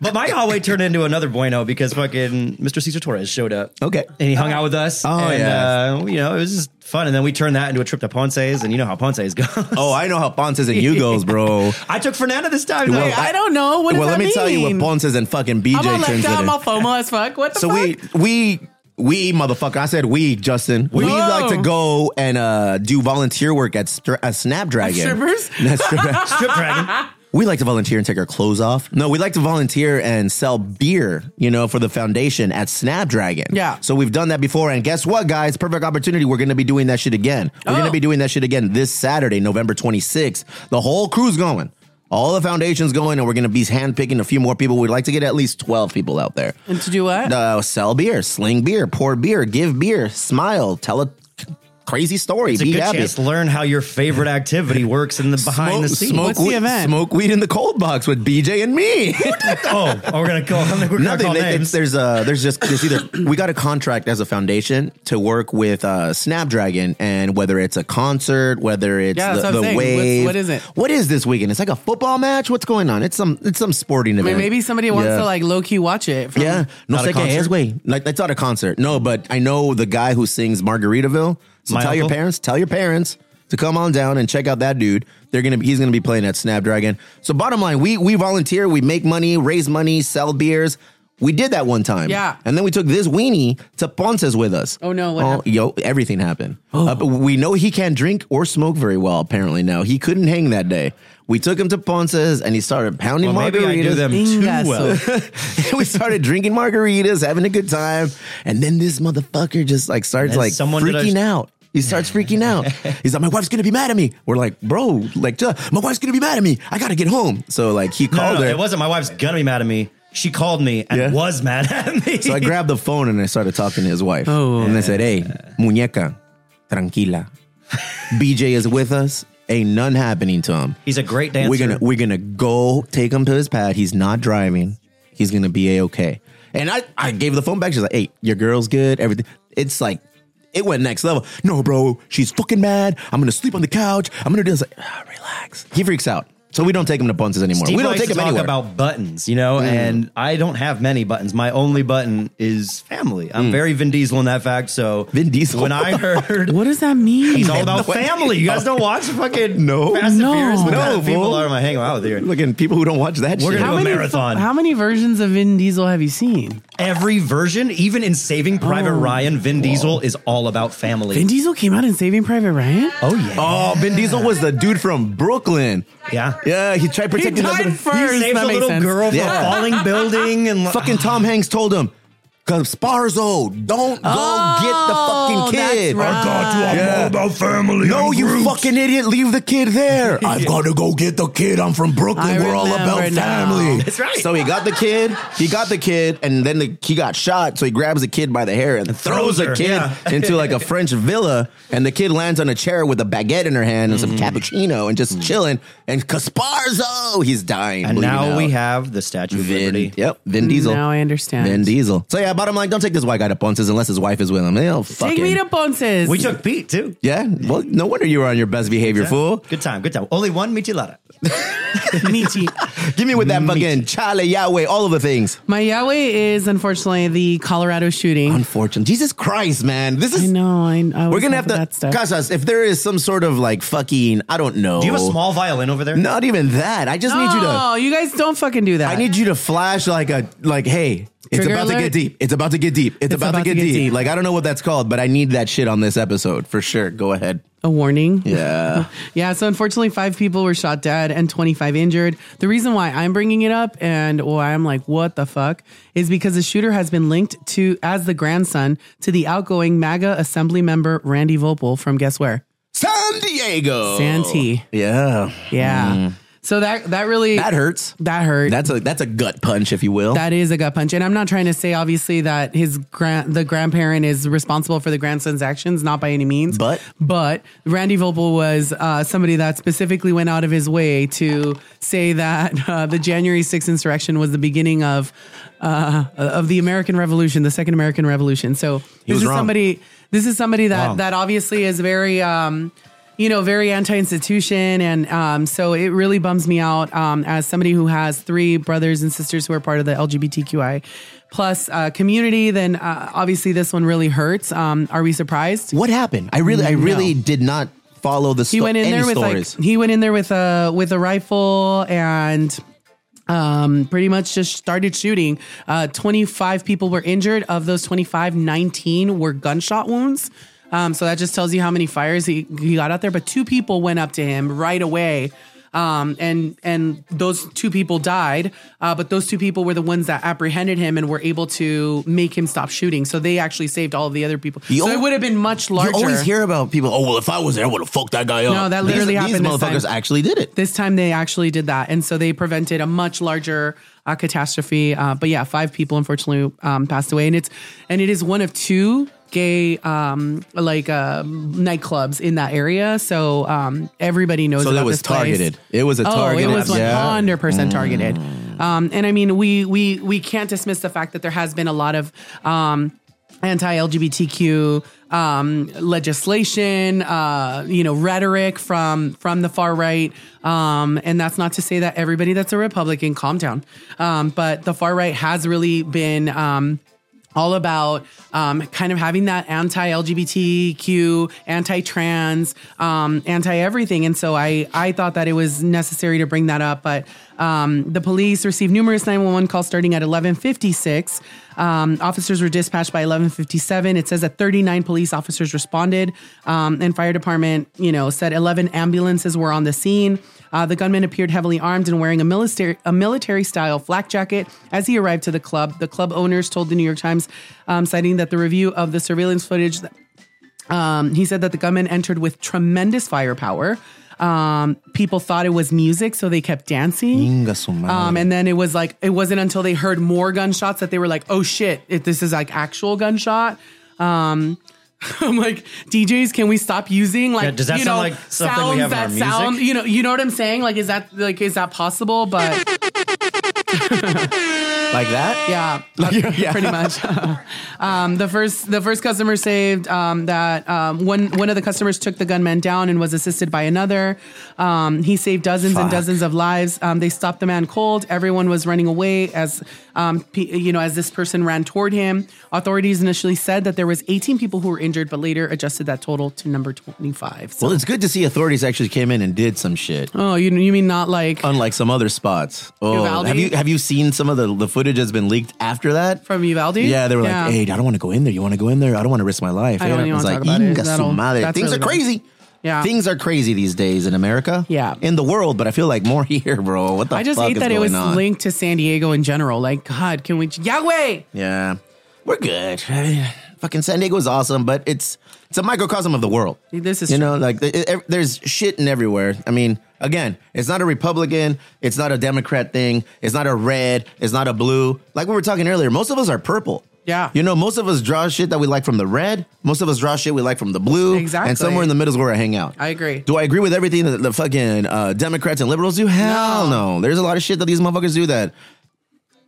[SPEAKER 5] But my hallway turned into another bueno because fucking Mr. Cesar Torres showed up.
[SPEAKER 3] Okay.
[SPEAKER 5] And he hung out with us.
[SPEAKER 3] Oh,
[SPEAKER 5] and,
[SPEAKER 3] yeah.
[SPEAKER 5] Uh, you know, it was just fun. And then we turned that into a trip to Ponce's, and you know how Ponce's goes.
[SPEAKER 3] Oh, I know how Ponces and Yugos, bro.
[SPEAKER 5] I took Fernanda this time.
[SPEAKER 3] Well,
[SPEAKER 5] though.
[SPEAKER 4] I don't know. What does
[SPEAKER 3] well,
[SPEAKER 4] that
[SPEAKER 3] let me tell you what
[SPEAKER 4] mean?
[SPEAKER 3] Ponces and fucking BJ
[SPEAKER 4] I'm all
[SPEAKER 3] turns
[SPEAKER 4] left
[SPEAKER 3] into.
[SPEAKER 4] out. I'm all FOMO as fuck. What the
[SPEAKER 3] so
[SPEAKER 4] fuck?
[SPEAKER 3] we we we motherfucker. I said we, Justin. We
[SPEAKER 4] Whoa.
[SPEAKER 3] like to go and uh, do volunteer work at, Str- at Snapdragon.
[SPEAKER 4] strippers?
[SPEAKER 3] Not stripper-
[SPEAKER 5] Strip Dragon.
[SPEAKER 3] we like to volunteer and take our clothes off. No, we like to volunteer and sell beer, you know, for the foundation at Snapdragon.
[SPEAKER 4] Yeah.
[SPEAKER 3] So we've done that before. And guess what, guys? Perfect opportunity. We're going to be doing that shit again. We're going
[SPEAKER 4] Oh.
[SPEAKER 3] to be doing that shit again this Saturday, November 26th. The whole crew's going. All the foundations going, and we're going to be handpicking a few more people. We'd like to get at least 12 people out there.
[SPEAKER 4] and to do what?
[SPEAKER 3] Uh, sell beer, sling beer, pour beer, give beer, smile, tell a c- crazy story,
[SPEAKER 5] It's a
[SPEAKER 3] be
[SPEAKER 5] good
[SPEAKER 3] happy.
[SPEAKER 5] chance to learn how your favorite activity works in the behind the scenes.
[SPEAKER 3] Smoke
[SPEAKER 4] What's the
[SPEAKER 3] weed,
[SPEAKER 4] event?
[SPEAKER 3] smoke weed in the cold box with BJ and me.
[SPEAKER 5] oh, oh, we're gonna call. I think we're gonna
[SPEAKER 3] Nothing.
[SPEAKER 5] call
[SPEAKER 3] It-
[SPEAKER 5] names.
[SPEAKER 3] it's, there's a there's just there's either we got a contract as a foundation to work with uh, Snapdragon, and whether it's a concert, whether it's
[SPEAKER 4] Yeah, that's
[SPEAKER 3] the,
[SPEAKER 4] what I'm
[SPEAKER 3] the
[SPEAKER 4] saying. What's-
[SPEAKER 3] wave,
[SPEAKER 4] what is it?
[SPEAKER 3] What is this weekend? It's like a football match. What's going on? It's some it's some sporting
[SPEAKER 4] I
[SPEAKER 3] event.
[SPEAKER 4] mean, maybe somebody wants
[SPEAKER 3] Yeah.
[SPEAKER 4] to like low key watch it. From,
[SPEAKER 3] Yeah, no
[SPEAKER 5] Not a
[SPEAKER 3] sé qué es,
[SPEAKER 5] concert?
[SPEAKER 3] güey. Like that's not a concert. No, but I know the guy who sings Margaritaville. So
[SPEAKER 5] My
[SPEAKER 3] tell your
[SPEAKER 5] uncle?
[SPEAKER 3] parents, tell your parents to come on down and check out that dude. They're gonna be, he's gonna be playing at Snapdragon. So bottom line, we we volunteer, we make money, raise money, sell beers. We did that one time.
[SPEAKER 4] Yeah.
[SPEAKER 3] And then we took this weenie to Ponce's with us.
[SPEAKER 4] Oh, no, what happened?
[SPEAKER 3] yo, everything happened.
[SPEAKER 5] Oh.
[SPEAKER 3] Uh, but we know he can't drink or smoke very well, apparently now. He couldn't hang that day. We took him to Ponce's and he started pounding
[SPEAKER 5] well, maybe I do
[SPEAKER 3] margaritas.
[SPEAKER 5] them too
[SPEAKER 4] Ingasu.
[SPEAKER 5] well.
[SPEAKER 3] we started drinking margaritas, having a good time, and then this motherfucker just like starts
[SPEAKER 5] And
[SPEAKER 3] like
[SPEAKER 5] someone did a-
[SPEAKER 3] freaking out. He starts freaking out. He's like, "My wife's gonna be mad at me." We're like, "Bro, like, duh, my wife's gonna be mad at me. I gotta get home." So like, he
[SPEAKER 5] No,
[SPEAKER 3] called
[SPEAKER 5] no,
[SPEAKER 3] her.
[SPEAKER 5] it wasn't. My wife's gonna be mad at me. She called me and
[SPEAKER 3] Yeah.
[SPEAKER 5] was mad at me.
[SPEAKER 3] so I grabbed the phone and I started talking to his wife.
[SPEAKER 5] Oh,
[SPEAKER 3] and I said, "Hey, muñeca, tranquila. BJ is with us. Ain't none happening to him.
[SPEAKER 5] He's a great dancer.
[SPEAKER 3] We're gonna we're gonna go take him to his pad. He's not driving. He's gonna be a okay. And I I gave the phone back. She's like, hey, your girl's good. Everything. It's like it went next level. No, bro, she's fucking mad. I'm gonna sleep on the couch. I'm gonna do this. Like, "Ah, relax. He freaks out. So we don't take him to Bunces anymore.
[SPEAKER 5] Steve
[SPEAKER 3] we don't
[SPEAKER 5] likes
[SPEAKER 3] take
[SPEAKER 5] to
[SPEAKER 3] him
[SPEAKER 5] talk
[SPEAKER 3] anywhere. Mm.
[SPEAKER 5] about buttons, you know, and I don't have many buttons. My only button is family. I'm very Vin Diesel in that fact. So
[SPEAKER 3] Mm. Vin Diesel?
[SPEAKER 5] When I heard
[SPEAKER 4] What does that mean?
[SPEAKER 5] he's all about family, you guys don't watch fucking
[SPEAKER 3] Oh. No.
[SPEAKER 5] Fast and
[SPEAKER 4] No.
[SPEAKER 5] Furious. What kind
[SPEAKER 3] No,
[SPEAKER 5] of people
[SPEAKER 3] fool.
[SPEAKER 5] are am I hanging out with here?
[SPEAKER 3] Look, and people who don't watch that
[SPEAKER 5] We're
[SPEAKER 3] shit.
[SPEAKER 5] gonna
[SPEAKER 4] how
[SPEAKER 5] do a
[SPEAKER 4] many,
[SPEAKER 5] marathon.
[SPEAKER 4] How many versions of Vin Diesel have you seen?
[SPEAKER 5] Every version, even in Saving Private
[SPEAKER 4] Oh.
[SPEAKER 5] Ryan, Vin Diesel is all about family.
[SPEAKER 4] Vin Diesel came out in Saving Private Ryan.
[SPEAKER 5] oh yeah,
[SPEAKER 3] oh, Vin Diesel was the dude from Brooklyn.
[SPEAKER 5] yeah.
[SPEAKER 3] Yeah, he tried
[SPEAKER 4] He
[SPEAKER 3] protecting
[SPEAKER 4] died
[SPEAKER 3] the
[SPEAKER 4] first.
[SPEAKER 5] He saves
[SPEAKER 4] that
[SPEAKER 5] a
[SPEAKER 4] makes
[SPEAKER 5] little
[SPEAKER 4] sense.
[SPEAKER 5] girl from
[SPEAKER 3] Yeah.
[SPEAKER 5] a falling building and
[SPEAKER 3] Fucking Tom Hanks told him, Sparzo, don't
[SPEAKER 4] Oh,
[SPEAKER 3] go get the fucking kid.
[SPEAKER 4] that's right. I got you. I'm
[SPEAKER 3] all about family. No, you fucking idiot. Leave the kid there. I've got to go get the kid. I'm from Brooklyn.
[SPEAKER 4] I
[SPEAKER 3] We're all about
[SPEAKER 4] remember now.
[SPEAKER 3] family.
[SPEAKER 5] That's right.
[SPEAKER 3] So he got the kid. He got the kid, and then the, he got shot. So he grabs the kid by the hair and throws
[SPEAKER 5] throws
[SPEAKER 3] the
[SPEAKER 5] her,
[SPEAKER 3] kid
[SPEAKER 5] yeah.
[SPEAKER 3] into like a French villa. And the kid lands on a chair with a baguette in her hand and some cappuccino and just chilling. And Casparzo, he's dying.
[SPEAKER 5] and
[SPEAKER 3] bleeding
[SPEAKER 5] now
[SPEAKER 3] out.
[SPEAKER 5] we have the Statue of
[SPEAKER 3] Vin.
[SPEAKER 5] Liberty.
[SPEAKER 3] Yep, Vin Diesel.
[SPEAKER 4] Now I understand.
[SPEAKER 3] Vin Diesel. So yeah, Yeah, bottom line, don't take this white guy to Ponce's unless his wife is with him. They'll fucking.
[SPEAKER 4] Take me to Ponce's.
[SPEAKER 5] We took Pete too.
[SPEAKER 3] yeah, well, no wonder you were on your best behavior, fool.
[SPEAKER 5] Good time, good time. Only one michelada.
[SPEAKER 4] Michi.
[SPEAKER 3] Give me with that fucking Chale Yahweh, all of the things.
[SPEAKER 4] My Yahweh is unfortunately the Colorado shooting.
[SPEAKER 3] Unfortunate. Jesus Christ, man. This is.
[SPEAKER 4] I know. I, I
[SPEAKER 3] We're
[SPEAKER 4] always
[SPEAKER 3] gonna
[SPEAKER 4] laugh
[SPEAKER 3] have
[SPEAKER 4] at that
[SPEAKER 3] to.
[SPEAKER 4] stuff.
[SPEAKER 3] Casas, if there is some sort of like fucking, I don't know.
[SPEAKER 5] Do you have a small violin over there?
[SPEAKER 3] Not even that. I just need you to.
[SPEAKER 4] No, you guys don't fucking do that.
[SPEAKER 3] I need you to flash like a like. Hey, it's
[SPEAKER 4] Trigger
[SPEAKER 3] about to
[SPEAKER 4] alert.
[SPEAKER 3] get deep. It's about to get deep. It's, about, to get, deep. Like I don't know what that's called, but I need that shit on this episode for sure. Go ahead.
[SPEAKER 4] a warning.
[SPEAKER 3] Yeah.
[SPEAKER 4] Yeah, so unfortunately, five people were shot dead and 25 injured. The reason why I'm bringing it up and why I'm like, what the fuck, is because the shooter has been linked to, as the grandson, to the outgoing MAGA assembly member Randy Vopel from guess where?
[SPEAKER 3] San Diego.
[SPEAKER 4] Santee.
[SPEAKER 3] Yeah.
[SPEAKER 4] Yeah. So that, that really,
[SPEAKER 3] Hmm. That hurts.
[SPEAKER 4] that hurt.
[SPEAKER 3] That's a that's a gut punch, if you will.
[SPEAKER 4] That is a gut punch, and I'm not trying to say obviously that his grand the grandparent is responsible for the grandson's actions, not by any means.
[SPEAKER 3] But?
[SPEAKER 4] but Randy Vopel was uh, somebody that specifically went out of his way to say that uh, the January 6th insurrection was the beginning of uh, of the American Revolution, the Second American Revolution. So this
[SPEAKER 3] was
[SPEAKER 4] is
[SPEAKER 3] wrong.
[SPEAKER 4] somebody. This is somebody that
[SPEAKER 5] Wow.
[SPEAKER 4] that obviously is very. Um, you know, very anti-institution, and um, so it really bums me out um, as somebody who has three brothers and sisters who are part of the LGBTQI plus uh, community. Then uh, obviously this one really hurts. Um, are we surprised?
[SPEAKER 3] what happened? I really, I really did not follow the.
[SPEAKER 4] He went in there with
[SPEAKER 3] stories.
[SPEAKER 4] like he went in there with a with a rifle and um pretty much just started shooting uh 25 people were injured of those 25 19 were gunshot wounds um so that just tells you how many fires he, he got out there but two people went up to him right away um and and those two people died uh but those two people were the ones that apprehended him and were able to make him stop shooting so they actually saved all of the other people
[SPEAKER 3] You
[SPEAKER 4] so
[SPEAKER 3] al-
[SPEAKER 4] it would have been much larger
[SPEAKER 3] You always hear about people. Oh well, if I was there, I would have fucked that guy up.
[SPEAKER 4] No, that literally
[SPEAKER 3] these,
[SPEAKER 4] happened
[SPEAKER 3] These
[SPEAKER 4] this time.
[SPEAKER 3] motherfuckers actually did it.
[SPEAKER 4] this time they actually did that and so they prevented a much larger uh, catastrophe uh, but yeah five people unfortunately um, passed away and it's and it is one of two gay um like uh nightclubs in that area so um everybody knows
[SPEAKER 3] So that
[SPEAKER 4] about
[SPEAKER 3] was
[SPEAKER 4] this place.
[SPEAKER 3] targeted. It was a targeted.
[SPEAKER 4] Oh, it was one
[SPEAKER 3] Yeah. Mm.
[SPEAKER 4] hundred percent targeted. Um, and I mean, we we we can't dismiss the fact that there has been a lot of um, anti-LGBTQ um, legislation, uh, you know, rhetoric from from the far right. Um, and that's not to say that everybody that's a Republican, calm down. Um, but the far right has really been. Um, all about um, kind of having that anti-LGBTQ, anti-trans, um, anti-everything, and so I I thought that it was necessary to bring that up. But um, the police received numerous 911 calls starting at 11:56. Um, officers were dispatched by 11:57. It says that 39 police officers responded, um, and fire department you know said 11 ambulances were on the scene. Uh, the gunman appeared heavily armed and wearing a military a military style flak jacket as he arrived to the club. The club owners told the New York Times, um, citing that the review of the surveillance footage, um, he said that the gunman entered with tremendous firepower. Um, people thought it was music, so they kept dancing.
[SPEAKER 3] Inga su madre.
[SPEAKER 5] Mm-hmm.
[SPEAKER 4] Um, and then it was like it wasn't until they heard more gunshots that they were like, "Oh shit! If this is like actual gunshot." Um, I'm like DJs, can we stop using like
[SPEAKER 5] Yeah, does that
[SPEAKER 4] you
[SPEAKER 5] sound
[SPEAKER 4] know,
[SPEAKER 5] like something we
[SPEAKER 4] sounds
[SPEAKER 5] have in our
[SPEAKER 4] that
[SPEAKER 5] music?
[SPEAKER 4] sound you know you know what I'm saying like is that like is that possible? But
[SPEAKER 3] like that.
[SPEAKER 4] yeah, pretty much. um, the first the first customer saved um, that um, one one of the customers took the gunman down and was assisted by another. Um, he saved dozens and
[SPEAKER 3] Fuck.
[SPEAKER 4] dozens of lives. Um, they stopped the man cold. Everyone was running away as um, pe- you know as this person ran toward him. Authorities initially said that there was 18 people who were injured, but later adjusted that total to number 25. So,
[SPEAKER 3] Well, it's good to see authorities actually came in and did some shit.
[SPEAKER 4] oh, you you mean not like
[SPEAKER 3] Unlike some other spots. Oh,
[SPEAKER 4] Uvalde?
[SPEAKER 3] have you have you seen some of the, the footage that's been leaked after that?
[SPEAKER 4] from Uvalde?
[SPEAKER 3] yeah, they were like, "Hey, I don't want to go in there. You want to go in there? I don't want to risk my life."
[SPEAKER 4] I don't
[SPEAKER 3] And
[SPEAKER 4] even
[SPEAKER 3] was
[SPEAKER 4] wanna
[SPEAKER 3] like,
[SPEAKER 4] talk about it.
[SPEAKER 3] "Inga su
[SPEAKER 4] That'll-
[SPEAKER 3] madre."
[SPEAKER 4] that's
[SPEAKER 3] Things
[SPEAKER 4] really
[SPEAKER 3] are
[SPEAKER 4] bad.
[SPEAKER 3] crazy.
[SPEAKER 4] Yeah.
[SPEAKER 3] things are crazy these days in America.
[SPEAKER 4] Yeah.
[SPEAKER 3] in the world, but I feel like more here, bro. What the
[SPEAKER 4] I just
[SPEAKER 3] fuck
[SPEAKER 4] hate
[SPEAKER 3] is
[SPEAKER 4] that it
[SPEAKER 3] going
[SPEAKER 4] was
[SPEAKER 3] on?
[SPEAKER 4] linked to San Diego in general. Like, God, can we Yahweh?
[SPEAKER 3] Yeah, we're good. I mean, fucking San Diego is awesome, but it's it's a microcosm of the world.
[SPEAKER 4] This is
[SPEAKER 3] you
[SPEAKER 4] true.
[SPEAKER 3] know like the- e- e- there's shit in everywhere. I mean, again, it's not a Republican, it's not a Democrat thing, it's not a red, it's not a blue. Like we were talking earlier, most of us are purple.
[SPEAKER 4] Yeah.
[SPEAKER 3] you know, most of us draw shit that we like from the red. Most of us draw shit we like from the blue.
[SPEAKER 4] Exactly.
[SPEAKER 3] and somewhere in the middle is where I hang out.
[SPEAKER 4] I agree.
[SPEAKER 3] Do I agree with everything that the fucking uh, Democrats and liberals do? Hell no. There's a lot of shit that these motherfuckers do that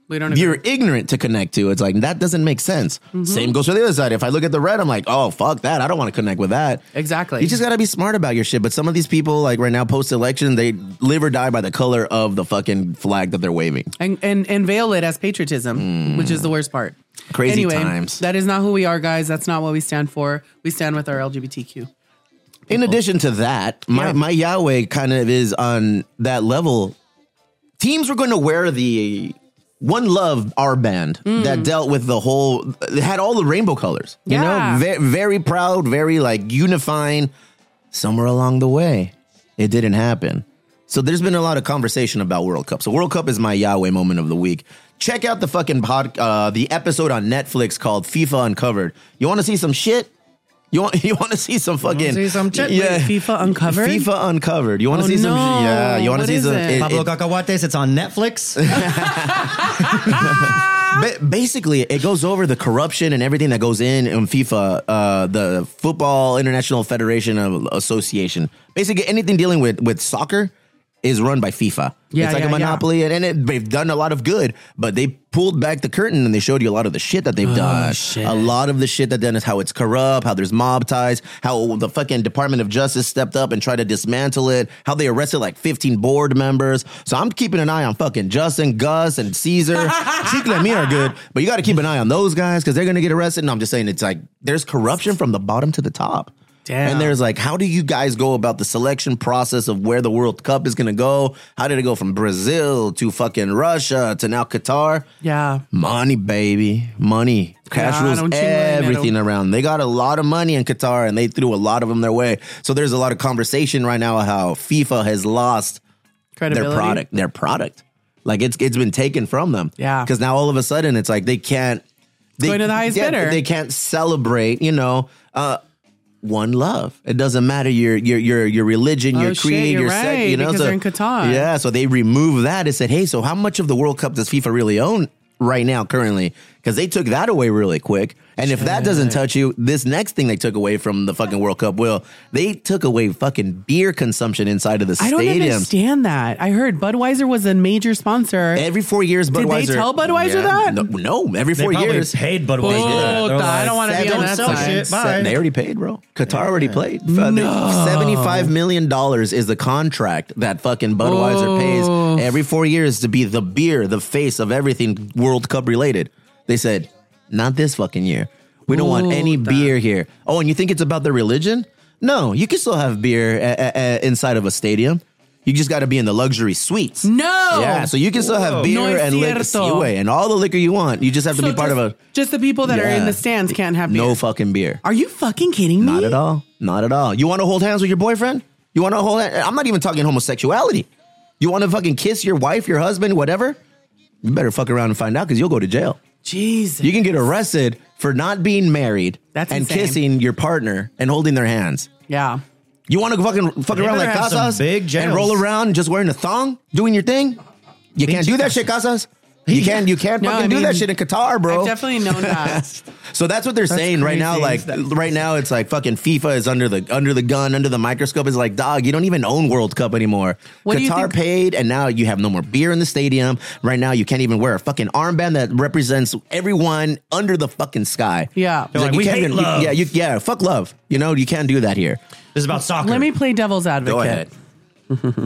[SPEAKER 4] We don't
[SPEAKER 3] you're ignorant to connect to. It's like that doesn't make sense.
[SPEAKER 4] Mm-hmm.
[SPEAKER 3] Same goes for the other side. If I look at the red, I'm like, oh fuck that. I don't want to connect with that.
[SPEAKER 4] Exactly.
[SPEAKER 3] You just gotta be smart about your shit. But some of these people, like right now, post election, they live or die by the color of the fucking flag that they're waving.
[SPEAKER 4] and, and and veil it as patriotism, which is the worst part.
[SPEAKER 3] Crazy
[SPEAKER 4] anyway,
[SPEAKER 3] times.
[SPEAKER 4] That is not who we are, guys. That's not what we stand for. We stand with our LGBTQ.
[SPEAKER 3] In addition to that, my,
[SPEAKER 4] Yeah.
[SPEAKER 3] my Yahweh kind of is on that level. Teams were going to wear the One Love R band that
[SPEAKER 4] Mm.
[SPEAKER 3] dealt with the whole, it had all the rainbow colors.
[SPEAKER 4] Yeah.
[SPEAKER 3] You know, Ve- very proud, very like unifying. Somewhere along the way, it didn't happen. So there's been a lot of conversation about World Cup. So World Cup is my Yahweh moment of the week. Check out the fucking pod, uh, the episode on Netflix called FIFA Uncovered. You want to see some shit? You want you want to see some fucking
[SPEAKER 5] see some shit?
[SPEAKER 3] yeah.
[SPEAKER 4] Wait, FIFA Uncovered?
[SPEAKER 3] FIFA Uncovered. You want to
[SPEAKER 4] Oh,
[SPEAKER 3] see some?
[SPEAKER 4] no.
[SPEAKER 3] Yeah, you want to
[SPEAKER 4] What
[SPEAKER 3] see
[SPEAKER 4] is
[SPEAKER 3] some?
[SPEAKER 4] it?
[SPEAKER 5] Pablo Cacahuates, it's on Netflix.
[SPEAKER 3] ba- basically, it goes over the corruption and everything that goes in in FIFA, uh, the Football International Federation of Association. Basically, anything dealing with with soccer is run by FIFA.
[SPEAKER 4] Yeah,
[SPEAKER 3] it's like
[SPEAKER 4] yeah,
[SPEAKER 3] a
[SPEAKER 4] yeah.
[SPEAKER 3] monopoly, and, and it, they've done a lot of good, but they pulled back the curtain and they showed you a lot of the shit that they've done.
[SPEAKER 4] shit.
[SPEAKER 3] A lot of the shit that done is how it's corrupt, how there's mob ties, how the fucking Department of Justice stepped up and tried to dismantle it, how they arrested like 15 board members. So I'm keeping an eye on fucking Justin, Gus, and Caesar. Chicle and me are good, but you got to keep an eye on those guys because they're going to get arrested. And I'm just saying, it's like there's corruption from the bottom to the top.
[SPEAKER 4] Damn.
[SPEAKER 3] And there's like, how do you guys go about the selection process of where the World Cup is going to go? How did it go from Brazil to fucking Russia to now Qatar?
[SPEAKER 4] Yeah.
[SPEAKER 3] Money, baby. Money. Cash
[SPEAKER 4] Yeah,
[SPEAKER 3] rules
[SPEAKER 4] don't you worry,
[SPEAKER 3] everything
[SPEAKER 4] Neto.
[SPEAKER 3] around. They got a lot of money in Qatar and they threw a lot of them their way. So there's a lot of conversation right now how FIFA has lost
[SPEAKER 4] Credibility.
[SPEAKER 3] their product. Their product. Like it's it's been taken from them.
[SPEAKER 4] Yeah.
[SPEAKER 3] Because now all of a sudden it's like they can't they,
[SPEAKER 4] Going to the highest bidder.
[SPEAKER 3] They can't celebrate, you know, uh one love. It doesn't matter your your your your religion, your
[SPEAKER 4] Oh, shit,
[SPEAKER 3] creed,
[SPEAKER 4] you're
[SPEAKER 3] your sect,
[SPEAKER 4] right,
[SPEAKER 3] you know.
[SPEAKER 4] because
[SPEAKER 3] so,
[SPEAKER 4] they're in Qatar.
[SPEAKER 3] Yeah, so they removed that and said, "Hey, so how much of the World Cup does FIFA really own right now currently?" Because they took that away really quick. And if that doesn't touch you, this next thing they took away from the fucking World Cup will. They took away fucking beer consumption inside of the
[SPEAKER 4] I don't
[SPEAKER 3] stadiums.
[SPEAKER 4] understand that. I heard Budweiser was a major sponsor.
[SPEAKER 3] Every four years,
[SPEAKER 4] they
[SPEAKER 3] Budweiser.
[SPEAKER 4] tell Budweiser that?
[SPEAKER 3] No, no, every
[SPEAKER 5] They
[SPEAKER 3] four
[SPEAKER 5] probably
[SPEAKER 3] years.
[SPEAKER 5] paid Budweiser.
[SPEAKER 4] Oh,
[SPEAKER 5] They're
[SPEAKER 4] I don't wanna be
[SPEAKER 5] "Don't
[SPEAKER 4] on that
[SPEAKER 5] sell
[SPEAKER 4] side."
[SPEAKER 5] shit,
[SPEAKER 3] Se- They
[SPEAKER 5] Bye.
[SPEAKER 3] already paid, bro. Qatar already played. Uh, they- Seventy-five million dollars is the contract that fucking Budweiser pays every four years to be the beer, the face of everything World Cup related. They said, not this fucking year. We don't want any beer here. Oh, and you think it's about their religion? No, you can still have beer uh, uh, uh, inside of a stadium. You just got to be in the luxury suites.
[SPEAKER 4] no.
[SPEAKER 3] Yeah, so you can still have beer
[SPEAKER 4] Oh. No es
[SPEAKER 3] and liquor,
[SPEAKER 4] cierto.
[SPEAKER 3] Sí, güey, and all the liquor you want. You just have to
[SPEAKER 4] So
[SPEAKER 3] be part
[SPEAKER 4] just,
[SPEAKER 3] of a
[SPEAKER 4] just the people that are in
[SPEAKER 3] Yeah.
[SPEAKER 4] the stands can't have beer.
[SPEAKER 3] no fucking beer.
[SPEAKER 4] Are you fucking kidding me?
[SPEAKER 3] Not at all. Not at all. You want to hold hands with your boyfriend? You want to hold? hand- I'm not even talking homosexuality. You want to fucking kiss your wife, your husband, whatever? You better fuck around and find out because you'll go to jail.
[SPEAKER 4] Jesus.
[SPEAKER 3] You can get arrested for not being married
[SPEAKER 4] That's
[SPEAKER 3] and
[SPEAKER 4] insane.
[SPEAKER 3] kissing your partner and holding their hands.
[SPEAKER 4] yeah.
[SPEAKER 3] You want to fucking fuck around
[SPEAKER 5] better
[SPEAKER 3] like
[SPEAKER 5] have some
[SPEAKER 3] Casas
[SPEAKER 5] big
[SPEAKER 3] and
[SPEAKER 5] jails.
[SPEAKER 3] roll around just wearing a thong, doing your thing? You can't do that shit, Casas. You can't. You can't
[SPEAKER 4] No,
[SPEAKER 3] fucking
[SPEAKER 4] I
[SPEAKER 3] do
[SPEAKER 4] mean,
[SPEAKER 3] that shit in Qatar, bro.
[SPEAKER 4] I've definitely known that.
[SPEAKER 3] So that's what they're saying right now. Like
[SPEAKER 4] crazy.
[SPEAKER 3] right now, it's like fucking FIFA is under the under the gun, under the microscope. It's like, dog, you don't even own World Cup anymore.
[SPEAKER 4] What do you
[SPEAKER 3] Qatar
[SPEAKER 4] think-
[SPEAKER 3] paid, and now you have no more beer in the stadium. Right now, you can't even wear a fucking armband that represents everyone under the fucking sky.
[SPEAKER 4] Yeah.
[SPEAKER 3] It's
[SPEAKER 5] They're like,
[SPEAKER 3] you
[SPEAKER 5] "We
[SPEAKER 3] can't
[SPEAKER 5] hate
[SPEAKER 3] you-
[SPEAKER 5] love."
[SPEAKER 3] yeah, you, yeah, fuck love. You know, you can't do that here.
[SPEAKER 5] This is about soccer.
[SPEAKER 4] Let me play devil's advocate.
[SPEAKER 3] Go ahead.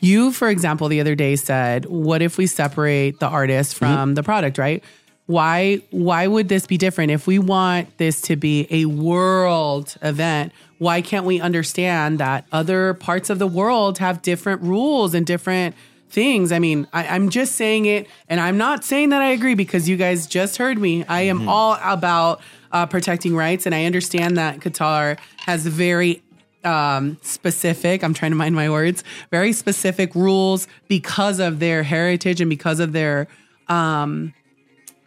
[SPEAKER 4] You, for example, the other day said, "What if we separate the artist
[SPEAKER 3] Mm-hmm.
[SPEAKER 4] from the product?" Right? Why? Why would this be different? If we want this to be a world event, why can't we understand that other parts of the world have different rules and different things? I mean, I, I'm just saying it, and I'm not saying that I agree because you guys just heard me. I am
[SPEAKER 3] Mm-hmm.
[SPEAKER 4] all about uh, protecting rights, and I understand that Qatar has very um, specific, I'm trying to mind my words, very specific rules because of their heritage and because of their um,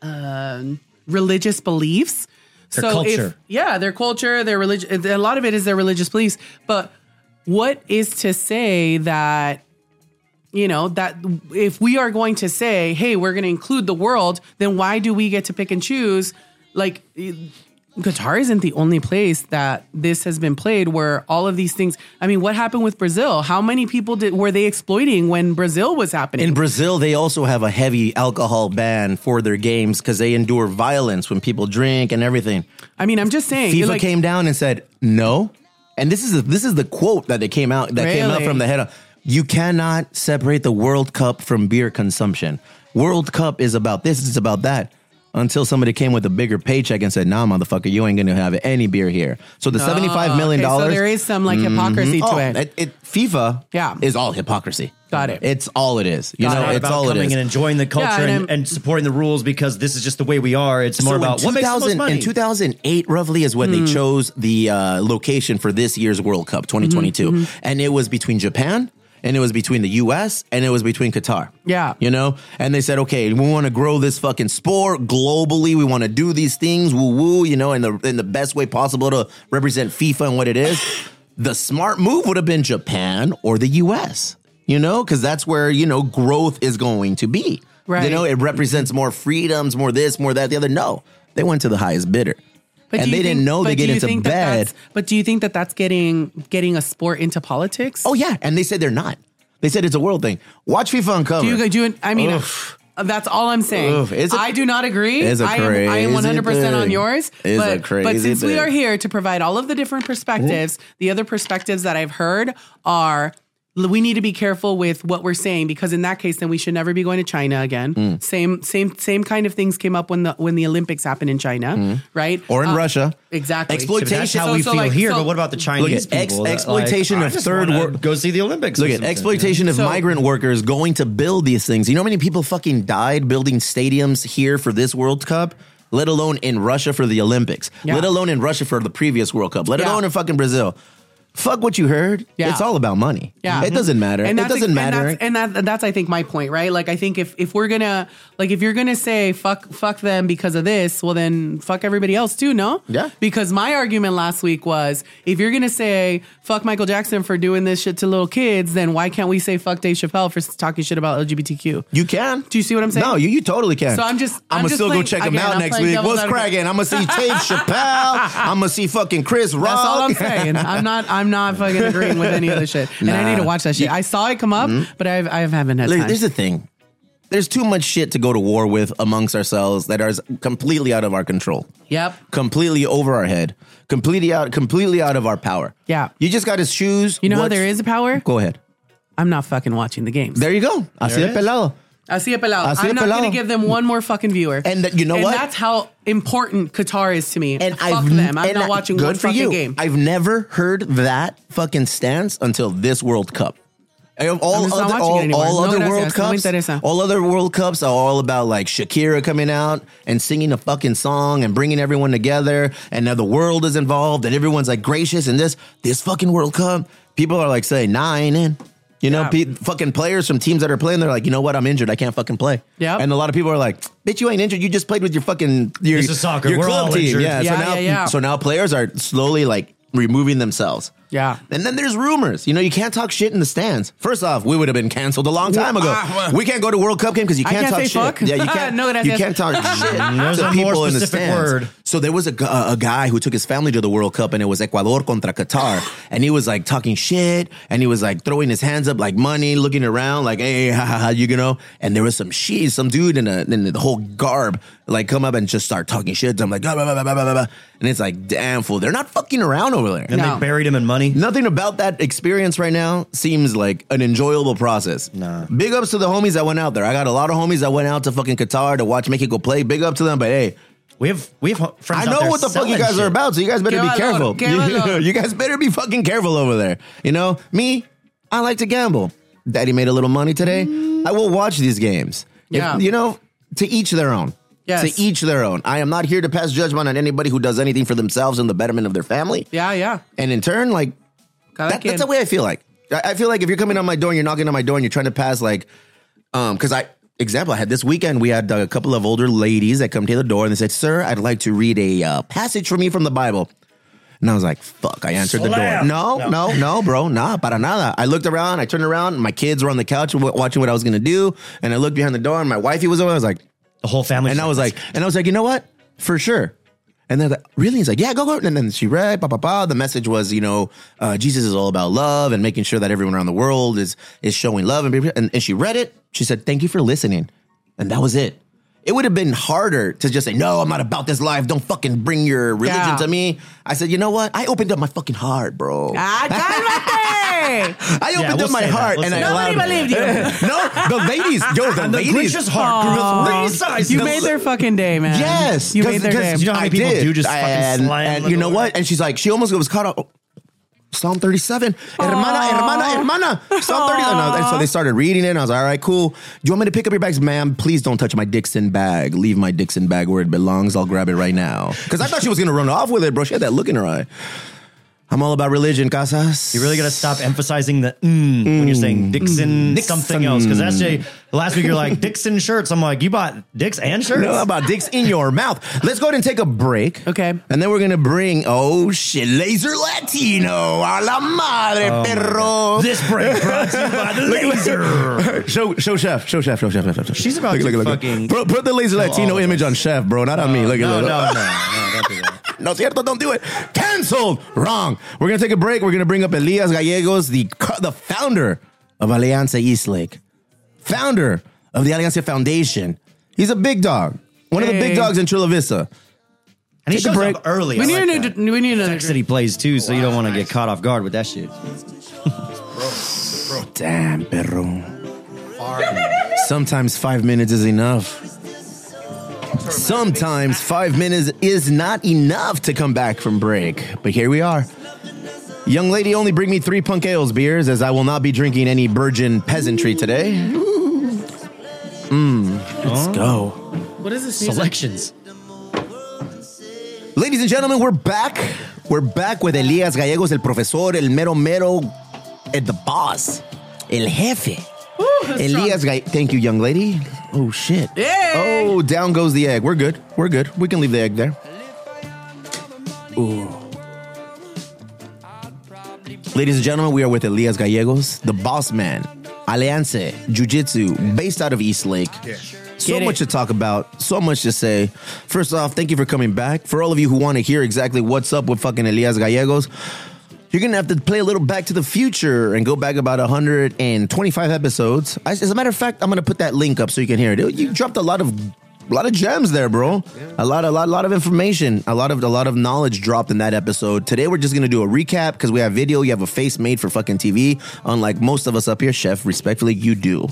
[SPEAKER 4] um religious beliefs.
[SPEAKER 5] Their culture.
[SPEAKER 4] yeah, their culture, their religion, a lot of it is their religious beliefs. But what is to say that, you know, that if we are going to say, hey, we're going to include the world, then why do we get to pick and choose? Like, guitar isn't the only place that this has been played where all of these things. I mean, what happened with Brazil? How many people did were they exploiting when Brazil was happening?
[SPEAKER 3] In Brazil, they also have a heavy alcohol ban for their games because they endure violence when people drink and everything.
[SPEAKER 4] I mean, I'm just saying.
[SPEAKER 3] FIFA
[SPEAKER 4] like-
[SPEAKER 3] came down and said no, and this is the this is the quote that they came out that came out
[SPEAKER 4] Really?
[SPEAKER 3] from the head of. You cannot separate the World Cup from beer consumption. World Cup is about this, it's about that. Until somebody came with a bigger paycheck and said, "Nah, motherfucker, you ain't gonna have any beer here." So the seventy-five million
[SPEAKER 4] Ah, Okay, so
[SPEAKER 3] dollars.
[SPEAKER 4] there is some like hypocrisy to
[SPEAKER 3] Oh,
[SPEAKER 4] it.
[SPEAKER 3] it, it- FIFA
[SPEAKER 4] Yeah.
[SPEAKER 3] is all hypocrisy.
[SPEAKER 4] Got it.
[SPEAKER 3] It's all it is. You
[SPEAKER 5] It's
[SPEAKER 3] know,
[SPEAKER 5] not
[SPEAKER 3] it's
[SPEAKER 5] about
[SPEAKER 3] all it
[SPEAKER 5] coming
[SPEAKER 3] is.
[SPEAKER 5] and enjoying the culture
[SPEAKER 4] and
[SPEAKER 5] and,
[SPEAKER 4] I'm-
[SPEAKER 5] and supporting the rules because this is just the way we are. It's more
[SPEAKER 3] in
[SPEAKER 5] about what makes the
[SPEAKER 3] 2000
[SPEAKER 5] most money. Hmm.
[SPEAKER 3] In 2008, roughly, is when they chose the uh, location for this year's World Cup
[SPEAKER 5] Mm-hmm.
[SPEAKER 3] 2022. And it was between Japan. And it was between the US and it was between Qatar.
[SPEAKER 4] Yeah.
[SPEAKER 3] You know? And they said, okay, we want to grow this fucking sport globally. We want to do these things, woo woo, you know, in the, in the best way possible to represent FIFA and what it is. the smart move would have been Japan or the US, you know, because that's where, you know, growth is going to be. You
[SPEAKER 4] Right.
[SPEAKER 3] know, it represents more freedoms, more this, more that, the other. No, they went to the highest bidder,
[SPEAKER 4] But
[SPEAKER 3] Mm-hmm. Oh, and
[SPEAKER 4] do
[SPEAKER 3] they
[SPEAKER 4] you
[SPEAKER 3] didn't
[SPEAKER 4] think-
[SPEAKER 3] know they get
[SPEAKER 4] but do you
[SPEAKER 3] into
[SPEAKER 4] think that
[SPEAKER 3] bed.
[SPEAKER 4] that's- but do you think that that's getting getting a sport into politics?
[SPEAKER 3] oh yeah, and they said they're not. They said it's a world thing. Watch FIFA uncover.
[SPEAKER 4] do you do you, I mean uh,
[SPEAKER 3] Oof.
[SPEAKER 4] that's all I'm saying.
[SPEAKER 3] Oof. It's a-
[SPEAKER 4] I do not agree.
[SPEAKER 3] It's a
[SPEAKER 4] I am- I
[SPEAKER 3] crazy
[SPEAKER 4] am 100 percent on
[SPEAKER 3] thing.
[SPEAKER 4] yours.
[SPEAKER 3] It's a
[SPEAKER 4] but,
[SPEAKER 3] crazy
[SPEAKER 4] but since we
[SPEAKER 3] thing.
[SPEAKER 4] are here to provide all of the different perspectives, the other perspectives that I've heard are l- we need to be careful with what we're saying because in that case then we should never be going to China again.
[SPEAKER 3] Hmm.
[SPEAKER 4] Same same same kind of things came up when the when the Olympics happened in China, right?
[SPEAKER 3] Hmm. or in
[SPEAKER 4] Uh,
[SPEAKER 3] Russia.
[SPEAKER 4] Exactly.
[SPEAKER 5] But that's
[SPEAKER 3] Exploitation.
[SPEAKER 5] how
[SPEAKER 4] So-
[SPEAKER 5] we
[SPEAKER 4] so
[SPEAKER 5] feel
[SPEAKER 4] like-
[SPEAKER 5] here.
[SPEAKER 4] so-
[SPEAKER 5] but what about the Chinese
[SPEAKER 3] Look at ex-
[SPEAKER 5] people? that, like,
[SPEAKER 3] exploitation
[SPEAKER 5] I
[SPEAKER 3] of
[SPEAKER 5] just
[SPEAKER 3] third
[SPEAKER 5] wanna
[SPEAKER 3] world-
[SPEAKER 5] Go see the Olympics. or
[SPEAKER 3] Look at
[SPEAKER 5] something.
[SPEAKER 3] exploitation of
[SPEAKER 4] So-
[SPEAKER 3] migrant workers going to build these things. You know how many people fucking died building stadiums here for this World Cup? Let alone in Russia for the Olympics.
[SPEAKER 4] Yeah.
[SPEAKER 3] Let alone in Russia for the previous World Cup. Let
[SPEAKER 4] Yeah.
[SPEAKER 3] alone in fucking Brazil. Fuck what you heard.
[SPEAKER 4] Yeah.
[SPEAKER 3] It's all about money.
[SPEAKER 4] Yeah.
[SPEAKER 3] It doesn't matter. it
[SPEAKER 4] that's-
[SPEAKER 3] doesn't matter.
[SPEAKER 4] And, that's, and that, that's, I think, my point, right? Like, I think if, if we're gonna, like, if you're gonna say fuck fuck them because of this, well, then fuck everybody else too, no?
[SPEAKER 3] Yeah.
[SPEAKER 4] Because my argument last week was, if you're gonna say fuck Michael Jackson for doing this shit to little kids, then why can't we say fuck Dave Chappelle for s- talking shit about LGBTQ?
[SPEAKER 3] You can.
[SPEAKER 4] Do you see what I'm saying?
[SPEAKER 3] No, you, you totally can.
[SPEAKER 4] So I'm just-
[SPEAKER 3] I'm,
[SPEAKER 4] I'm
[SPEAKER 3] gonna
[SPEAKER 4] just
[SPEAKER 3] still go
[SPEAKER 4] playing-
[SPEAKER 3] check him
[SPEAKER 4] again,
[SPEAKER 3] out
[SPEAKER 4] I'm
[SPEAKER 3] next
[SPEAKER 4] playing
[SPEAKER 3] week.
[SPEAKER 4] devil's
[SPEAKER 3] What's
[SPEAKER 4] advocate.
[SPEAKER 3] cracking? I'm gonna see Dave Chappelle. I'm gonna see fucking Chris Rock.
[SPEAKER 4] That's all I'm saying. I'm not. I'm not fucking agreeing with any of the shit, and I need to watch that shit. I saw it come up, but I've, I haven't had
[SPEAKER 3] Look,
[SPEAKER 4] time.
[SPEAKER 3] Mm-hmm. There's the thing. There's too much shit to go to war with amongst ourselves that is completely out of our control.
[SPEAKER 4] Yep.
[SPEAKER 3] Completely over our head. Completely out. Completely out of our power.
[SPEAKER 4] Yeah.
[SPEAKER 3] You just got to choose.
[SPEAKER 4] You know how
[SPEAKER 3] what's-
[SPEAKER 4] there is a power.
[SPEAKER 3] Go ahead.
[SPEAKER 4] I'm not fucking watching the games.
[SPEAKER 3] There you go. I see
[SPEAKER 5] There it is.
[SPEAKER 3] pelado.
[SPEAKER 4] Así de pelado.
[SPEAKER 3] Así de
[SPEAKER 4] I'm not
[SPEAKER 3] pelado.
[SPEAKER 4] going to give them one more fucking viewer.
[SPEAKER 3] And that- you know
[SPEAKER 4] and
[SPEAKER 3] what?
[SPEAKER 4] That's how important Qatar is to me.
[SPEAKER 3] And
[SPEAKER 4] fuck
[SPEAKER 3] I've
[SPEAKER 4] them. I'm
[SPEAKER 3] and
[SPEAKER 4] not
[SPEAKER 3] I-
[SPEAKER 4] watching
[SPEAKER 3] good
[SPEAKER 4] one
[SPEAKER 3] for
[SPEAKER 4] fucking
[SPEAKER 3] you.
[SPEAKER 4] game.
[SPEAKER 3] I've never heard that fucking stance until this World Cup. I have
[SPEAKER 4] I'm
[SPEAKER 3] all
[SPEAKER 4] just not
[SPEAKER 3] other,
[SPEAKER 4] watching it
[SPEAKER 3] all,
[SPEAKER 4] anymore.
[SPEAKER 3] all
[SPEAKER 4] No
[SPEAKER 3] other
[SPEAKER 4] gracias.
[SPEAKER 3] World
[SPEAKER 4] No
[SPEAKER 3] Cups,
[SPEAKER 4] me interesa.
[SPEAKER 3] all other World Cups are all about like Shakira coming out and singing a fucking song and bringing everyone together, and now the world is involved and everyone's like gracious and this this fucking World Cup, people are like saying nah, I ain't in. You know,
[SPEAKER 4] Yeah.
[SPEAKER 3] pe- fucking players from teams that are playing, they're like, you know what, I'm injured, I can't fucking play.
[SPEAKER 4] Yep.
[SPEAKER 3] and a lot of people are like, bitch, you ain't injured, you just played with your fucking your
[SPEAKER 5] This is soccer.
[SPEAKER 3] your
[SPEAKER 5] We're
[SPEAKER 3] club
[SPEAKER 5] all
[SPEAKER 3] team.
[SPEAKER 5] injured.
[SPEAKER 3] Yeah. so
[SPEAKER 4] Yeah,
[SPEAKER 3] now,
[SPEAKER 4] yeah, yeah.
[SPEAKER 3] so now players are slowly like removing themselves.
[SPEAKER 4] Yeah.
[SPEAKER 3] And then there's rumors. You know, you can't talk shit in the stands. First off, we would have been canceled a long time ago. we can't go to World Cup game because you
[SPEAKER 4] uh, I
[SPEAKER 3] can't,
[SPEAKER 4] can't
[SPEAKER 3] talk
[SPEAKER 4] say
[SPEAKER 3] shit.
[SPEAKER 4] fuck.
[SPEAKER 3] Yeah, you can't.
[SPEAKER 4] No,
[SPEAKER 3] you
[SPEAKER 4] gracias.
[SPEAKER 3] can't talk shit
[SPEAKER 5] There's
[SPEAKER 3] to
[SPEAKER 5] a
[SPEAKER 3] people
[SPEAKER 5] more
[SPEAKER 3] in the
[SPEAKER 5] specific
[SPEAKER 3] stands.
[SPEAKER 5] word.
[SPEAKER 3] So there was a, gu- a guy who took his family to the World Cup, and it was Ecuador contra Qatar, and he was like talking shit, and he was like throwing his hands up like money, looking around like, hey, ha, ha, ha, you know. And there was some shit, some dude in, a, in the whole garb like come up and just start talking shit. I'm like, blah, blah, blah, blah, blah, blah, blah. and it's like, damn fool, they're not fucking around over there.
[SPEAKER 5] And
[SPEAKER 4] No.
[SPEAKER 5] they buried him in money.
[SPEAKER 3] Nothing about that experience right now seems like an enjoyable process.
[SPEAKER 5] Nah.
[SPEAKER 3] Big ups to the homies that went out there. I got a lot of homies that went out to fucking Qatar to watch Mexico play. Big up to them, but hey,
[SPEAKER 5] We have we have ho- friends.
[SPEAKER 3] I
[SPEAKER 5] out
[SPEAKER 3] know
[SPEAKER 5] there
[SPEAKER 3] what the fuck you
[SPEAKER 5] selling
[SPEAKER 3] guys
[SPEAKER 5] shit.
[SPEAKER 3] are about, so you guys better
[SPEAKER 4] Qué
[SPEAKER 3] be
[SPEAKER 4] valor,
[SPEAKER 3] careful.
[SPEAKER 4] qué valor.
[SPEAKER 3] you guys better be fucking careful over there. You know, me, I like to gamble. Daddy made a little money today. I will watch these games. If-
[SPEAKER 4] Yeah.
[SPEAKER 3] you know, to each their own.
[SPEAKER 4] Yes.
[SPEAKER 3] To each their own. I am not here to pass judgment on anybody who does anything for themselves and the betterment of their family.
[SPEAKER 4] yeah, yeah.
[SPEAKER 3] And in turn, like,
[SPEAKER 4] Cada
[SPEAKER 3] that,
[SPEAKER 4] quien.
[SPEAKER 3] that's the way I feel like. I, I feel like if you're coming on my door and you're knocking on my door and you're trying to pass, like, um, because I, example, I had this weekend, we had uh, a couple of older ladies that come to the door and they said, Sir, I'd like to read a uh, passage for me from the Bible. And I was like, fuck, I answered the door.
[SPEAKER 5] Slam.
[SPEAKER 3] No, no, no, bro, nah, para nada. I looked around, I turned around, my kids were on the couch wa- watching what I was gonna do. And I looked behind the door and my wifey was over, I was like,
[SPEAKER 5] The whole family.
[SPEAKER 3] and I was like, and I was like, you know what? For sure. And they're like, really? He's like, yeah, go, go. And then she read, blah, blah, blah. The message was, you know, uh, Jesus is all about love and making sure that everyone around the world is is showing love. And, and, and she read it. She said, thank you for listening. And that was it. It would have been harder to just say, no, I'm not about this life. Don't fucking bring your religion
[SPEAKER 4] Yeah.
[SPEAKER 3] to me. I said, you know what? I opened up my fucking heart, bro.
[SPEAKER 4] I got right
[SPEAKER 3] I opened
[SPEAKER 5] we'll
[SPEAKER 3] up my
[SPEAKER 5] say that.
[SPEAKER 3] heart
[SPEAKER 5] We'll
[SPEAKER 3] and
[SPEAKER 5] say
[SPEAKER 3] I
[SPEAKER 5] that.
[SPEAKER 3] allowed
[SPEAKER 4] Ah, Nobody believed you.
[SPEAKER 3] no, the ladies, yo, the,
[SPEAKER 5] And the
[SPEAKER 3] ladies. Oh.
[SPEAKER 5] gracious heart grew
[SPEAKER 4] Aw.
[SPEAKER 5] with three sizes.
[SPEAKER 4] You made their fucking day, man.
[SPEAKER 3] Yes,
[SPEAKER 4] You
[SPEAKER 3] 'cause-
[SPEAKER 4] made their
[SPEAKER 3] 'cause
[SPEAKER 4] day.
[SPEAKER 5] You know how many people do just fucking
[SPEAKER 3] and,
[SPEAKER 5] slam
[SPEAKER 3] and
[SPEAKER 5] the
[SPEAKER 3] you know
[SPEAKER 5] door?
[SPEAKER 3] what? And she's like, she almost was caught up. Psalm 37. Hermana, hermana, hermana. Psalm 37. And, I was- and so they started reading it. And I was like, all right, cool. Do you want me to pick up your bags? Ma'am, please don't touch my Dixon bag. Leave my Dixon bag where it belongs. I'll grab it right now. Because I thought she was going to run off with it, bro. She had that look in her eye. I'm all about religion, Casas.
[SPEAKER 5] You really got to stop emphasizing the mm, when you're saying Dixon, something else. Because that's a, last week you're like Dixon shirts. I'm like, you bought Dix and shirts?
[SPEAKER 3] know about dicks in your mouth. Let's go ahead and take a break.
[SPEAKER 4] Okay.
[SPEAKER 3] And then we're gonna bring oh shit, laser Latino a la madre
[SPEAKER 5] Oh,
[SPEAKER 3] perro.
[SPEAKER 5] this break brought to you by the laser.
[SPEAKER 3] Show, show chef, show chef, show chef, show chef.
[SPEAKER 5] She's about to fucking
[SPEAKER 3] Bro, put the laser Latino
[SPEAKER 5] all of
[SPEAKER 3] image on chef, bro, not on me. Look at
[SPEAKER 5] No, no,
[SPEAKER 3] look.
[SPEAKER 5] no, no, don't do that.
[SPEAKER 3] No cierto, don't do it. Cancelled. Wrong. We're gonna take a break. We're gonna bring up Elias Gallegos, the co- the founder of Alianza Eastlake, founder of the Alianza Foundation. He's a big dog, one of the
[SPEAKER 4] Hey.
[SPEAKER 3] big dogs in Chula Vista.
[SPEAKER 5] And
[SPEAKER 3] Take
[SPEAKER 5] he
[SPEAKER 3] a
[SPEAKER 5] shows
[SPEAKER 3] break.
[SPEAKER 5] up early.
[SPEAKER 4] We
[SPEAKER 5] I
[SPEAKER 4] need
[SPEAKER 5] like
[SPEAKER 4] a
[SPEAKER 5] that.
[SPEAKER 4] new. We need another.
[SPEAKER 5] that he plays too, so you don't want to get caught off guard with that shit.
[SPEAKER 3] Damn, perro. Sometimes five minutes is enough. Sometimes five minutes is not enough to come back from break. But here we are. Young lady, only bring me three punk ales beers as I will not be drinking any virgin peasantry today. Mmm, let's go.
[SPEAKER 4] What is this? music?
[SPEAKER 5] Selections.
[SPEAKER 3] Ladies and gentlemen, we're back. We're back with Elias Gallegos, el profesor, el mero mero, eh, the boss, el jefe.
[SPEAKER 4] Woo, that's
[SPEAKER 3] Elias, guy, thank you, young lady. Oh shit!
[SPEAKER 4] Egg!
[SPEAKER 3] Oh, down goes the egg. We're good. We're good. We can leave the egg there. Ooh. Ladies and gentlemen, we are with Elias Gallegos, the boss man, Alianza Jiu Jitsu, based out of East Lake. So
[SPEAKER 4] Get it.
[SPEAKER 3] much to talk about, so much to say. First off, thank you for coming back. For all of you who want to hear exactly what's up with fucking Elias Gallegos, you're gonna have to play a little Back to the Future and go back about 125 episodes. I- As a matter of fact, I'm gonna put that link up so you can hear it. You dropped a lot of, a lot of gems there, bro. A lot, a lot, a lot of information. A lot of, a lot of knowledge dropped in that episode. Today we're just gonna do a recap because we have video. You have a face made for fucking TV. Unlike most of us up here, chef. Respectfully, you do.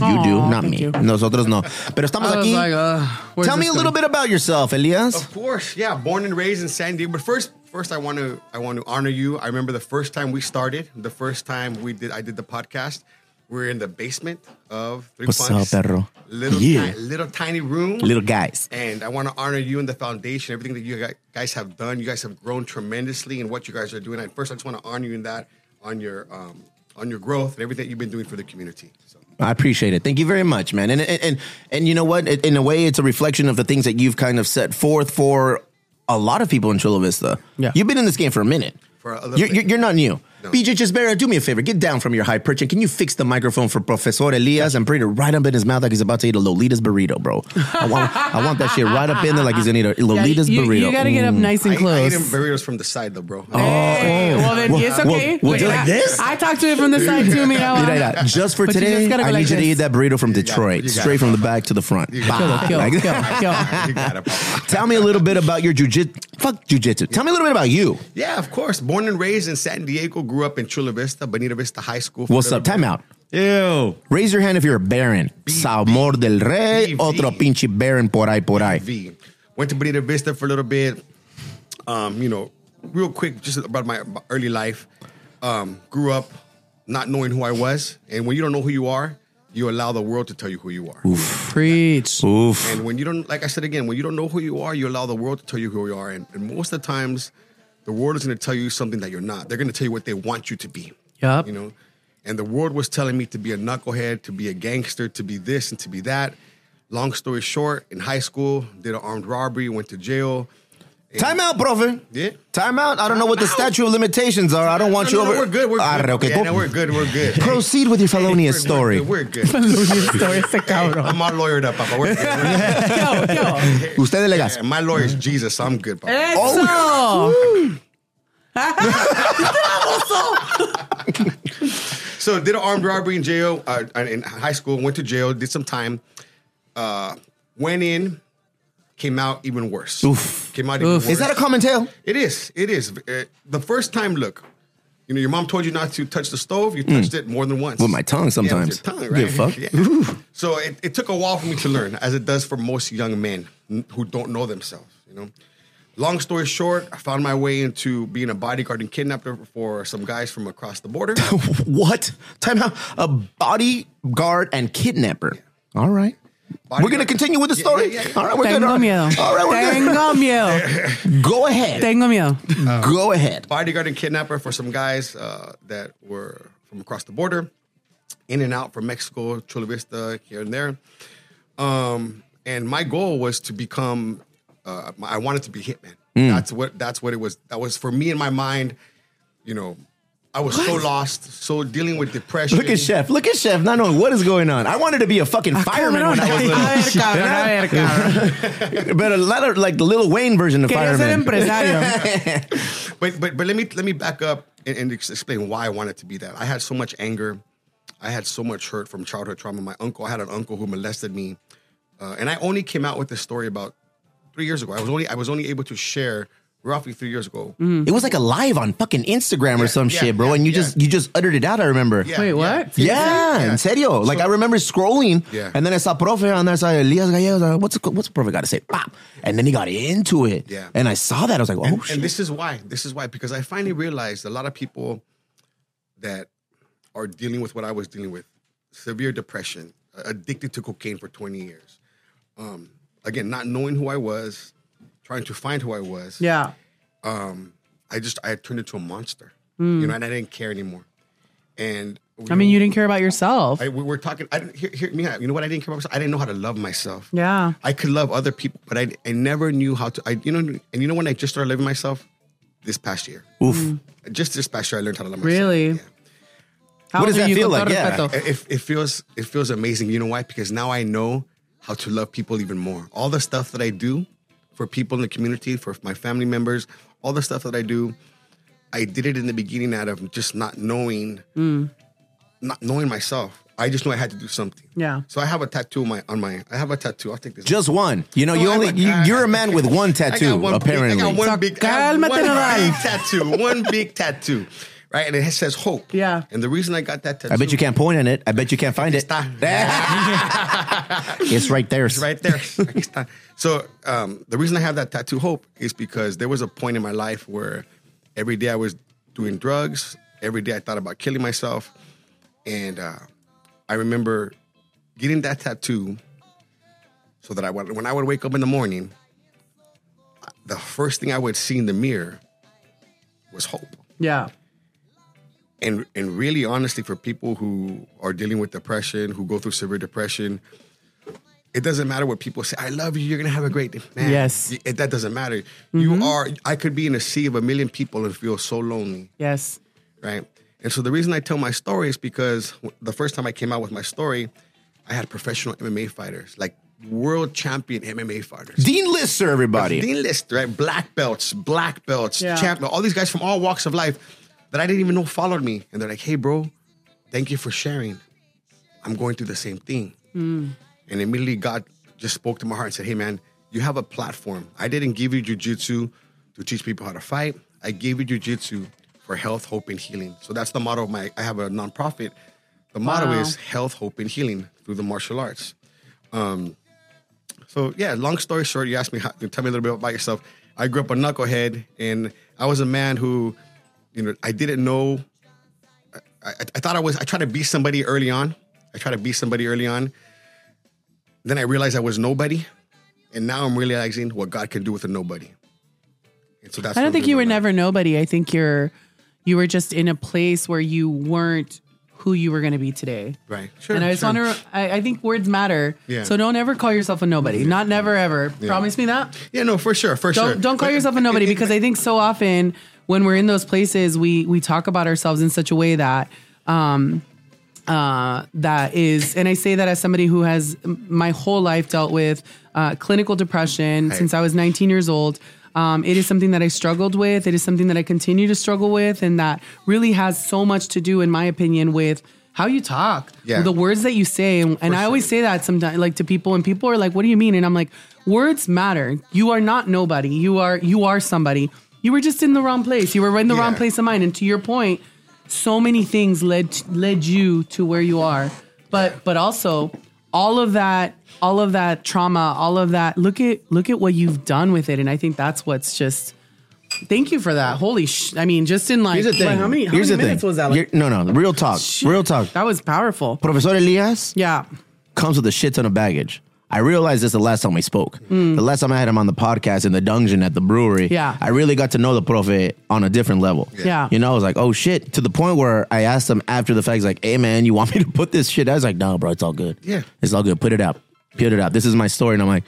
[SPEAKER 3] You do,
[SPEAKER 4] Aw,
[SPEAKER 3] not
[SPEAKER 4] thank
[SPEAKER 3] me.
[SPEAKER 4] you.
[SPEAKER 3] Nosotros no. Pero estamos
[SPEAKER 4] I was
[SPEAKER 3] aquí.
[SPEAKER 4] like, uh, where's
[SPEAKER 3] Tell me
[SPEAKER 4] this
[SPEAKER 3] a little
[SPEAKER 4] going?
[SPEAKER 3] bit about yourself, Elias.
[SPEAKER 8] Of course, yeah. Born and raised in San Diego. But first, first I want to I want to honor you. I remember the first time we started, the first time we did I did the podcast. We were in the basement of Three
[SPEAKER 3] What's
[SPEAKER 8] Punks.
[SPEAKER 3] up, perro?
[SPEAKER 8] Little,
[SPEAKER 3] Yeah.
[SPEAKER 8] ti- little tiny
[SPEAKER 4] Oh.
[SPEAKER 8] room.
[SPEAKER 3] Little guys.
[SPEAKER 8] And I want to honor you and the foundation, everything that you gu- guys have done. You guys have grown tremendously in what you guys are doing. And first, I just want to honor you in that, on your um, on your growth and everything that you've been doing for the community. So.
[SPEAKER 3] I appreciate it. Thank you very much, man. And and and, and you know what? In a way, it's a reflection of the things that you've kind of set forth for a lot of people in Chula Vista.
[SPEAKER 4] Yeah.
[SPEAKER 3] you've been in this game for a minute.
[SPEAKER 8] For a little
[SPEAKER 3] you're,
[SPEAKER 8] bit.
[SPEAKER 3] you're- you're not new.
[SPEAKER 8] No.
[SPEAKER 3] BJ Chisbera, do me a favor. Get down from your high perch and can you fix the microphone for Professor Elias and bring it right up in his mouth like he's about to eat a Lolita's burrito, bro? I want I want that shit right up in there like he's gonna eat a
[SPEAKER 4] Yeah,
[SPEAKER 3] Lolita's
[SPEAKER 4] you,
[SPEAKER 3] burrito. Mm.
[SPEAKER 4] You gotta get up nice
[SPEAKER 8] I,
[SPEAKER 4] and
[SPEAKER 8] ate- I ate
[SPEAKER 4] close.
[SPEAKER 8] them burritos from the side, though, bro.
[SPEAKER 3] Oh.
[SPEAKER 4] Hey, well then it's
[SPEAKER 3] well,
[SPEAKER 4] okay.
[SPEAKER 3] we'll
[SPEAKER 4] Wait,
[SPEAKER 3] do it
[SPEAKER 4] I,
[SPEAKER 3] like this?
[SPEAKER 4] I talked to it from the side too, me.
[SPEAKER 3] Mm. Yeah, yeah, yeah. Just for
[SPEAKER 4] But you
[SPEAKER 3] today,
[SPEAKER 4] just gotta go
[SPEAKER 3] I
[SPEAKER 4] like
[SPEAKER 3] need you to
[SPEAKER 4] this.
[SPEAKER 3] eat that burrito from
[SPEAKER 8] You got it.
[SPEAKER 3] Detroit,
[SPEAKER 8] You got
[SPEAKER 3] straight
[SPEAKER 8] it.
[SPEAKER 3] from the back to the front.
[SPEAKER 8] You got it.
[SPEAKER 3] Bah.
[SPEAKER 4] Kill,
[SPEAKER 3] Like-
[SPEAKER 4] kill, kill.
[SPEAKER 8] you got it, Papa.
[SPEAKER 3] Tell me a little bit about your jujitsu. Fuck jujitsu. Tell me a little bit about you.
[SPEAKER 8] Yeah, of course. Born and raised in San Diego, grew up in Chula Vista, Bonita Vista High School.
[SPEAKER 3] What's up? Time out.
[SPEAKER 5] Ew.
[SPEAKER 3] Raise your hand if you're a baron. Salmor del Rey,
[SPEAKER 8] B-
[SPEAKER 3] otro
[SPEAKER 8] B.
[SPEAKER 3] pinche baron por ahí por ahí.
[SPEAKER 8] V. Went to Bonita Vista for a little bit. Um, you know, real quick, just about my my early life. Um, grew up not knowing who I was, and when you don't know who you are, you allow the world to tell you who you are.
[SPEAKER 4] Preach.
[SPEAKER 3] Oof.
[SPEAKER 8] And when you don't, like I said again, when you don't know who you are, you allow the world to tell you who you are. And, and most of the times, the world is going to tell you something that you're not. They're going to tell you what they want you to be.
[SPEAKER 4] Yup.
[SPEAKER 8] You know, and the world was telling me to be a knucklehead, to be a gangster, to be this and to be that. Long story short, in high school, did an armed robbery, went to jail,
[SPEAKER 3] Time out, profe.
[SPEAKER 8] Yeah.
[SPEAKER 3] Time out. I don't know what the statute of limitations are. I don't want
[SPEAKER 8] No,
[SPEAKER 3] you
[SPEAKER 8] no,
[SPEAKER 3] over.
[SPEAKER 8] we're good. We're
[SPEAKER 3] Arre,
[SPEAKER 8] good.
[SPEAKER 3] okay,
[SPEAKER 8] Yeah,
[SPEAKER 3] go-
[SPEAKER 8] no, we're good. We're good.
[SPEAKER 3] Proceed with your
[SPEAKER 8] We're
[SPEAKER 3] felonious
[SPEAKER 8] good,
[SPEAKER 3] story.
[SPEAKER 8] We're good. We're good. I'm all lawyered up, Papa. We're good. We're good.
[SPEAKER 3] Ustedes le gas.
[SPEAKER 8] Yeah, my lawyer's Jesus. I'm good, Papa.
[SPEAKER 4] Eso.
[SPEAKER 3] Oh.
[SPEAKER 8] So did an armed robbery in jail uh, in high school. Went to jail. Did some time. Uh, went in. Came out even worse.
[SPEAKER 3] Oof.
[SPEAKER 8] Came out even worse.
[SPEAKER 3] Is that a common tale?
[SPEAKER 8] It is. It is. Uh, the first time, look, you know, your mom told you not to touch the stove. You touched it more than once.
[SPEAKER 3] Mm. With my tongue sometimes.
[SPEAKER 8] Yeah, with your tongue,
[SPEAKER 3] Give a
[SPEAKER 8] right?
[SPEAKER 3] fuck.
[SPEAKER 8] Yeah. So it, it took a while for me to learn, as it does for most young men n- who don't know themselves, you know. Long story short, I found my way into being a bodyguard and kidnapper for some guys from across the border.
[SPEAKER 3] What? Time out. A bodyguard and kidnapper. All right. We're going to
[SPEAKER 8] Bodyguard.
[SPEAKER 3] continue with the
[SPEAKER 8] Yeah,
[SPEAKER 3] story.
[SPEAKER 8] yeah, yeah, yeah.
[SPEAKER 3] All right, we're good.
[SPEAKER 4] Tengo
[SPEAKER 3] All
[SPEAKER 4] miedo.
[SPEAKER 3] right, All right, we're
[SPEAKER 4] Tengo miedo.
[SPEAKER 3] good. Go ahead.
[SPEAKER 4] Tengo miedo.
[SPEAKER 8] Uh,
[SPEAKER 3] Go ahead.
[SPEAKER 8] bodyguard and kidnapper for some guys uh, that were from across the border, in and out from Mexico, Chula Vista, here and there. Um, and my goal was to become. Uh, my- I wanted to be hitman.
[SPEAKER 3] Mm.
[SPEAKER 8] That's what. That's what it was. That was for me in my mind. You know, I was so lost, so dealing with depression.
[SPEAKER 3] Look at Chef. Look at Chef. Not knowing what is going on. I wanted to be a fucking fireman when I was
[SPEAKER 4] A ver, cabrón, a ver, cabrón.
[SPEAKER 3] little. But a lot of like the Lil Wayne version of
[SPEAKER 4] Quería ser
[SPEAKER 3] fireman.
[SPEAKER 4] empresario.
[SPEAKER 8] but but but let me let me back up and, and ex- explain why I wanted to be that. I had so much anger, I had so much hurt from childhood trauma. My uncle, I had an uncle who molested me, uh, and I only came out with this story about three years ago. I was only I was only able to share roughly three years ago.
[SPEAKER 4] Mm.
[SPEAKER 3] It was like a live on fucking Instagram or some
[SPEAKER 8] yeah,
[SPEAKER 3] shit, bro.
[SPEAKER 8] yeah,
[SPEAKER 3] and you
[SPEAKER 8] yeah.
[SPEAKER 3] just you just uttered it out. I remember.
[SPEAKER 8] Yeah,
[SPEAKER 4] Wait,
[SPEAKER 8] yeah.
[SPEAKER 4] what?
[SPEAKER 3] Yeah, in serio. like I remember scrolling,
[SPEAKER 8] Yeah.
[SPEAKER 3] and then I saw Profe on there. I saw Elias Gallegos. I was like, What's what's Profe got to say? Pop, and then he got into it.
[SPEAKER 8] Yeah.
[SPEAKER 3] and I saw that. I was like, oh
[SPEAKER 8] and,
[SPEAKER 3] shit.
[SPEAKER 8] and this is why. This is why because I finally realized a lot of people that are dealing with what I was dealing with: severe depression, addicted to cocaine for twenty years. Um, again, not knowing who I was, trying to find who I was.
[SPEAKER 4] Yeah.
[SPEAKER 8] Um, I just I turned into a monster, you know, and I didn't care anymore. And
[SPEAKER 4] Hmm. I mean, you didn't care about yourself.
[SPEAKER 8] I, we were talking. I didn't hear, hear me out. You know what? I didn't care about myself. I didn't know how to love myself.
[SPEAKER 4] Yeah.
[SPEAKER 8] I could love other people, but I, I never knew how to. I you know, and you know when I just started loving myself this past year.
[SPEAKER 3] Oof.
[SPEAKER 8] Just this past year, I learned how to love myself.
[SPEAKER 4] Mm. Really?
[SPEAKER 8] Yeah.
[SPEAKER 4] How
[SPEAKER 3] What does
[SPEAKER 4] do
[SPEAKER 3] that
[SPEAKER 4] you
[SPEAKER 3] feel like?
[SPEAKER 4] con todo
[SPEAKER 3] Yeah.
[SPEAKER 4] respeto?
[SPEAKER 8] It, it feels it feels amazing. You know why? Because now I know how to love people even more. All the stuff that I do for people in the community, for my family members, all the stuff that I do, I did it in the beginning out of just not knowing,
[SPEAKER 4] Mm.
[SPEAKER 8] not knowing myself. I just knew I had to do something.
[SPEAKER 4] Yeah.
[SPEAKER 8] So I have a tattoo on my on my. I have a tattoo. I'll take this.
[SPEAKER 3] Just one. You know,
[SPEAKER 8] No,
[SPEAKER 3] you
[SPEAKER 8] Oh, I
[SPEAKER 3] only
[SPEAKER 8] got-
[SPEAKER 3] you,
[SPEAKER 8] I-
[SPEAKER 3] you're a man with one
[SPEAKER 8] I
[SPEAKER 3] tattoo,
[SPEAKER 8] got one
[SPEAKER 3] apparently.
[SPEAKER 8] Big, I got one big, I have
[SPEAKER 4] Cálmate,
[SPEAKER 8] one
[SPEAKER 4] Nadal.
[SPEAKER 8] big tattoo, one big tattoo, right? And it says hope.
[SPEAKER 4] Yeah.
[SPEAKER 8] And the reason I got that tattoo,
[SPEAKER 3] I bet you can't point at it. I bet you can't find it. it's right there.
[SPEAKER 8] It's right there. Aquí está. so um, the reason I have that tattoo hope is because there was a point in my life where every day I was doing drugs. Every day I thought about killing myself, and uh, I remember getting that tattoo so that I would, when I would wake up in the morning, the first thing I would see in the mirror was hope
[SPEAKER 4] Yeah.
[SPEAKER 8] and and really honestly for people who are dealing with depression who go through severe depression it doesn't matter what people say i love you you're gonna have a great day man
[SPEAKER 4] Yes.
[SPEAKER 8] y- it, that doesn't matter you are i could be in a sea of a million people and feel so lonely
[SPEAKER 4] Yes.
[SPEAKER 8] right and so the reason i tell my story is because w- the first time i came out with my story i had professional mma fighters like world champion mma fighters
[SPEAKER 3] Dean Lister, everybody.
[SPEAKER 8] Dean List, right? Black belts, black belts,
[SPEAKER 4] Yeah.
[SPEAKER 8] champ, all these guys from all walks of life that I didn't even know followed me. And they're like, hey, bro, thank you for sharing. I'm going through the same thing.
[SPEAKER 4] Hmm.
[SPEAKER 8] And immediately God just spoke to my heart and said, hey, man, you have a platform. I didn't give you jujitsu to teach people how to fight. I gave you jujitsu for health, hope, and healing. So that's the motto of my, I have a nonprofit. The motto
[SPEAKER 4] Wow.
[SPEAKER 8] is health, hope, and healing through the martial arts. So yeah, long story short, you asked me, how, tell me a little bit about yourself. I grew up a knucklehead, and I was a man who, you know, I didn't know. I, I, I thought I was. I tried to be somebody early on. I tried to be somebody early on. Then I realized I was nobody, and now I'm realizing what God can do with a nobody. And so that's.
[SPEAKER 4] I
[SPEAKER 8] what
[SPEAKER 4] don't
[SPEAKER 8] I'm
[SPEAKER 4] think
[SPEAKER 8] doing
[SPEAKER 4] you were
[SPEAKER 8] right now.
[SPEAKER 4] never nobody. I think you're you were just in a place where you weren't who you were going to be today.
[SPEAKER 8] Right. Sure,
[SPEAKER 4] and I just
[SPEAKER 8] sure.
[SPEAKER 4] want to, I, I think words matter.
[SPEAKER 8] Yeah.
[SPEAKER 4] So don't ever call yourself a nobody. Not never ever. Promise me that.
[SPEAKER 8] Yeah, no, for sure, for
[SPEAKER 4] Don't
[SPEAKER 8] sure.
[SPEAKER 4] don't call
[SPEAKER 8] But-
[SPEAKER 4] yourself a nobody because I think so often when we're in those places we we talk about ourselves in such a way that um uh that is and I say that as somebody who has m- my whole life dealt with uh clinical depression since I was 19 years old. Um, it is something that I struggled with. It is something that I continue to struggle with, and that really has so much to do, in my opinion, with how you talk,
[SPEAKER 8] Yeah.
[SPEAKER 4] the words that you say. And, and I always say that sometimes, like to people, and people are like, "What do you mean?" And I'm like, "Words matter. You are not nobody. You are you are somebody. You were just in the wrong place. You were in the wrong
[SPEAKER 8] Yeah.
[SPEAKER 4] place of mind." And to your point, so many things led led you to where you are, but but also all of that all of that trauma, all of that. Look at look at what you've done with it, and I think that's what's just. Thank you for that. Holy sh! I mean, just in like,
[SPEAKER 3] Here's the thing.
[SPEAKER 4] like, how many, how
[SPEAKER 3] Here's
[SPEAKER 4] many
[SPEAKER 3] the
[SPEAKER 4] minutes
[SPEAKER 3] thing.
[SPEAKER 4] was that? Like,
[SPEAKER 3] You're- no, no. Real talk. Real talk.
[SPEAKER 4] that was powerful.
[SPEAKER 3] Professor Elias
[SPEAKER 4] Yeah.
[SPEAKER 3] comes with a shit ton of baggage. I realized this the last time we spoke. The last time I had him on the podcast in the dungeon at the brewery,
[SPEAKER 4] Mm. Yeah.
[SPEAKER 3] I really got to know the profe on a different level.
[SPEAKER 4] Yeah.
[SPEAKER 3] You know, I was like, oh shit, to the point where I asked him after the fact, he's like, hey man, you want me to put this shit out? I was like, no, bro, it's all good.
[SPEAKER 8] Yeah.
[SPEAKER 3] It's all good. Put it out. Put it out. This is my story. And I'm like,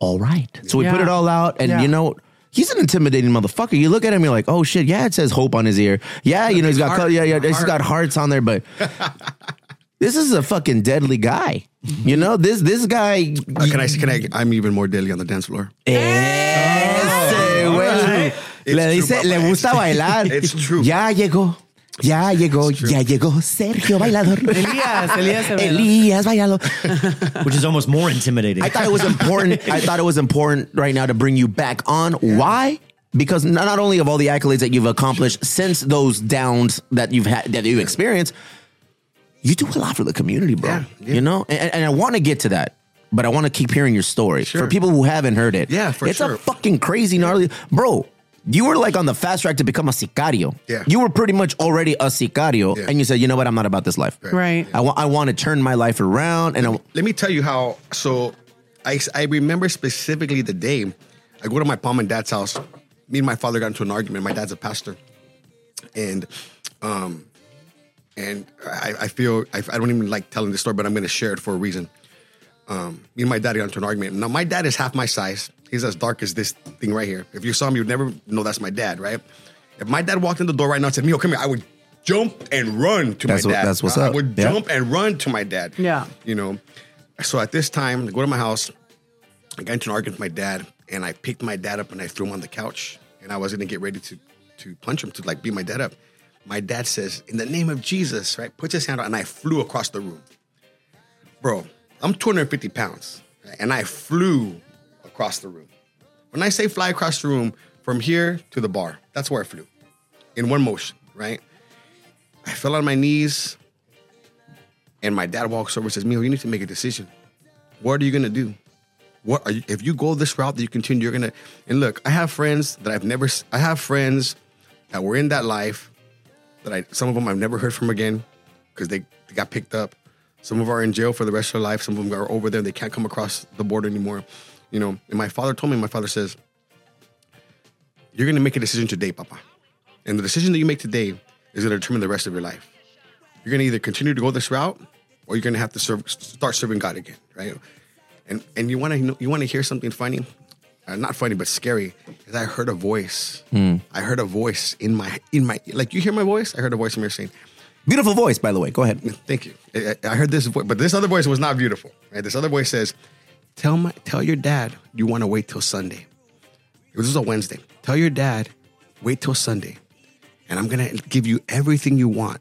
[SPEAKER 3] all right. So we
[SPEAKER 4] Yeah.
[SPEAKER 3] put it all out, and
[SPEAKER 4] Yeah.
[SPEAKER 3] you know, he's an intimidating motherfucker. You look at him, you're like, oh shit, yeah, it says hope on his ear. Yeah, you know, he's got,
[SPEAKER 8] Heart.
[SPEAKER 3] col- yeah, yeah, he's
[SPEAKER 8] Heart.
[SPEAKER 3] got hearts on there, but this is a fucking deadly guy. You know, this this guy.
[SPEAKER 8] Uh, can I? Can I? I'm even more deadly on the dance floor.
[SPEAKER 3] Ese güey.
[SPEAKER 8] It's
[SPEAKER 3] Le
[SPEAKER 8] true,
[SPEAKER 3] dice,
[SPEAKER 8] papá.
[SPEAKER 3] le gusta bailar.
[SPEAKER 8] It's true.
[SPEAKER 3] Ya llegó. Ya llegó, ya llegó Sergio Bailador.
[SPEAKER 4] Elías, Elías el bailador.
[SPEAKER 3] Elías Bailador.
[SPEAKER 5] which is almost more intimidating.
[SPEAKER 3] I thought it was important. I thought it was important right now to bring you back on. Why? Because not, not only of all the accolades that you've accomplished since those downs that you've had that you experienced, you do a lot for the community, bro.
[SPEAKER 8] Yeah, yeah.
[SPEAKER 3] You know, and, and I want to get to that. But I want to keep hearing your story for
[SPEAKER 8] Sure.
[SPEAKER 3] people who haven't heard it.
[SPEAKER 8] Yeah, for
[SPEAKER 3] it's a
[SPEAKER 8] sure.
[SPEAKER 3] fucking crazy gnarly, bro. You were like on the fast track to become a sicario.
[SPEAKER 8] Yeah.
[SPEAKER 3] you were pretty much already a sicario,
[SPEAKER 8] Yeah.
[SPEAKER 3] and you said, "You know what? I'm not about this life.
[SPEAKER 4] Right.
[SPEAKER 3] I want. I want to turn my life around." And I,
[SPEAKER 8] Let me tell you how. So, I I remember specifically the day I go to my mom and dad's house. Me and my father got into an argument. My dad's a pastor, and um, and I, I feel I, I don't even like telling this story, but I'm going to share it for a reason. Um, me and my dad got into an argument. Now my dad is half my size. He's as dark as this thing right here. If you saw him, you'd never know that's my dad, right? If my dad walked in the door right now and said, "Mio, come here," I would jump and run to
[SPEAKER 3] That's
[SPEAKER 8] my
[SPEAKER 3] what-
[SPEAKER 8] dad.
[SPEAKER 3] that's what's
[SPEAKER 8] I, I
[SPEAKER 3] up.
[SPEAKER 8] would
[SPEAKER 3] Yeah.
[SPEAKER 8] jump and run to my dad.
[SPEAKER 4] Yeah.
[SPEAKER 8] You know, so at this time, I go to my house. I got into an argument with my dad, and I picked my dad up and I threw him on the couch. And I was gonna get ready to to punch him to like beat my dad up. My dad says, "In the name of Jesus," right? Puts his hand out, and I flew across the room. Bro, I'm 250 pounds, right? and I flew across the room. When I say fly across the room, from here to the bar, that's where I flew, in one motion, right? I fell on my knees, and my dad walks over and says, Mijo, you need to make a decision. What are you gonna do? What are you if you go this route that you continue, you're gonna and look, I have friends that I've never s- I have friends that were in that life that I some of them I've never heard from again because they, they got picked up. Some of them are in jail for the rest of their life, some of them are over there, they can't come across the border anymore. You know, and my father told me, my father says, You're gonna make a decision today, Papa. And the decision that you make today is gonna determine the rest of your life you're going to either continue to go this route or you're going to have to serve, start serving God again, right? And and you want to you want to hear something funny, uh, not funny but scary. Is I heard a voice. I heard a voice in my in my like you hear my voice. I heard a voice in your saying,
[SPEAKER 3] beautiful voice, by the way. Go ahead.
[SPEAKER 8] "Thank you." I, I- I heard this voice, but this other voice was not beautiful. Right? This other voice says, "Tell my tell your dad you want to wait till Sunday." This is a Wednesday. Tell your dad, wait till Sunday, and I'm gonna give you everything you want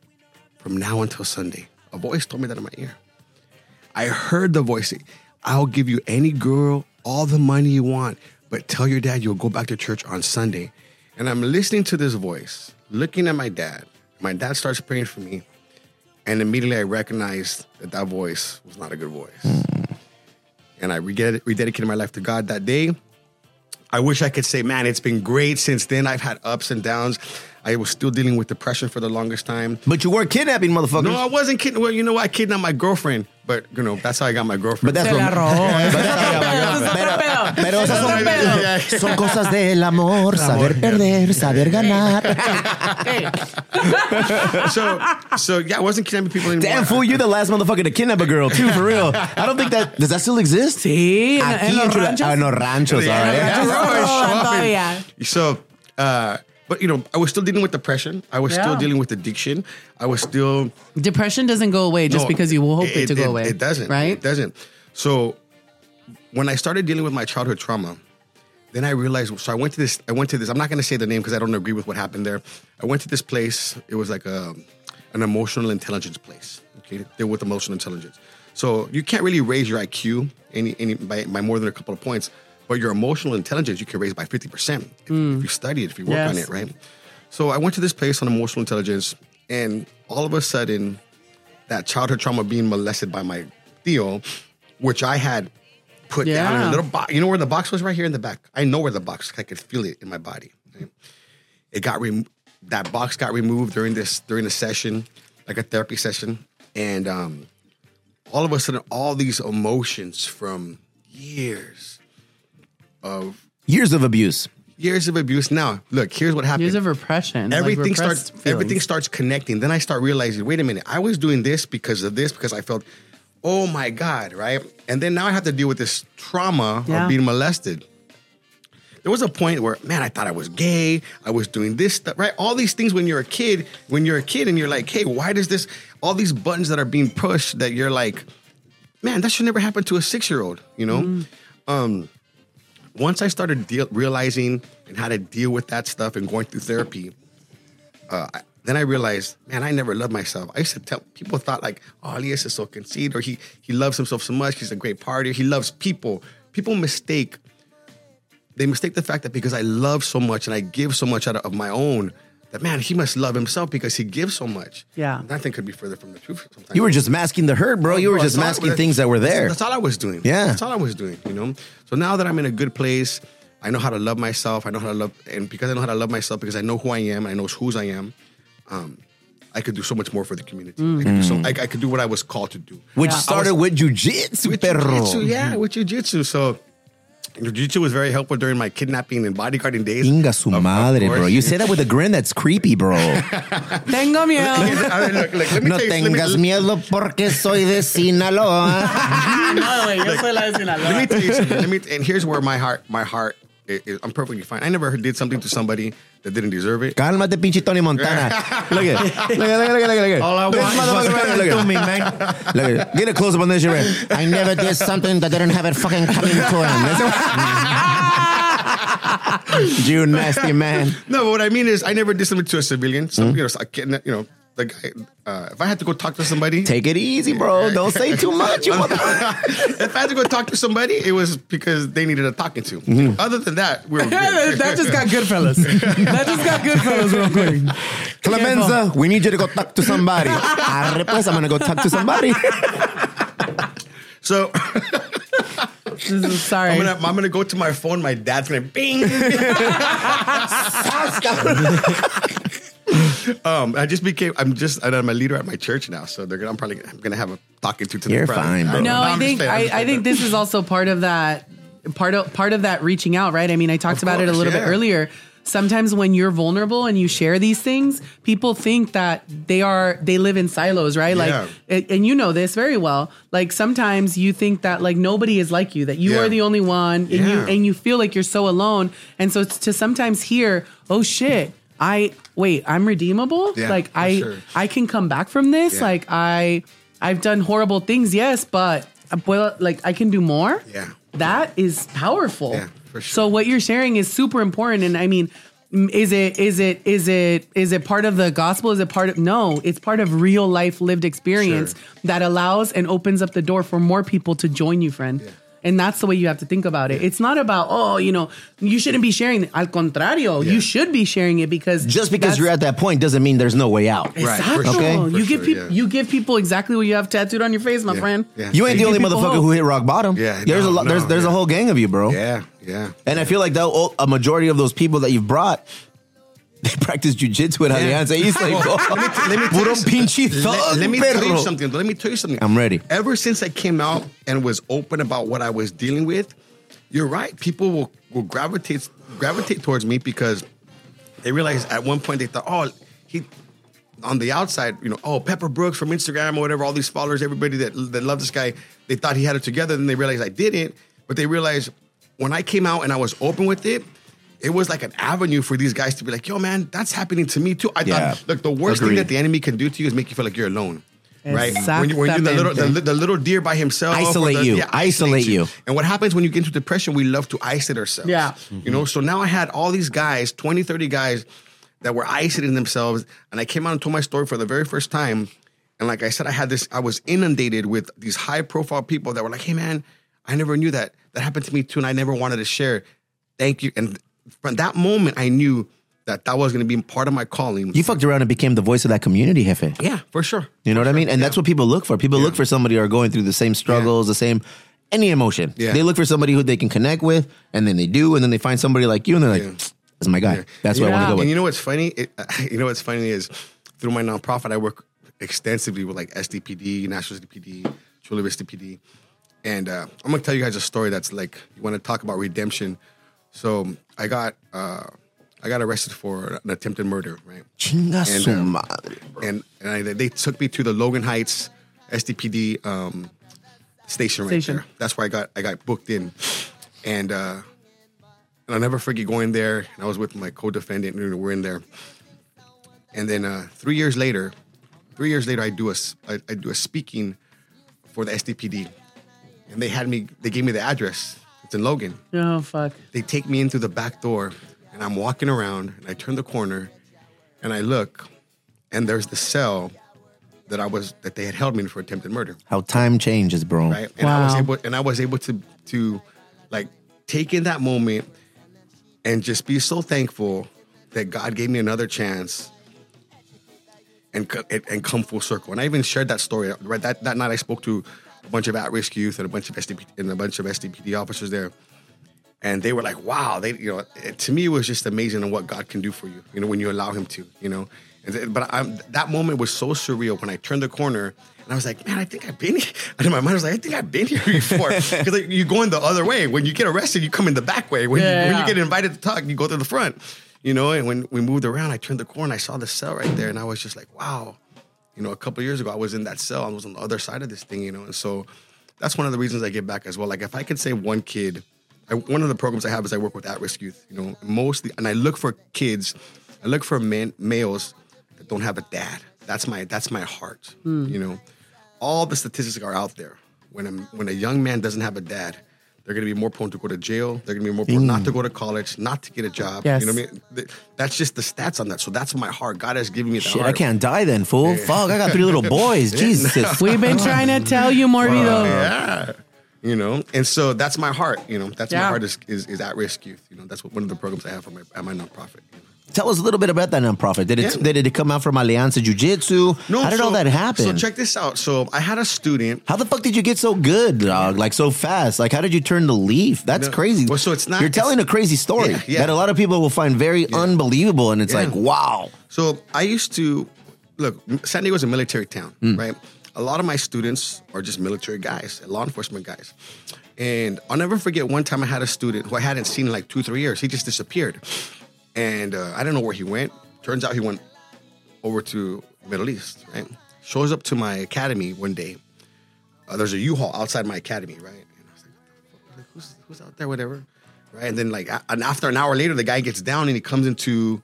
[SPEAKER 8] from now until Sunday. A voice told me that in my ear. I heard the voice. say, I'll give you any girl all the money you want, but tell your dad you'll go back to church on Sunday. And I'm listening to this voice, looking at my dad. My dad starts praying for me, and immediately I recognized that that voice was not a good voice.
[SPEAKER 3] Hmm.
[SPEAKER 8] And I reged- rededicated my life to God that day. I wish I could say, man, it's been great since then. I've had ups and downs. I was still dealing with depression for the longest time.
[SPEAKER 3] But you were kidnapping motherfuckers.
[SPEAKER 8] No, I wasn't kidding. Well, you know, what? I kidnapped my girlfriend, but you know, that's how I got my girlfriend.
[SPEAKER 3] But that's
[SPEAKER 4] Se
[SPEAKER 3] from-
[SPEAKER 4] la robó.
[SPEAKER 3] But that's- but-
[SPEAKER 4] Eso es otro pedo.
[SPEAKER 3] Pero esas son,
[SPEAKER 8] Yeah,
[SPEAKER 3] son cosas del amor, saber perder, saber ganar.
[SPEAKER 8] yeah. so so yeah, I wasn't kidnapping people anymore.
[SPEAKER 3] Damn fool, you're the last motherfucker to kidnap a girl too, for real. I don't think that does that still exist.
[SPEAKER 4] Sí, en-
[SPEAKER 3] Aquí
[SPEAKER 4] en los
[SPEAKER 3] entre la-
[SPEAKER 4] ranchos.
[SPEAKER 3] ah, no, ranchos, all right.
[SPEAKER 8] Yeah,
[SPEAKER 4] Just
[SPEAKER 8] right,
[SPEAKER 4] throw it
[SPEAKER 8] sure.
[SPEAKER 4] todavía.
[SPEAKER 8] So, uh, but you know, I was still dealing with depression. I was still
[SPEAKER 4] Yeah.
[SPEAKER 8] dealing with addiction. I was still
[SPEAKER 4] Depression doesn't go away just
[SPEAKER 8] No,
[SPEAKER 4] because you hope it, to go away.
[SPEAKER 8] It doesn't.
[SPEAKER 4] Right?
[SPEAKER 8] It doesn't. So when I started dealing with my childhood trauma, then I realized. So I went to this. I went to this. I'm not going to say the name because I don't agree with what happened there. I went to this place. It was like a an emotional intelligence place. Okay, deal with emotional intelligence. So you can't really raise your IQ any, any by, by more than a couple of points, but your emotional intelligence you can raise by fifty percent if, if you study it, if you work on
[SPEAKER 4] Mm. Yes.
[SPEAKER 8] it, right? So I went to this place on emotional intelligence, and all of a sudden, that childhood trauma of being molested by my Theo, which I had put down in
[SPEAKER 4] Yeah.
[SPEAKER 8] a little box. You know where the box was? Right here in the back. I know where the box. I could feel it in my body. right? It got rem- that box got removed during this during the session, like a therapy session, and um, all of a sudden, all these emotions from years
[SPEAKER 3] Years of abuse.
[SPEAKER 8] years of abuse. Now, look, here's what happened.
[SPEAKER 4] Years of repression. like
[SPEAKER 8] everything
[SPEAKER 4] repressed
[SPEAKER 8] starts everything
[SPEAKER 4] feelings.
[SPEAKER 8] starts connecting then i start realizing wait a minute i was doing this because of this because i felt oh my god right and then now i have to deal with this trauma
[SPEAKER 4] Yeah.
[SPEAKER 8] of being molested there was a point where man i thought i was gay i was doing this stuff right all these things when you're a kid when you're a kid and you're like hey why does this all these buttons that are being pushed that you're like man that should never happen to a six year old you know
[SPEAKER 4] Mm.
[SPEAKER 8] um once i started deal- realizing and how to deal with that stuff and going through therapy uh, I- then I realized, man, I never loved myself. I used to tell people thought like, oh, Elias is so conceited, or he he loves himself so much. He's a great partier. He loves people. People mistake. They mistake the fact that because I love so much and I give so much out of my own, that man, he must love himself because he gives so much.
[SPEAKER 4] Yeah.
[SPEAKER 8] nothing could be further from the truth. Sometimes
[SPEAKER 3] You were just masking the hurt, bro. You were
[SPEAKER 8] bro,
[SPEAKER 3] just
[SPEAKER 8] that's all-
[SPEAKER 3] masking things that were there.
[SPEAKER 8] That's, that's all I was doing.
[SPEAKER 3] Yeah.
[SPEAKER 8] that's all I was doing. You know. So now that I'm in a good place, I know how to love myself. I know how to love, and because I know how to love myself, because I know who I am, I know whose I am. Um, I could do so much more for the community. I could do so. I, I could do what I was called to do.
[SPEAKER 3] Which
[SPEAKER 8] I was-
[SPEAKER 3] started Mm. with jujitsu,
[SPEAKER 8] with
[SPEAKER 3] perro. Mm-hmm.
[SPEAKER 8] jiu-jitsu, yeah, with jiu-jitsu. So jiu-jitsu was very helpful during my kidnapping and bodyguarding days.
[SPEAKER 3] Inga su
[SPEAKER 8] Of- of
[SPEAKER 3] madre,
[SPEAKER 8] course.
[SPEAKER 3] bro. You say that with a grin that's creepy, bro.
[SPEAKER 4] Tengo miedo.
[SPEAKER 8] I mean, look, look, let me
[SPEAKER 3] no
[SPEAKER 8] tell you, let me-
[SPEAKER 3] tengas miedo porque soy de Sinaloa.
[SPEAKER 4] By the way, yo soy la de
[SPEAKER 8] Let me
[SPEAKER 4] Sinaloa.
[SPEAKER 8] tell you something. Let me, and here's where my heart, my heart, i- i- I'm perfectly fine. I never did something to somebody that didn't deserve it.
[SPEAKER 3] Cálmate, pinche Tony Montana. Look at look at, look at, look at, look at.
[SPEAKER 5] All I
[SPEAKER 3] This
[SPEAKER 5] want is
[SPEAKER 3] motherfucker
[SPEAKER 5] what's
[SPEAKER 3] right there, look
[SPEAKER 5] coming to
[SPEAKER 3] at.
[SPEAKER 5] me, man.
[SPEAKER 3] Look at, get a close up on this shit right. I never did something that didn't have it fucking coming to him. you nasty man.
[SPEAKER 8] No, but what I mean is, I never did something to a civilian. Some,
[SPEAKER 3] Hmm?
[SPEAKER 8] You know, so I can, you know, the guy. Uh, if I had to go talk to somebody,
[SPEAKER 3] Take it easy, bro. Don't say too much. You motherfucker.
[SPEAKER 8] if I had to go talk to somebody, it was because they needed a talking to.
[SPEAKER 3] Hmm.
[SPEAKER 8] Other than that, we were good.
[SPEAKER 4] that just got good fellas. That just got good fellas real quick.
[SPEAKER 3] Clemenza, we need you to go talk to somebody. Arre, pues, I'm gonna go talk to somebody.
[SPEAKER 8] so
[SPEAKER 4] This is sorry.
[SPEAKER 8] I'm gonna, I'm gonna go to my phone. My dad's gonna bing. um, I just became. I'm just. and I'm a leader at my church now, so they're gonna. I'm probably. I'm gonna have a talking to. to
[SPEAKER 3] You're
[SPEAKER 8] the crowd.
[SPEAKER 3] fine, bro.
[SPEAKER 8] don't know.
[SPEAKER 4] No, I
[SPEAKER 8] I'm just
[SPEAKER 4] think
[SPEAKER 8] playing, I'm
[SPEAKER 4] I,
[SPEAKER 8] just
[SPEAKER 4] I
[SPEAKER 8] playing.
[SPEAKER 4] think this is also part of that part of part of that reaching out, right? I mean, I talked
[SPEAKER 8] Of
[SPEAKER 4] about it a
[SPEAKER 8] course,
[SPEAKER 4] little bit
[SPEAKER 8] yeah.
[SPEAKER 4] earlier. Sometimes when you're vulnerable and you share these things, people think that they are they live in silos, right? Like,
[SPEAKER 8] Yeah.
[SPEAKER 4] and- and you know this very well. Like sometimes you think that like nobody is like you, that you
[SPEAKER 8] Yeah.
[SPEAKER 4] are the only one, and you
[SPEAKER 8] Yeah.
[SPEAKER 4] and you feel like you're so alone. And so it's to sometimes hear, oh shit. I wait. I'm redeemable.
[SPEAKER 8] Yeah,
[SPEAKER 4] like
[SPEAKER 8] for
[SPEAKER 4] I,
[SPEAKER 8] sure.
[SPEAKER 4] I can come back from this.
[SPEAKER 8] Yeah.
[SPEAKER 4] Like I I've done horrible things, yes, but uh, well, like I can do more.
[SPEAKER 8] Yeah.
[SPEAKER 4] That is powerful.
[SPEAKER 8] Yeah, for sure.
[SPEAKER 4] So what you're sharing is super important and I mean mm, is it is it is it is it part of the gospel? Is it part of no? It's part of real life lived experience
[SPEAKER 8] Sure.
[SPEAKER 4] that allows and opens up the door for more people to join you, friend. And that's the way you have to think about it. It's not about oh, you know, you shouldn't be sharing. it. Al contrario,
[SPEAKER 8] Yeah.
[SPEAKER 4] you should be sharing it because
[SPEAKER 3] Just because
[SPEAKER 4] that's-
[SPEAKER 3] you're at that point doesn't mean there's no way out.
[SPEAKER 8] Right, for
[SPEAKER 4] Exacto.
[SPEAKER 8] sure,
[SPEAKER 3] Okay.
[SPEAKER 8] for
[SPEAKER 4] You give
[SPEAKER 8] sure,
[SPEAKER 4] people
[SPEAKER 8] yeah.
[SPEAKER 4] you give people exactly what you have tattooed on your face, my
[SPEAKER 8] Yeah,
[SPEAKER 4] friend.
[SPEAKER 8] yeah.
[SPEAKER 3] You ain't the
[SPEAKER 4] Give
[SPEAKER 3] only
[SPEAKER 4] people
[SPEAKER 3] motherfucker
[SPEAKER 4] hope.
[SPEAKER 3] who hit rock bottom.
[SPEAKER 8] Yeah,
[SPEAKER 3] there's
[SPEAKER 8] no,
[SPEAKER 3] a lot.
[SPEAKER 8] no,
[SPEAKER 3] there's there's a
[SPEAKER 8] yeah.
[SPEAKER 3] whole gang of you, bro.
[SPEAKER 8] Yeah, yeah.
[SPEAKER 3] And I feel like though a majority of those people that you've brought, they practice jujitsu at
[SPEAKER 8] Yeah.
[SPEAKER 3] Alianza East. Like,
[SPEAKER 8] Well,
[SPEAKER 3] bro.
[SPEAKER 8] let me- let me tell
[SPEAKER 3] Puro
[SPEAKER 8] you something.
[SPEAKER 3] pinche
[SPEAKER 8] Let,
[SPEAKER 3] thug,
[SPEAKER 8] let me tell you
[SPEAKER 3] perro.
[SPEAKER 8] something. Let me tell you something.
[SPEAKER 3] I'm ready.
[SPEAKER 8] Ever since I came out and was open about what I was dealing with, you're right. People will, will gravitate gravitate towards me because they realize at one point they thought, oh, he on the outside, you know, oh, Pepper Brooks from Instagram or whatever, all these followers, everybody that that loved this guy, they thought he had it together. Then they realized I didn't. But they realized when I came out and I was open with it, it was like an avenue for these guys to be like, yo, man, that's happening to me too. I
[SPEAKER 3] Yeah.
[SPEAKER 8] thought, look, the worst
[SPEAKER 3] Agreed.
[SPEAKER 8] thing that the enemy can do to you is make you feel like you're alone. Right, when, you, when you're the
[SPEAKER 4] Exactamente.
[SPEAKER 8] little the, li- the little deer by himself, or
[SPEAKER 3] Isolate
[SPEAKER 8] the-
[SPEAKER 3] you. Isolate you.
[SPEAKER 8] And what happens when you get into depression? We love to isolate ourselves.
[SPEAKER 4] Yeah.
[SPEAKER 8] You know, so now I had all these guys, 20, 30 guys that were isolating themselves. And I came out and told my story for the very first time. And like I said, I had this, I was inundated with these high profile people that were like, hey, man, I never knew that. That happened to me too. And I never wanted to share. Thank you. And from that moment, I knew that that was going to be part of my calling.
[SPEAKER 3] You fucked around and became the voice of that community, Hefe.
[SPEAKER 8] yeah, for sure.
[SPEAKER 3] You know what I mean? And that's what people look for. People look for somebody who are going through the same struggles, the same any emotion.
[SPEAKER 8] Yeah.
[SPEAKER 3] They look for somebody who they can connect with, and then they do, and then they find somebody like you, and they're like, "That's my guy. That's what I want to go
[SPEAKER 8] And
[SPEAKER 3] with."
[SPEAKER 8] you know what's funny? It, you know what's funny is through my nonprofit, I work extensively with like SDPD, National SDPD, Chula Vista PD, and uh, I'm gonna tell you guys a story that's like you want to talk about redemption. So I got uh, I got arrested for an attempted murder, right?
[SPEAKER 3] Chinga
[SPEAKER 8] And,
[SPEAKER 3] su
[SPEAKER 8] um,
[SPEAKER 3] madre.
[SPEAKER 8] And and I, they took me to the Logan Heights SDPD um, station right
[SPEAKER 4] Station.
[SPEAKER 8] there. That's where I got I got booked in, and uh, and I'll never forget going there. And I was with my co-defendant, and we're in there. And then uh, three years later, three years later, I do a s- I, I do a speaking for the SDPD, and they had me. They gave me the address. It's in Logan
[SPEAKER 4] Oh fuck.
[SPEAKER 8] they take me in through the back door and I'm walking around and I turn the corner and I look and there's the cell that I was that they had held me in for attempted murder.
[SPEAKER 3] How time changes, bro.
[SPEAKER 8] Right. And I was
[SPEAKER 4] Wow.
[SPEAKER 8] able and I was able to to like take in that moment and just be so thankful that God gave me another chance and co- and, and come full circle. And I even shared that story. Right that, that night I spoke to a bunch of at-risk youth and a bunch of SDP, and a bunch of SDPD officers there and they were like, "Wow!" They, you know, it, to me, it was just amazing on what God can do for you. You know, when you allow Him to, you know. And th- but I, that moment was so surreal when I turned the corner and I was like, "Man, I think I've been." Here. And in my mind, I was like, "I think I've been here before." Because like, you're going the other way. When you get arrested, you come in the back way. When,
[SPEAKER 4] Yeah,
[SPEAKER 8] you, when
[SPEAKER 4] yeah.
[SPEAKER 8] you get invited to talk, you go through the front. You know. And when we moved around, I turned the corner, I saw the cell right there, and I was just like, "Wow!" You know, a couple years ago, I was in that cell. I was on the other side of this thing. You know, and so that's one of the reasons I give back as well. Like if I could say one kid, I, one of the programs I have is I work with at-risk youth. You know, mostly, and I look for kids, I look for men, males that don't have a dad. That's my that's my heart.
[SPEAKER 3] Hmm.
[SPEAKER 8] You know, all the statistics are out there. When a when a young man doesn't have a dad, they're going to be more prone to go to jail. They're going to be more prone not to go to college, not to get a job. You know what I
[SPEAKER 4] Yes.
[SPEAKER 8] mean? Th- That's just the stats on that. So that's my heart. God has given me that
[SPEAKER 3] Shit,
[SPEAKER 8] heart.
[SPEAKER 3] I can't die then, fool. Fuck, I got three little boys. Jesus.
[SPEAKER 4] We've been trying to tell you, Morbido.
[SPEAKER 8] Yeah. You know, and so that's my heart. You know, that's my
[SPEAKER 4] Yeah.
[SPEAKER 8] heart is, is, is at risk youth. You know, that's what, one of the programs I have for my at my nonprofit.
[SPEAKER 3] Tell us a little bit about that nonprofit. Did it
[SPEAKER 8] Yeah.
[SPEAKER 3] did it come out from Alianza Jiu Jitsu? How did
[SPEAKER 8] so-
[SPEAKER 3] all that happen?
[SPEAKER 8] So check this out. So I had a student.
[SPEAKER 3] How the fuck did you get so good, dog? Like so fast? Like how did you turn the leaf? That's
[SPEAKER 8] No.
[SPEAKER 3] crazy.
[SPEAKER 8] Well, so it's not-
[SPEAKER 3] You're telling a crazy story
[SPEAKER 8] Yeah, yeah.
[SPEAKER 3] that a lot of people will find very unbelievable, and it's
[SPEAKER 8] Yeah.
[SPEAKER 3] like, wow.
[SPEAKER 8] So I used to look. San Diego's a military town,
[SPEAKER 3] Hmm.
[SPEAKER 8] right? A lot of my students are just military guys, law enforcement guys. And I'll never forget one time I had a student who I hadn't seen in like two, three years. He just disappeared, and uh, I don't know where he went. Turns out he went over to Middle East. Right? Shows up to my academy one day. Uh, there's a U-Haul outside my academy, right? And I was like, like, who's, who's out there, whatever, right? And then like, a- and after an hour later, the guy gets down and he comes into,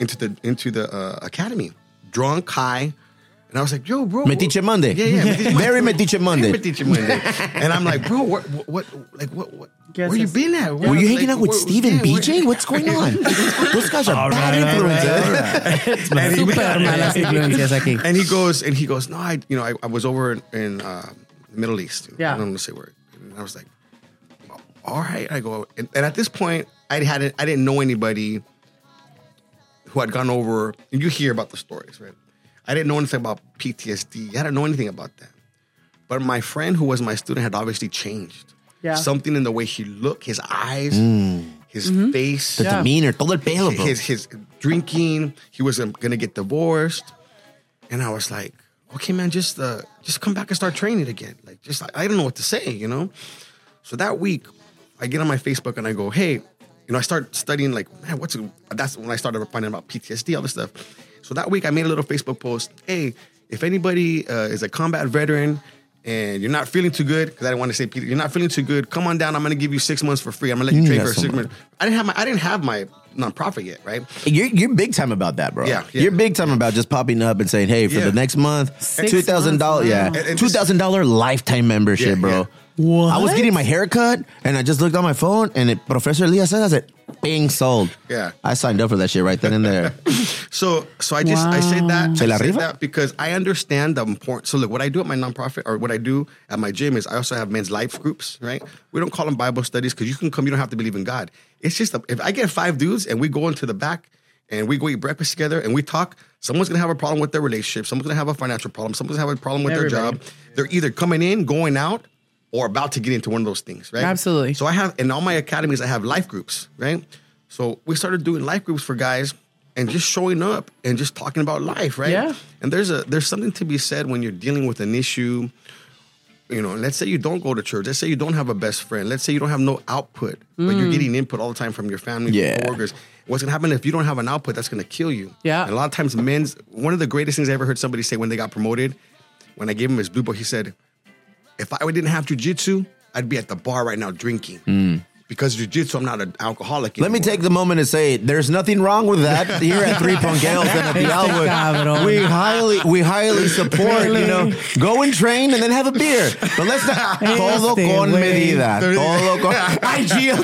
[SPEAKER 8] into the into the uh, academy, drunk, high, and I was like, yo, bro,
[SPEAKER 3] Metiche Monday.
[SPEAKER 8] yeah, yeah, Metiche
[SPEAKER 3] Very Metiche Monday.
[SPEAKER 8] Very Metiche Monday, and I'm like, bro, what, what, what like, what, what?
[SPEAKER 4] Guess
[SPEAKER 8] where you
[SPEAKER 4] it's-
[SPEAKER 8] been at? Where-
[SPEAKER 3] Were you
[SPEAKER 8] like,
[SPEAKER 3] hanging out with
[SPEAKER 8] where-
[SPEAKER 3] Steve and
[SPEAKER 8] yeah, where-
[SPEAKER 3] BJ? What's going on? Those guys are
[SPEAKER 5] All
[SPEAKER 3] bad
[SPEAKER 5] right, all
[SPEAKER 3] influences.
[SPEAKER 5] right.
[SPEAKER 8] he-
[SPEAKER 4] Super malas influencias aquí.
[SPEAKER 8] And he goes, and he goes, no, I, you know, I, I was over in, in uh, Middle East.
[SPEAKER 4] Yeah.
[SPEAKER 8] I don't want to say where. And I was like, "Well, all right. I go, and, and at this point, I hadn't, I didn't know anybody who had gone over. And you hear about the stories, right? I didn't know anything about PTSD. I didn't know anything about that. But my friend, who was my student, had obviously changed.
[SPEAKER 4] Yeah.
[SPEAKER 8] Something in the way he looked, his eyes, his
[SPEAKER 4] Mm-hmm.
[SPEAKER 3] Mm.
[SPEAKER 8] face,
[SPEAKER 3] The demeanor, todo el pelo, bro.
[SPEAKER 8] his his drinking. He was um, gonna get divorced, and I was like, okay, man, just uh, just come back and start training again. Like, just I, I don't know what to say, you know. So that week, I get on my Facebook and I go, hey, you know, I start studying like, man, what's that's when I started finding about PTSD, all this stuff. So that week I made a little Facebook post. Hey, if anybody uh, is a combat veteran and you're not feeling too good, because I didn't want to say Peter, you're not feeling too good, come on down. I'm gonna give you six months for free. I'm gonna let you,
[SPEAKER 3] You
[SPEAKER 8] train
[SPEAKER 3] got
[SPEAKER 8] for six
[SPEAKER 3] somebody.
[SPEAKER 8] months. I didn't have my I didn't have my nonprofit yet, right?
[SPEAKER 3] You're, you're big time about that, bro.
[SPEAKER 8] Yeah, yeah.
[SPEAKER 3] You're big time about just popping up and saying, hey, for
[SPEAKER 8] Yeah.
[SPEAKER 3] the next month,
[SPEAKER 4] Six
[SPEAKER 3] $2,000.
[SPEAKER 4] months,
[SPEAKER 3] Yeah.
[SPEAKER 4] wow.
[SPEAKER 8] And- and just-
[SPEAKER 3] $2,000 lifetime membership,
[SPEAKER 8] Yeah,
[SPEAKER 3] bro.
[SPEAKER 8] yeah.
[SPEAKER 3] What? I was getting my hair cut and I just looked on my phone and it, Professor Leah said, I said, bing, sold.
[SPEAKER 8] Yeah.
[SPEAKER 3] I signed up for that shit right then and there.
[SPEAKER 8] So so I just I said that
[SPEAKER 3] Se la
[SPEAKER 8] I said
[SPEAKER 3] rifa?
[SPEAKER 8] that because I understand the importance. So look, what I do at my nonprofit or what I do at my gym is I also have men's life groups. Right? We don't call them Bible studies because you can come. You don't have to believe in God. It's just a, if I get five dudes and we go into the back and we go eat breakfast together and we talk. Someone's gonna have a problem with their relationship. Someone's gonna have a financial problem. Someone's gonna have a problem with
[SPEAKER 4] Everybody.
[SPEAKER 8] their job. They're either coming in, going out, or about to get into one of those things. Right?
[SPEAKER 4] Absolutely.
[SPEAKER 8] So I have in all my academies, I have life groups, right? So we started doing life groups for guys and just showing up and just talking about life, right?
[SPEAKER 4] Yeah.
[SPEAKER 8] And there's a there's something to be said when you're dealing with an issue. You know, let's say you don't go to church. Let's say you don't have a best friend. Let's say you don't have no output, but
[SPEAKER 4] Mm.
[SPEAKER 8] you're getting input all the time from your family,
[SPEAKER 3] Yeah.
[SPEAKER 8] yeah. coworkers. What's gonna happen if you don't have an output? That's gonna kill you.
[SPEAKER 4] Yeah.
[SPEAKER 8] And a lot of times, men's one of the greatest things I ever heard somebody say when they got promoted, when I gave him his blue book, he said, if I didn't have jujitsu, I'd be at the bar right now drinking. Because jujitsu, I'm not an alcoholic.
[SPEAKER 3] Hmm. Let me
[SPEAKER 8] anymore.
[SPEAKER 3] take the moment to say there's nothing wrong with that here at Three Punkeos and at the Outwood.
[SPEAKER 4] cabrón.
[SPEAKER 3] We highly, we highly support. You know, go and train and then have a beer. But let's not todo
[SPEAKER 4] Este
[SPEAKER 3] con
[SPEAKER 4] güey.
[SPEAKER 3] medida. Todo con. Ay, Gio.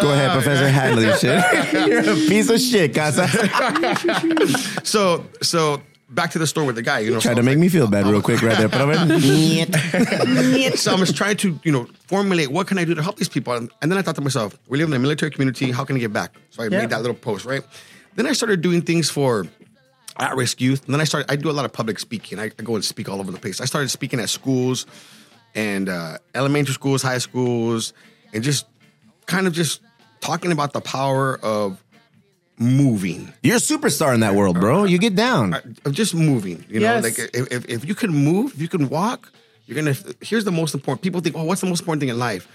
[SPEAKER 3] Go ahead, Professor Hadley. Shit, you're a piece of shit, Casa.
[SPEAKER 8] So, so back to the store with the guy. You know,
[SPEAKER 3] Try
[SPEAKER 8] so
[SPEAKER 3] to
[SPEAKER 8] I'm
[SPEAKER 3] make
[SPEAKER 8] like-
[SPEAKER 3] me feel bad real quick right there, but I'm
[SPEAKER 8] So I was trying to, you know, formulate what can I do to help these people. And, and then I thought to myself, we live in a military community. How can I get back? So I
[SPEAKER 4] Yeah.
[SPEAKER 8] made that little post, right? Then I started doing things for at-risk youth. And then I started. I do a lot of public speaking. I, I go and speak all over the place. I started speaking at schools and uh, elementary schools, high schools, and just kind of just talking about the power of moving.
[SPEAKER 3] You're a superstar in that world, bro. You get down.
[SPEAKER 8] of just moving. You know,
[SPEAKER 4] Yes.
[SPEAKER 8] like if, if, if you can move, if you can walk, you're gonna. Here's the most important. People think, oh, what's the most important thing in life?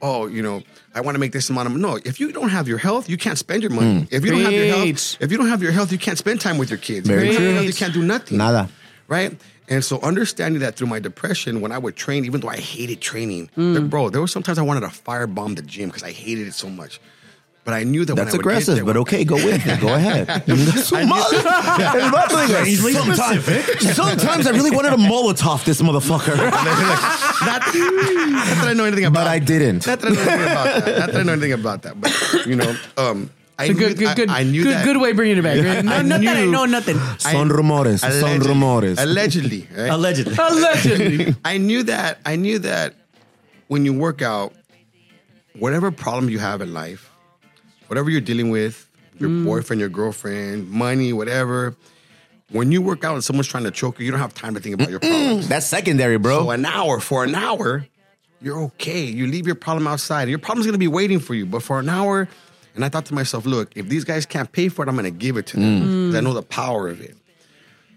[SPEAKER 8] Oh, you know, I want to make this amount of no. If you don't have your health, you can't spend your money.
[SPEAKER 3] Hmm.
[SPEAKER 8] If you don't have your
[SPEAKER 4] Preach.
[SPEAKER 8] health, if you don't have your health, you can't spend time with your kids.
[SPEAKER 3] Very
[SPEAKER 8] if you, don't have your
[SPEAKER 4] true.
[SPEAKER 8] health, you can't do nothing.
[SPEAKER 3] Nada.
[SPEAKER 8] Right. And so understanding that through my depression, when I would train, even though I hated training,
[SPEAKER 4] Hmm.
[SPEAKER 8] there- bro, there were sometimes I wanted to firebomb the gym because I hated it so much. But I knew that
[SPEAKER 3] That's
[SPEAKER 8] when I would get
[SPEAKER 3] aggressive,
[SPEAKER 8] there-
[SPEAKER 3] but okay, go with it. Go ahead. sometimes, sometimes I really wanted to Molotov this motherfucker,
[SPEAKER 8] not, not that I know anything about.
[SPEAKER 3] but I didn't.
[SPEAKER 8] Not that I know anything about that. Not that I know anything about that. But you know, um, I
[SPEAKER 4] It's a
[SPEAKER 8] knew,
[SPEAKER 4] good, good, good,
[SPEAKER 8] I, I knew
[SPEAKER 4] good,
[SPEAKER 8] that.
[SPEAKER 4] good way bringing it back. No,
[SPEAKER 8] I
[SPEAKER 4] not that I
[SPEAKER 8] knew-
[SPEAKER 4] know nothing.
[SPEAKER 3] Son rumores, son
[SPEAKER 8] Allegedly-
[SPEAKER 3] rumores.
[SPEAKER 8] Allegedly, right?
[SPEAKER 5] Allegedly.
[SPEAKER 4] Allegedly.
[SPEAKER 8] I knew that. I knew that when you work out, whatever problem you have in life, whatever you're dealing with, your
[SPEAKER 4] Mm.
[SPEAKER 8] boyfriend, your girlfriend, money, whatever. When you work out and someone's trying to choke you, you don't have time to think about your problems.
[SPEAKER 3] That's secondary,
[SPEAKER 8] So
[SPEAKER 3] bro.
[SPEAKER 8] an hour for an hour, you're okay. You leave your problem outside. Your problem's gonna be waiting for you. But for an hour, and I thought to myself, look, if these guys can't pay for it, I'm gonna give it to them 'cause I know the power of it.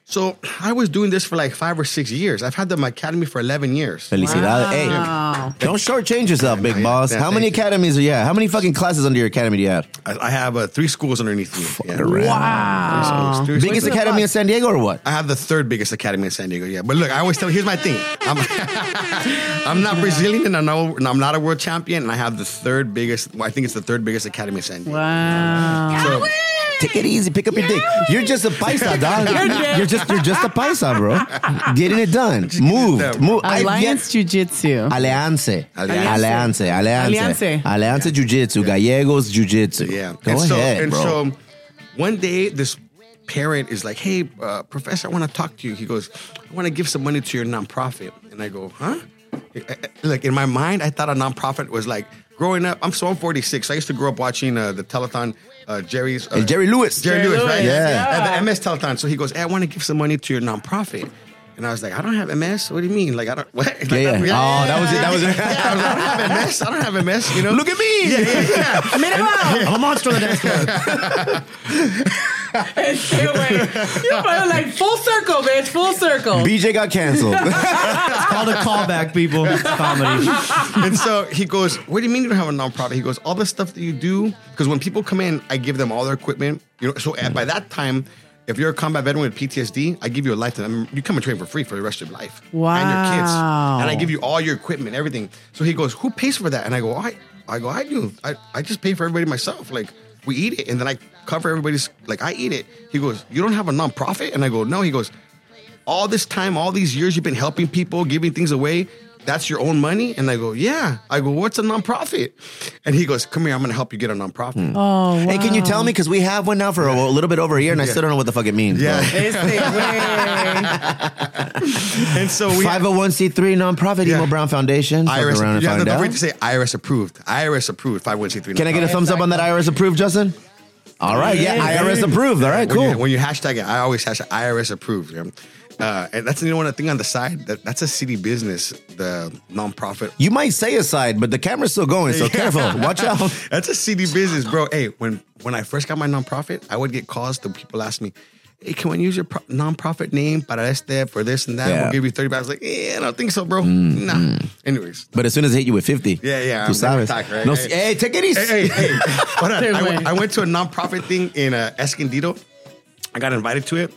[SPEAKER 8] So I was doing this for like five or six years. I've had them academy for eleven years.
[SPEAKER 3] Felicidades. Hey, don't shortchange yourself, big
[SPEAKER 8] yeah,
[SPEAKER 3] boss.
[SPEAKER 8] yeah,
[SPEAKER 3] How many
[SPEAKER 8] thank you.
[SPEAKER 3] academies are you at? How many fucking classes under your academy do you have?
[SPEAKER 8] I, I have uh, three schools underneath me. Yeah.
[SPEAKER 4] Wow.
[SPEAKER 8] Schools, three
[SPEAKER 3] Biggest
[SPEAKER 8] schools.
[SPEAKER 3] academy in San Diego or what?
[SPEAKER 8] I have the third biggest academy in San Diego. Yeah, but look, I always tell. Here's my thing. I'm, I'm not Brazilian, and I know and I'm not a world champion. And I have the third biggest. well, I think it's the third biggest academy in San Diego.
[SPEAKER 4] Wow.
[SPEAKER 8] So,
[SPEAKER 3] Take it easy. Pick up your dick. You're just a paisa, dog.
[SPEAKER 4] dead.
[SPEAKER 3] You're just you're just a paisa, bro. Getting it done. Moved.
[SPEAKER 8] done, bro.
[SPEAKER 3] Move. I've yet-
[SPEAKER 4] Alliance Jiu Jitsu.
[SPEAKER 3] Alianse. Alianse.
[SPEAKER 4] Alianse.
[SPEAKER 3] Alianse.
[SPEAKER 4] Alianse.
[SPEAKER 3] Alianse Jiu Jitsu. Gallegos Jiu Jitsu.
[SPEAKER 8] Yeah.
[SPEAKER 3] Go
[SPEAKER 8] and so,
[SPEAKER 3] ahead,
[SPEAKER 8] and
[SPEAKER 3] bro.
[SPEAKER 8] so one day this parent is like, "Hey, uh, professor, I want to talk to you." He goes, "I want to give some money to your nonprofit." And I go, "Huh?" I- I- Like in my mind, I thought a nonprofit was like growing up. I'm so I'm 46. I used to grow up watching uh, the telethon. Uh, Jerry's uh,
[SPEAKER 3] Hey, Jerry Lewis.
[SPEAKER 8] Jerry,
[SPEAKER 4] Jerry
[SPEAKER 8] Lewis, right?
[SPEAKER 4] Lewis,
[SPEAKER 3] Yeah.
[SPEAKER 8] At the MS telethon. So he goes, hey, I want to give some money to your nonprofit. And I was like, I don't have MS. What do you mean? Like I don't. What? Like,
[SPEAKER 3] Yeah, yeah. Oh, that was it. That was it.
[SPEAKER 8] Yeah, I, was like, I don't have MS. I don't have MS. You know.
[SPEAKER 3] Look at me.
[SPEAKER 8] Yeah, yeah, yeah.
[SPEAKER 5] I'm a monster on the dance floor.
[SPEAKER 4] fucking stairway. You probably like full circle, bitch, full circle.
[SPEAKER 3] BJ got canceled.
[SPEAKER 5] It's called a callback, people. It's comedy.
[SPEAKER 8] and so he goes, "What do you mean you don't have a nonprofit?" He goes, "All the stuff that you do, because when people come in, I give them all their equipment. You know, so at, by that time, if you're a combat veteran with PTSD, I give you a lifetime. I mean, you come and train for free for the rest of your life, and your kids,
[SPEAKER 4] Wow.
[SPEAKER 8] and I give you all your equipment, everything." So he goes, "Who pays for that?" And I go, "I, I go, I do. I, I just pay for everybody myself. Like we eat it, and then I cover everybody's. Like I eat it." He goes, "You don't have a nonprofit?" And I go, "No." He goes all this time, all these years, you've been helping people, giving things away. That's your own money? And I go, yeah. I go, what's a nonprofit? And he goes, come here, I'm going to help you get a nonprofit.
[SPEAKER 3] Hey, can you tell me? Because we have one now for a, a little bit over a year, and I still don't know what the fuck it means.
[SPEAKER 8] Yeah.
[SPEAKER 4] This thing, way.
[SPEAKER 8] And so we.
[SPEAKER 3] Five hundred one c three nonprofit
[SPEAKER 8] Yeah.
[SPEAKER 3] Emo Brown Foundation. Fuck
[SPEAKER 8] IRS,
[SPEAKER 3] around and
[SPEAKER 8] yeah, no,
[SPEAKER 3] find
[SPEAKER 8] don't
[SPEAKER 3] out.
[SPEAKER 8] forget to say IRS approved. IRS approved. Five one c three.
[SPEAKER 3] Can I get a thumbs up on that IRS approved, Justin? All right, yeah, IRS approved. All right,
[SPEAKER 8] When you,
[SPEAKER 3] cool.
[SPEAKER 8] when you hashtag it, I always hashtag IRS approved. yeah. Uh, and that's you know one thing on the side. That, that's a city business, the nonprofit
[SPEAKER 3] You might say aside, but the camera's still going, so careful. Watch out.
[SPEAKER 8] That's a CD business, bro. Hey, when when I first got my nonprofit, I would get calls to people ask me, "Hey, can we use your pro- nonprofit name para este for this and that?
[SPEAKER 3] Yeah. Mm-hmm.
[SPEAKER 8] We'll give you thirty bucks." Like, yeah, I don't think so, bro. Nah. Anyways,
[SPEAKER 3] But as soon as they hit you with 50,
[SPEAKER 8] Yeah, yeah,
[SPEAKER 3] tu
[SPEAKER 8] I'm gonna
[SPEAKER 3] sabes.
[SPEAKER 8] attack, right?
[SPEAKER 3] No,
[SPEAKER 8] Hey.
[SPEAKER 3] hey, take it easy.
[SPEAKER 8] hey, hey, hey. Hold on.
[SPEAKER 4] Same
[SPEAKER 8] I,
[SPEAKER 4] way.
[SPEAKER 8] went, I went to a nonprofit thing in uh, Escondido. I got invited to it.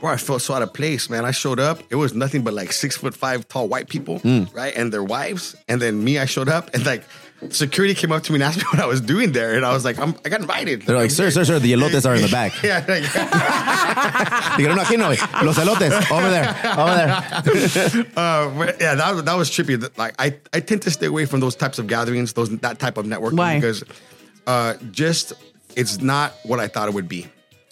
[SPEAKER 8] Bro, I felt so out of place, man. I showed up. It was nothing but like six foot five tall white people,
[SPEAKER 3] Hmm.
[SPEAKER 8] right? And their wives. And then me, I showed up and like security came up to me and asked me what I was doing there. And I was like, I'm, I got invited.
[SPEAKER 3] They're like, sir, sir, sir, the elotes are in the back.
[SPEAKER 8] yeah, like,
[SPEAKER 3] Dijeron, "No, aquí no, eh. los elotes, over there, over there.
[SPEAKER 8] Uh, but yeah, that was- that was trippy. That, Like I, I tend to stay away from those types of gatherings, those that type of networking
[SPEAKER 4] Why?
[SPEAKER 8] because uh, just it's not what I thought it would be.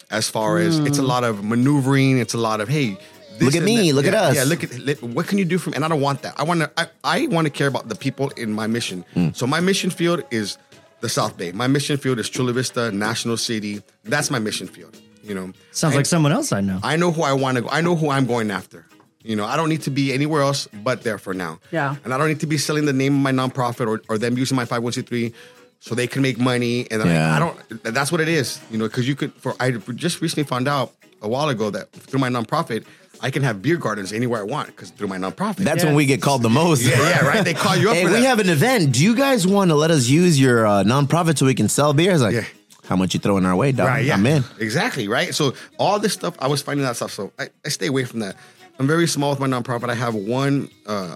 [SPEAKER 8] As far as it's a lot of maneuvering, it's a lot of hey, this
[SPEAKER 3] Look at
[SPEAKER 8] and
[SPEAKER 3] me,
[SPEAKER 8] that.
[SPEAKER 3] look at
[SPEAKER 8] Yeah,
[SPEAKER 3] us.
[SPEAKER 8] Yeah, look at li- what can you do from? And I don't want that. I want to. I, I want to care about the people in my mission.
[SPEAKER 3] Hmm.
[SPEAKER 8] So my mission field is the South Bay. My mission field is Chula Vista, National City. That's my mission field. You know,
[SPEAKER 5] Sounds like someone else I know.
[SPEAKER 8] I know who I want to go. I know who I'm going after. You know, I don't need to be anywhere else but there for now.
[SPEAKER 4] Yeah.
[SPEAKER 8] And I don't need to be selling the name of my nonprofit or, or them using my 501c3 so they can make money. And then I-
[SPEAKER 3] Yeah.
[SPEAKER 8] I, don't, that's what it is, you know, because you could, for, I just recently found out a while ago that through my nonprofit, I can have beer gardens anywhere I want because through my nonprofit.
[SPEAKER 3] That's when we get called the most.
[SPEAKER 8] yeah, yeah, right. They call you up.
[SPEAKER 3] Hey,
[SPEAKER 8] for
[SPEAKER 3] we
[SPEAKER 8] that.
[SPEAKER 3] have an event. Do you guys want to let us use your uh, nonprofit so we can sell beers? Like,
[SPEAKER 8] Yeah.
[SPEAKER 3] how much you throwing our way, dog?
[SPEAKER 8] Right, Uh, yeah.
[SPEAKER 3] I'm in.
[SPEAKER 8] Exactly, right? So all this stuff, I was finding that stuff. So I, I stay away from that. I'm very small with my nonprofit. I have one, uh,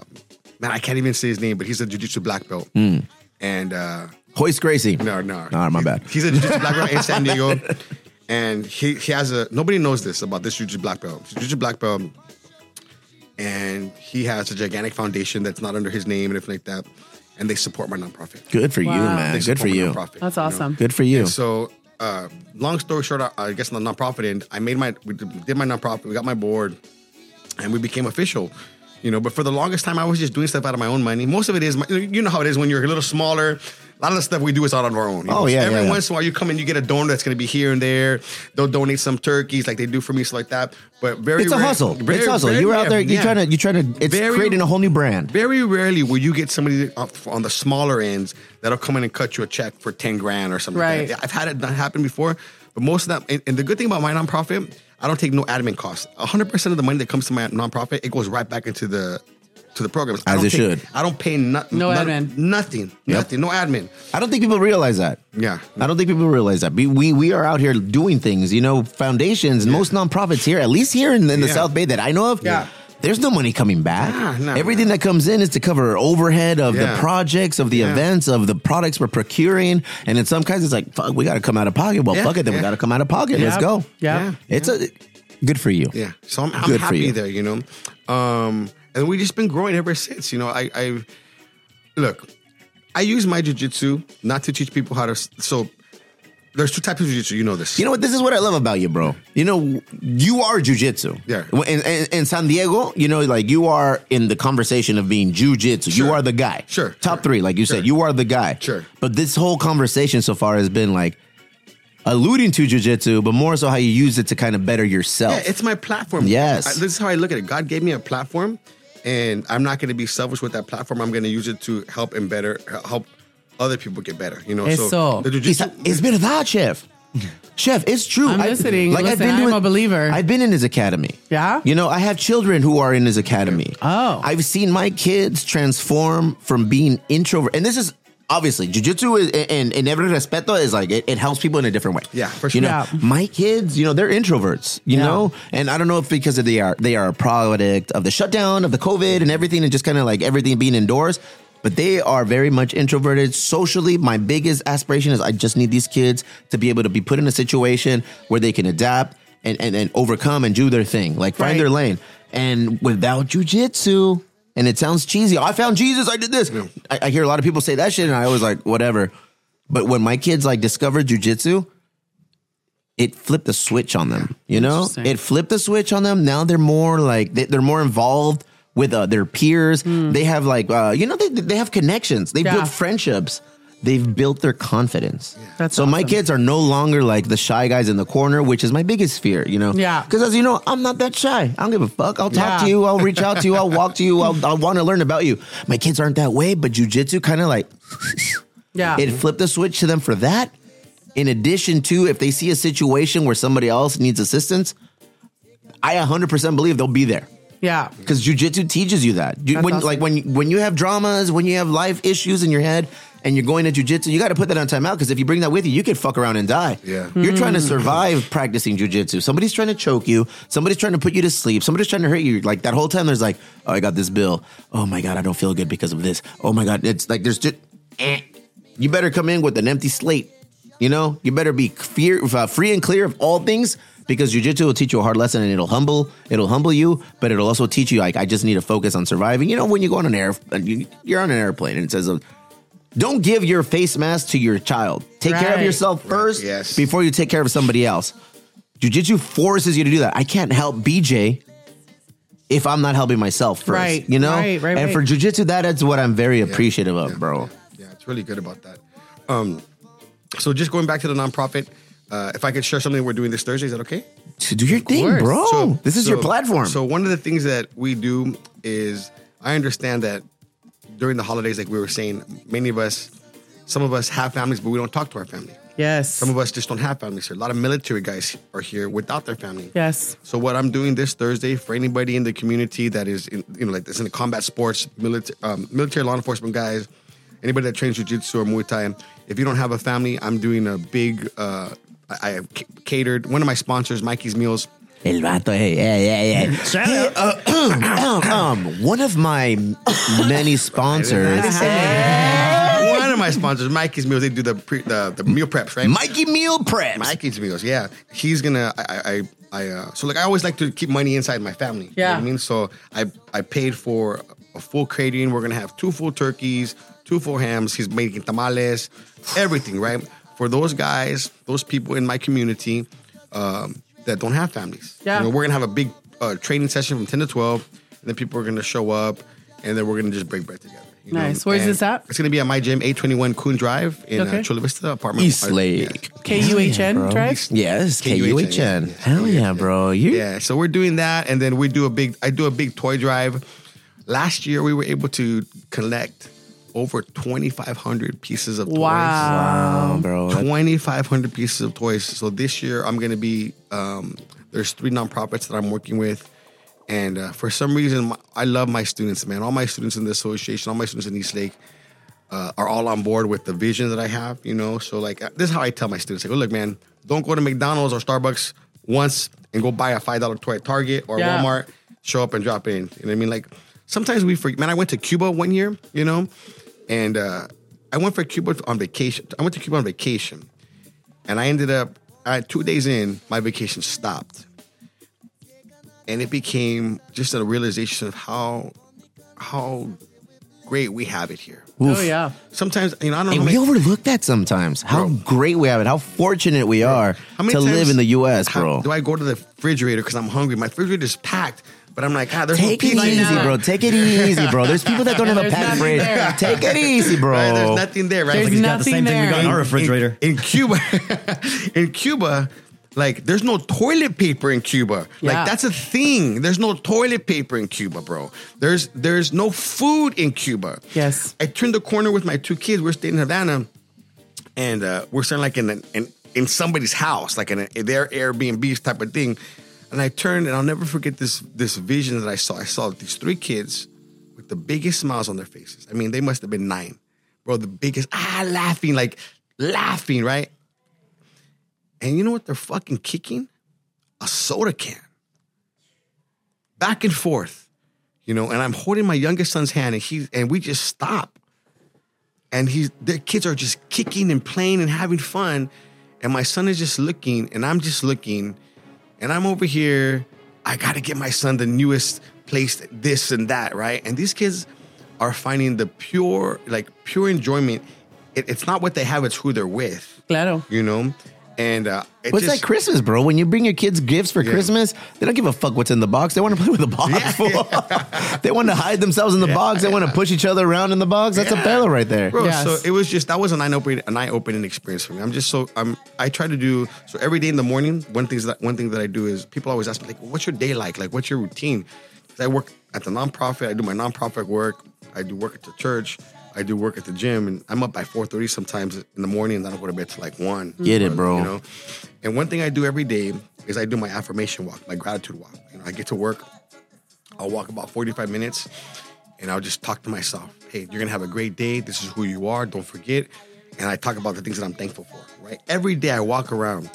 [SPEAKER 8] man, I can't even say his name, but he's a jujitsu black belt. And uh,
[SPEAKER 3] Hoist Gracie.
[SPEAKER 8] no, no.
[SPEAKER 3] All right, Hmm. my
[SPEAKER 8] He-
[SPEAKER 3] bad.
[SPEAKER 8] He's a jujitsu black belt in San Diego. And he, he has a, nobody knows this about this jujitsu black belt. He's a Jujitsu black belt. And he has a gigantic foundation that's not under his name and everything like that. And they support my nonprofit.
[SPEAKER 3] Good for you,
[SPEAKER 4] Wow.
[SPEAKER 3] man.
[SPEAKER 8] They
[SPEAKER 3] Good for
[SPEAKER 8] support my
[SPEAKER 3] you.
[SPEAKER 8] nonprofit,
[SPEAKER 4] That's
[SPEAKER 8] you know?
[SPEAKER 4] awesome.
[SPEAKER 3] Good for you.
[SPEAKER 8] And so, uh, long story short, I, I guess on the nonprofit end, I made my we did did my nonprofit, we got my board, and we became official. You know, but for the longest time, I was just doing stuff out of my own money. Most of it is, my, you know how it is when you're a little smaller. A lot of the stuff we do is out on our own. you
[SPEAKER 3] Oh,
[SPEAKER 8] know?
[SPEAKER 3] yeah,
[SPEAKER 8] Every
[SPEAKER 3] yeah, yeah.
[SPEAKER 8] once in a while, you come and you get a donor that's going to be here and there. They'll donate some turkeys like they do for me, stuff like that. But very,
[SPEAKER 3] It's a
[SPEAKER 8] rare-
[SPEAKER 3] hustle.
[SPEAKER 8] very-
[SPEAKER 3] it's a hustle.
[SPEAKER 8] very
[SPEAKER 3] You're out
[SPEAKER 8] rare-
[SPEAKER 3] there. You're
[SPEAKER 8] yeah.
[SPEAKER 3] trying to. You're trying to. It's
[SPEAKER 8] Very-
[SPEAKER 3] creating a whole new brand.
[SPEAKER 8] Very rarely will you get somebody up on the smaller ends that'll come in and cut you a check for 10 grand or something. like
[SPEAKER 4] Right.
[SPEAKER 8] that. I've had it done- happen before, but most of that, and, and the good thing about my nonprofit, I don't take no admin costs. 100% of the money that comes to my nonprofit, it goes right back into the to the programs. I
[SPEAKER 3] As
[SPEAKER 8] don't
[SPEAKER 3] it
[SPEAKER 8] take-
[SPEAKER 3] should.
[SPEAKER 8] I don't pay no,
[SPEAKER 4] No
[SPEAKER 8] none-
[SPEAKER 4] admin.
[SPEAKER 8] Nothing.
[SPEAKER 3] Yep.
[SPEAKER 8] Nothing. No admin.
[SPEAKER 3] I don't think people realize that.
[SPEAKER 8] Yeah.
[SPEAKER 3] I don't think people realize that. We we, we are out here doing things. You know, foundations. Most nonprofits here, at least here in, in the
[SPEAKER 8] Yeah.
[SPEAKER 3] South Bay that I know of.
[SPEAKER 8] Yeah.
[SPEAKER 3] There's no money coming back.
[SPEAKER 8] Nah, nah,
[SPEAKER 3] Everything that comes in is to cover overhead of
[SPEAKER 8] Yeah.
[SPEAKER 3] the projects, of the
[SPEAKER 8] Yeah.
[SPEAKER 3] events, of the products we're procuring. And in some cases, it's like, fuck, we got to come out of pocket. Well,
[SPEAKER 8] Yeah,
[SPEAKER 3] fuck it, then we
[SPEAKER 8] yeah.
[SPEAKER 3] got to come out of pocket. Let's
[SPEAKER 4] Yep.
[SPEAKER 3] go.
[SPEAKER 4] Yeah.
[SPEAKER 3] It's a good for you.
[SPEAKER 8] Yeah. So I'm, I'm
[SPEAKER 3] Good for you.
[SPEAKER 8] happy there, you know. Um, and we've just been growing ever since. You know, I, I look, I use my jujitsu not to teach people how to. So there's two types of jujitsu. You know this.
[SPEAKER 3] You know what? This is what I love about you, bro. You know, you are jujitsu.
[SPEAKER 8] Yeah.
[SPEAKER 3] In, in, in San Diego, you know, like you are in the conversation of being jujitsu. You
[SPEAKER 8] Sure.
[SPEAKER 3] are the guy.
[SPEAKER 8] Sure.
[SPEAKER 3] Top
[SPEAKER 8] Sure.
[SPEAKER 3] three, like you
[SPEAKER 8] Sure.
[SPEAKER 3] said, you are the guy.
[SPEAKER 8] Sure.
[SPEAKER 3] But this whole conversation so far has been like alluding to jujitsu, but more so how you use it to kind of better yourself.
[SPEAKER 8] Yeah, it's my platform.
[SPEAKER 3] Yes.
[SPEAKER 8] I- this is how I look at it. God gave me a platform, and I'm not going to be selfish with that platform. I'm going to use it to help and better help other people get better. You know,
[SPEAKER 4] Eso.
[SPEAKER 8] so the
[SPEAKER 3] It's,
[SPEAKER 8] jujitsu.
[SPEAKER 3] it's verdad, chef. Chef, it's true.
[SPEAKER 4] I'm listening. Listen, I'm a believer.
[SPEAKER 3] I've been in his academy.
[SPEAKER 4] Yeah?
[SPEAKER 3] You know, I have children who are in his academy.
[SPEAKER 4] Oh.
[SPEAKER 3] I've seen my kids transform from being introvert. And this is obviously jujitsu is and, and every respeto is like it, it helps people in a different way.
[SPEAKER 8] Yeah, for
[SPEAKER 3] You
[SPEAKER 8] sure.
[SPEAKER 3] know,
[SPEAKER 4] Yeah.
[SPEAKER 3] my kids, you know, they're introverts, you
[SPEAKER 4] Yeah.
[SPEAKER 3] know? And I don't know if because of they are they are a product of the shutdown, of the COVID and everything, and just kind of like everything being indoors. But they are very much introverted socially. My biggest aspiration is I just need these kids to be able to be put in a situation where they can adapt and, and, and overcome and do their thing. Like find
[SPEAKER 4] Right.
[SPEAKER 3] their lane. And without jujitsu, and it sounds cheesy. I found Jesus, I did this. I, I hear a lot of people say that shit, and I always like, whatever. But when my kids like discovered jujitsu, it flipped a switch on them. You know,
[SPEAKER 4] Interesting.
[SPEAKER 3] it flipped a switch on them. Now they're more like they, they're more involved with uh, their peers. They have like uh, you know they they have connections. They
[SPEAKER 4] Hmm. Yeah.
[SPEAKER 3] build friendships. They've built their confidence.
[SPEAKER 4] That's
[SPEAKER 3] so my
[SPEAKER 4] awesome.
[SPEAKER 3] kids are no longer like the shy guys in the corner, which is my biggest fear. You know,
[SPEAKER 4] Yeah.
[SPEAKER 3] Because as you know, I'm not that shy. I don't give a fuck. I'll talk
[SPEAKER 4] Yeah.
[SPEAKER 3] to you. I'll reach out to you. I'll walk to you. I'll, I'll want to learn about you. My kids aren't that way, but jujitsu kind of like
[SPEAKER 4] Yeah.
[SPEAKER 3] it flipped the switch to them for that. In addition to if they see a situation where somebody else needs assistance, I 100% believe they'll be there
[SPEAKER 4] yeah.
[SPEAKER 3] because jujitsu teaches you that. You,
[SPEAKER 4] That's
[SPEAKER 3] when
[SPEAKER 4] awesome.
[SPEAKER 3] like when you- when you have dramas, when you have life issues in your head, and you're going to jujitsu, you got to put that on timeout because if you bring that with you, you could fuck around and die.
[SPEAKER 8] Yeah.
[SPEAKER 3] you're trying to
[SPEAKER 4] Hmm.
[SPEAKER 3] survive practicing jujitsu. Somebody's trying to choke you. Somebody's trying to put you to sleep. Somebody's trying to hurt you. Like that whole time, there's like, oh, I got this bill. Oh my god, I don't feel good because of this. Oh my god, it's like there's just. Eh. You better come in with an empty slate. You know, you better be fear, uh, free and clear of all things because jujitsu will teach you a hard lesson and it'll humble, it'll humble you, but it'll also teach you like I just need to focus on surviving. You know, when you go on an air, uh, you- you're on an airplane and it says, uh, "Don't give your face mask to your child. Take care of
[SPEAKER 4] Right.
[SPEAKER 3] yourself first
[SPEAKER 8] Yes.
[SPEAKER 3] before you take care of somebody else." Jujitsu forces you to do that. I can't help BJ if I'm not helping myself first.
[SPEAKER 4] Right,
[SPEAKER 3] You know,
[SPEAKER 4] right, right,
[SPEAKER 3] and
[SPEAKER 4] right.
[SPEAKER 3] for jujitsu, that is what I'm very appreciative of,
[SPEAKER 8] Yeah,
[SPEAKER 3] bro.
[SPEAKER 8] Yeah, yeah, it's really good about that. Um, so just going back to the nonprofit, uh, if I could share something we're doing this Thursday, is that okay?
[SPEAKER 3] To do your thing,
[SPEAKER 4] course.
[SPEAKER 3] bro.
[SPEAKER 8] So-
[SPEAKER 3] this is
[SPEAKER 8] so-
[SPEAKER 3] your platform.
[SPEAKER 8] So one of the things that we do is I understand that during the holidays, like we were saying, many of us, some of us have families, but we don't talk to our family.
[SPEAKER 4] Yes.
[SPEAKER 8] Some of us just don't have families here. A lot of military guys are here without their family.
[SPEAKER 4] yes.
[SPEAKER 8] So what I'm doing this Thursday for anybody in the community that is, in, you know, like that's in the combat sports, military, um, military law enforcement guys, anybody that trains jiu-jitsu or Muay Thai, if you don't have a family, I'm doing a big, uh, I, I have c- catered, one of my sponsors, Mikey's Meals,
[SPEAKER 3] El vato, eh, hey, hey, hey, hey.
[SPEAKER 5] Shout
[SPEAKER 4] eh.
[SPEAKER 3] Hey,
[SPEAKER 5] out.
[SPEAKER 3] uh, um, um, one of my many sponsors,
[SPEAKER 8] one of my sponsors, Mikey's Meals, they do the, pre, the, the meal preps, right?
[SPEAKER 3] Mikey Meal Preps.
[SPEAKER 8] Mikey's meals, yeah. He's gonna. I. I. I uh, so like I always like to keep money inside my family. You know
[SPEAKER 4] Yeah.
[SPEAKER 8] what I mean, so I I paid for a full crating. We're gonna have two full turkeys, two full hams. He's making tamales, everything right for those guys, those people in my community um, that don't have families.
[SPEAKER 4] Yeah.
[SPEAKER 8] You know, we're gonna have a big uh, training session from ten to twelve, and then people are gonna show up, and then we're gonna just break bread together. you know?
[SPEAKER 4] Nice. Where's
[SPEAKER 8] And
[SPEAKER 4] this at?
[SPEAKER 8] It's gonna be at my gym, eight twenty one Coon Drive in uh,
[SPEAKER 4] Okay.
[SPEAKER 8] Chula Vista apartment.
[SPEAKER 3] East
[SPEAKER 8] uh, yeah.
[SPEAKER 3] Lake.
[SPEAKER 4] K U H N
[SPEAKER 3] bro.
[SPEAKER 4] drive.
[SPEAKER 3] Yes,
[SPEAKER 8] KUHN,
[SPEAKER 3] KUHN.
[SPEAKER 8] yeah.
[SPEAKER 3] Hell yeah, bro. You
[SPEAKER 8] Yeah, so we're doing that, and then we do a big. I do a big toy drive. Last year, we were able to collect over twenty five hundred pieces of toys.
[SPEAKER 4] Wow.
[SPEAKER 3] Oh, bro. that-
[SPEAKER 8] Twenty five hundred pieces of toys. So this year, I'm going to be. Um, there's three nonprofits that I'm working with, and uh, for some reason, my, I love my students, man. All my students in the association, all my students in East Lake. Uh, are all on board with the vision that I have, you know. So like, uh, this is how I tell my students: like, oh, look, man, don't go to McDonald's or Starbucks once and go buy a five dollar toy at Target or
[SPEAKER 4] Yeah.
[SPEAKER 8] Walmart. Show up and drop it in. You know what I mean? Like, sometimes we forget. Man, I went to Cuba one year, you know, and uh, I went for Cuba on vacation. I went to Cuba on vacation, and I ended up uh, two days in, my vacation stopped, and it became just a realization of how how great we have it here.
[SPEAKER 4] Oh yeah.
[SPEAKER 8] Sometimes you know I don't know.
[SPEAKER 3] And
[SPEAKER 8] how
[SPEAKER 3] we
[SPEAKER 8] many-
[SPEAKER 3] overlook that sometimes. How
[SPEAKER 8] Bro.
[SPEAKER 3] great we have it. How fortunate we are
[SPEAKER 8] How many
[SPEAKER 3] to
[SPEAKER 8] times
[SPEAKER 3] live in the U.S.,
[SPEAKER 8] ha-
[SPEAKER 3] bro.
[SPEAKER 8] Do I go to the refrigerator because I'm hungry? My refrigerator's packed, but I'm like, ah, there's
[SPEAKER 3] Take
[SPEAKER 8] no
[SPEAKER 3] it
[SPEAKER 8] pizza. in
[SPEAKER 3] easy,
[SPEAKER 8] there."
[SPEAKER 3] bro. Take it easy, bro. There's people that don't have a
[SPEAKER 4] There's
[SPEAKER 3] packed
[SPEAKER 4] nothing
[SPEAKER 3] fridge.
[SPEAKER 4] there.
[SPEAKER 3] Take it easy, bro.
[SPEAKER 8] Right, there's nothing there, right?
[SPEAKER 4] There's
[SPEAKER 8] Like,
[SPEAKER 5] He's
[SPEAKER 8] it's
[SPEAKER 5] got the same thing we got in our
[SPEAKER 4] Nothing
[SPEAKER 5] refrigerator.
[SPEAKER 8] in Cuba, in Cuba, like there's no toilet paper in Cuba.
[SPEAKER 4] Yeah.
[SPEAKER 8] Like that's a thing. There's no toilet paper in Cuba, bro. There's there's no food in Cuba.
[SPEAKER 4] Yes.
[SPEAKER 8] I turned the corner with my two kids. We're staying in Havana, and uh, we're staying like in an, an in somebody's house, like in, a, their Airbnb type of thing. And I turned, and I'll never forget this this vision that I saw. I saw these three kids with the biggest smiles on their faces. I mean, they must have been nine, bro. The biggest, ah, laughing like laughing, right? And you know what? They're fucking kicking a soda can back and forth, you know. And I'm holding my youngest son's hand, and he and we just stop and he's the kids are just kicking and playing and having fun and my son is just looking and i'm just looking and i'm over here i gotta get my son the newest place this and that right and these kids are finding the pure like pure enjoyment it, it's not what they have it's who they're with
[SPEAKER 4] Claro.
[SPEAKER 8] you know and uh it
[SPEAKER 3] What's
[SPEAKER 8] just-
[SPEAKER 3] that Christmas, bro? When you bring your kids gifts for Christmas, they don't give a fuck what's in the box. They want to play with the box. fool. they want to hide themselves in the box. They want to push each other around in the box. That's a
[SPEAKER 8] Yeah.
[SPEAKER 3] fella right there.
[SPEAKER 8] Bro,
[SPEAKER 4] Yes.
[SPEAKER 8] so it was just that was an eye opening an eye opening experience for me. I'm just so I'm I try to do so every day in the morning. One things that one thing that I do is people always ask me like, "What's your day like? Like, what's your routine?" 'Cause I work at the nonprofit. I do my nonprofit work. I do work at the church. I do work at the gym, and I'm up by 4:30 sometimes in the morning, and I don't go to bed till like one.
[SPEAKER 3] Get it, bro.
[SPEAKER 8] You know. And one thing I do every day is I do my affirmation walk, my gratitude walk. You know, I get to work. I'll walk about 45 minutes and I'll just talk to myself. Hey, you're gonna have a great day. This is who you are. Don't forget. And I talk about the things that I'm thankful for, right? Every day I walk around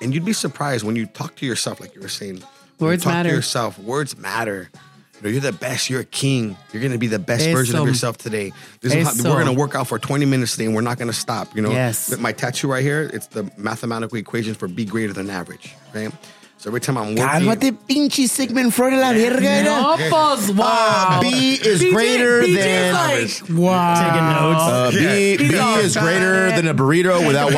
[SPEAKER 8] and you'd be surprised when you talk to yourself, like you were saying. when you
[SPEAKER 4] Words
[SPEAKER 8] talk
[SPEAKER 4] matter.
[SPEAKER 8] To yourself, words matter. You know, you're the best. You're a king. You're gonna be the best version
[SPEAKER 4] Eso.
[SPEAKER 8] of yourself today. This is how,
[SPEAKER 4] Eso.
[SPEAKER 8] we're gonna work out for 20 minutes today, and we're not gonna stop. You know,
[SPEAKER 4] Yes.
[SPEAKER 8] Th- my tattoo right here. It's the mathematical equation for be greater than average, right? So every time I'm working,
[SPEAKER 3] Cálmate, pinche Sigmund Freud de la verga.
[SPEAKER 4] No, pues, wow.
[SPEAKER 3] Uh, B is
[SPEAKER 4] BJ
[SPEAKER 3] greater than-
[SPEAKER 4] BJ's like, wow.
[SPEAKER 5] notes.
[SPEAKER 9] Uh, B, B
[SPEAKER 4] Yeah.
[SPEAKER 9] is greater than a burrito without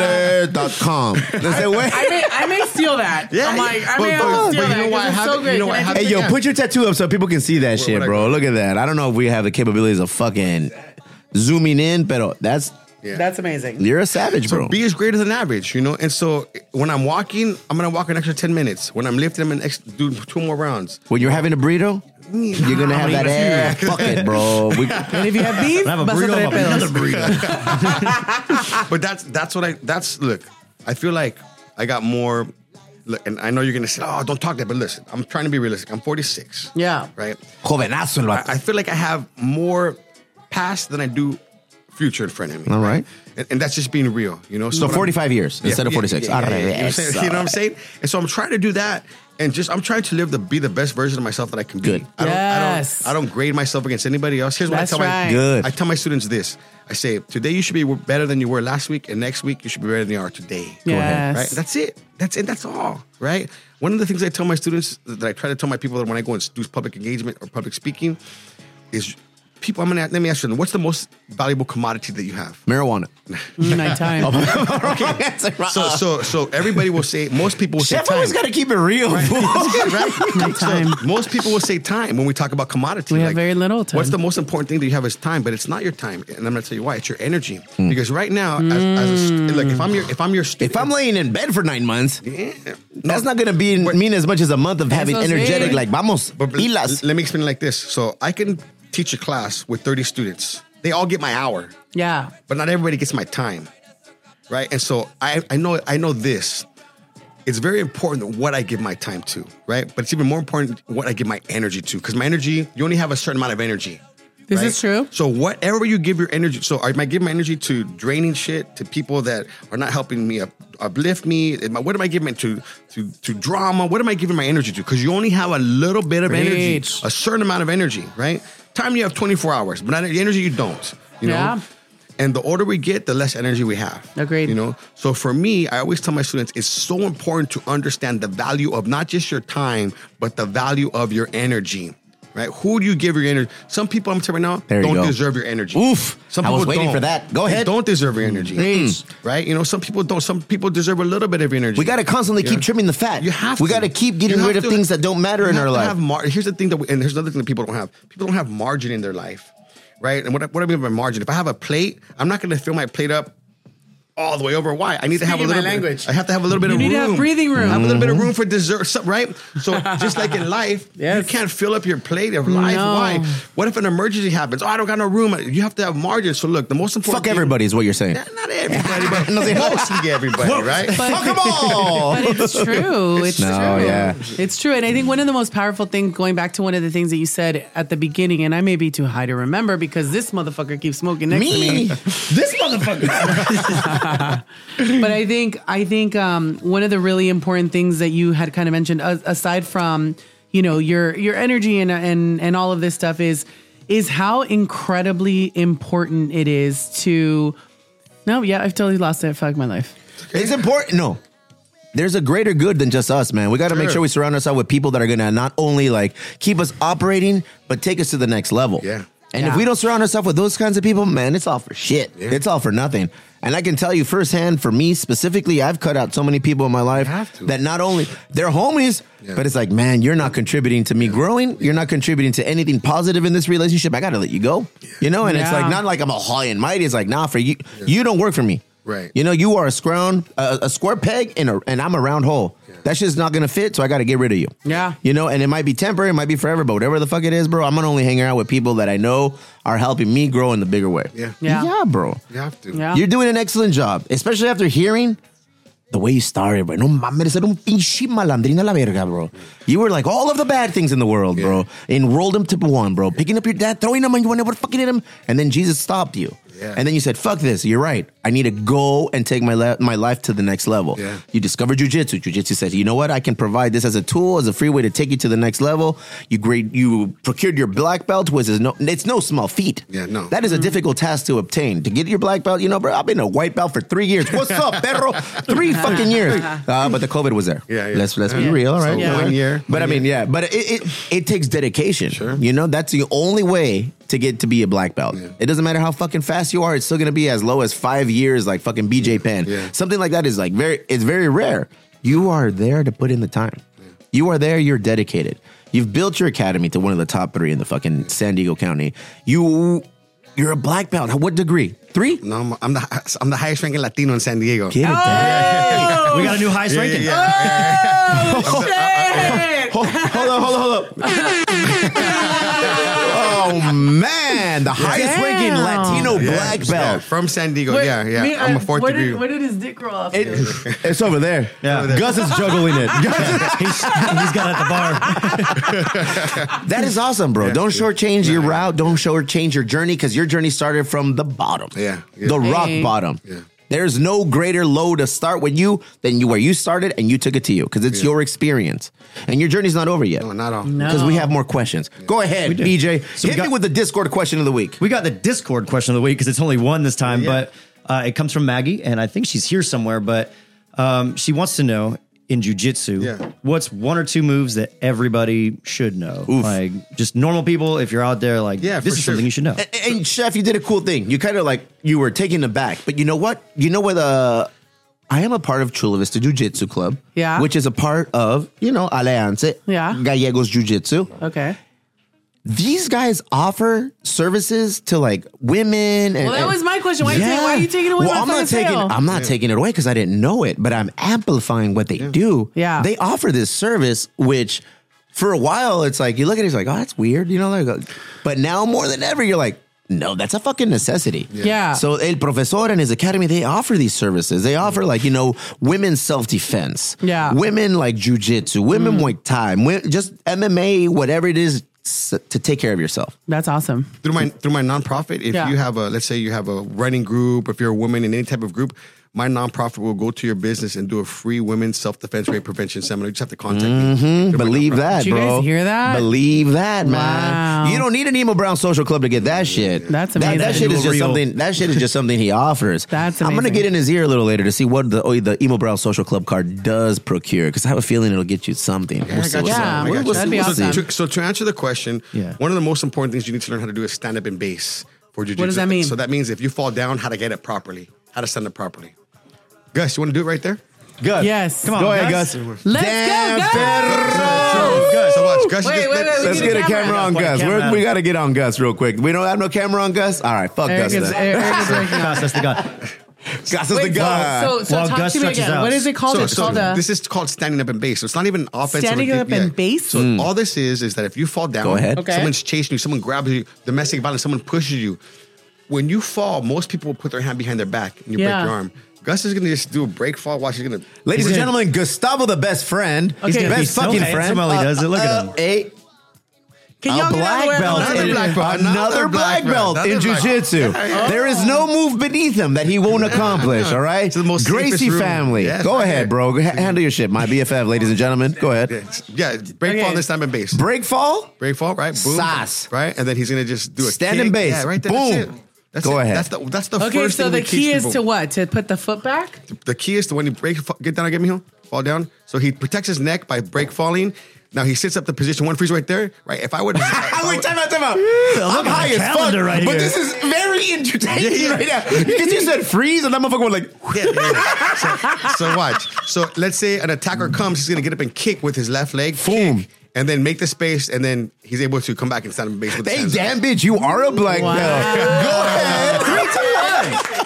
[SPEAKER 9] guacamole.com.
[SPEAKER 4] I may, I may steal that.
[SPEAKER 8] Yeah,
[SPEAKER 4] I'm
[SPEAKER 8] yeah.
[SPEAKER 4] like, I
[SPEAKER 8] But-
[SPEAKER 4] may have
[SPEAKER 8] but-
[SPEAKER 4] to steal
[SPEAKER 8] but you
[SPEAKER 4] that
[SPEAKER 8] know why I
[SPEAKER 4] 'cause it's
[SPEAKER 8] have
[SPEAKER 4] so
[SPEAKER 8] it?
[SPEAKER 4] great.
[SPEAKER 8] You know why I
[SPEAKER 4] Can
[SPEAKER 8] have
[SPEAKER 4] I
[SPEAKER 8] it?
[SPEAKER 4] do
[SPEAKER 3] Hey, yo,
[SPEAKER 4] that?
[SPEAKER 3] put your tattoo up so people can see that shit,
[SPEAKER 8] would I
[SPEAKER 3] bro.
[SPEAKER 8] go?
[SPEAKER 3] Look at that. I don't know if we have the capabilities of fucking zooming in, but that's
[SPEAKER 8] Yeah.
[SPEAKER 4] That's amazing.
[SPEAKER 3] you're a savage, bro.
[SPEAKER 8] So B is greater than average, you know. And so when I'm walking, I'm gonna walk an extra ten minutes. When I'm lifting, I'm gonna ex- do two more rounds.
[SPEAKER 3] when you're having a burrito, you're gonna have that ass. Fuck it, bro. We,
[SPEAKER 4] And if you have beef,
[SPEAKER 5] I have a
[SPEAKER 4] vas a tener
[SPEAKER 5] burrito, I'll have
[SPEAKER 4] pedos.
[SPEAKER 5] another burrito.
[SPEAKER 8] But that's that's what I that's look. I feel like I got more. Look, and I know you're gonna say, "Oh, don't talk that," but listen, I'm trying to be realistic. I'm 46.
[SPEAKER 4] Yeah.
[SPEAKER 8] Right.
[SPEAKER 3] jovenazo el
[SPEAKER 8] I, I feel like I have more past than I do future in front of me.
[SPEAKER 3] All right.
[SPEAKER 8] And, and that's just being real, you know.
[SPEAKER 3] So
[SPEAKER 8] what I'm-
[SPEAKER 3] 45 years instead of 46.
[SPEAKER 8] yeah, yeah, yeah.
[SPEAKER 3] Arre,
[SPEAKER 8] You know what I'm saying?
[SPEAKER 3] eso.
[SPEAKER 8] You know what I'm saying? And so I'm trying to do that. And just I'm trying to live to be the best version of myself that I can be.
[SPEAKER 3] Good.
[SPEAKER 8] I don't,
[SPEAKER 4] Yes.
[SPEAKER 8] I don't I don't grade myself against anybody else. Here's what
[SPEAKER 4] That's
[SPEAKER 8] I tell
[SPEAKER 4] right.
[SPEAKER 8] my
[SPEAKER 3] Good.
[SPEAKER 8] I tell my students this. I say today you should be better than you were last week, and next week you should be better than you are today.
[SPEAKER 4] ahead.
[SPEAKER 8] Right? That's it. That's it. That's all. Right? One of the things I tell my students that I try to tell my people that when I go and do public engagement or public speaking is people, I'm gonna let me ask you what's the most valuable commodity that you have?
[SPEAKER 3] Marijuana.
[SPEAKER 4] Mm, Nighttime.
[SPEAKER 8] So so so everybody will say most people will
[SPEAKER 3] Chef
[SPEAKER 8] say
[SPEAKER 3] always
[SPEAKER 8] time.
[SPEAKER 3] got to keep it real. fool.
[SPEAKER 8] right?
[SPEAKER 4] Time.
[SPEAKER 8] So most people will say time when we talk about commodity.
[SPEAKER 4] We have very little time.
[SPEAKER 8] What's the most important thing that you have is time, but it's not your time, and I'm going to tell you why. It's your energy,
[SPEAKER 4] Hmm.
[SPEAKER 8] because right now, as, as a, st- like if I'm your if I'm your student,
[SPEAKER 3] If I'm laying in bed for nine months, that's
[SPEAKER 8] No.
[SPEAKER 3] not gonna be
[SPEAKER 8] Wait.
[SPEAKER 3] mean as much as a month of having
[SPEAKER 4] Eso sí.
[SPEAKER 3] energetic. Like vamos,
[SPEAKER 8] But, but
[SPEAKER 3] pilas.
[SPEAKER 8] let me explain it like this. So I can teach a class with 30 students. They all get my hour,
[SPEAKER 4] yeah.
[SPEAKER 8] but not everybody gets my time, right? And so I I know I know this. It's very important what I give my time to, right? But it's even more important what I give my energy to, because my energy you only have a certain amount of energy.
[SPEAKER 4] This
[SPEAKER 8] right?
[SPEAKER 4] is true.
[SPEAKER 8] So whatever you give your energy, so I might give my energy to draining shit to people that are not helping me up, uplift me. Am I- What am I giving it to to to drama? What am I giving my energy to? Because you only have a little bit of energy,
[SPEAKER 4] Preach.
[SPEAKER 8] a certain amount of energy, right? Time you have twenty four hours, but not the energy you don't. You know.
[SPEAKER 4] Yeah.
[SPEAKER 8] And the older we get, the less energy we have.
[SPEAKER 4] Agreed.
[SPEAKER 8] You know. So for me, I always tell my students it's so important to understand the value of not just your time, but the value of your energy. Right? Who do you give your energy? Some people I'm telling you right now
[SPEAKER 3] There you
[SPEAKER 8] don't
[SPEAKER 3] go.
[SPEAKER 8] deserve your energy.
[SPEAKER 3] Oof.
[SPEAKER 8] Some
[SPEAKER 3] I was
[SPEAKER 8] people
[SPEAKER 3] waiting
[SPEAKER 8] don't.
[SPEAKER 3] for that. Go
[SPEAKER 8] They
[SPEAKER 3] ahead. Mm.
[SPEAKER 8] don't deserve your energy.
[SPEAKER 4] Preach.
[SPEAKER 8] Right? You know, some people don't. Some people deserve a little bit of energy.
[SPEAKER 3] We gotta constantly
[SPEAKER 8] You
[SPEAKER 3] keep
[SPEAKER 8] know?
[SPEAKER 3] trimming the fat.
[SPEAKER 8] You have
[SPEAKER 3] We
[SPEAKER 8] to.
[SPEAKER 3] gotta keep getting
[SPEAKER 8] You have
[SPEAKER 3] rid of
[SPEAKER 8] to-
[SPEAKER 3] things that don't matter
[SPEAKER 8] you
[SPEAKER 3] in
[SPEAKER 8] have
[SPEAKER 3] our
[SPEAKER 8] to
[SPEAKER 3] life.
[SPEAKER 8] Have mar- here's the thing that, we, and here's another thing that people don't have. People don't have margin in their life, right? And what I, what I mean by margin, if I have a plate, I'm not going to fill my plate up all the way over. Why? I need to have a
[SPEAKER 7] Speaking my
[SPEAKER 8] little bit-
[SPEAKER 7] language.
[SPEAKER 8] I have to have a little bit
[SPEAKER 4] You
[SPEAKER 8] of
[SPEAKER 4] need
[SPEAKER 8] room.
[SPEAKER 4] to have breathing room. Mm-hmm.
[SPEAKER 8] Have a little bit of room for dessert, so- right? So just like in life,
[SPEAKER 4] Yes.
[SPEAKER 8] you can't fill up your plate of life.
[SPEAKER 4] No.
[SPEAKER 8] Why? What if an emergency happens? Oh, I don't got no room. You have to have margin. So look, the most important.
[SPEAKER 3] Fuck everybody is what you're saying.
[SPEAKER 8] Thing, not everybody, but mostly everybody, right?
[SPEAKER 3] Fuck them all.
[SPEAKER 4] But it's true. It's
[SPEAKER 3] No,
[SPEAKER 4] true.
[SPEAKER 3] yeah.
[SPEAKER 4] It's true. And I think one of the most powerful things, going back to one of the things that you said at the beginning, and I may be too high to remember because this motherfucker keeps smoking next
[SPEAKER 3] Me.
[SPEAKER 4] to me. But I think I think um, one of the really important things that you had kind of mentioned, a- aside from you know your your energy and and and all of this stuff, is is how incredibly important it is to. No, yeah, I've totally lost it. Fuck my life.
[SPEAKER 3] It's important. No. There's a greater good than just us, man. We got to make
[SPEAKER 8] Sure.
[SPEAKER 3] sure we surround ourselves with people that are going to not only like keep us operating, but take us to the next level.
[SPEAKER 8] Yeah.
[SPEAKER 3] And
[SPEAKER 4] Yeah.
[SPEAKER 3] if we don't surround ourselves with those kinds of people, man, it's all for shit. It's all for nothing. And I can tell you firsthand, for me specifically, I've cut out so many people in my life
[SPEAKER 8] have to.
[SPEAKER 3] that not only they're homies,
[SPEAKER 8] Yeah.
[SPEAKER 3] but it's like, man, you're not contributing to me growing. You're not contributing to anything positive in this relationship. I got to let you go. You know, and it's
[SPEAKER 4] Yeah.
[SPEAKER 3] like not like I'm all high and mighty. It's like, nah, for you, you don't work for me.
[SPEAKER 8] Right.
[SPEAKER 3] You know, you are a scround, a, a square peg, and a, and I'm a round hole. That shit's not gonna fit, so I gotta get rid of you.
[SPEAKER 4] Yeah.
[SPEAKER 3] You know, and it might be temporary, it might be forever, but whatever the fuck it is, bro, I'm gonna only hang out with people that I know are helping me grow in the bigger way.
[SPEAKER 8] Yeah.
[SPEAKER 4] Yeah.
[SPEAKER 3] Yeah, bro.
[SPEAKER 8] You have to.
[SPEAKER 4] Yeah.
[SPEAKER 3] You're doing an excellent job, especially after hearing the way you started, bro. No mames, era un pinche malandrina la verga, bro. You were like all of the bad things in the world, bro. Enrolled him to one, bro. Picking up your dad, throwing him on you, never fucking hit him. And then Jesus stopped you.
[SPEAKER 8] Yeah.
[SPEAKER 3] And then you said, fuck this, you're right. I need to go and take my, le- my life to the next level.
[SPEAKER 8] Yeah.
[SPEAKER 3] You discovered jujitsu. Jujitsu said, you know what? I can provide this as a tool, as a free way to take you to the next level. You grade, you procured your black belt, which is no, it's no small feat.
[SPEAKER 8] Yeah, no.
[SPEAKER 3] That is a difficult task to obtain. To get your black belt, you know, bro, I've been a white belt for three years. What's up, perro? Three fucking years. Uh, but the COVID was there.
[SPEAKER 8] Yeah, yeah.
[SPEAKER 3] Let's, let's be
[SPEAKER 8] Yeah.
[SPEAKER 3] real, all
[SPEAKER 8] So
[SPEAKER 3] right?
[SPEAKER 8] one year,
[SPEAKER 3] But I
[SPEAKER 8] one
[SPEAKER 3] mean, yeah, but it, it, it takes dedication.
[SPEAKER 8] Sure.
[SPEAKER 3] You know, that's the only way to get to be a black belt.
[SPEAKER 8] Yeah.
[SPEAKER 3] It doesn't matter how fucking fast you are, it's still gonna be as low as five years, like fucking BJ Penn.
[SPEAKER 8] Yeah.
[SPEAKER 3] Something like that is like very, it's very rare. You are there to put in the time. You are there, you're dedicated. You've built your academy to one of the top three in the fucking San Diego County. You, you're a black belt. What degree? Three?
[SPEAKER 8] No, I'm, I'm the I'm the highest ranking Latino in San Diego.
[SPEAKER 3] Get it,
[SPEAKER 5] We got a new highest
[SPEAKER 8] Yeah, yeah,
[SPEAKER 5] ranking.
[SPEAKER 8] yeah.
[SPEAKER 3] Oh, hold, hold up, hold up, hold up. oh man, the highest
[SPEAKER 4] Damn.
[SPEAKER 3] ranking Latino
[SPEAKER 8] Yeah,
[SPEAKER 3] black
[SPEAKER 8] yeah,
[SPEAKER 3] belt.
[SPEAKER 8] from San Diego. yeah, yeah.
[SPEAKER 4] Me-
[SPEAKER 8] I'm a fourth
[SPEAKER 4] where
[SPEAKER 8] degree.
[SPEAKER 4] Did, where did his dick roll off? to?
[SPEAKER 3] It- it's over there.
[SPEAKER 5] Yeah. Gus is juggling it. he's, he's got it at the bar.
[SPEAKER 3] That is awesome, bro. Don't shortchange your route. Don't shortchange your journey because your journey started from the bottom.
[SPEAKER 8] Yeah, yeah.
[SPEAKER 3] The rock
[SPEAKER 4] Hey.
[SPEAKER 3] bottom.
[SPEAKER 8] Yeah.
[SPEAKER 3] There's no greater low to start with you than you where you started and you took it to you because it's your experience. And your journey's not over yet.
[SPEAKER 8] no, not all.
[SPEAKER 3] Because we have more questions. Go ahead, BJ.
[SPEAKER 5] So we
[SPEAKER 3] Hit me
[SPEAKER 5] got-
[SPEAKER 3] with the Discord question of the week.
[SPEAKER 5] We got the Discord question of the week because it's only one this time, but uh, it comes from Maggie, and I think she's here somewhere. But um, she wants to know in jujitsu,
[SPEAKER 8] Yeah.
[SPEAKER 5] what's one or two moves that everybody should know? Like just normal people, if you're out there, like
[SPEAKER 8] Yeah,
[SPEAKER 5] this
[SPEAKER 8] for
[SPEAKER 5] is
[SPEAKER 8] sure.
[SPEAKER 5] something you should know.
[SPEAKER 3] And, and chef, you did a cool thing. You kind of like you were taken aback, but you know what? You know what? Uh, I am a part of Chula Vista Jiu Jitsu Club,
[SPEAKER 4] Yeah.
[SPEAKER 3] which is a part of you know Alianza,
[SPEAKER 4] Yeah.
[SPEAKER 3] Gallegos Jiu Jitsu.
[SPEAKER 4] Okay.
[SPEAKER 3] These guys offer services to like women. And,
[SPEAKER 4] Well, that
[SPEAKER 3] and-
[SPEAKER 4] was my question. Why, you take, why are you taking away
[SPEAKER 3] Well,
[SPEAKER 4] my
[SPEAKER 3] I'm not
[SPEAKER 4] fucking
[SPEAKER 3] taking.
[SPEAKER 4] sale?
[SPEAKER 3] I'm not taking it away because I didn't know it, but I'm amplifying what they do.
[SPEAKER 4] Yeah.
[SPEAKER 3] they offer this service, which for a while it's like you look at it, it's like, oh, that's weird, you know. Like, uh, but now more than ever, you're like, no, that's a fucking necessity.
[SPEAKER 4] Yeah.
[SPEAKER 3] So El Profesor and his academy, they offer these services. They offer like you know women's self defense.
[SPEAKER 4] Mm. Yeah. Mm.
[SPEAKER 3] Women like jujitsu, women Muay Thai, wo- just MMA, whatever it is s- to take care of yourself.
[SPEAKER 4] That's awesome.
[SPEAKER 8] through my through my nonprofit, if
[SPEAKER 4] Yeah.
[SPEAKER 8] you have a let's say you have a running group, if you're a woman in any type of group, my nonprofit will go to your business and do a free women's self defense rape prevention seminar. You just have to contact
[SPEAKER 4] Mm-hmm.
[SPEAKER 8] me. Through my
[SPEAKER 3] Believe
[SPEAKER 8] nonprofit.
[SPEAKER 3] that,
[SPEAKER 4] Did you
[SPEAKER 3] bro.
[SPEAKER 4] guys hear that?
[SPEAKER 3] Believe that, man.
[SPEAKER 4] Wow.
[SPEAKER 3] You don't need an emo brown social club to get that shit.
[SPEAKER 4] That's
[SPEAKER 3] That- That,
[SPEAKER 4] amazing.
[SPEAKER 3] shit is
[SPEAKER 5] Little
[SPEAKER 3] just
[SPEAKER 5] reel.
[SPEAKER 3] something. That shit is just something he offers.
[SPEAKER 4] That's
[SPEAKER 3] I'm gonna
[SPEAKER 4] amazing.
[SPEAKER 3] get in his ear a little later to see what the oh, the emo brown social club card does procure because I have a feeling it'll get you something.
[SPEAKER 8] Yeah, I
[SPEAKER 3] We'll see
[SPEAKER 8] got
[SPEAKER 3] what's up.
[SPEAKER 4] Yeah,
[SPEAKER 8] you. I got
[SPEAKER 4] we'll
[SPEAKER 8] you.
[SPEAKER 4] see what's
[SPEAKER 8] so,
[SPEAKER 4] up.
[SPEAKER 8] to, so to answer the question,
[SPEAKER 5] Yeah.
[SPEAKER 8] one of the most important things you need to learn how to do is stand up and base for jujitsu.
[SPEAKER 4] What does that mean?
[SPEAKER 8] So that means if you fall down, how to get it properly, how to stand up properly. Gus, you want to do it right there?
[SPEAKER 3] Uh,
[SPEAKER 5] Gus,
[SPEAKER 4] Yes.
[SPEAKER 5] come on,
[SPEAKER 4] Go
[SPEAKER 5] ahead,
[SPEAKER 3] Gus.
[SPEAKER 4] Let's
[SPEAKER 3] Damn,
[SPEAKER 4] go, guys!
[SPEAKER 8] Gus, so watch. Gus, you
[SPEAKER 4] Wait, wait,
[SPEAKER 8] just did-
[SPEAKER 4] wait, we
[SPEAKER 3] Let's
[SPEAKER 4] need
[SPEAKER 3] get a camera on
[SPEAKER 5] Yeah,
[SPEAKER 3] Gus.
[SPEAKER 5] camera
[SPEAKER 3] We're-
[SPEAKER 5] on.
[SPEAKER 3] We got to get on Gus real quick. We don't have no camera on Gus. All right, fuck
[SPEAKER 4] Eric
[SPEAKER 3] Gus.
[SPEAKER 4] is,
[SPEAKER 3] then.
[SPEAKER 4] Eric is working on
[SPEAKER 5] Gus, that's the guy.
[SPEAKER 3] Gracias to God.
[SPEAKER 4] so, so
[SPEAKER 5] While
[SPEAKER 4] talk
[SPEAKER 5] Gus
[SPEAKER 4] to me
[SPEAKER 5] stretches
[SPEAKER 4] again.
[SPEAKER 5] out.
[SPEAKER 4] What is it called?
[SPEAKER 8] So,
[SPEAKER 4] it's
[SPEAKER 8] so
[SPEAKER 4] called uh, a.
[SPEAKER 8] this is called standing up and base. So it's not even offensive.
[SPEAKER 4] Standing
[SPEAKER 8] or
[SPEAKER 4] up
[SPEAKER 8] anything.
[SPEAKER 4] and base?
[SPEAKER 8] So
[SPEAKER 3] Hmm.
[SPEAKER 8] all this is is that if you fall down,
[SPEAKER 10] Go ahead.
[SPEAKER 4] Okay.
[SPEAKER 8] someone's chasing you, someone grabs you, domestic violence, someone pushes you. When you fall, most people will put their hand behind their back and you
[SPEAKER 4] Yeah.
[SPEAKER 8] break your arm. Gus is gonna just do a break fall. Watch, he's gonna.
[SPEAKER 3] Ladies and
[SPEAKER 5] He's gonna-
[SPEAKER 3] gentlemen, Gustavo, the best friend,
[SPEAKER 4] He's gonna
[SPEAKER 3] best
[SPEAKER 4] be
[SPEAKER 5] so
[SPEAKER 3] fucking
[SPEAKER 5] handsome
[SPEAKER 3] friend.
[SPEAKER 5] while he does it. Look at him.
[SPEAKER 3] Eight,
[SPEAKER 4] can
[SPEAKER 3] a
[SPEAKER 4] y'all get out
[SPEAKER 3] black
[SPEAKER 4] of the way?
[SPEAKER 3] belt,
[SPEAKER 4] I'm
[SPEAKER 8] Another
[SPEAKER 3] in,
[SPEAKER 4] not-
[SPEAKER 8] black belt.
[SPEAKER 3] another black belt
[SPEAKER 8] Another
[SPEAKER 3] in
[SPEAKER 8] black-
[SPEAKER 3] jujitsu. There is no move beneath him that he won't accomplish. All right,
[SPEAKER 8] It's the most
[SPEAKER 3] Gracie
[SPEAKER 8] safest room.
[SPEAKER 3] family.
[SPEAKER 8] Yes,
[SPEAKER 3] Go
[SPEAKER 8] right
[SPEAKER 3] ahead,
[SPEAKER 8] there.
[SPEAKER 3] bro. H- handle your shit. My BFF, ladies and gentlemen. Go ahead.
[SPEAKER 8] Yeah, break
[SPEAKER 4] Okay.
[SPEAKER 8] fall this time and base.
[SPEAKER 3] Break fall.
[SPEAKER 8] Break fall, right? Boom.
[SPEAKER 3] Sas.
[SPEAKER 8] Right? And then he's gonna just do a
[SPEAKER 3] Stand
[SPEAKER 8] kick.
[SPEAKER 3] and base.
[SPEAKER 8] Yeah, right there. That's
[SPEAKER 3] Boom.
[SPEAKER 8] it. That's
[SPEAKER 3] Go
[SPEAKER 8] it.
[SPEAKER 3] ahead.
[SPEAKER 8] That's the that's the
[SPEAKER 4] Okay,
[SPEAKER 8] first
[SPEAKER 4] so
[SPEAKER 8] thing
[SPEAKER 4] the
[SPEAKER 8] we teach
[SPEAKER 4] key is
[SPEAKER 8] people.
[SPEAKER 4] to what? To put the foot back?
[SPEAKER 8] The key is to when you break, fa- get down, get me home, fall down. So he protects his neck by break falling. Now he sits up the position one freeze right there, right? If I would, if I
[SPEAKER 3] Wait,
[SPEAKER 8] would-
[SPEAKER 3] time out, time out. I'm
[SPEAKER 5] at the
[SPEAKER 3] high as fuck,
[SPEAKER 5] calendar right
[SPEAKER 3] but
[SPEAKER 5] here.
[SPEAKER 3] this is very entertaining
[SPEAKER 8] Yeah, yeah.
[SPEAKER 3] right now. Because you said freeze, and that motherfucker was like,
[SPEAKER 8] Yeah, yeah. So, so watch. So let's say an attacker comes, he's gonna get up and kick with his left leg,
[SPEAKER 3] Boom.
[SPEAKER 8] kick, and then make the space, and then he's able to come back and stand on base with his
[SPEAKER 3] "Hey,
[SPEAKER 8] hands up.
[SPEAKER 3] damn bitch, you are a black
[SPEAKER 4] Wow.
[SPEAKER 3] belt. Go ahead, three to one.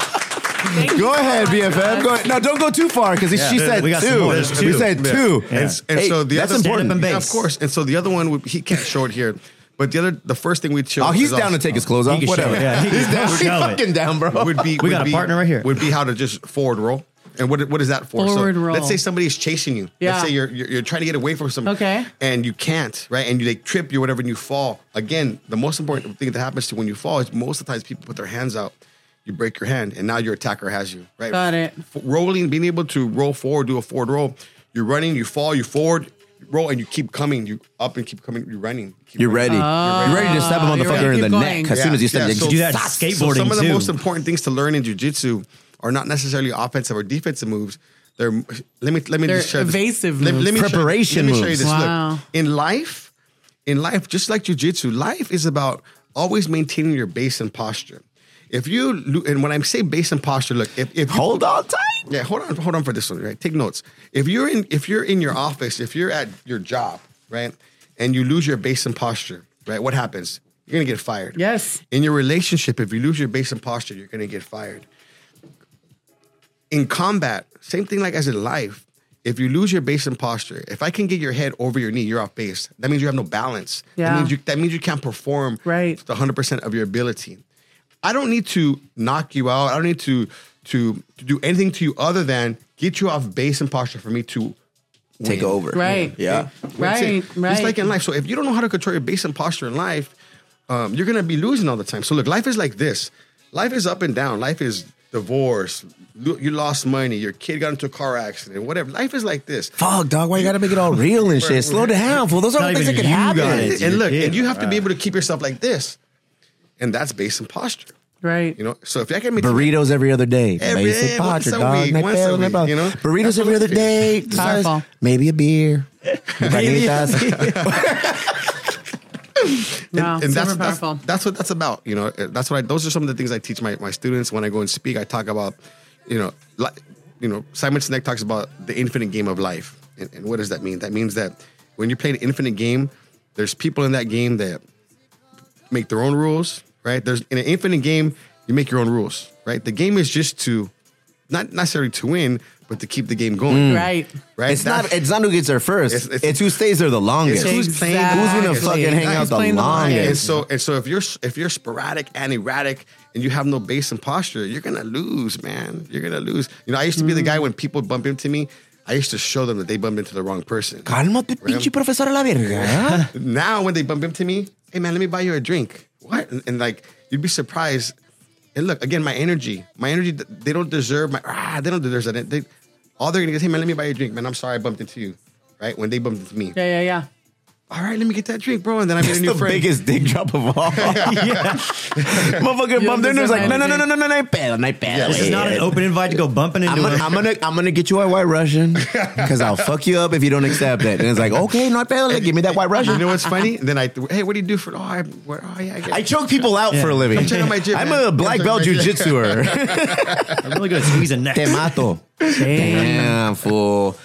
[SPEAKER 3] Go ahead, BFF. Go ahead. No, don't go too far because she
[SPEAKER 5] Yeah,
[SPEAKER 3] said
[SPEAKER 5] we got some
[SPEAKER 3] two.
[SPEAKER 5] more. There's
[SPEAKER 3] We
[SPEAKER 5] two.
[SPEAKER 3] said
[SPEAKER 8] Yeah.
[SPEAKER 3] two.
[SPEAKER 8] And, s- and
[SPEAKER 3] Hey,
[SPEAKER 8] so the
[SPEAKER 3] that's
[SPEAKER 8] other
[SPEAKER 3] important.
[SPEAKER 5] Stand up and
[SPEAKER 8] Yeah,
[SPEAKER 5] base.
[SPEAKER 8] of course. And so the other one, would- he can't show it here. But the other, the first thing we'd show.
[SPEAKER 3] Oh, he's
[SPEAKER 8] is uh,
[SPEAKER 3] down to
[SPEAKER 8] also-
[SPEAKER 3] take his clothes off.
[SPEAKER 5] can show
[SPEAKER 3] Whatever.
[SPEAKER 5] it. Yeah, he
[SPEAKER 3] he's
[SPEAKER 5] can
[SPEAKER 3] down.
[SPEAKER 5] show
[SPEAKER 3] He's
[SPEAKER 5] it.
[SPEAKER 3] fucking down, bro.
[SPEAKER 8] would be
[SPEAKER 5] We
[SPEAKER 8] would
[SPEAKER 5] got a
[SPEAKER 8] be-
[SPEAKER 5] partner right here.
[SPEAKER 8] Would be how to just forward roll. And what what is that for?
[SPEAKER 4] Forward
[SPEAKER 8] so
[SPEAKER 4] roll.
[SPEAKER 8] Let's say somebody's chasing you.
[SPEAKER 4] Yeah.
[SPEAKER 8] Let's say you're, you're you're trying to get away from somebody.
[SPEAKER 4] Okay.
[SPEAKER 8] And you can't, right? And you like trip you or whatever and you fall. Again, the most important thing that happens to when you fall is most of the times people put their hands out. You break your hand and now your attacker has you, right?
[SPEAKER 4] Got it.
[SPEAKER 8] F- rolling, being able to roll forward, do a forward roll. You're running, you fall, you forward, you roll, and you keep coming. You up and keep coming. You're running. Keep
[SPEAKER 3] You're
[SPEAKER 8] running.
[SPEAKER 3] ready. You're ready to stab a
[SPEAKER 4] you're ready to
[SPEAKER 3] motherfucker in the
[SPEAKER 4] keep going.
[SPEAKER 3] neck as soon as you step.
[SPEAKER 8] Yeah,
[SPEAKER 3] you
[SPEAKER 8] so-
[SPEAKER 3] can
[SPEAKER 5] do that
[SPEAKER 8] So
[SPEAKER 5] skateboarding
[SPEAKER 8] some of the
[SPEAKER 5] too.
[SPEAKER 8] most important things to learn in jujitsu are not necessarily offensive or defensive moves. They're let me let me
[SPEAKER 4] They're
[SPEAKER 8] just share this.
[SPEAKER 4] evasive
[SPEAKER 8] Let-
[SPEAKER 4] moves.
[SPEAKER 8] let me show-
[SPEAKER 3] Preparation
[SPEAKER 8] let me show you
[SPEAKER 3] moves.
[SPEAKER 8] this. Look,
[SPEAKER 4] Wow.
[SPEAKER 8] in life, in life, just like jujitsu, life is about always maintaining your base and posture. If you lo- and when I say base and posture, look, if, if you
[SPEAKER 3] Hold on tight.
[SPEAKER 8] yeah, hold on, hold on for this one. Right, take notes. If you're in, if you're in your office, if you're at your job, right, and you lose your base and posture, right, what happens? You're gonna get fired.
[SPEAKER 4] Yes.
[SPEAKER 8] In your relationship, if you lose your base and posture, you're gonna get fired. In combat, same thing like as in life. If you lose your base and posture, if I can get your head over your knee, you're off base. That means you have no balance.
[SPEAKER 4] Yeah.
[SPEAKER 8] That means you, that means you can't perform
[SPEAKER 4] Right.
[SPEAKER 8] to 100% of your ability. I don't need to knock you out. I don't need to to, to do anything to you other than get you off base and posture for me to
[SPEAKER 3] Take
[SPEAKER 8] win.
[SPEAKER 3] over.
[SPEAKER 4] Right.
[SPEAKER 3] Yeah.
[SPEAKER 8] That's it.
[SPEAKER 4] Right, right.
[SPEAKER 8] It's like in life. So if you don't know how to control your base and posture in life, um, you're gonna be losing all the time. So look, life is like this. Life is up and down. Life is divorce. Lo- You lost money. Your kid got into a car accident. Whatever. Life is like this.
[SPEAKER 3] Fuck, dog. Why you gotta make it all real and shit? Slow down, fool. Those are all
[SPEAKER 5] Not
[SPEAKER 3] things that
[SPEAKER 5] even
[SPEAKER 3] could
[SPEAKER 5] you
[SPEAKER 3] happen.
[SPEAKER 5] got
[SPEAKER 8] And,
[SPEAKER 5] it.
[SPEAKER 8] and look,
[SPEAKER 5] Yeah.
[SPEAKER 8] and you have to be able to keep yourself like this, and that's base and posture.
[SPEAKER 4] Right.
[SPEAKER 8] You know. So if I can make
[SPEAKER 3] Burritos every other day.
[SPEAKER 8] Every-
[SPEAKER 3] Basic
[SPEAKER 8] eh,
[SPEAKER 3] posture,
[SPEAKER 8] once a
[SPEAKER 3] dog.
[SPEAKER 8] week,
[SPEAKER 3] Neck
[SPEAKER 8] once a
[SPEAKER 3] bell, neck
[SPEAKER 8] week,
[SPEAKER 3] bell.
[SPEAKER 8] you know?
[SPEAKER 3] Burritos every other day. Size-
[SPEAKER 4] Powerful.
[SPEAKER 3] Maybe a beer. Carnitas.
[SPEAKER 4] No,
[SPEAKER 8] and that's,
[SPEAKER 4] super
[SPEAKER 8] that's
[SPEAKER 4] powerful.
[SPEAKER 8] that's what that's about. You know, eh, that's what I. Those are some of the things I teach my, my students when I go and speak. I talk about, you know, li- you know, Simon Sinek talks about the infinite game of life, and, and what does that mean? That means that when you play the infinite game, there's people in that game that make their own rules, right? There's in an infinite game, you make your own rules, right? The game is just to, not necessarily to win, but to keep the game going,
[SPEAKER 4] Right.
[SPEAKER 8] Right?
[SPEAKER 3] It's not.
[SPEAKER 8] That's-
[SPEAKER 3] It's not who gets there first. It's,
[SPEAKER 8] It's- it's-
[SPEAKER 3] who stays there the longest.
[SPEAKER 8] It's who's playing. the
[SPEAKER 4] Who's gonna
[SPEAKER 8] longest.
[SPEAKER 4] fucking hang
[SPEAKER 8] Exactly.
[SPEAKER 4] out Who's the playing the longest? longest?
[SPEAKER 8] And so and so if you're if you're sporadic and erratic and you have no base and posture, you're gonna lose, man. You're gonna lose. You know, I used to be the guy when people bump into me. I used to show them that they bumped into the wrong person.
[SPEAKER 3] Cálmate, pinche profesor a la verga.
[SPEAKER 8] Now when they bump into me, hey man, let me buy you a drink. What? And, and like you'd be surprised. And look again, my energy, my energy. They don't deserve my. Ah, they don't deserve that. They, all they're gonna get is, hey man, let me buy you a drink, man. I'm sorry I bumped into you. Right when they bumped into me.
[SPEAKER 4] Yeah, yeah, yeah.
[SPEAKER 8] All right, let me get that drink, bro. And then I made
[SPEAKER 3] It's
[SPEAKER 8] a new
[SPEAKER 3] the
[SPEAKER 8] friend.
[SPEAKER 3] biggest dick drop of all. Motherfucker
[SPEAKER 4] You
[SPEAKER 3] bumped in there. was like,
[SPEAKER 4] deserve
[SPEAKER 3] no, no, no,
[SPEAKER 4] anything.
[SPEAKER 3] no, no, no, no, pedo, no, pedo.
[SPEAKER 5] This is not an open invite to go bumping into
[SPEAKER 3] I'm gonna, I'm
[SPEAKER 5] him.
[SPEAKER 3] gonna, I'm gonna get you a white Russian because I'll fuck you up if you don't accept it. And it's like, okay, no pedo, like, give me that white
[SPEAKER 8] Oh, You
[SPEAKER 3] Russian.
[SPEAKER 8] know what's funny? Then I, hey, what do you do for? Oh, I, what, oh yeah, I get.
[SPEAKER 3] Uh-huh. I choke people out for a living.
[SPEAKER 8] check out my gym,
[SPEAKER 3] I'm
[SPEAKER 8] man.
[SPEAKER 3] a black
[SPEAKER 8] Come
[SPEAKER 3] belt
[SPEAKER 8] check my gym.
[SPEAKER 3] jujitsuer.
[SPEAKER 5] I'm really good at squeezing neck.
[SPEAKER 3] Te mato. Damn fool.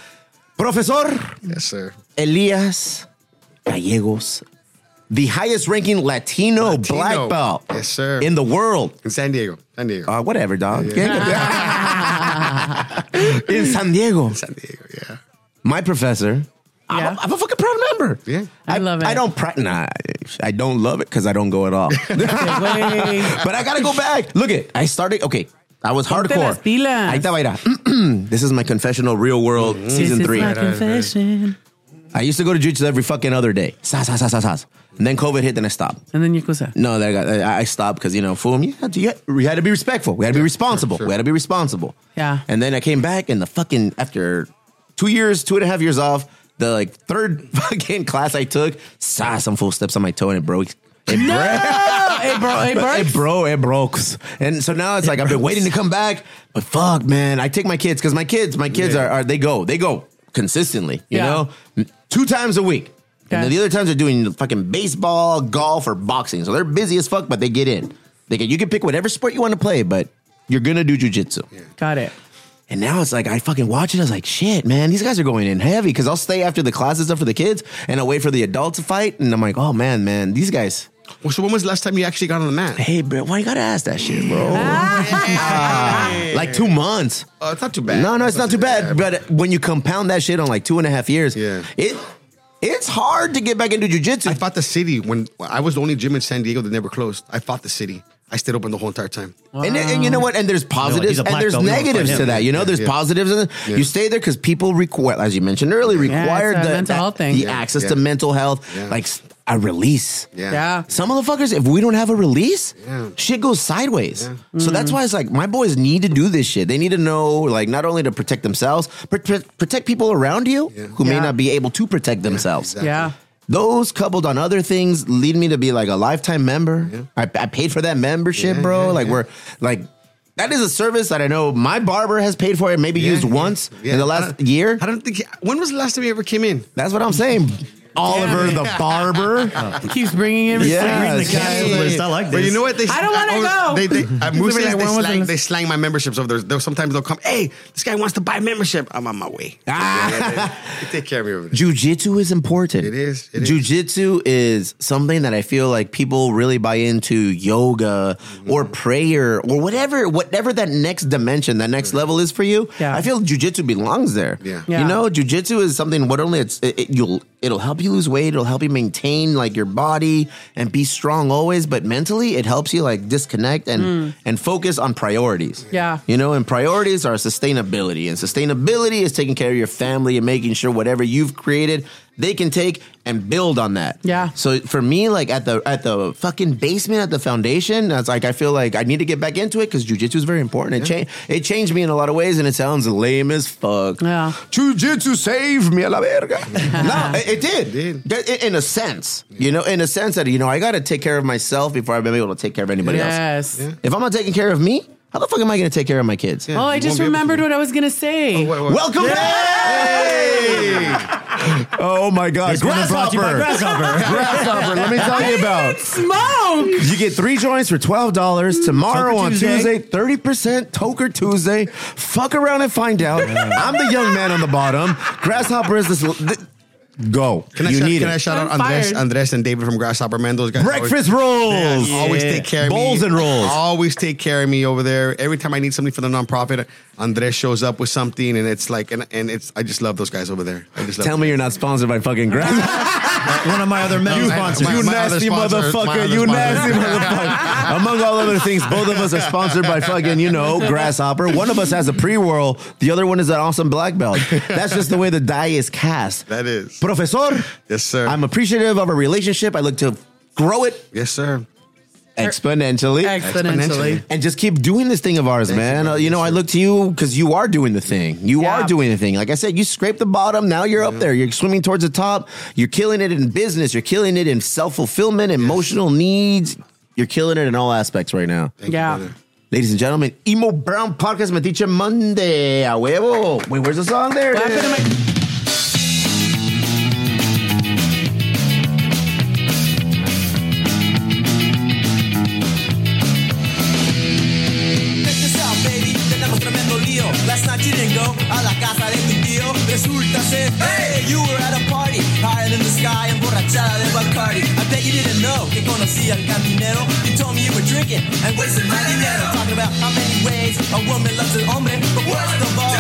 [SPEAKER 3] Professor
[SPEAKER 8] yes, sir.
[SPEAKER 3] Elias Gallegos, the highest ranking Latino, black belt
[SPEAKER 8] Yes, sir.
[SPEAKER 3] in the world. Uh-huh.
[SPEAKER 8] In San Diego, San Diego.
[SPEAKER 3] Uh, whatever, dog. in San Diego.
[SPEAKER 8] San Diego, yeah.
[SPEAKER 3] My professor.
[SPEAKER 4] Yeah.
[SPEAKER 3] I'm, a, I'm a fucking proud member.
[SPEAKER 8] Yeah.
[SPEAKER 4] I love
[SPEAKER 3] I
[SPEAKER 4] it.
[SPEAKER 3] don't pra- nah, I don't love it because I don't go at all.
[SPEAKER 4] Wait.
[SPEAKER 3] but I gotta go back. Look it. I started. Okay, I was
[SPEAKER 4] Ponte
[SPEAKER 3] hardcore.
[SPEAKER 4] las pilas. Mm.
[SPEAKER 3] Ahí te va, mira. this is my confessional, real world, season three.
[SPEAKER 4] confession.
[SPEAKER 3] I used to go to jujitsu every fucking other day. Sas, sas, sas, sas, sas. And then COVID hit, then I stopped.
[SPEAKER 4] And then Yakuza.
[SPEAKER 3] No, that got, I I stopped because you know, fool me. You had to, you had- we had to be respectful. We had to be responsible. We had to be responsible.
[SPEAKER 4] Yeah.
[SPEAKER 3] And then I came back, and the fucking after two years, two and a half years off, the like third fucking class I took, saw some fool steps on my toe, and it broke. It
[SPEAKER 4] No, it bro, it
[SPEAKER 3] broke. It
[SPEAKER 4] burst.
[SPEAKER 3] broke. It broke. And so now it's like I've been waiting to come back, but fuck, man, I take my kids because my kids, my kids are, are they go, they go consistently. You
[SPEAKER 4] Yeah.
[SPEAKER 3] know, M- two times a week. And
[SPEAKER 4] Okay.
[SPEAKER 3] then the other times they're doing fucking baseball, golf, or boxing. So they're busy as fuck, but they get in. They can, you can pick whatever sport you want to play, but you're gonna do jujitsu.
[SPEAKER 4] Got it.
[SPEAKER 3] And now it's like I fucking watch it. I was like, shit, man, these guys are going in heavy because I'll stay after the classes up for the kids and I'll wait for the adults to fight. And I'm like, oh man, man, these guys.
[SPEAKER 8] Well, so when was the last time you actually got on the mat?
[SPEAKER 3] Hey, bro, why you gotta ask that shit, bro? like two months.
[SPEAKER 8] Uh, it's not too bad.
[SPEAKER 3] No, no, it's not too bad. But when you compound that shit on like two and a half years,
[SPEAKER 8] Yeah.
[SPEAKER 3] it it's hard to get back into
[SPEAKER 8] I
[SPEAKER 3] jujitsu.
[SPEAKER 8] fought the city when I was the only gym in San Diego that never closed. I fought the city. I stayed open the whole entire time.
[SPEAKER 3] And, and you know what? And there's positives
[SPEAKER 5] he's a
[SPEAKER 3] and
[SPEAKER 5] black
[SPEAKER 3] there's
[SPEAKER 5] belt, we don't fight
[SPEAKER 3] negatives
[SPEAKER 5] him.
[SPEAKER 3] to that. You know,
[SPEAKER 8] Yeah,
[SPEAKER 3] there's
[SPEAKER 8] yeah.
[SPEAKER 3] positives. And
[SPEAKER 8] Yeah.
[SPEAKER 3] You stay there because people require, as you mentioned earlier,
[SPEAKER 4] it's
[SPEAKER 3] require
[SPEAKER 4] a
[SPEAKER 3] the,
[SPEAKER 4] mental
[SPEAKER 3] that-
[SPEAKER 4] health thing.
[SPEAKER 3] the
[SPEAKER 4] Yeah,
[SPEAKER 3] access
[SPEAKER 8] yeah.
[SPEAKER 3] to mental health,
[SPEAKER 8] Yeah.
[SPEAKER 3] like s- a release.
[SPEAKER 8] Yeah.
[SPEAKER 4] Yeah.
[SPEAKER 3] Some motherfuckers, if we don't have a release,
[SPEAKER 8] Yeah.
[SPEAKER 3] shit goes sideways. So
[SPEAKER 4] Mm.
[SPEAKER 3] that's why it's like my boys need to do this shit. They need to know, like, not only to protect themselves, but pr- protect people around you who may
[SPEAKER 4] Yeah.
[SPEAKER 3] not be able to protect themselves.
[SPEAKER 8] exactly.
[SPEAKER 4] Yeah.
[SPEAKER 3] Those coupled on other things lead me to be like a lifetime member. I, I paid for that membership,
[SPEAKER 8] Yeah,
[SPEAKER 3] bro.
[SPEAKER 8] yeah,
[SPEAKER 3] like
[SPEAKER 8] yeah.
[SPEAKER 3] we're like that is a service that I know my barber has paid for it, maybe used
[SPEAKER 8] Yeah.
[SPEAKER 3] once
[SPEAKER 8] Yeah.
[SPEAKER 3] in the
[SPEAKER 8] I
[SPEAKER 3] last
[SPEAKER 8] don't-
[SPEAKER 3] year.
[SPEAKER 8] I don't think. When was the last time you ever came in?
[SPEAKER 3] That's what I'm saying. Oliver the barber.
[SPEAKER 4] Keeps bringing in.
[SPEAKER 3] yeah,
[SPEAKER 5] the cancel list. I like this.
[SPEAKER 8] But you know what? They,
[SPEAKER 4] I don't wanna
[SPEAKER 8] or-
[SPEAKER 4] go.
[SPEAKER 8] They, they, at Moose
[SPEAKER 4] They were like,
[SPEAKER 8] Days, they,
[SPEAKER 4] when was
[SPEAKER 8] slang,
[SPEAKER 4] the-
[SPEAKER 8] they slang my memberships over there. They'll, sometimes they'll come, hey, this guy wants to buy membership. I'm on my way.
[SPEAKER 3] Ah.
[SPEAKER 8] they, they take care of me over there.
[SPEAKER 3] Jujitsu is important.
[SPEAKER 8] It is, it is.
[SPEAKER 3] Jujitsu is something that I feel like people really buy into yoga
[SPEAKER 8] Mm-hmm.
[SPEAKER 3] or prayer or whatever, whatever that next dimension, that next level is for you.
[SPEAKER 4] Yeah.
[SPEAKER 3] I feel jujitsu belongs there.
[SPEAKER 8] Yeah.
[SPEAKER 4] Yeah.
[SPEAKER 3] You know, jujitsu is something. What only it's it, it- you'll it'll help you lose weight. It'll help you maintain like your body and be strong always. But mentally, it helps you like disconnect and and focus on priorities.
[SPEAKER 4] Mm. Yeah.
[SPEAKER 3] You know, and priorities are sustainability. And sustainability is taking care of your family and making sure whatever you've created, they can take and build on that.
[SPEAKER 4] Yeah.
[SPEAKER 3] So for me, like at the at the fucking basement at the foundation, it's like I feel like I need to get back into it because jujitsu is very important. It changed it changed me in a lot of ways and it sounds lame as fuck.
[SPEAKER 4] Yeah.
[SPEAKER 3] Jujitsu saved me a la verga. no, it, it did.
[SPEAKER 8] did.
[SPEAKER 3] That- in- In a sense. You know, in a sense that, you know, I gotta take care of myself before I'm able to take care of anybody else.
[SPEAKER 4] Yes.
[SPEAKER 3] If I'm not taking care of me, how the fuck am I going to take care of my kids?
[SPEAKER 4] Oh, I
[SPEAKER 8] You
[SPEAKER 4] just
[SPEAKER 8] won't be able
[SPEAKER 4] remembered
[SPEAKER 8] to- Oh,
[SPEAKER 4] what I was gonna say.
[SPEAKER 8] Wait, wait.
[SPEAKER 3] Welcome back! oh my God,
[SPEAKER 5] This one is brought to you by Grasshopper.
[SPEAKER 9] Grasshopper, let me tell you about.
[SPEAKER 4] Smoke.
[SPEAKER 3] You get three joints for twelve dollars tomorrow
[SPEAKER 5] Toker
[SPEAKER 3] on
[SPEAKER 5] Tuesday.
[SPEAKER 3] Tuesday. Thirty percent Toker Tuesday. Fuck around and find out. I'm the young man on the bottom. Grasshopper is this. th- go.
[SPEAKER 8] Can I,
[SPEAKER 3] you
[SPEAKER 8] shout,
[SPEAKER 3] need
[SPEAKER 8] can I
[SPEAKER 3] it.
[SPEAKER 8] shout out
[SPEAKER 4] I'm
[SPEAKER 8] Andres,
[SPEAKER 4] fired.
[SPEAKER 8] Andres and David from Grasshopper Man? Those guys always-
[SPEAKER 3] Breakfast rolls.
[SPEAKER 8] Yeah, Always take care of
[SPEAKER 3] Bowls
[SPEAKER 8] me.
[SPEAKER 3] and rolls.
[SPEAKER 8] Always take care of me over there. Every time I need something for the nonprofit, Andres shows up with something, and it's like, and, and it's, I just love those guys over there. I just love
[SPEAKER 3] Tell me you're not sponsored by fucking Grasshopper.
[SPEAKER 5] One of my other many
[SPEAKER 8] You-
[SPEAKER 5] sponsors.
[SPEAKER 8] my-
[SPEAKER 3] You
[SPEAKER 8] my other
[SPEAKER 3] nasty
[SPEAKER 8] sponsor, it's my
[SPEAKER 3] motherfucker.
[SPEAKER 8] other
[SPEAKER 3] You
[SPEAKER 8] sponsor.
[SPEAKER 3] nasty motherfucker. Among all other things, both of us are sponsored by fucking, you know, Grasshopper. One of us has a pre roll the other one is an awesome black belt. That's just the way the die is cast.
[SPEAKER 8] That is.
[SPEAKER 3] Professor.
[SPEAKER 8] Yes, sir.
[SPEAKER 3] I'm appreciative of our relationship. I look to grow it
[SPEAKER 8] yes, sir.
[SPEAKER 3] exponentially.
[SPEAKER 4] er, Exponentially.
[SPEAKER 3] and just keep doing this thing of ours, man.
[SPEAKER 8] brother.
[SPEAKER 3] Uh, you know, I look to you because you are doing the thing. You
[SPEAKER 4] Yeah.
[SPEAKER 3] are doing the thing. Like I said, you scrape the bottom. Now you're up there. You're swimming towards the top. You're killing it in business. You're killing it in self fulfillment, emotional needs. You're killing it in all aspects right now.
[SPEAKER 8] Thank you,
[SPEAKER 4] Yeah.
[SPEAKER 8] brother.
[SPEAKER 3] Ladies and gentlemen, Emo Brown Podcast Metiche Monday. A huevo. Wait, where's the song? There
[SPEAKER 4] What
[SPEAKER 3] it
[SPEAKER 4] happened
[SPEAKER 3] is.
[SPEAKER 4] to my-
[SPEAKER 11] Check this out, baby, tenemos tremendo lío. Last night you didn't go a la casa de tu tío. Resulta ser, hey, you were at a party. Higher than the sky, emborrachada de Bacardi. I bet you didn't know que conocía al caminero. You told me you were drinking and wasting my dinero. Talking about how many ways a woman loves an hombre. But worst of all,